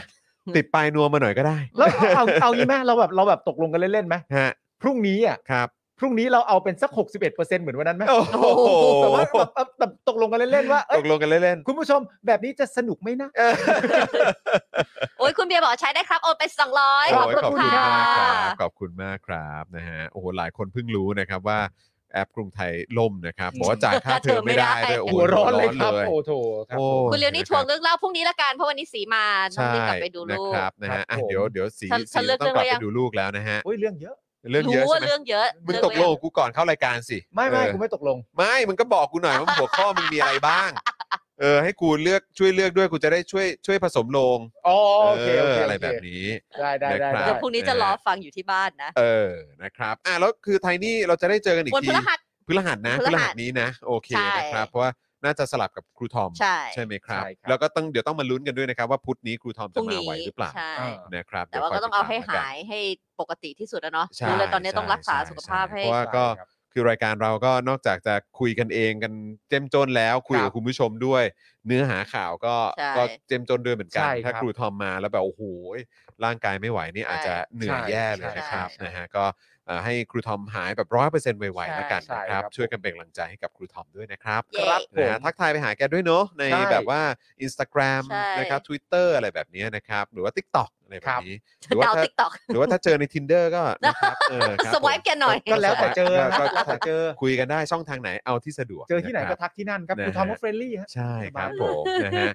Speaker 2: ติดปลายนวมมาหน่อยก็ได้
Speaker 5: แล้วเอาเอางี้ไหมเราแบบเราแบบตกลงกันเล่นๆไหม
Speaker 2: ฮะ
Speaker 5: พรุ่งนี้อ่ะ
Speaker 2: ครับ
Speaker 5: พรุ่งนี้เราเอาเป็นสัก 61%เหมือนวันนั้นไหม
Speaker 2: โอ้โห
Speaker 5: แต่ว่าแบบแบบแบบตกลงกันเล่นๆว่าเอ้
Speaker 2: ต
Speaker 5: ย
Speaker 2: กลงกันเล่น
Speaker 5: คุณผู้ชมแบบนี้จะสนุกไหมนะ
Speaker 2: ๆเออ
Speaker 3: โอ้ยคุณเบียร์บอกใช้ได้ครับ โอนไป
Speaker 2: โ
Speaker 3: 200 ขอบคุณ
Speaker 2: ขอบคุณ
Speaker 3: ค่ะ
Speaker 2: มากครับขอบคุณมากครับนะฮะโอ้โหหลายคนเพิ่งรู้นะครับว่าแอปกรุงไทยล่มนะครับบอกว่าจ่ายค่าเทอมไม่ได้ด้วยโอ้โ
Speaker 5: หัวร้อนเลยครับโอ้โถครับ
Speaker 2: โอ้
Speaker 5: ผม
Speaker 3: คุณเลียวนี่ทวงเรื่องเล่าพรุ่งนี้ละกัน เพราะวันนี้สีมาน้อง
Speaker 2: ใช่
Speaker 3: รีบกลับไปดู
Speaker 2: นะ
Speaker 3: ลูก
Speaker 2: ครับนะฮะอ่ะ
Speaker 5: ครับผม
Speaker 2: เดี๋ยวเดี๋ยวสี
Speaker 3: ฉันฉั
Speaker 2: สี
Speaker 3: นเลือก
Speaker 2: ต้องกลับ
Speaker 3: เรื่อง
Speaker 2: ไป
Speaker 3: ยัง
Speaker 2: ดูลูกแล้วนะฮะ
Speaker 5: อุ้ยเรื่องเยอะ
Speaker 2: เรื่องเยอะ
Speaker 3: รู้
Speaker 2: ใช่
Speaker 3: ว่า
Speaker 2: ไหม
Speaker 3: เรื่องเยอะ
Speaker 2: มึง
Speaker 3: เรื่อ
Speaker 2: ตกลง
Speaker 3: เย
Speaker 2: กับกูก่อนเข้ารายการสิ
Speaker 5: ไม่ไม่
Speaker 2: เออ
Speaker 5: กูไม่ตกลง
Speaker 2: ไม่มึงก็บอกกูหน่อย ว่าหัวข้อมึงมีอะไรบ้าง เออ ให้กูเลือกช่วยเลือกด้วยกูจะได้ช่วยช่วยผสมลง
Speaker 5: อ๋อโอเคโอเค
Speaker 2: เอออะไร
Speaker 5: โเค
Speaker 2: แบบนี้
Speaker 5: ได้ได้ได้
Speaker 2: นะค
Speaker 3: เดี๋
Speaker 2: รั
Speaker 3: ยว
Speaker 2: บ
Speaker 3: พรุ่งนี้จะรอฟังอยู่ที่บ้านนะ
Speaker 2: เออนะครับอ่ะแล้วคือไทยนี่เราจะได้เจอกันอีก
Speaker 3: วันพ
Speaker 2: ที
Speaker 3: ฤหัส
Speaker 2: พฤหัสนะ
Speaker 3: พ
Speaker 2: พ
Speaker 3: ฤหัส
Speaker 2: ฤหัสนี้นะ โอเค
Speaker 3: ใช่
Speaker 2: นะครับ เพราะว่าน่าจะสลับกับครูทอม
Speaker 3: ใช่
Speaker 2: ไหมครับ แล้วก็ต้องเดี๋ยวต้องมาลุ้นกันด้วยนะครับว่าพุธนี้ครูทอม
Speaker 3: พ
Speaker 2: จะ
Speaker 3: รุ่
Speaker 2: มา
Speaker 3: งนี้
Speaker 2: ไหวหรือเปล่า
Speaker 3: ใช่
Speaker 2: นะครับ
Speaker 3: แต่ว่า
Speaker 2: ดี๋ย
Speaker 3: ก็
Speaker 2: คย
Speaker 3: ต้องเอาให้
Speaker 2: ติดตม
Speaker 3: หายให้ปกติที่สุดแล้วเนาะ
Speaker 2: ใช่
Speaker 3: รู้เลยตอนนี้ต้องรักษา
Speaker 2: ใช่
Speaker 3: สุขภาพให้
Speaker 2: ใช่เพราะว่าก็คือรายการเราก็นอกจากจะคุยกันเองกันเจ้มจนแล้วคุย
Speaker 5: ครั
Speaker 2: กับบ คุณผู้ชมด้วย เนื้อหาข่าวก็
Speaker 3: ใช่
Speaker 2: ก็เจ้มจนด้วยเหมือนกัน
Speaker 5: ใช่ครับ
Speaker 2: ถ้าครูทอมมาแล้วแบบโอ้โหร่างกายไม่ไหวนี่อาจจะเหนื่อยแย่เลยนะครับ
Speaker 5: ใช่ใช่
Speaker 2: นะฮะก็เอ่อให้ครูทอมหายแบบร้อยเปอร์เซ็นต์ไวๆแล้วกัน
Speaker 5: ใช่
Speaker 2: นะค
Speaker 5: ครั
Speaker 2: รับบ ช่วยกันเป็นกำลังใจให้กับครูทอมด้วยนะครับ
Speaker 3: เย้
Speaker 5: ครับ ผม
Speaker 2: นะฮะทักทายไปหาแกด้วยเนาะใน
Speaker 5: ใช่
Speaker 2: แบบว่า Instagram
Speaker 3: ใช่
Speaker 2: นะครับ Twitter อะไรแบบเนี้ยนะครับ หรือว่า TikTok อะไรแบ
Speaker 5: ครับ บ
Speaker 2: นี้ หรือว่า
Speaker 3: ดาว
Speaker 2: ถ้า
Speaker 3: ติ๊กต็อก
Speaker 2: หรือว่าถ้าเจอใน Tinder ก็ นะครับเออครับ
Speaker 3: สวายแกหน่อย
Speaker 2: ผม
Speaker 5: ก็แล้วแต่เจอ
Speaker 2: ก็
Speaker 5: ค
Speaker 2: ก็
Speaker 5: รับแล้วแต่เจอ
Speaker 2: คุยกันได้ช่องทางไหนเอาที่สะดวก
Speaker 5: เจอที่ไหน
Speaker 2: นะค
Speaker 5: ก็
Speaker 2: รับ
Speaker 5: ทักที่นั่นครับ
Speaker 2: นะฮะ
Speaker 5: คุณทอมก็เฟรนลี่ฮะ
Speaker 2: ใช่ครับ
Speaker 5: สบาย
Speaker 2: ผมนะฮะ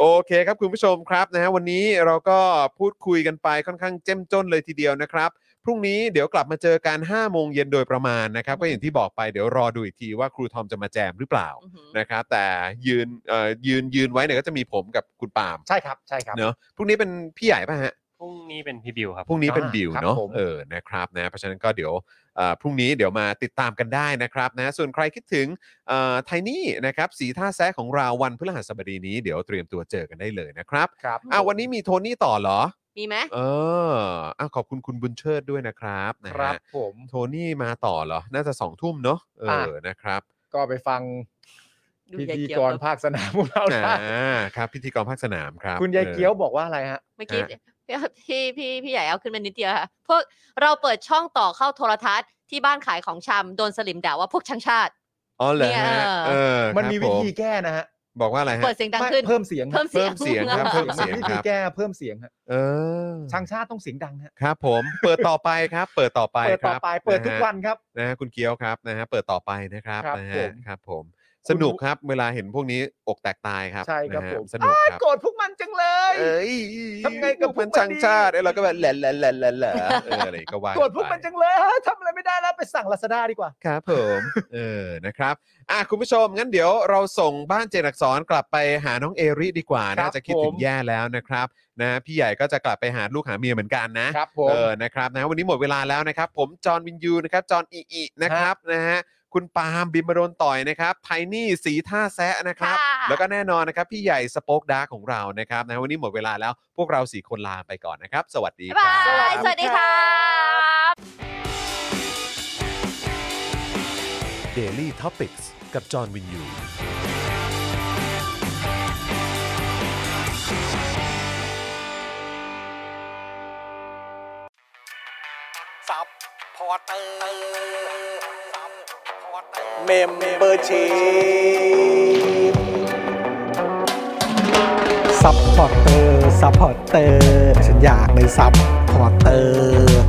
Speaker 2: โอเคครับคุณผู้ชมครับนะฮะวันนี้เราก็พูดคุยกันไปค่อนข้างเจ้มจนเลยทีเดียวนะครับ พรุ่งนี้เดี๋ยวกลับมาเจอกัน5โมงเย็นโดยประมาณนะครับก็อย่างที่บอกไปเดี๋ยวรอดูอีกทีว่าครูทอมจะมาแจมหรือเปล่า
Speaker 3: อื้อหือ
Speaker 2: นะครับแต่ยืนเอ่อยืนยืนไว้เนี่ยก็จะมีผมกับคุณปาล์ม
Speaker 5: ใช่ครับใช่ครับ
Speaker 2: เนอะพรุ่งนี้เป็นพี่ใหญ่ป่ะฮะ
Speaker 4: พรุ่งนี้เป็นพี่บิวครับ
Speaker 2: พรุ่งนี้เป็น
Speaker 5: อ่า
Speaker 2: บิว
Speaker 5: ครับ
Speaker 2: เนาะ
Speaker 5: ผม
Speaker 2: เออนะครับนะเพราะฉะนั้นก็เดี๋ยวเอ่อพรุ่งนี้เดี๋ยวมาติดตามกันได้นะครับนะส่วนใครคิดถึงไทนี่อ Tiny นะครับสีท่าแซะของเราวันพฤหัสบดีนี้เดี๋ยวเตรียมตัวเจอกันได้เลยนะครับ
Speaker 5: ครับ
Speaker 2: อ้าววันนี้มีโทนี่ต่อเหรอ
Speaker 3: มีไหม
Speaker 2: เอออ้าวขอบคุณคุณบุญเชิดด้วยนะครับนะ
Speaker 5: ครั
Speaker 2: ฮะ
Speaker 5: บผม
Speaker 2: โทนี่มาต่อเหรอน่าจะสองทุ่มเนาะเออนะครับ
Speaker 5: ก็ไปฟัง
Speaker 3: ดู
Speaker 5: พิ
Speaker 3: ยาย
Speaker 5: ธี
Speaker 3: เกี๊ยว
Speaker 5: กรภาคสนามของเราได้
Speaker 2: อ่าครับพิธีกรภาคสนามครับ
Speaker 5: คุณยายเกี้ยว
Speaker 2: ออ
Speaker 5: บอกว่าอะไรฮะ
Speaker 3: เมื่อกี้พี่พี่พี่พี่ใหญ่เอาขึ้นมานิดเดียวค่ะ พวกเราเปิดช่องต่อเข้าโทรทัศน์ที่บ้านขายของชำโดนสลิมด่าว่าพวกช่างชาติ
Speaker 2: อ๋อเหรอฮะ
Speaker 3: เนี่ย
Speaker 2: เออครับ
Speaker 5: มันมีวิธี
Speaker 2: ผ
Speaker 5: แก้นะฮะ
Speaker 2: บอกว่าอะไรฮะ
Speaker 3: เปิดเสียงดัง
Speaker 5: ไม่
Speaker 3: ขึ้น
Speaker 5: เพิ่มเสียงฮะ
Speaker 3: เพิ่มเสียง
Speaker 2: เพิ่มเสียงครับ พิ่มเสียง
Speaker 5: นวิ
Speaker 2: ค
Speaker 5: ธี
Speaker 2: รับ
Speaker 5: แก้เพิ่มเสียงฮะ
Speaker 2: เออ
Speaker 5: ช่างชาติต้องเสียงดังฮะ
Speaker 2: ครับผม เปิดต่อไปครับ เปิดต่อไป
Speaker 5: เปิด
Speaker 2: ค
Speaker 5: ต่อ
Speaker 2: รับ
Speaker 5: ไปเปิดทุกวั
Speaker 2: ะฮะ
Speaker 5: นครับ
Speaker 2: นะฮะคุณเกียวครับนะฮะเปิดต่อไปนะครับ
Speaker 5: ครับ
Speaker 2: นะ
Speaker 5: ผ
Speaker 2: ฮะ
Speaker 5: ม
Speaker 2: ครับผม สนุกครับเวลาเห็นพวกนี้อกแตกตายครับ
Speaker 5: ใช่ครับ
Speaker 2: นะฮะ
Speaker 5: ผม
Speaker 2: สนุกครับ
Speaker 5: โกรธพวกมันจังเลย
Speaker 2: เอ้ย
Speaker 5: ทำไงกับพวกมันดี
Speaker 2: มันช่างชาติไอ้เราก็แบบแหล่แหล่แหล่แหล่แหล่เอออะไรก็ว่า
Speaker 5: โกรธพวกมัน
Speaker 2: ไป
Speaker 5: จังเลยทำอะไรไม่ได้แล้วไปสั่งลาซาด้าดีกว่า
Speaker 2: ครับผม เออ นะครับ อ่ะ คุณผู้ชม งั้นเดี๋ยวเราส่งบ้านเจนอักษรกลับไปหาน้องเอริดีกว่า
Speaker 5: ครั
Speaker 2: น่า
Speaker 5: บ
Speaker 2: จะคิดถึง
Speaker 5: ผม
Speaker 2: แย่แล้วนะครับ นะ พี่ใหญ่ก็จะกลับไปหาลูกหาเมียเหมือนกันนะ
Speaker 5: ครับผม
Speaker 2: เออ นะครับ นะ วันนี้หมดเวลาแล้วนะครับ ผม จอห์นวินยู นะครับ จอห์นอีอีนะครับ นะฮะ คุณปาล์มบิมบรนต่อยนะครับ ไทนี่สีท่าแซะนะครับ
Speaker 3: ค่ะ
Speaker 2: แล้วก็แน่นอนนะครับ พี่ใหญ่สป็อกดาร์กของเรา นะครับ นะ วันนี้หมดเวลาแล้ว พวกเราสี่คนลาไปก่อนนะครับ สวัสดี
Speaker 3: บ๊าย
Speaker 2: ค
Speaker 3: บา
Speaker 2: รับ
Speaker 3: ย สวัสดีค่ะ
Speaker 1: Daily Topics กับจอห์นวินยู
Speaker 6: ซับพอร์เตอร์ซับพอร์เตอร์
Speaker 7: เมมเบอร์ชีซัพพอร์เตอร์ซัพพอร์เตอร์ฉันอยากเป็นซัพพอร์เตอร์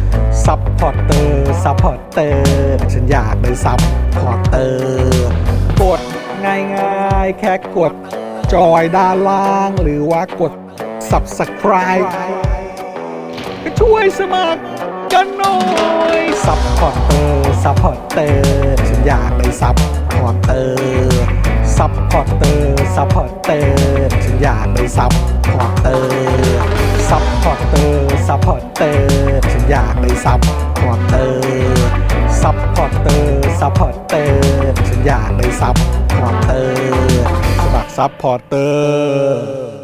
Speaker 7: ซัพพอร์เตอร์ซัพพอร์เตอร์ฉันอยากเป็นซัพพอร์เตอร์กดง่ายๆ แค่กด จอยด้านล่าง หรือว่ากด subscribe ก็ช่วยสมัคร กันหน่อยซัพพอร์เตอร์ซัพพอร์เตอร์ฉันอยากเป็นซัพพอร์เตอร์ซัพพอร์เตอร์ซัพพอร์เตอร์ฉันอยากเป็นซัพพอร์เตอร์ซัพพอร์เตอร์ซัพพอร์เตอร์ฉันอยากเป็นซัพพอร์เตอร์ซัพพอร์เตอร์ซัพพอร์เตอร์ฉันอยากเป็นซัพพอร์เตอร์สมัครซัพพอร์เตอร์